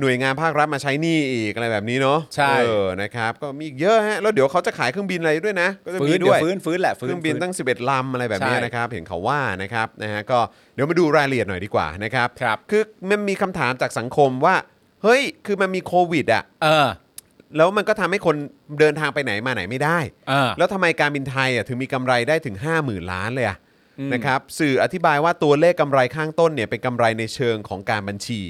Speaker 1: หน่วยงานภาครัฐมาใช้หนี้อีกอะไรแบบนี้เนาะ
Speaker 2: ใช่
Speaker 1: เออนะครับก็มีอีกเยอะฮะแล้วเดี๋ยวเขาจะขายเครื่องบินอะไรด้วยนะก็จะ
Speaker 2: ฟื้
Speaker 1: มี
Speaker 2: นเดี๋
Speaker 1: ด้วย ยว
Speaker 2: ฟื้นฟื้นแหละฟื้
Speaker 1: เครื่องบินตั้ง 11 ลำอะไรแบบเนี้ย
Speaker 2: ใช่
Speaker 1: นะครับเห็นเขาว่านะครับนะฮะก็เดี๋ยวมาดูรายละเอียดหน่อยดีกว่านะครับ
Speaker 2: ครับ
Speaker 1: คือมันมีคำถามจากสังคมว่า เฮ้ยคือมันมีโควิดอ่ะ
Speaker 2: เออ
Speaker 1: แล้วมันก็ทำให้คนเดินทางไปไหนมาไหนไม่ได้
Speaker 2: เออ
Speaker 1: แล้วทำไมการบินไทยอ่ะถึงมีกำไรได้ถึง 50,000 ล้านเลยอ่ะ
Speaker 2: อืม
Speaker 1: นะครับสื่ออธิบายว่าตัวเลขกำไรข้างต้นเนี่ยเป็นกำไรในเชิงของการบัญชี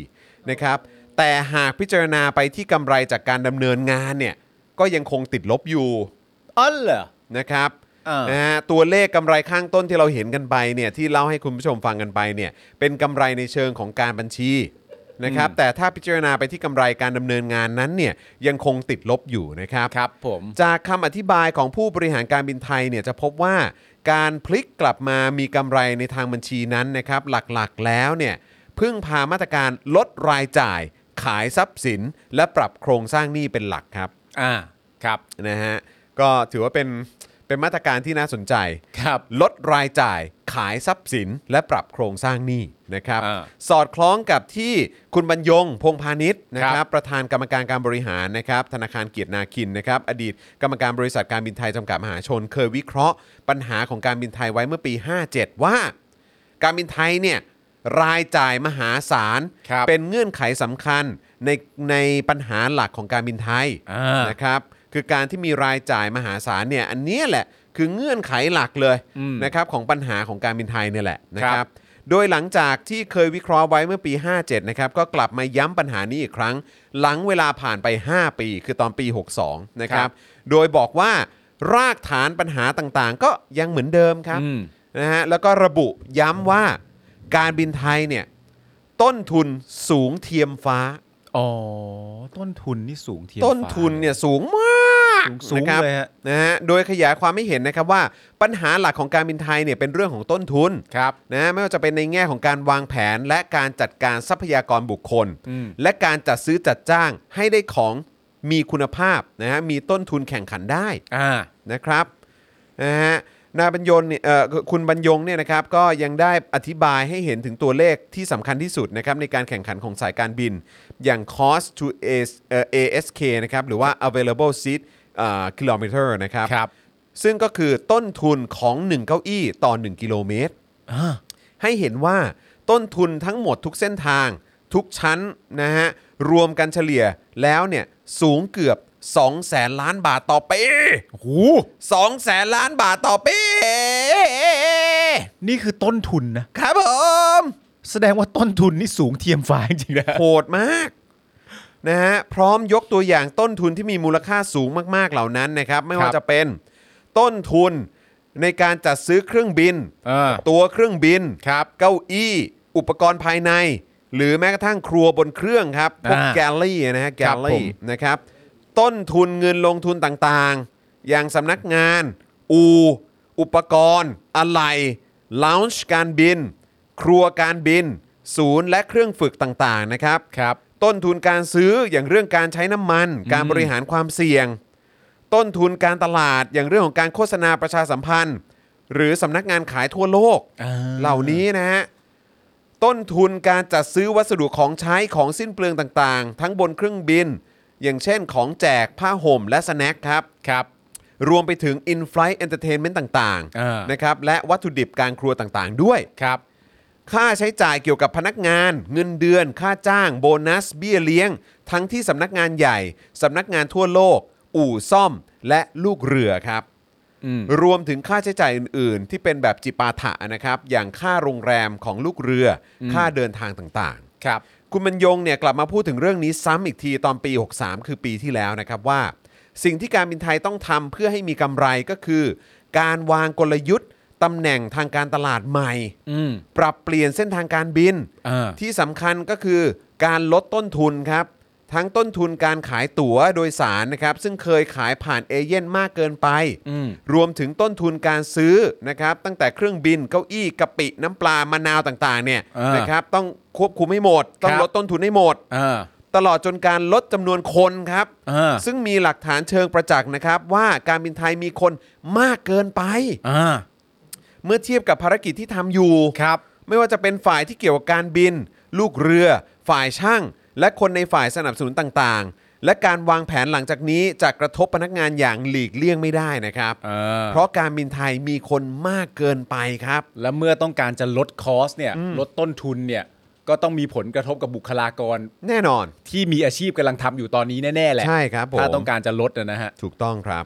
Speaker 1: นะครับแต่หากพิจารณาไปที่กำไรจากการดำเนินงานเนี่ยก็ยังคงติดลบอยู่
Speaker 2: อ๋อเหรอ
Speaker 1: นะครับ
Speaker 2: อ่าน
Speaker 1: นะฮะตัวเลขกำไรข้างต้นที่เราเห็นกันไปเนี่ยที่เล่าให้คุณผู้ชมฟังกันไปเนี่ยเป็นกำไรในเชิงของการบัญชีนะครับแต่ถ้าพิจารณาไปที่กำไรการดำเนินงานนั้นเนี่ยยังคงติดลบอยู่นะครับ
Speaker 2: ครับผม
Speaker 1: จากคำอธิบายของผู้บริหารการบินไทยเนี่ยจะพบว่าการพลิกกลับมามีกำไรในทางบัญชีนั้นนะครับหลักๆแล้วเนี่ยพึ่งพามาตรการลดรายจ่าย ขายทรัพย์สิน และปรับโครงสร้างหนี้เป็นหลักครับ
Speaker 2: อ่าครับ
Speaker 1: นะฮะก็ถือว่าเป็นเป็นมาตรการที่น่าสนใจ
Speaker 2: ครับ
Speaker 1: ลดรายจ่ายขายทรัพย์สิน และปรับโครงสร้างหนี้นะครับ
Speaker 2: อ่า
Speaker 1: สอดคล้องกับที่คุณบรรยง พงพาณิชย์นะค
Speaker 2: ครั
Speaker 1: รับบ ประธานกรรมการการบริหารนะครับธนาคารเกียรตินาคินนะครับอดีตกรรมการบริษัทการบินไทยจำกัดมหาชน เคยวิเคราะห์ปัญหาของการบินไทยไว้เมื่อปี 57 ว่า การบินไทยเนี่ยรายจ่ายมหาศาล
Speaker 2: ครับ
Speaker 1: เป็นเงื่อนไขสำคัญในในปัญหาหลักของการบินไทย
Speaker 2: อ่า
Speaker 1: นะครับคือการที่มีรายจ่ายมหาศาลเนี่ยอันเนี้ยแหละคือเงื่อนไขหลักเลย
Speaker 2: อืม
Speaker 1: นะครับของปัญหาของการบินไทยเนี่ยแหละนะค
Speaker 2: ครั
Speaker 1: รับบ โดยหลังจากที่เคยวิเคราะห์ไว้เมื่อปี 57นะครับก็กลับมาย้ำปัญหานี้อีกครั้ง หลังเวลาผ่านไป 5 ปี คือตอนปี 62นะครับโดยบอกว่ารากฐานปัญหาต่างๆ ก็ยังเหมือนเดิมครับ
Speaker 2: อืม
Speaker 1: นะฮะแล้วก็ระบุย้ำว่าการบินไทยเนี่ยต้นทุนสูงเทียมฟ้า
Speaker 2: อ๋อ ต้นทุนนี่สูงเทียม
Speaker 1: ต้นทุนเนี่ยสูงมาก
Speaker 2: สูง
Speaker 1: นะครับ
Speaker 2: เลยฮะ
Speaker 1: นะฮะโดยขยายความให้เห็นนะครับว่าปัญหาหลักของการบินไทยเนี่ยเป็นเรื่องของต้นทุน
Speaker 2: ครับ
Speaker 1: นะฮะไม่ว่าจะเป็นในแง่ของการวางแผนและการจัดการทรัพยากรบุคคล
Speaker 2: อืม
Speaker 1: และการจัดซื้อจัดจ้างให้ได้ของมีคุณภาพนะฮะมีต้นทุนแข่งขันได้
Speaker 2: อ่า
Speaker 1: นะครับนะฮะนายบรรยงเนี่ยเอ่อคุณบรรยงเนี่ยนะครับก็ยังได้อธิบายให้เห็นถึงตัวเลขที่สำคัญที่สุดนะครับในการแข่งขันของสายการบิน อย่าง cost to AS เอ่อ ASK นะครับหรือว่า available seat เอ่อ kilometer นะครับ
Speaker 2: ครับ
Speaker 1: ซึ่งก็คือต้นทุนของ 1 เก้าอี้ต่อ 1 กิโลเมตร
Speaker 2: อ่า
Speaker 1: ให้เห็นว่าต้นทุนทั้งหมดทุกเส้นทาง ทุกชั้นนะฮะรวมกันเฉลี่ยแล้วเนี่ยสูงเกือบ 2 แสนล้านบาทต่อปีหูสองแสนล้านบาทต่อปี
Speaker 2: นี่คือต้นทุนนะ
Speaker 1: ครับผม
Speaker 2: แสดงว่าต้นทุนนี่สูงเทียมฟ้าจริงๆนะ
Speaker 1: โหดมากนะฮะพร้อมยกตัวอย่างต้นทุนที่มีมูลค่าสูงมากๆเหล่านั้นนะครับ ไม่ว่า
Speaker 2: ครับ
Speaker 1: จะเป็นต้นทุนในการจัดซื้อเครื่องบิน
Speaker 2: อ่า
Speaker 1: ตัวเครื่องบิน
Speaker 2: ครับ
Speaker 1: เก้าอี้ อุปกรณ์ภายใน หรือแม้กระทั่งครัวบนเครื่องครับ พวก
Speaker 2: อ่า
Speaker 1: แกลลี่นะฮะ แกล
Speaker 2: ครับผ
Speaker 1: ลี่
Speaker 2: ม
Speaker 1: นะครับ ต้นทุนเงินลงทุนต่างๆ อย่างสำนักงาน อู อุปกรณ์อะไหล่ลาวช์การบิน ครัวการบิน ศูนย์และเครื่องฝึกต่างๆนะครับ
Speaker 2: ครับ
Speaker 1: ต้นทุนการซื้ออย่างเรื่องการใช้น้ำมัน การบริหารความเสี่ยง ต้นทุนการตลาดอย่างเรื่องของการโฆษณาประชาสัมพันธ์ หรือสำนักงานขายทั่วโลก
Speaker 2: อ่า
Speaker 1: เหล่านี้นะฮะ ต้นทุนการจัดซื้อวัสดุของใช้ของสิ้นเปลืองต่างๆ ทั้งบนเครื่องบิน อย่างเช่นของแจกผ้าห่มและสแน็คครับ
Speaker 2: ครับ
Speaker 1: รวมไปถึง in-flight entertainment ต่าง
Speaker 2: อ่าน
Speaker 1: นะครับและวัตถุดิบการครัวต่างๆ ด้วย
Speaker 2: ครับ
Speaker 1: ค่าใช้จ่ายเกี่ยวกับพนักงาน เงินเดือน ค่าจ้าง โบนัส เบี้ยเลี้ยง ทั้งที่สำนักงานใหญ่ สำนักงานทั่วโลก อู่ซ่อมและลูกเรือครับ
Speaker 2: อืม
Speaker 1: รวมถึงค่าใช้จ่ายอื่น ๆ ที่เป็นแบบจิปาถะนะครับ อย่างค่าโรงแรมของลูกเรือ ค่าเดินทางต่าง ๆ
Speaker 2: ครับ
Speaker 1: คุณบรรยงเนี่ยกลับมาพูดถึงเรื่องนี้ซ้ำอีกทีตอนปี 63 คือปีที่แล้วนะครับว่า สิ่งที่การบินไทยต้องทำเพื่อให้มีกำไรก็คือ การวางกลยุทธ์ตำแหน่งทางการตลาดใหม่
Speaker 2: อืม
Speaker 1: ปรับเปลี่ยนเส้นทางการบิน
Speaker 2: อ่า
Speaker 1: ที่สำคัญก็คือการลดต้นทุนครับ ทั้งต้นทุนการขายตั๋วโดยสารนะครับ ซึ่งเคยขายผ่านเอเย่นมากเกินไป
Speaker 2: อืม
Speaker 1: รวมถึงต้นทุนการซื้อนะครับ ตั้งแต่เครื่องบินเก้าอี้กะปิน้ำปลามะนาวต่างๆเนี่ย
Speaker 2: อ่าน
Speaker 1: นะครับ ต้องควบคุมให้หมด ต้อง
Speaker 2: ครับ
Speaker 1: ลดต้นทุนให้หมด
Speaker 2: อ่า
Speaker 1: ตลอดจนการลดจำนวนคนครับ
Speaker 2: อ่า
Speaker 1: ซึ่งมีหลักฐานเชิงประจักษ์นะครับ ว่าการบินไทยมีคนมากเกินไป
Speaker 2: อ่า
Speaker 1: เมื่อเทียบกับภารกิจที่ทำอยู่
Speaker 2: ครับ
Speaker 1: ไม่ว่าจะเป็นฝ่ายที่เกี่ยวกับการบิน ลูกเรือ ฝ่ายช่าง และคนในฝ่ายสนับสนุนต่างๆ และการวางแผนหลังจากนี้จะกระทบพนักงานอย่างหลีกเลี่ยงไม่ได้นะครับ
Speaker 2: เออ
Speaker 1: เพราะการบินไทยมีคนมากเกินไปครับ
Speaker 2: แล้วเมื่อต้องการจะลดคอสเนี่ยลดต้นทุนเนี่ยก็ต้องมีผลกระทบกับบุคลากร
Speaker 1: แน่นอน
Speaker 2: ที่มีอาชีพกำลังทำอยู่ตอนนี้แน่ๆแหละ
Speaker 1: ใช่ครับผม
Speaker 2: ถ้าต้องการจะลดนะฮะ
Speaker 1: ถูกต้องครับ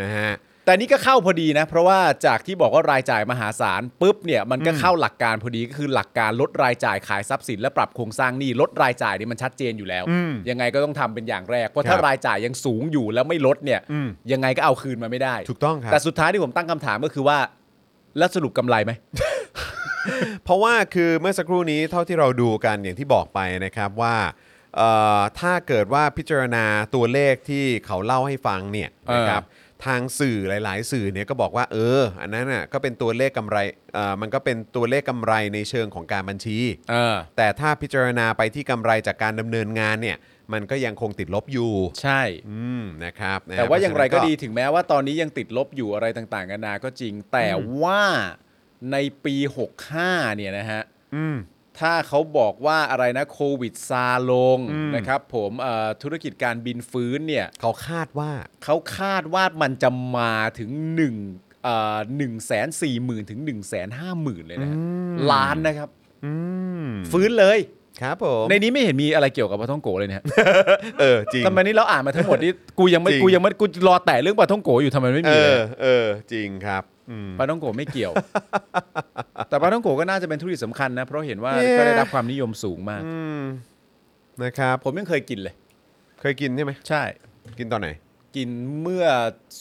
Speaker 1: นะฮะ
Speaker 2: แต่นี่ก็เข้าพอดีนะ เพราะว่าจากที่บอกว่ารายจ่ายมหาศาลปุ๊บเนี่ยมันก็เข้าหลักการพอดีก็คือหลักการลดรายจ่ายขายทรัพย์สินและปรับโครงสร้างหนี้ลดรายจ่ายเนี่ยมันชัดเจนอยู่แล้ว ยังไงก็ต้องทำเป็นอย่างแรก เพราะถ้า
Speaker 1: ครับ
Speaker 2: รายจ่ายยังสูงอยู่แล้วไม่ลดเนี่ย
Speaker 1: อืม
Speaker 2: ยังไงก็เอาคืนมาไม่ได้
Speaker 1: ถูกต้องครับ
Speaker 2: แต่สุดท้ายที่ผมตั้งคำถามก็คือว่า แล้วสรุปกำไรไหม
Speaker 1: เพราะว่าคือเมื่อสักครู่นี้เท่าที่เราดูกันอย่างที่บอกไปนะครับว่าเอ่อถ้าเกิดว่าพิจารณาตัวเลขที่เขาเล่าให้ฟังเนี่ย
Speaker 2: เออ
Speaker 1: นะครับทางสื่อหลาย ๆ สื่อเนี่ยก็บอกว่าเออ อันนั้นน่ะก็เป็นตัวเลขกำไรเอ่อมันก็เป็นตัวเลขกำไรในเชิงของการบัญชี
Speaker 2: เออ
Speaker 1: แต่ถ้าพิจารณาไปที่กำไรจากการดำเนินงานเนี่ยมันก็ยังคงติดลบอยู่
Speaker 2: ใช่
Speaker 1: อืมนะครับนะฮะ
Speaker 2: แต่ว่าอย่างไรก็ดี
Speaker 1: เพะฉะนั้น
Speaker 2: ถึงแม้ว่าตอนนี้ยังติดลบอยู่อะไรต่างๆกันานาก็จริง แต่ว่าในปี 65 เนี่ยนะฮะถ้าเขาบอกว่าอะไรนะโควิดซาลงนะครับผมเอ่อธุรกิจการบินฟื้นเนี่ย
Speaker 1: เขาคาดว่า
Speaker 2: เขาคาดว่ามันจะมาถึง1เอ่อ1 4 0 0 0 0 ถึง 1 5 0 0 0 0 เลยนะฮะล้านนะครับ
Speaker 1: อืม
Speaker 2: ฟื้นเลย
Speaker 1: ครับผม
Speaker 2: ในนี้ไม่เห็นมีอะไรเกี่ยวกับปลาท่องโกะเลยนะฮะ
Speaker 1: เออจริง
Speaker 2: ทำไมนี่เราอ่านมาทั้งหมดนี่กูยังไม่
Speaker 1: จริง
Speaker 2: กูยังไม่กูรอแต่เรื่องปลาท่องโกะอยู่ทำไมไม่
Speaker 1: เอ
Speaker 2: มีเลย
Speaker 1: อ
Speaker 2: อะ
Speaker 1: เออจริงครับอืม
Speaker 2: ปลาท่องโกะไม่เกี่ยว แต่ปลาท่องโกะก็น่าจะเป็นธุรกิจสำคัญนะ เพราะเห็นว่า
Speaker 1: เอ๊ะ
Speaker 2: ก็ได้รับความนิยมสูงมาก
Speaker 1: อืมนะครับ
Speaker 2: ผมยังเคยกินเลย
Speaker 1: เคยกินใช่ไหม
Speaker 2: ใช่
Speaker 1: กินตอนไหน
Speaker 2: กินเมื่อ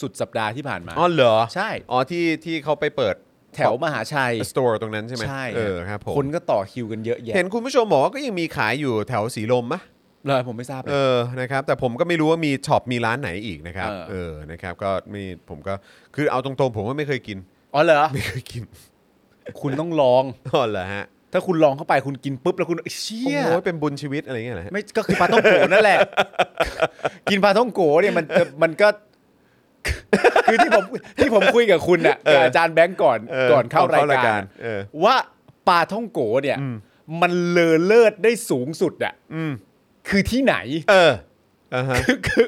Speaker 2: สุดสัปดาห์ที่ผ่านมา
Speaker 1: อ๋อเหรอ
Speaker 2: ใช่
Speaker 1: อ๋อที่ที่เขาไปเปิด
Speaker 2: แถวมหาชัย
Speaker 1: สโตร์ตรงนั้นใช่ไหม
Speaker 2: ใช่
Speaker 1: เออครับผม
Speaker 2: คนก็ต่อคิวกันเยอะแยะ
Speaker 1: เห็นคุณผู้ชมบอกว่าก็ยังมีขายอยู่แถวสีลมมะ
Speaker 2: เลยผมไม่ทราบเล
Speaker 1: เอย อนะครับแต่ผมก็ไม่รู้ว่ามีช็อปมีร้านไหนอีกนะครับ
Speaker 2: เออ
Speaker 1: เออนะครับก็มีผมก็คือเอาตรงๆ ผมว่าไม่เคยกิน
Speaker 2: อ๋อเหรอ
Speaker 1: ไม่เคยกิน
Speaker 2: คุณต้องลอง
Speaker 1: อ๋อเหรอฮะ
Speaker 2: ถ้าคุณลองเข้าไปคุณกินปุ๊บแล้วคุณเชี่
Speaker 1: โอ้
Speaker 2: ย
Speaker 1: โหเป็นบุญชีวิตอะไรอย่างเงี้ยเหรอฮะ
Speaker 2: ไม่ก็คือปลาท่องโกะนั่นแหละ กินปลาท่องโกะเนี่ยมันจะมันก็ คือที่ผมที่ผมคุยกับคุณน่ะกับอาจารย์แบงก์ก่อน
Speaker 1: เออ
Speaker 2: ก่อนเข้า
Speaker 1: ก่อน
Speaker 2: รา
Speaker 1: เข้าย ราย
Speaker 2: กา
Speaker 1: การ รเออ
Speaker 2: ว่าปลาท่องโกะเนี่ย มันเลอเลิศได้สูงสุดอ่ะคือที่ไหน
Speaker 1: เอออ่าฮะ
Speaker 2: คือคือ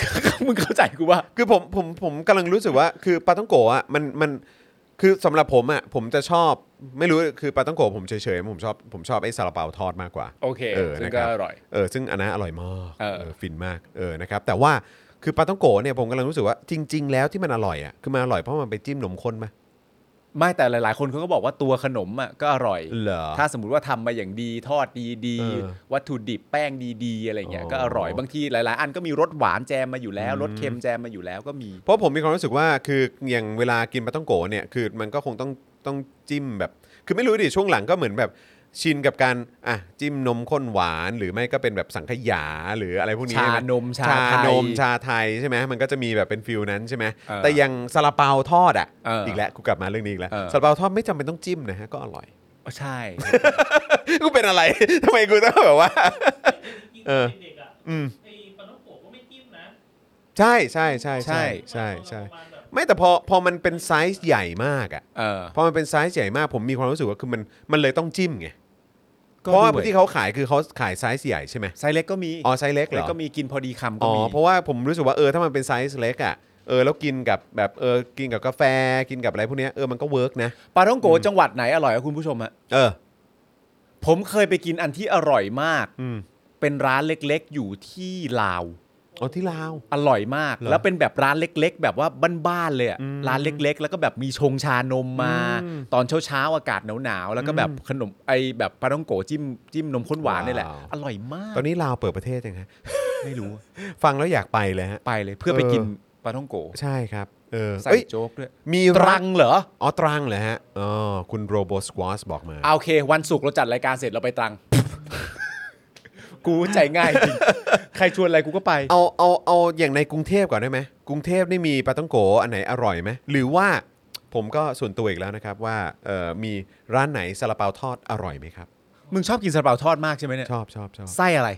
Speaker 2: คือมึงเข้าใจกูว่า
Speaker 1: คือผมผมผมกำลังรู้สึกว่าคือปาต้องโกะอ่ะมันมันคือสำหรับผมอ่ะผมจะชอบไม่รู้คือปาต้องโกะผมเฉยๆผมชอบผมชอบไอ้ซาลาเปาทอดมากกว่า
Speaker 2: โอเค
Speaker 1: เออ
Speaker 2: ซึ่ง
Speaker 1: นะค
Speaker 2: ก็
Speaker 1: รับ
Speaker 2: อร่อย
Speaker 1: เออซึ่งอันนั้นอร่อยมาก
Speaker 2: เออ
Speaker 1: เออฟินมากเออนะครับแต่ว่าคือปาต้องโกะเนี่ยผมกำลังรู้สึกว่าจริง ๆ แล้วที่มันอร่อยอ่ะคือมันอร่อยเพราะมันไปจิ้มนมข้นไหม
Speaker 2: ไม่แต่หลาย ๆ คนเขาก็บอกว่าตัวขนมอ่ะก็อร่อย
Speaker 1: เหรอ
Speaker 2: ถ้าสมมติว่าทำมาอย่างดีทอดดี
Speaker 1: เออ
Speaker 2: ๆวัตถุดิบแป้งดีๆ อะไรเงี้ย
Speaker 1: อ๋อ
Speaker 2: ก็อร่อยบางทีหลาย ๆ อันก็มีรสหวานแจมมาอยู่แล้วรสเค็มแจมมาอยู่แล้วก็มี
Speaker 1: เพราะผมมีความรู้สึกว่าคืออย่างเวลากินปลาต้องโกะเนี่ยคือมันก็คงต้องต้องจิ้มแบบ คือไม่รู้ดิช่วงหลังก็เหมือนแบบชินกับการอ่ะจิ้มนมข้นหวาน หรือไม่ก็เป็นแบบสังขยาหรืออะไรพวกนี้
Speaker 2: ชา
Speaker 1: ใไห
Speaker 2: นมชา
Speaker 1: ชา
Speaker 2: ไทย
Speaker 1: นมชาไทยใช่ไหมมันก็จะมีแบบเป็นฟิลนั้นใช่ไหม
Speaker 2: เออ
Speaker 1: แต่อย่างซาลาเปาทอดอ่ะ
Speaker 2: เอออี
Speaker 1: กแล้วกูกลับมาเรื่องนี้อีกแล้ว
Speaker 2: เออ
Speaker 1: ซาลาเปาทอดไม่จำเป็นต้องจิ้มนะฮะก็อร่ อย
Speaker 2: ใช่
Speaker 1: กูเป็นอะไร ทำไมกูต้องแบบว่า เออ
Speaker 3: เด็กๆอ่ะ
Speaker 1: อืม
Speaker 3: ไอ้ปลาต้องโกะก็ไม่จิ้มนะ
Speaker 1: ใช่ใช่ใช่ใช่ใช่ใช่
Speaker 3: ประมาณแบบ
Speaker 1: ไม่แต่พอพอมันเป็นไซส์ใหญ่มากอ่ะ
Speaker 2: เออ
Speaker 1: พอมันเป็นไซส์ใหญ่มากผมมีความรู้สึกว่าคือมันมันเลยต้องจิ้มไง เพราะว่าที่เขาขายคือเขาขายไซส์ใหญ่ใช่ไหม
Speaker 2: ไซส์เล็กก็มี
Speaker 1: อ๋อไซส์เล็กเหร
Speaker 2: แล้ว
Speaker 1: อ
Speaker 2: ก็มีกินพอดีคำก็
Speaker 1: อ๋อ
Speaker 2: มี
Speaker 1: เพราะว่าผมรู้สึกว่าเออถ้ามันเป็นไซส์เล็กอ่ะเออแล้วกินกับแบบเออกินกับกาแฟกินกับอะไรพวกเนี้ยเออมันก็เวิร์กนะ
Speaker 2: ปาท่องโกจังหวัดไหนอร่อยครับคุณผู้ชมฮะ
Speaker 1: เออ
Speaker 2: ผมเคยไปกินอันที่อร่อยมาก
Speaker 1: อืม
Speaker 2: เป็นร้านเล็กๆ อยู่ที่ลาว
Speaker 1: อ๋อที่ลาว
Speaker 2: อร่อยมาก
Speaker 1: เหรอ
Speaker 2: แล้วเป็นแบบร้านเล็ก ๆ แบบว่าบ้านๆเลยอะ
Speaker 1: อืม
Speaker 2: ร้านเล็ก ๆ แล้วก็แบบมีชงชานมมา
Speaker 1: อืม
Speaker 2: ตอนเช้าๆอากาศหนาวๆแล้วก็แบบขนมไอแบบปาท่องโกจิ้มจิ้มนมข้นหวานนี่แหละ
Speaker 1: ว้าว
Speaker 2: อร่อยมาก
Speaker 1: ตอนนี้ลาวเปิดประเทศยังฮะ
Speaker 2: ไม่รู้
Speaker 1: ฟังแล้วอยากไปเลยฮะ
Speaker 2: ไปเลยเพื่อไปกิน
Speaker 1: เออ
Speaker 2: ปาท่องโก
Speaker 1: ใช่ครับ เออ
Speaker 2: ใส่
Speaker 1: เอ้ย
Speaker 2: โจ๊กด้วย
Speaker 1: มี
Speaker 2: ตรังเหรอ
Speaker 1: อ๋อตรังเหรอฮะอ๋อคุณโรโบสควอสบอกมา
Speaker 2: เอาโอเค วันศุกร์เราจัดรายการเสร็จเราไปต รัง กูใจง่ายจริง ใครชวนอะไรกูก็ไป
Speaker 1: เอาเอาเอาอย่างในกรุงเทพก่อนได้ไหมกรุงเทพนี่มีปาต้องโกะอันไหนอร่อยไหมหรือว่าผมก็ส่วนตัวอีกแล้วนะครับว่าเอ่อมีร้านไหนซาลาเปาทอดอร่อยไหมครับ
Speaker 2: มึงชอบกินซาลาเปาทอดมากใช่ไหมเนี่ย
Speaker 1: ชอบชอบชอบ
Speaker 2: ไส้อะไร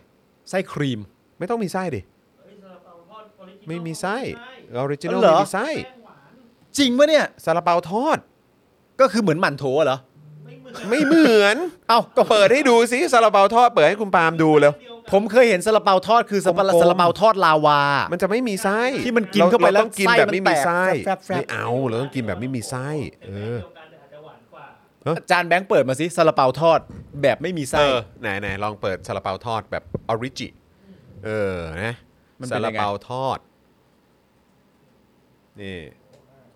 Speaker 2: ไส้ครีม
Speaker 1: ไม่ต้องมีไส้ดิ
Speaker 3: เฮ้ยซาลาเปาทอด original
Speaker 1: ไม่มีไส้
Speaker 3: ใช่
Speaker 1: ออริจินอล
Speaker 2: เหรอ
Speaker 1: ไม่มีไส้
Speaker 3: แป้งหวาน
Speaker 2: จริงปะเนี่ย
Speaker 1: ซาลาเปาทอด
Speaker 2: ก็คือเหมือนหมั่นโถเหรอ
Speaker 3: ไม่เหมือน
Speaker 1: ไม่เหมือน
Speaker 2: เอ้าก็
Speaker 1: เปิดให้ดูสิซาลาเปาทอดเปิดให้คุณปาล์มดูแล้ว
Speaker 3: เดียว
Speaker 2: ผมเคยเห็นซาลาเปาทอดคือซาลา
Speaker 1: ผมผม
Speaker 2: ซาลาเปาทอดลาวา
Speaker 1: มันจะไม่มีไส้
Speaker 2: ที่มันกินเข้าไปแล้
Speaker 1: ร
Speaker 2: ว
Speaker 1: ต้องกินแบบไม่มีไส้
Speaker 2: ไส้มันแตกแฟบๆ
Speaker 1: ไม่เอาเราต้องกินแบบไม่มีไส้เออ
Speaker 2: อาจารย์แบงค์เปิดมาสิซาลาเปาทอดแบบไม่มีไส้
Speaker 1: เออไหนไหนลองเปิดซาลาเปาทอดแบบออริจิ เออนะ
Speaker 2: มันเป็
Speaker 1: ซาน
Speaker 2: ยังไง
Speaker 1: ลาเปาทอด นี่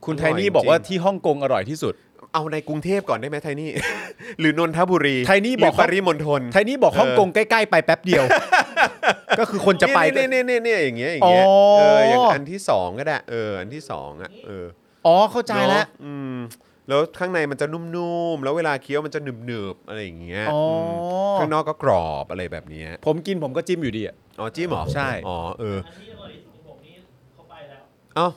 Speaker 2: คุณ
Speaker 1: อร่
Speaker 2: ไท
Speaker 1: อย
Speaker 2: นี่บอกว่า
Speaker 1: จริง
Speaker 2: ที่ฮ่องกงอร่อยที่สุด
Speaker 1: เอาในกรุงเทพก่อนได้ไหมไทนี่ หรือนนทบุรี
Speaker 2: ไทนี่บอก
Speaker 1: หรืปริมณฑล
Speaker 2: ไทนี่บอกฮ่องกงใกล้ๆไปแป๊บเดี ยว ก็คือคนจะไป
Speaker 1: นี่นี่นี่นี่อย่างเงี้ยอย่างเงี้ย
Speaker 2: อ๋อ
Speaker 1: เอออย่างอันที่สองก็ได้เอออันที่สองอ่ะเออ
Speaker 2: อ๋อเข้าใจ
Speaker 1: เน
Speaker 2: แล้ว
Speaker 1: อะอืมแล้วข้างในมันจะนุ่มๆ แล้วเวลาเคี้ยวมันจะหนึบๆอะไรอย่างเงี้ย
Speaker 2: อ๋อ
Speaker 1: ม
Speaker 2: อื
Speaker 1: ข้างนอกก็กรอบอะไรแบบเนี้ย
Speaker 2: ผมกินผมก็จิ้มอยู่ดีอะ
Speaker 1: อ๋อจิ้มเหรอ
Speaker 2: ใช่
Speaker 1: อ๋อเออ
Speaker 3: อันที่อร่อยที่สุดของผมนี่เขาไปแล้ว
Speaker 1: เอ้า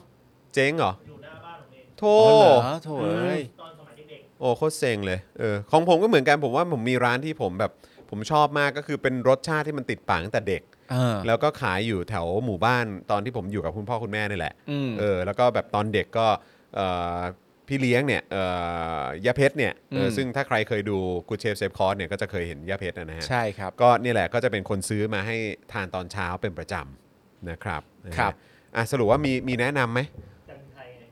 Speaker 1: เจ๊งเหรอ
Speaker 3: อยู่หน้าบ้านผมเอง
Speaker 1: โธ่
Speaker 2: อ๋อเหรอโถเอ้ย
Speaker 3: ตอนสมัยเด็ก
Speaker 1: โอ้โคตรเซ็งเลยเออของผมก็เหมือนกันผมว่าผมมีร้านที่ผมแบบ ผมชอบมากก็คือเป็นรสชาติที่มันติดปากตั้งแต่เด็ก แล้วก็ขายอยู่แถวหมู่บ้านตอนที่ผมอยู่กับคุณพ่อคุณแม่นี่แหละ
Speaker 2: อืม
Speaker 1: เออแล้วก็แบบตอนเด็กก็เอ่อพี่เลี้ยงเนี่ยเอ่อยาเพชรเนี่ยเอออ
Speaker 2: ม
Speaker 1: ซึ่งถ้าใครเคยดูกูเชฟเซฟคอร์สเนี่ยก็จะเคยเห็นยาเพชรนะฮะ
Speaker 2: ใช่ครับ
Speaker 1: ก็เนี่ยแหละก็จะเป็นคนซื้อมาให้ทานตอนเช้าเป็นประจำนะครับ
Speaker 2: ครับ
Speaker 1: นะฮะอ่ะสรุปว่ามีมีแนะนำไหม
Speaker 3: ๆจันไทยไง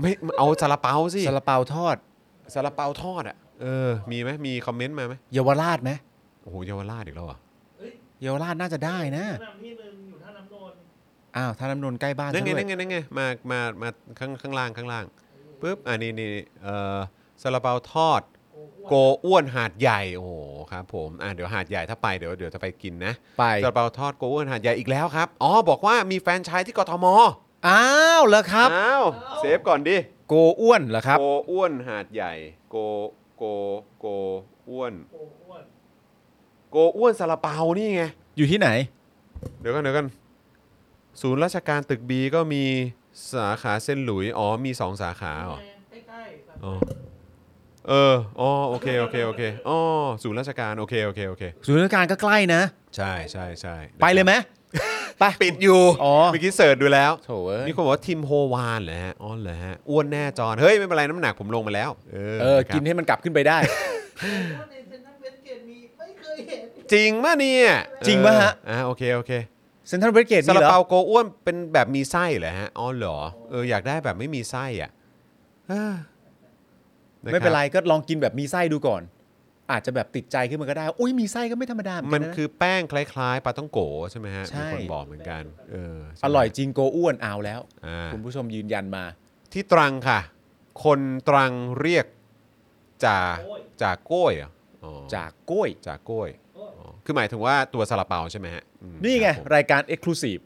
Speaker 1: ไม่เอาซาลาเปาสิ
Speaker 2: ซาลาเปาทอด
Speaker 1: ซาลาเปาทอดอ่ะเออมีไหมมีคอมเมนต์มาไหม
Speaker 2: เยาวราชไหม
Speaker 1: โอ้โหเยาวราชอีกแล้วเหรอ่ะ
Speaker 2: เยาวราชน่าจะได้นะ
Speaker 3: แนะนำที่หนึงอยู่ท่าน้ำนนท์
Speaker 2: อ้าวท่าน้ำนนท์ใกล้บ้าน
Speaker 1: นั่นไง
Speaker 2: ซะด้วย
Speaker 1: นั่นไงนั่นไงมามามาข้างข้างล่างข้างล่างปุ๊บอันนี้นี่เอ่อซาลาเปาทอด โกอ้วนหาดใหญ่โอ้โหครับผมอ่ะเดี๋ยวหาดใหญ่ถ้าไปเดี๋ยวเดี๋ยวจะไปกินนะ
Speaker 2: ไป
Speaker 1: ซาลาเปาทอดโกอ้วนหาดใหญ่อีกแล้วครับอ๋อบอกว่ามีแฟรนไชายที่กทม
Speaker 2: อ้าวเหรอครับ
Speaker 1: อ้าวเซฟก่อนดิ
Speaker 2: โกอ้วนเหรอครับ
Speaker 1: โกอ้วนหาดใหญ่โกโกโกอ้วน
Speaker 3: โกอ้วน
Speaker 1: โกอ้วนซาลาเปานี่ไง
Speaker 2: อยู่ที่ไหน
Speaker 1: เดี๋ยวกันเดี๋ยวกันศูนย์ราชการตึกบีก็มีสาขาเส้นหลุยอ๋อมีสองสาขาเหรอ
Speaker 3: ใกล้ๆครับ
Speaker 1: อ๋อเอออ๋อโอเคโอเคโอเคอ๋อศูนย์ราชการโอเคโอเคโอเค
Speaker 2: ศูนย์ราชการก็ใกล้นะ
Speaker 1: ใช่ใช่ใช่นะครับ
Speaker 2: ไปเลยไหม ไป
Speaker 1: ปิดอยู่
Speaker 2: อ๋อ
Speaker 1: เมื่อกี้เสิร์ชดูแล้ว
Speaker 2: โถเอ้ย
Speaker 1: มีคนบอกว่าทิมโฮวานเหรอฮะอ๋อเหรอฮะอ้วนแน่จอนเฮ้ยไม่เป็นไรน้ำหนักผมลงมาแล้ว เออ
Speaker 2: เออ
Speaker 1: ะครับ
Speaker 2: กินให้มันกลับขึ้นไปได้
Speaker 3: เพราะในเซ็นทรัลเวสเกตมีไม่เคยเห็น
Speaker 1: จริงมะเนี่ย
Speaker 2: จริงปะฮะ
Speaker 1: เอออ่ะโอเคโอเค
Speaker 2: เซ็นทรัลเวสเกต
Speaker 1: ซา
Speaker 2: มี
Speaker 1: ลา
Speaker 2: เหร
Speaker 1: เปา
Speaker 2: อ
Speaker 1: โกอ้วนเป็นแบบมีไส้เหรอฮะอ๋อเหรอเอออยากได้แบบไม่มีไส้อ่ะเออนะคบ
Speaker 2: ไม่เป็นไรก็ลองกินแบบมีไส้ดูก่อน อาจจะแบบติดใจขึ้นมาก็ได้ อุ้ยมีไส้ก็ไม่ธรรมดาเห
Speaker 1: มั
Speaker 2: กัน นนะ
Speaker 1: คือแป้งคล้ายๆปลาต้องโกใช่ไหมฮะ
Speaker 2: ใช่
Speaker 1: มีคนบอกเหมือนกันเออใช่ไหม
Speaker 2: อร่อยจริงโกอ้วนเอาแล้ว
Speaker 1: อ่า
Speaker 2: คุณผู้ชมยืนยันมา
Speaker 1: ที่ตรังค่ะ คนตรังเรียกจาก
Speaker 3: โก้ย
Speaker 1: จากโก้ยเหรออ๋อ
Speaker 2: จากกล้วย
Speaker 1: จากโก้ยอ๋อคือหมายถึงว่าตัวซาลาเปาใช่ไหมฮะอืม
Speaker 2: นี่
Speaker 1: ค
Speaker 2: ไง
Speaker 1: รับผม
Speaker 2: รายการ Exclusive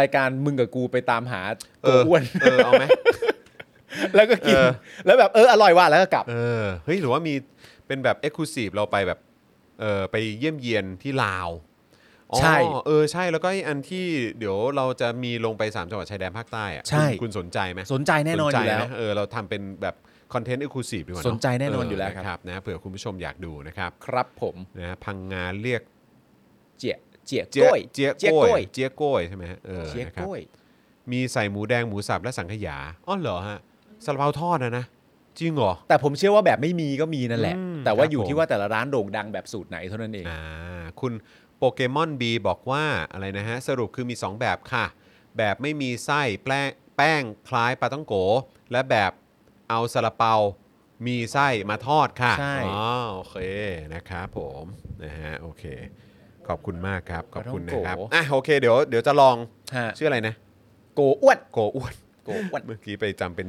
Speaker 2: รายการมึงกับกูไปตามหา
Speaker 1: เอ
Speaker 2: โก
Speaker 1: อ
Speaker 2: อ้วน
Speaker 1: เออเอาไหม
Speaker 2: แล้วก็กิน
Speaker 1: เออ
Speaker 2: แล้วแบบเอออร่อยว่ะแล้วก็กลับ
Speaker 1: เออเฮ้ยหรือว่ามีเป็นแบบเอ็กซ์คลูซีฟเราไปแบบเออไปเยี่ยมเยียนที่ลาวอ๋อ
Speaker 2: ใช่
Speaker 1: เออใช่แล้วก็ไอ้อันที่เดี๋ยวเราจะมีลงไป3จังหวัดชายแดนภาคใต้อะ
Speaker 2: ใช่
Speaker 1: คุณคุณสนใจไหม
Speaker 2: สนใจแน่นอนอยู่แล้ว
Speaker 1: สใจะเออเราทำเป็นแบบคอนเทนต์เอ็กซ์คลูซีฟดีกว่าเะ
Speaker 2: สนใจแน่นอนอยู่แล้วครับ
Speaker 1: นะครับนะเผื่อคุณผู้ชมอยากดูนะครับ
Speaker 2: ครับผม
Speaker 1: นะฮะพังงาเรียก
Speaker 2: เจียเจีย
Speaker 1: เจี๊ย
Speaker 2: กล้วย
Speaker 1: เจี๊ย
Speaker 2: เจี๊ย
Speaker 1: โก้
Speaker 2: กล้วย ย
Speaker 1: เจี๊ยโก้ยใช่ไหมฮะเออ
Speaker 2: เจี๊ย
Speaker 1: นะค
Speaker 2: ก
Speaker 1: รับ
Speaker 2: ล้วย
Speaker 1: มีใส่หมูแดงหมูสับและสังขยาอ๋อเหรอฮะซาลาเปาทอดนะนะ จริงเหรอ
Speaker 2: แต่ผมเชื่อว่าแบบไม่มีก็มีนั่นแหละ
Speaker 1: อืม
Speaker 2: แต่ว่า
Speaker 1: ครับ
Speaker 2: อยู่
Speaker 1: ผม
Speaker 2: ที่ว่าแต่ละร้านโด่งดังแบบสูตรไหนเท่านั้นเอง
Speaker 1: อ่าคุณโปเกมอนบีบอกว่าอะไรนะฮะ สรุปคือมี 2 แบบค่ะ แบบไม่มีไส้แป้งแป้งคล้ายปลาต้องโก และแบบเอาซาลาเปา มีไส้มาทอดค่ะ
Speaker 2: ใช่
Speaker 1: อ๋อโอเคนะครับผมนะฮะโอเค ขอบคุณมากครับ ขอบคุณนะครับอ่ะโอเคเดี๋ยวเดี๋ยวจะลอง
Speaker 2: ฮะ
Speaker 1: ชื่ออะไรนะ
Speaker 2: โกอ้วน
Speaker 1: โกอ้วน
Speaker 2: โกอ้วน
Speaker 1: เมื่อกี้ไปจำเป็น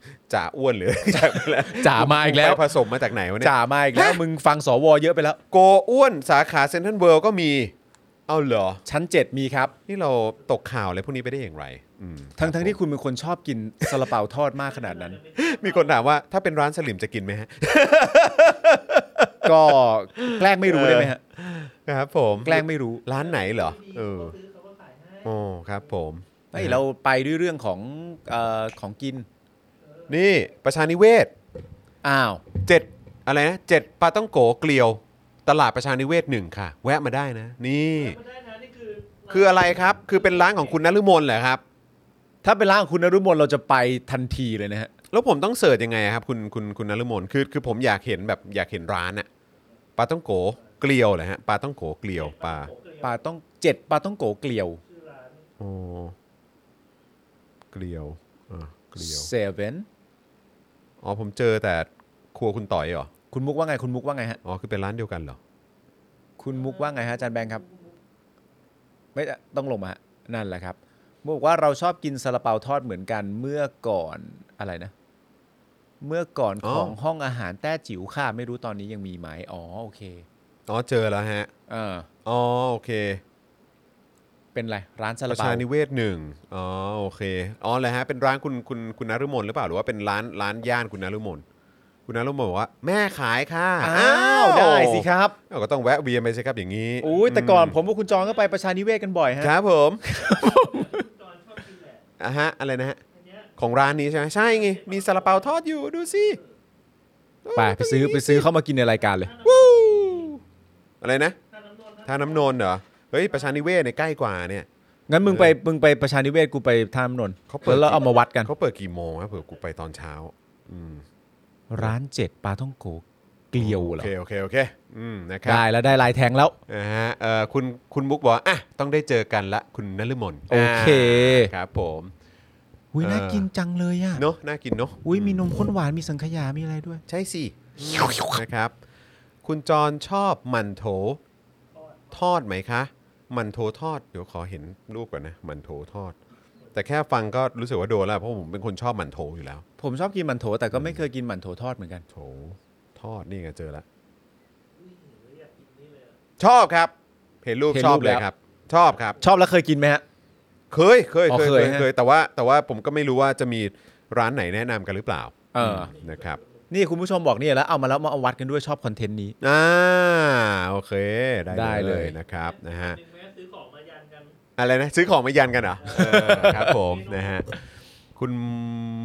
Speaker 1: จ่าอ้วนหรือ จ่าไปแล้ว
Speaker 2: จ่ามาอีกแล้ว
Speaker 1: ไปผสมมาจากไหนวะเนี่ย
Speaker 2: จ่ามาอีกแล้วมึงฟังสวเยอะไปแล้ว
Speaker 1: โกอ้วนสาขาเซ็นทรัลเวิลด์ก็มี เอาเหรอ
Speaker 2: ชั้นเจ็ดมีครับ
Speaker 1: นี่เราตกข่าวอะไรพวกนี้ไปได้อย่างไรอืม
Speaker 2: ทั้งทั้งที่คุณเป็นคนชอบกินซาลาเปาทอดมากขนาดนั้น
Speaker 1: มีคนถามว่าถ้าเป็นร้านสลิมจะกินไหมฮะ
Speaker 2: ก็แกล้งไม่รู้ได้ไหมฮะ
Speaker 1: ครับผม
Speaker 2: แกล้งไม่รู้
Speaker 1: ร้านไหนเหรอเออ
Speaker 3: ซื้อเขาก็ขายให้
Speaker 1: โอ้ครับผม
Speaker 2: ไอ้ยเราไปด้วยเรื่องของเอ่อของกิน
Speaker 1: นี่ประชานิเวศ
Speaker 2: อ้าว
Speaker 1: เจ็ดอะไรนะเจ็ดปาต้องโกเกลียว ตลาดประชานิเวศหนึ่งค่ะ แวะมาได้นะ นี่
Speaker 3: ก็ได้นะนี่คือ
Speaker 1: คืออะไรครับ คือเป็นร้านของคุณนฤมลเหรอครับ
Speaker 2: ถ้าเป็นร้านของคุณนรุมนเราจะไปทันทีเลยนะฮะ
Speaker 1: แล้วผมต้องเสิร์ชยังไงครับ คุณคุณคุณนฤมลคือคือผมอยากเห็นแบบอยากเห็นร้านอะปลาต้องโกเกลียวเหรอฮะปลาต้องโกเกลียวปลา
Speaker 3: โกเกลียว
Speaker 2: ปลาต้องเจ็ดปลาต้องโกเกลียว
Speaker 1: โอ้เกลียวอ่ะเกลียว
Speaker 2: เซเว่น
Speaker 1: อ๋อผมเจอแต่ครัวคุณต่อยเหรอ
Speaker 2: คุณมุกว่าไงคุณมุกว่าไงฮะ
Speaker 1: อ๋อ คือเป็นร้านเดียวกันเหรอ
Speaker 2: คุณมุกว่าไงฮะอาจารย์แบงค์ครับ ไม่ต้องลงมาฮะนั่นแหละครับมุกบอกว่าเราชอบกินซาลาเปาทอดเหมือนกันเมื่อก่อนอะไรนะ เมื่อก่อน
Speaker 1: อ๋อ
Speaker 2: ของห้องอาหารแต้จิ๋วค่ะไม่รู้ตอนนี้ยังมีไหมอ๋อโอเค
Speaker 1: อ๋อ เจอแล้วฮะ
Speaker 2: เออ
Speaker 1: อ๋อ โอเค
Speaker 2: เป็นไรร้านซา
Speaker 1: ป
Speaker 2: ลา
Speaker 1: ระ
Speaker 2: เปา
Speaker 1: ชานิเวศหนึ่งอ๋อ โอเค อ๋อเลยฮะ เป็นร้านคุณคุณคุณนฤมลหรือเปล่า หรือว่าเป็นร้านร้านย่านคุณนฤมล คุณนฤมลบอกว่า แม่ขายค่ะ
Speaker 2: อ้าวได้สิครับ
Speaker 1: อ้าวก็ต้องแวะเวียนไปสิครับอย่างนี้
Speaker 2: อุ้ยแต่ก่อนผมกับคุณจองก็ไปประชานิเวศกันบ่อยฮะ
Speaker 1: ครับ ผม
Speaker 3: จอนชอบกินแหละ
Speaker 1: อ่ะฮะ อะไรนะฮะ
Speaker 3: อันเนี้ย
Speaker 1: ของร้านนี้ใช่ไหมใช่ไง มีซาลาเปาทอดอยู่ดูสิ
Speaker 2: ไปไปซื้อไปซื้อเข้ามากินในรายการเลย
Speaker 1: วู้อะไรนะ
Speaker 3: ถ้าน้ำนวล
Speaker 1: ท่าน้ำนนท์เหรอ เฮ้ย ประชานิเวศเนี่ยใกล้กว่าเนี่ย
Speaker 2: งั้นมึงไปมึงไปประชานิเวศกูไปทามนนท์
Speaker 1: เขาเปิด
Speaker 2: แล้วเราเอามาวัดกัน
Speaker 1: เขาเปิดกี่โมงครับเผื่อกูไปตอนเช้า อืม
Speaker 2: ร้านเจ็ดปลาท่องโกเกลียว
Speaker 1: โอ
Speaker 2: เหรอ
Speaker 1: เคโอเคโอเค อืมนะครั
Speaker 2: ได้
Speaker 1: บ
Speaker 2: แล้วได้ลายแทงแล้ว
Speaker 1: นะฮะเอ่อคุณคุณมุกบอกว่าอ่ะต้องได้เจอกันละคุณนฤมล
Speaker 2: โอเค
Speaker 1: าครับผม
Speaker 2: อุ้ย
Speaker 1: เออ
Speaker 2: น่ากินจังเลยอ่ะ
Speaker 1: เนาะน่ากินเนาะ
Speaker 2: อุ้ยมีนมข้นหวานมีสังขยา มีอะไรด้วย
Speaker 1: ใช่สินะครับ คุณจรชอบหมันโถ ทอดไหมคะหมันโถทอดเดี๋ยวขอเห็นรูปก่อนนะหมันโถทอด แต่แค่ฟังก็รู้สึกว่าโดนแล้วเพราะผมเป็นคนชอบหมันโถอยู่แล้ว
Speaker 2: ผมชอบกินหมันโถแต่ก็ไม่เคยกินหมันโถทอดเหมือนกัน
Speaker 1: โถทอดนี่ไงเจอแล้ว
Speaker 3: อยากกินนี่เลยอะ
Speaker 1: ชอบครับ เห็นรูป
Speaker 2: เห็น
Speaker 1: ช
Speaker 2: รู
Speaker 1: อบ
Speaker 2: ป
Speaker 1: เลย
Speaker 2: แล้ว
Speaker 1: ครับ ชอบครับ
Speaker 2: ชอบแล้วเคยกินไหมฮะ
Speaker 1: เคยเคย
Speaker 2: อ๋อ
Speaker 1: เคยเค
Speaker 2: เคย
Speaker 1: ย
Speaker 2: ฮะ
Speaker 1: เคยแต่ว่าแต่ว่าผมก็ไม่รู้ว่าจะมีร้านไหนแนะนำกันหรือเปล่า
Speaker 2: เอออื
Speaker 1: มนะครับ
Speaker 2: นี่คุณผู้ชมบอกเนี่ยแล้วเอามาแล้วมาเอาวัดกันด้วยชอบคอนเทนต์นี้
Speaker 1: อ่าโอเคได้
Speaker 2: ได้เลย
Speaker 1: นะครับนะฮะ
Speaker 3: หนึ่งแม้ซื้อของมายันกัน
Speaker 1: อะไรนะซื้อของมายันกันเหรอเออครับผมนะฮะคุณ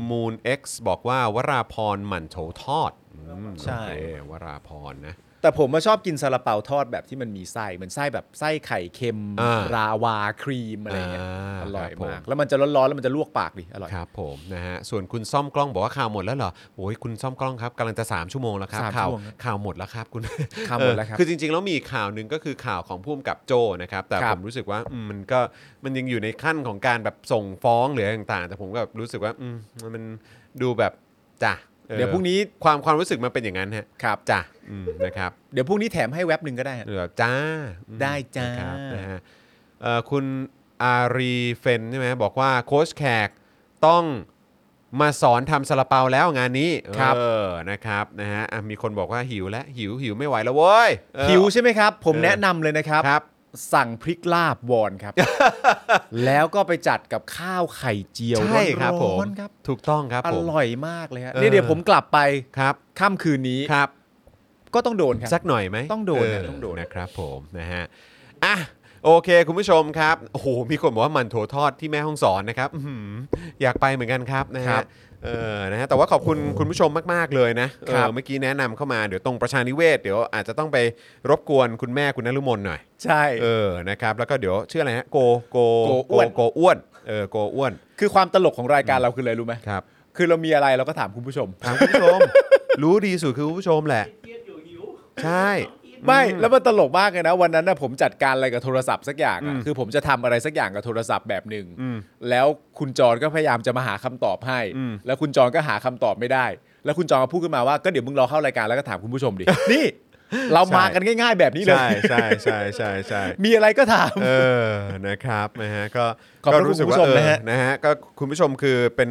Speaker 1: มูน X บอกว่าวราพรหมั่นโถทอดอืม
Speaker 2: ใช่
Speaker 1: โอเควราพรนะ
Speaker 2: แต่ผมมาชอบกินซาลาเปาทอดแบบที่มันมีไส้เหมือนไส้แบบไส้ไข่เค็ม
Speaker 1: อ่าร
Speaker 2: าวาครีมอะไรเงี้ย
Speaker 1: อ่า
Speaker 2: อร่อ
Speaker 1: ค
Speaker 2: ย
Speaker 1: รับผม
Speaker 2: มาก แล้วมันจะร้อนๆแล้วมันจะลวกปากดิอร่อย
Speaker 1: ครับผมนะฮะส่วนคุณซ่อมกล้องบอกว่าข่าวหมดแล้วเหรอโอ้ยคุณซ่อมกล้องครับกำลังจะ 3 ชั่วโมงแล้วครับ
Speaker 2: สาม
Speaker 1: ข่าว
Speaker 2: ชั่วโมงครับ
Speaker 1: ข่าวหมดแล้วครับคุณ
Speaker 2: ข่าวหมดแล้วครับ
Speaker 1: เออคือจริงๆแล้วมีอีกข่าวหนึ่งก็คือข่าวของผู้กำกับโจนะครับแต่
Speaker 2: ครั
Speaker 1: ผ
Speaker 2: บ
Speaker 1: มรู้สึกว่าอืมมันก็มันยังอยู่ในขั้นของการแบบส่งฟ้องหรืออะไรต่างๆ แต่ผมก็แบบรู้สึกว่าอืมมันดูแบบจ้ะออ
Speaker 2: เดี๋ยวพรุ่งนี้
Speaker 1: ความความรู้สึกมันเป็นอย่างนั้นฮะ
Speaker 2: ครับ
Speaker 1: จ้ะอืมนะครับ
Speaker 2: เดี๋ยวพรุ่งนี้แถมให้แว็บหนึ่งก็ได้ฮะ
Speaker 1: เออจ้าอืม
Speaker 2: ได้จ้า
Speaker 1: นะครับนะฮะเอ่อคุณอารีเฟนใช่ไหมบอกว่าโค้ชแขกต้อง มาสอนทำซาลาเปาแล้วงานนี้
Speaker 2: ครับ
Speaker 1: เออนะครับนะฮะอ่ะมีคนบอกว่าหิวแล้วหิวหิวไม่ไหวแล้วเว้ยเออ
Speaker 2: หิวใช่ไหมครับ ผมแนะนำเลยนะครับ
Speaker 1: ครับ
Speaker 2: สั่งพริกลาบวอนครับ แล้วก็ไปจัดกับข้าวไข่เจียว
Speaker 1: ใช่ครับผ
Speaker 2: ร้อ
Speaker 1: ม
Speaker 2: นๆครับ
Speaker 1: ถูกต้องครับ
Speaker 2: อ
Speaker 1: ผม
Speaker 2: ร่อยมากเลยฮะ
Speaker 1: เออ
Speaker 2: เนี่ยเดี๋ยวผมกลับไป
Speaker 1: ครับ
Speaker 2: ค่ำคืนนี้
Speaker 1: ครับ
Speaker 2: ก็ต้องโดนครับ
Speaker 1: สักหน่อยไหม
Speaker 2: ต้องโดนนะ
Speaker 1: เ
Speaker 2: ต้องโดน
Speaker 1: นะครับผมนะฮะอ่ะโอเค คุณผู้ชมครับโอ้โหมีคนบอกว่าหมันโถทอดที่แม่ห้องสอนนะครับอื้อหืออยากไปเหมือนกันครับนะ
Speaker 2: ครั
Speaker 1: ฮะ
Speaker 2: บ
Speaker 1: เออนะฮะแต่ว่าขอบคุณคุณผู้ชมมาก ๆ เลยนะครับ เออเมื่อกี้แนะนำเข้ามาเดี๋ยวตรงประชานิเวศเดี๋ยวอาจจะต้องไปรบกวนคุณแม่คุณนฤมลหน่อย
Speaker 2: ใช่
Speaker 1: เออ นะครับ แล้วก็เดี๋ยวชื่ออะไรฮะ โก โก
Speaker 2: โกอ้วน
Speaker 1: โกอ้วน เออ โกอ้วน
Speaker 2: คือความตลกของรายการเราคืออะไรรู้ไหม
Speaker 1: ครับ
Speaker 2: คือเรามีอะไรเราก็ถามคุณผู้ชม
Speaker 1: ถามคุณผู้ชม รู้ดีสุดคือคุณผู้ชมแหละ
Speaker 3: เครียดอยู่หิว
Speaker 1: ใช่
Speaker 2: ไม่แล้วมันตลกมากเลยนะ วันนั้นนะผมจัดการอะไรกับโทรศัพท์สักอย่างอะคือผมจะทำอะไรสักอย่างกับโทรศัพท์แบบหนึ่งแล้วคุณจรก็พยายามจะมาหาคำตอบให้ แล้วคุณจรก็หาคำตอบไม่ได้ แล้วคุณจรก็พูดขึ้นมาว่าก็เดี๋ยวมึงรอเข้ารายการแล้วก็ถามคุณผู้ชม ดิ นี่ เรามากันง่าย ๆ แบบนี้เลย
Speaker 1: ใช่ ใช่ใช่ใช่ใช่
Speaker 2: มีอะไรก็ถาม
Speaker 1: เออ นะครับนะฮะ ก็
Speaker 2: ขอบ
Speaker 1: ก็
Speaker 2: พระคุณ
Speaker 1: รู้สึกว่า
Speaker 2: คุณผู้ชม
Speaker 1: เออ
Speaker 2: นะฮะ
Speaker 1: นะฮะ ก็คุณผู้ชมคือเป็น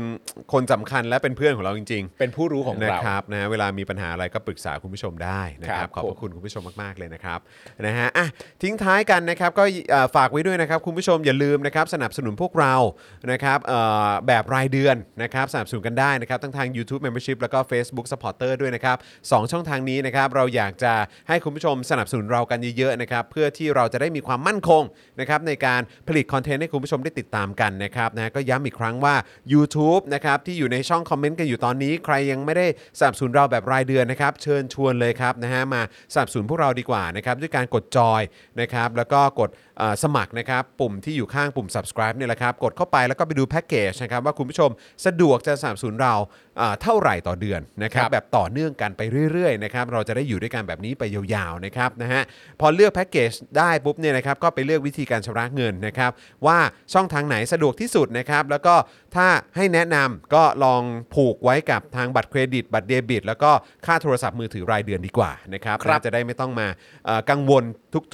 Speaker 1: คนสำคัญและเป็นเพื่อนของเราจริง ๆ
Speaker 2: เป็นผู้รู้ของ
Speaker 1: นะ
Speaker 2: เรา
Speaker 1: ครับนะฮะเวลามีปัญหาอะไรก็ปรึกษาคุณผู้ชมได้นะครับ
Speaker 2: ค
Speaker 1: ขอ
Speaker 2: รับ
Speaker 1: บพระ
Speaker 2: ผม
Speaker 1: คุณคุณผู้ชมมากๆเลยนะครับนะฮะอ่ะทิ้งท้ายกันนะครับก็เอ่อฝากไว้ด้วยนะครับ คุณผู้ชมอย่าลืมนะครับสนับสนุนพวกเรานะครับเอ่อแบบรายเดือนนะครับสนับสนุนกันได้นะครับทั้งทาง YouTube Membership แล้วก็ Facebook Supporter ด้วยนะครับสองช่องทางนี้นะครับเราอยากจะให้คุณผู้ชมสนับสนุนเรากันเยอะๆนะครับเพื่อที่เราจะได้มีความมั่นคงนะครับในการผลิตคอนเทนต์ให้คุณผู้ชมได้ติดตามกันนะครับนะก็ย้ำอีกครั้งว่า YouTube นะครับที่อยู่ในช่องคอมเมนต์กันอยู่ตอนนี้ ใครยังไม่ได้สนับสนุนเราแบบรายเดือนนะครับ เชิญชวนเลยครับนะฮะมาสนับสนุนพวกเราดีกว่านะครับด้วยการกดจอยนะครับแล้วก็กดเอ่อสมัครนะครับปุ่มที่อยู่ข้างปุ่ม subscribe เนี่ยแหละครับกดเข้าไปแล้วก็ไปดูแพ็กเกจนะครับว่าคุณผู้ชมสะดวกจะสนับสนุนเราเอ่อเท่าไหร่ต่อเดือนนะครับ
Speaker 2: ครับ
Speaker 1: แบบต่อเนื่องกันไปเรื่อยๆนะครับเราจะได้อยู่ด้วยกันแบบนี้ นี้ไปยาวๆนะครับนะฮะพอเลือกแพ็กเกจได้ปุ๊บเนี่ยนะครับก็ไปเลือกวิธีการชำระเงินนะครับ ว่าช่องทางไหนสะดวกที่สุดนะครับ แล้วก็ถ้าให้แนะนำก็ลองผูกไว้กับทางบัตรเครดิต บัตรเดบิต แล้วก็ค่าโทรศัพท์มือถือรายเดือนดีกว่านะครับ
Speaker 2: ครับ
Speaker 1: น่าจะได้ไม่ต้องมาเอ่อกังวล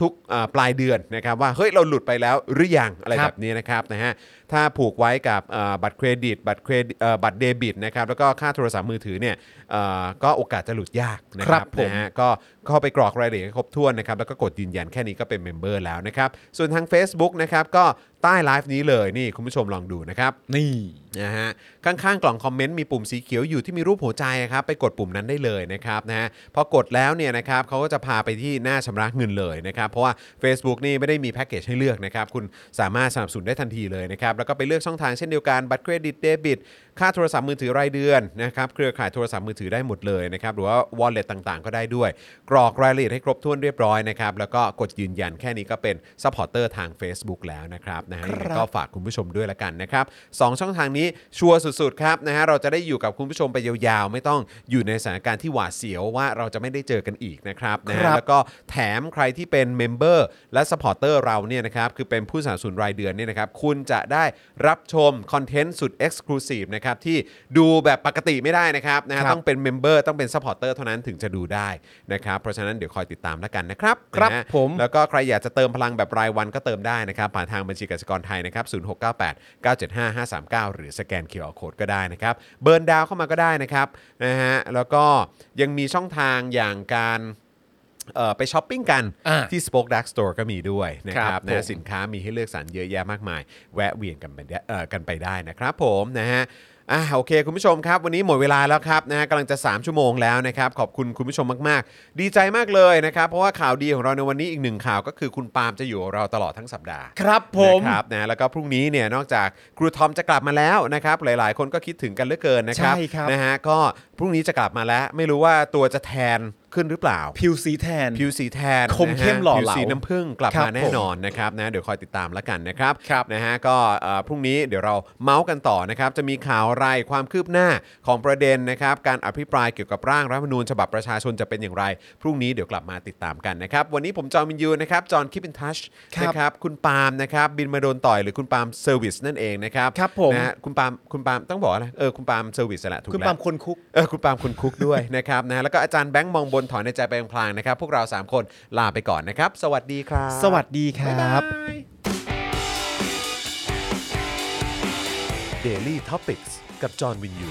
Speaker 1: ทุกๆเอ่อปลายเดือนนะครับ ว่าเฮ้ยเราหลุดไปแล้วหรือยังอะไร
Speaker 2: ครั
Speaker 1: แบบ บ แบบนี้นะครับนะฮะถ้าผูกไว้กับเอ่อบัตรเครดิต บัตรเครดิเอ่อบัตรเดบิตนะครับแล้วก็ค่าโทรศัพท์มือถือเนี่ยเอ่อก็โอกาสจะหลุดยากนะครั
Speaker 2: ครับ บผม
Speaker 1: นะฮะก็เข้าไปกรอกรายละเอียดให้ครบถ้วนนะครับแล้วก็กดยืนยันแค่นี้ก็เป็นเมมเบอร์แล้วนะครับส่วนทาง Facebook นะครับก็ใต้ไลฟ์นี้เลยนี่คุณผู้ชมลองดูนะครับ
Speaker 2: นี่
Speaker 1: นะฮะข้างๆกล่องคอมเมนต์มีปุ่มสีเขียวอยู่ที่มีรูปหัวใจครับไปกดปุ่มนั้นได้เลยนะครับนะฮะพอกดแล้วเนี่ยนะครับเขาก็จะพาไปที่หน้าชำระเงินเลยนะครับเพราะว่า Facebook นี่ไม่ได้มีแพ็กเกจให้เลือกนะครับคุณสามารถสนับสนุนได้ทันทีเลยนะครับแล้วก็ไปเลือกช่องทางเช่นเดียวกันบัตรเครดิตเดบิตค่าโทรศัพท์มือถือรายเดือนนะครับเครือข่ายโทรศัพท์มือถือได้หมดเลยนะครับหรือว่า wallet ต่างๆ ก็ได้ด้วย กรอกรายละเอียดให้ครบถ้วนเรียบร้อยนะครับแล้วก็กดยืนยันแค่นี้ก็เป็นซัพพอร์เตอร์ทาง Facebook แล้วนะครับนะฮะยังไงก็ ก็ฝากคุณผู้ชมด้วยละกันนะครับสองช่องทางนี้ชัวร์สุดๆครับนะฮะเราจะได้อยู่กับคุณผู้ชมไปยาวๆ ไม่ต้องอยู่ในสถานการณ์ที่หวาดเสียวว่าเราจะไม่ได้เจอกันอีกนะครับนะฮะ
Speaker 2: ครับ
Speaker 1: แล้วก็แถมใครที่เป็นเมมเบอร์และสปอร์เตอร์เราเนี่ยนะครับคือเป็นผู้สนับสนุนรายเดือนเนี่ยนะครับคุณจะได้รับชมคอนเทนต์สุดเอ็กซ์คลูซีฟนะครับที่ดูแบบปกติไม่ได้นะครับนะฮะต้องเป็นเมมเบอร์ต้องเป็นสปอร์เตอร์เท่านั้นถึงจะดูได้นะครับเพราะฉะนั้นเดี๋ยวคอยติดตามแล้วกันนะครับ
Speaker 2: ครับ
Speaker 1: นะฮะ
Speaker 2: ผม
Speaker 1: แล้วก็ใครอยากจะเติมพลังแบบรายวันก็เติมได้นะครับ ผ่านทางบัญชีกสิกรไทยนะครับ 0698 975 539 หรือสแกน QR Code ก็ได้นะครับ เบิร์นดาวเข้ามาก็ได้นะครับนะฮะแล้วก็ยังมีช่องทางอย่างการเอ่อไปช้อปปิ้งกัน
Speaker 2: อ่า
Speaker 1: ที่ Spoke Dark Store ก็มีด้วยนะค
Speaker 2: ครั
Speaker 1: รับบ
Speaker 2: ผม
Speaker 1: นะฮะสินค้ามีให้เลือกสรรเยอะแยะมากมาย แวะเวียนกันไปได้เอ่อกันไปได้นะครับผมนะฮะอ่ะโอเค คุณผู้ชมครับ วันนี้หมดเวลาแล้วครับนะฮะกำลังจะ 3 ชั่วโมงแล้วนะครับ ขอบคุณคุณผู้ชมมากๆ ดีใจมากเลยนะครับ เพราะว่าข่าวดีของเราในวันนี้อีกหนึ่งข่าวก็คือคุณปาล์มจะอยู่กับเราตลอดทั้งสัปดาห์
Speaker 2: ครับผม
Speaker 1: นะครับนะแล้วก็พรุ่งนี้เนี่ยนอกจากครูทอมจะกลับมาแล้วนะครับหลายๆ คนก็คิดถึงกันเหลือเกินนะครับ
Speaker 2: ใช่ครับ
Speaker 1: นะฮะก็พรุ่งนี้จะกลับมาแล้ว ไม่รู้ว่าตัวจะแทนขึ้นหรือเปล่า
Speaker 2: ผิวสีแทน
Speaker 1: ผิวสีแทน
Speaker 2: คม
Speaker 1: นะฮะ
Speaker 2: เข้มหล่อเห
Speaker 1: ผิ
Speaker 2: ลา
Speaker 1: วสีน้ำผึ้งกลับ
Speaker 2: ครับ
Speaker 1: มาแน่นอนนะครับนะเดี๋ยวคอยติดตามแล้วกันนะครับ
Speaker 2: ครับ
Speaker 1: นะฮะก็เอ่อพรุ่งนี้เดี๋ยวเราเมาส์กันต่อนะครับจะมีข่าวอะไรความคืบหน้าของประเด็นนะครับการอภิปรายเกี่ยวกับร่างรัฐธรรมนูญฉบับประชาชนจะเป็นอย่างไร พรุ่งนี้เดี๋ยวกลับมาติดตามกันนะครับวันนี้ผมจอห์นวินยูนะครับจอห์นคิปอินทัช
Speaker 2: ครับ
Speaker 1: นะครับคุณปาล์มนะครับบินมาโดนต่อยหรือคุณปาล์มเซอร์วิสนั่นเองนะครับ
Speaker 2: ครับผม
Speaker 1: นะฮะคุณปาล์มคุณปาล์มต้องบอกอะไรเออคุณปาล์มเซอร์วิสแหละถูก
Speaker 2: คุณ
Speaker 1: แล้ว
Speaker 2: ปาล์มคนคุก
Speaker 1: เออคุณปาล์มคุณคุกด้วย นะครับนะแล้วก็อาจารย์แบงค์มองบนถอนในใจไปพลางๆนะครับ พวกเรา 3 คนลาไปก่อนนะครับ สวัสดีครับ
Speaker 2: สวัสดีคร
Speaker 1: บ๊ายั บา
Speaker 2: บ
Speaker 1: ย Daily Topics กับจอห์นวินยู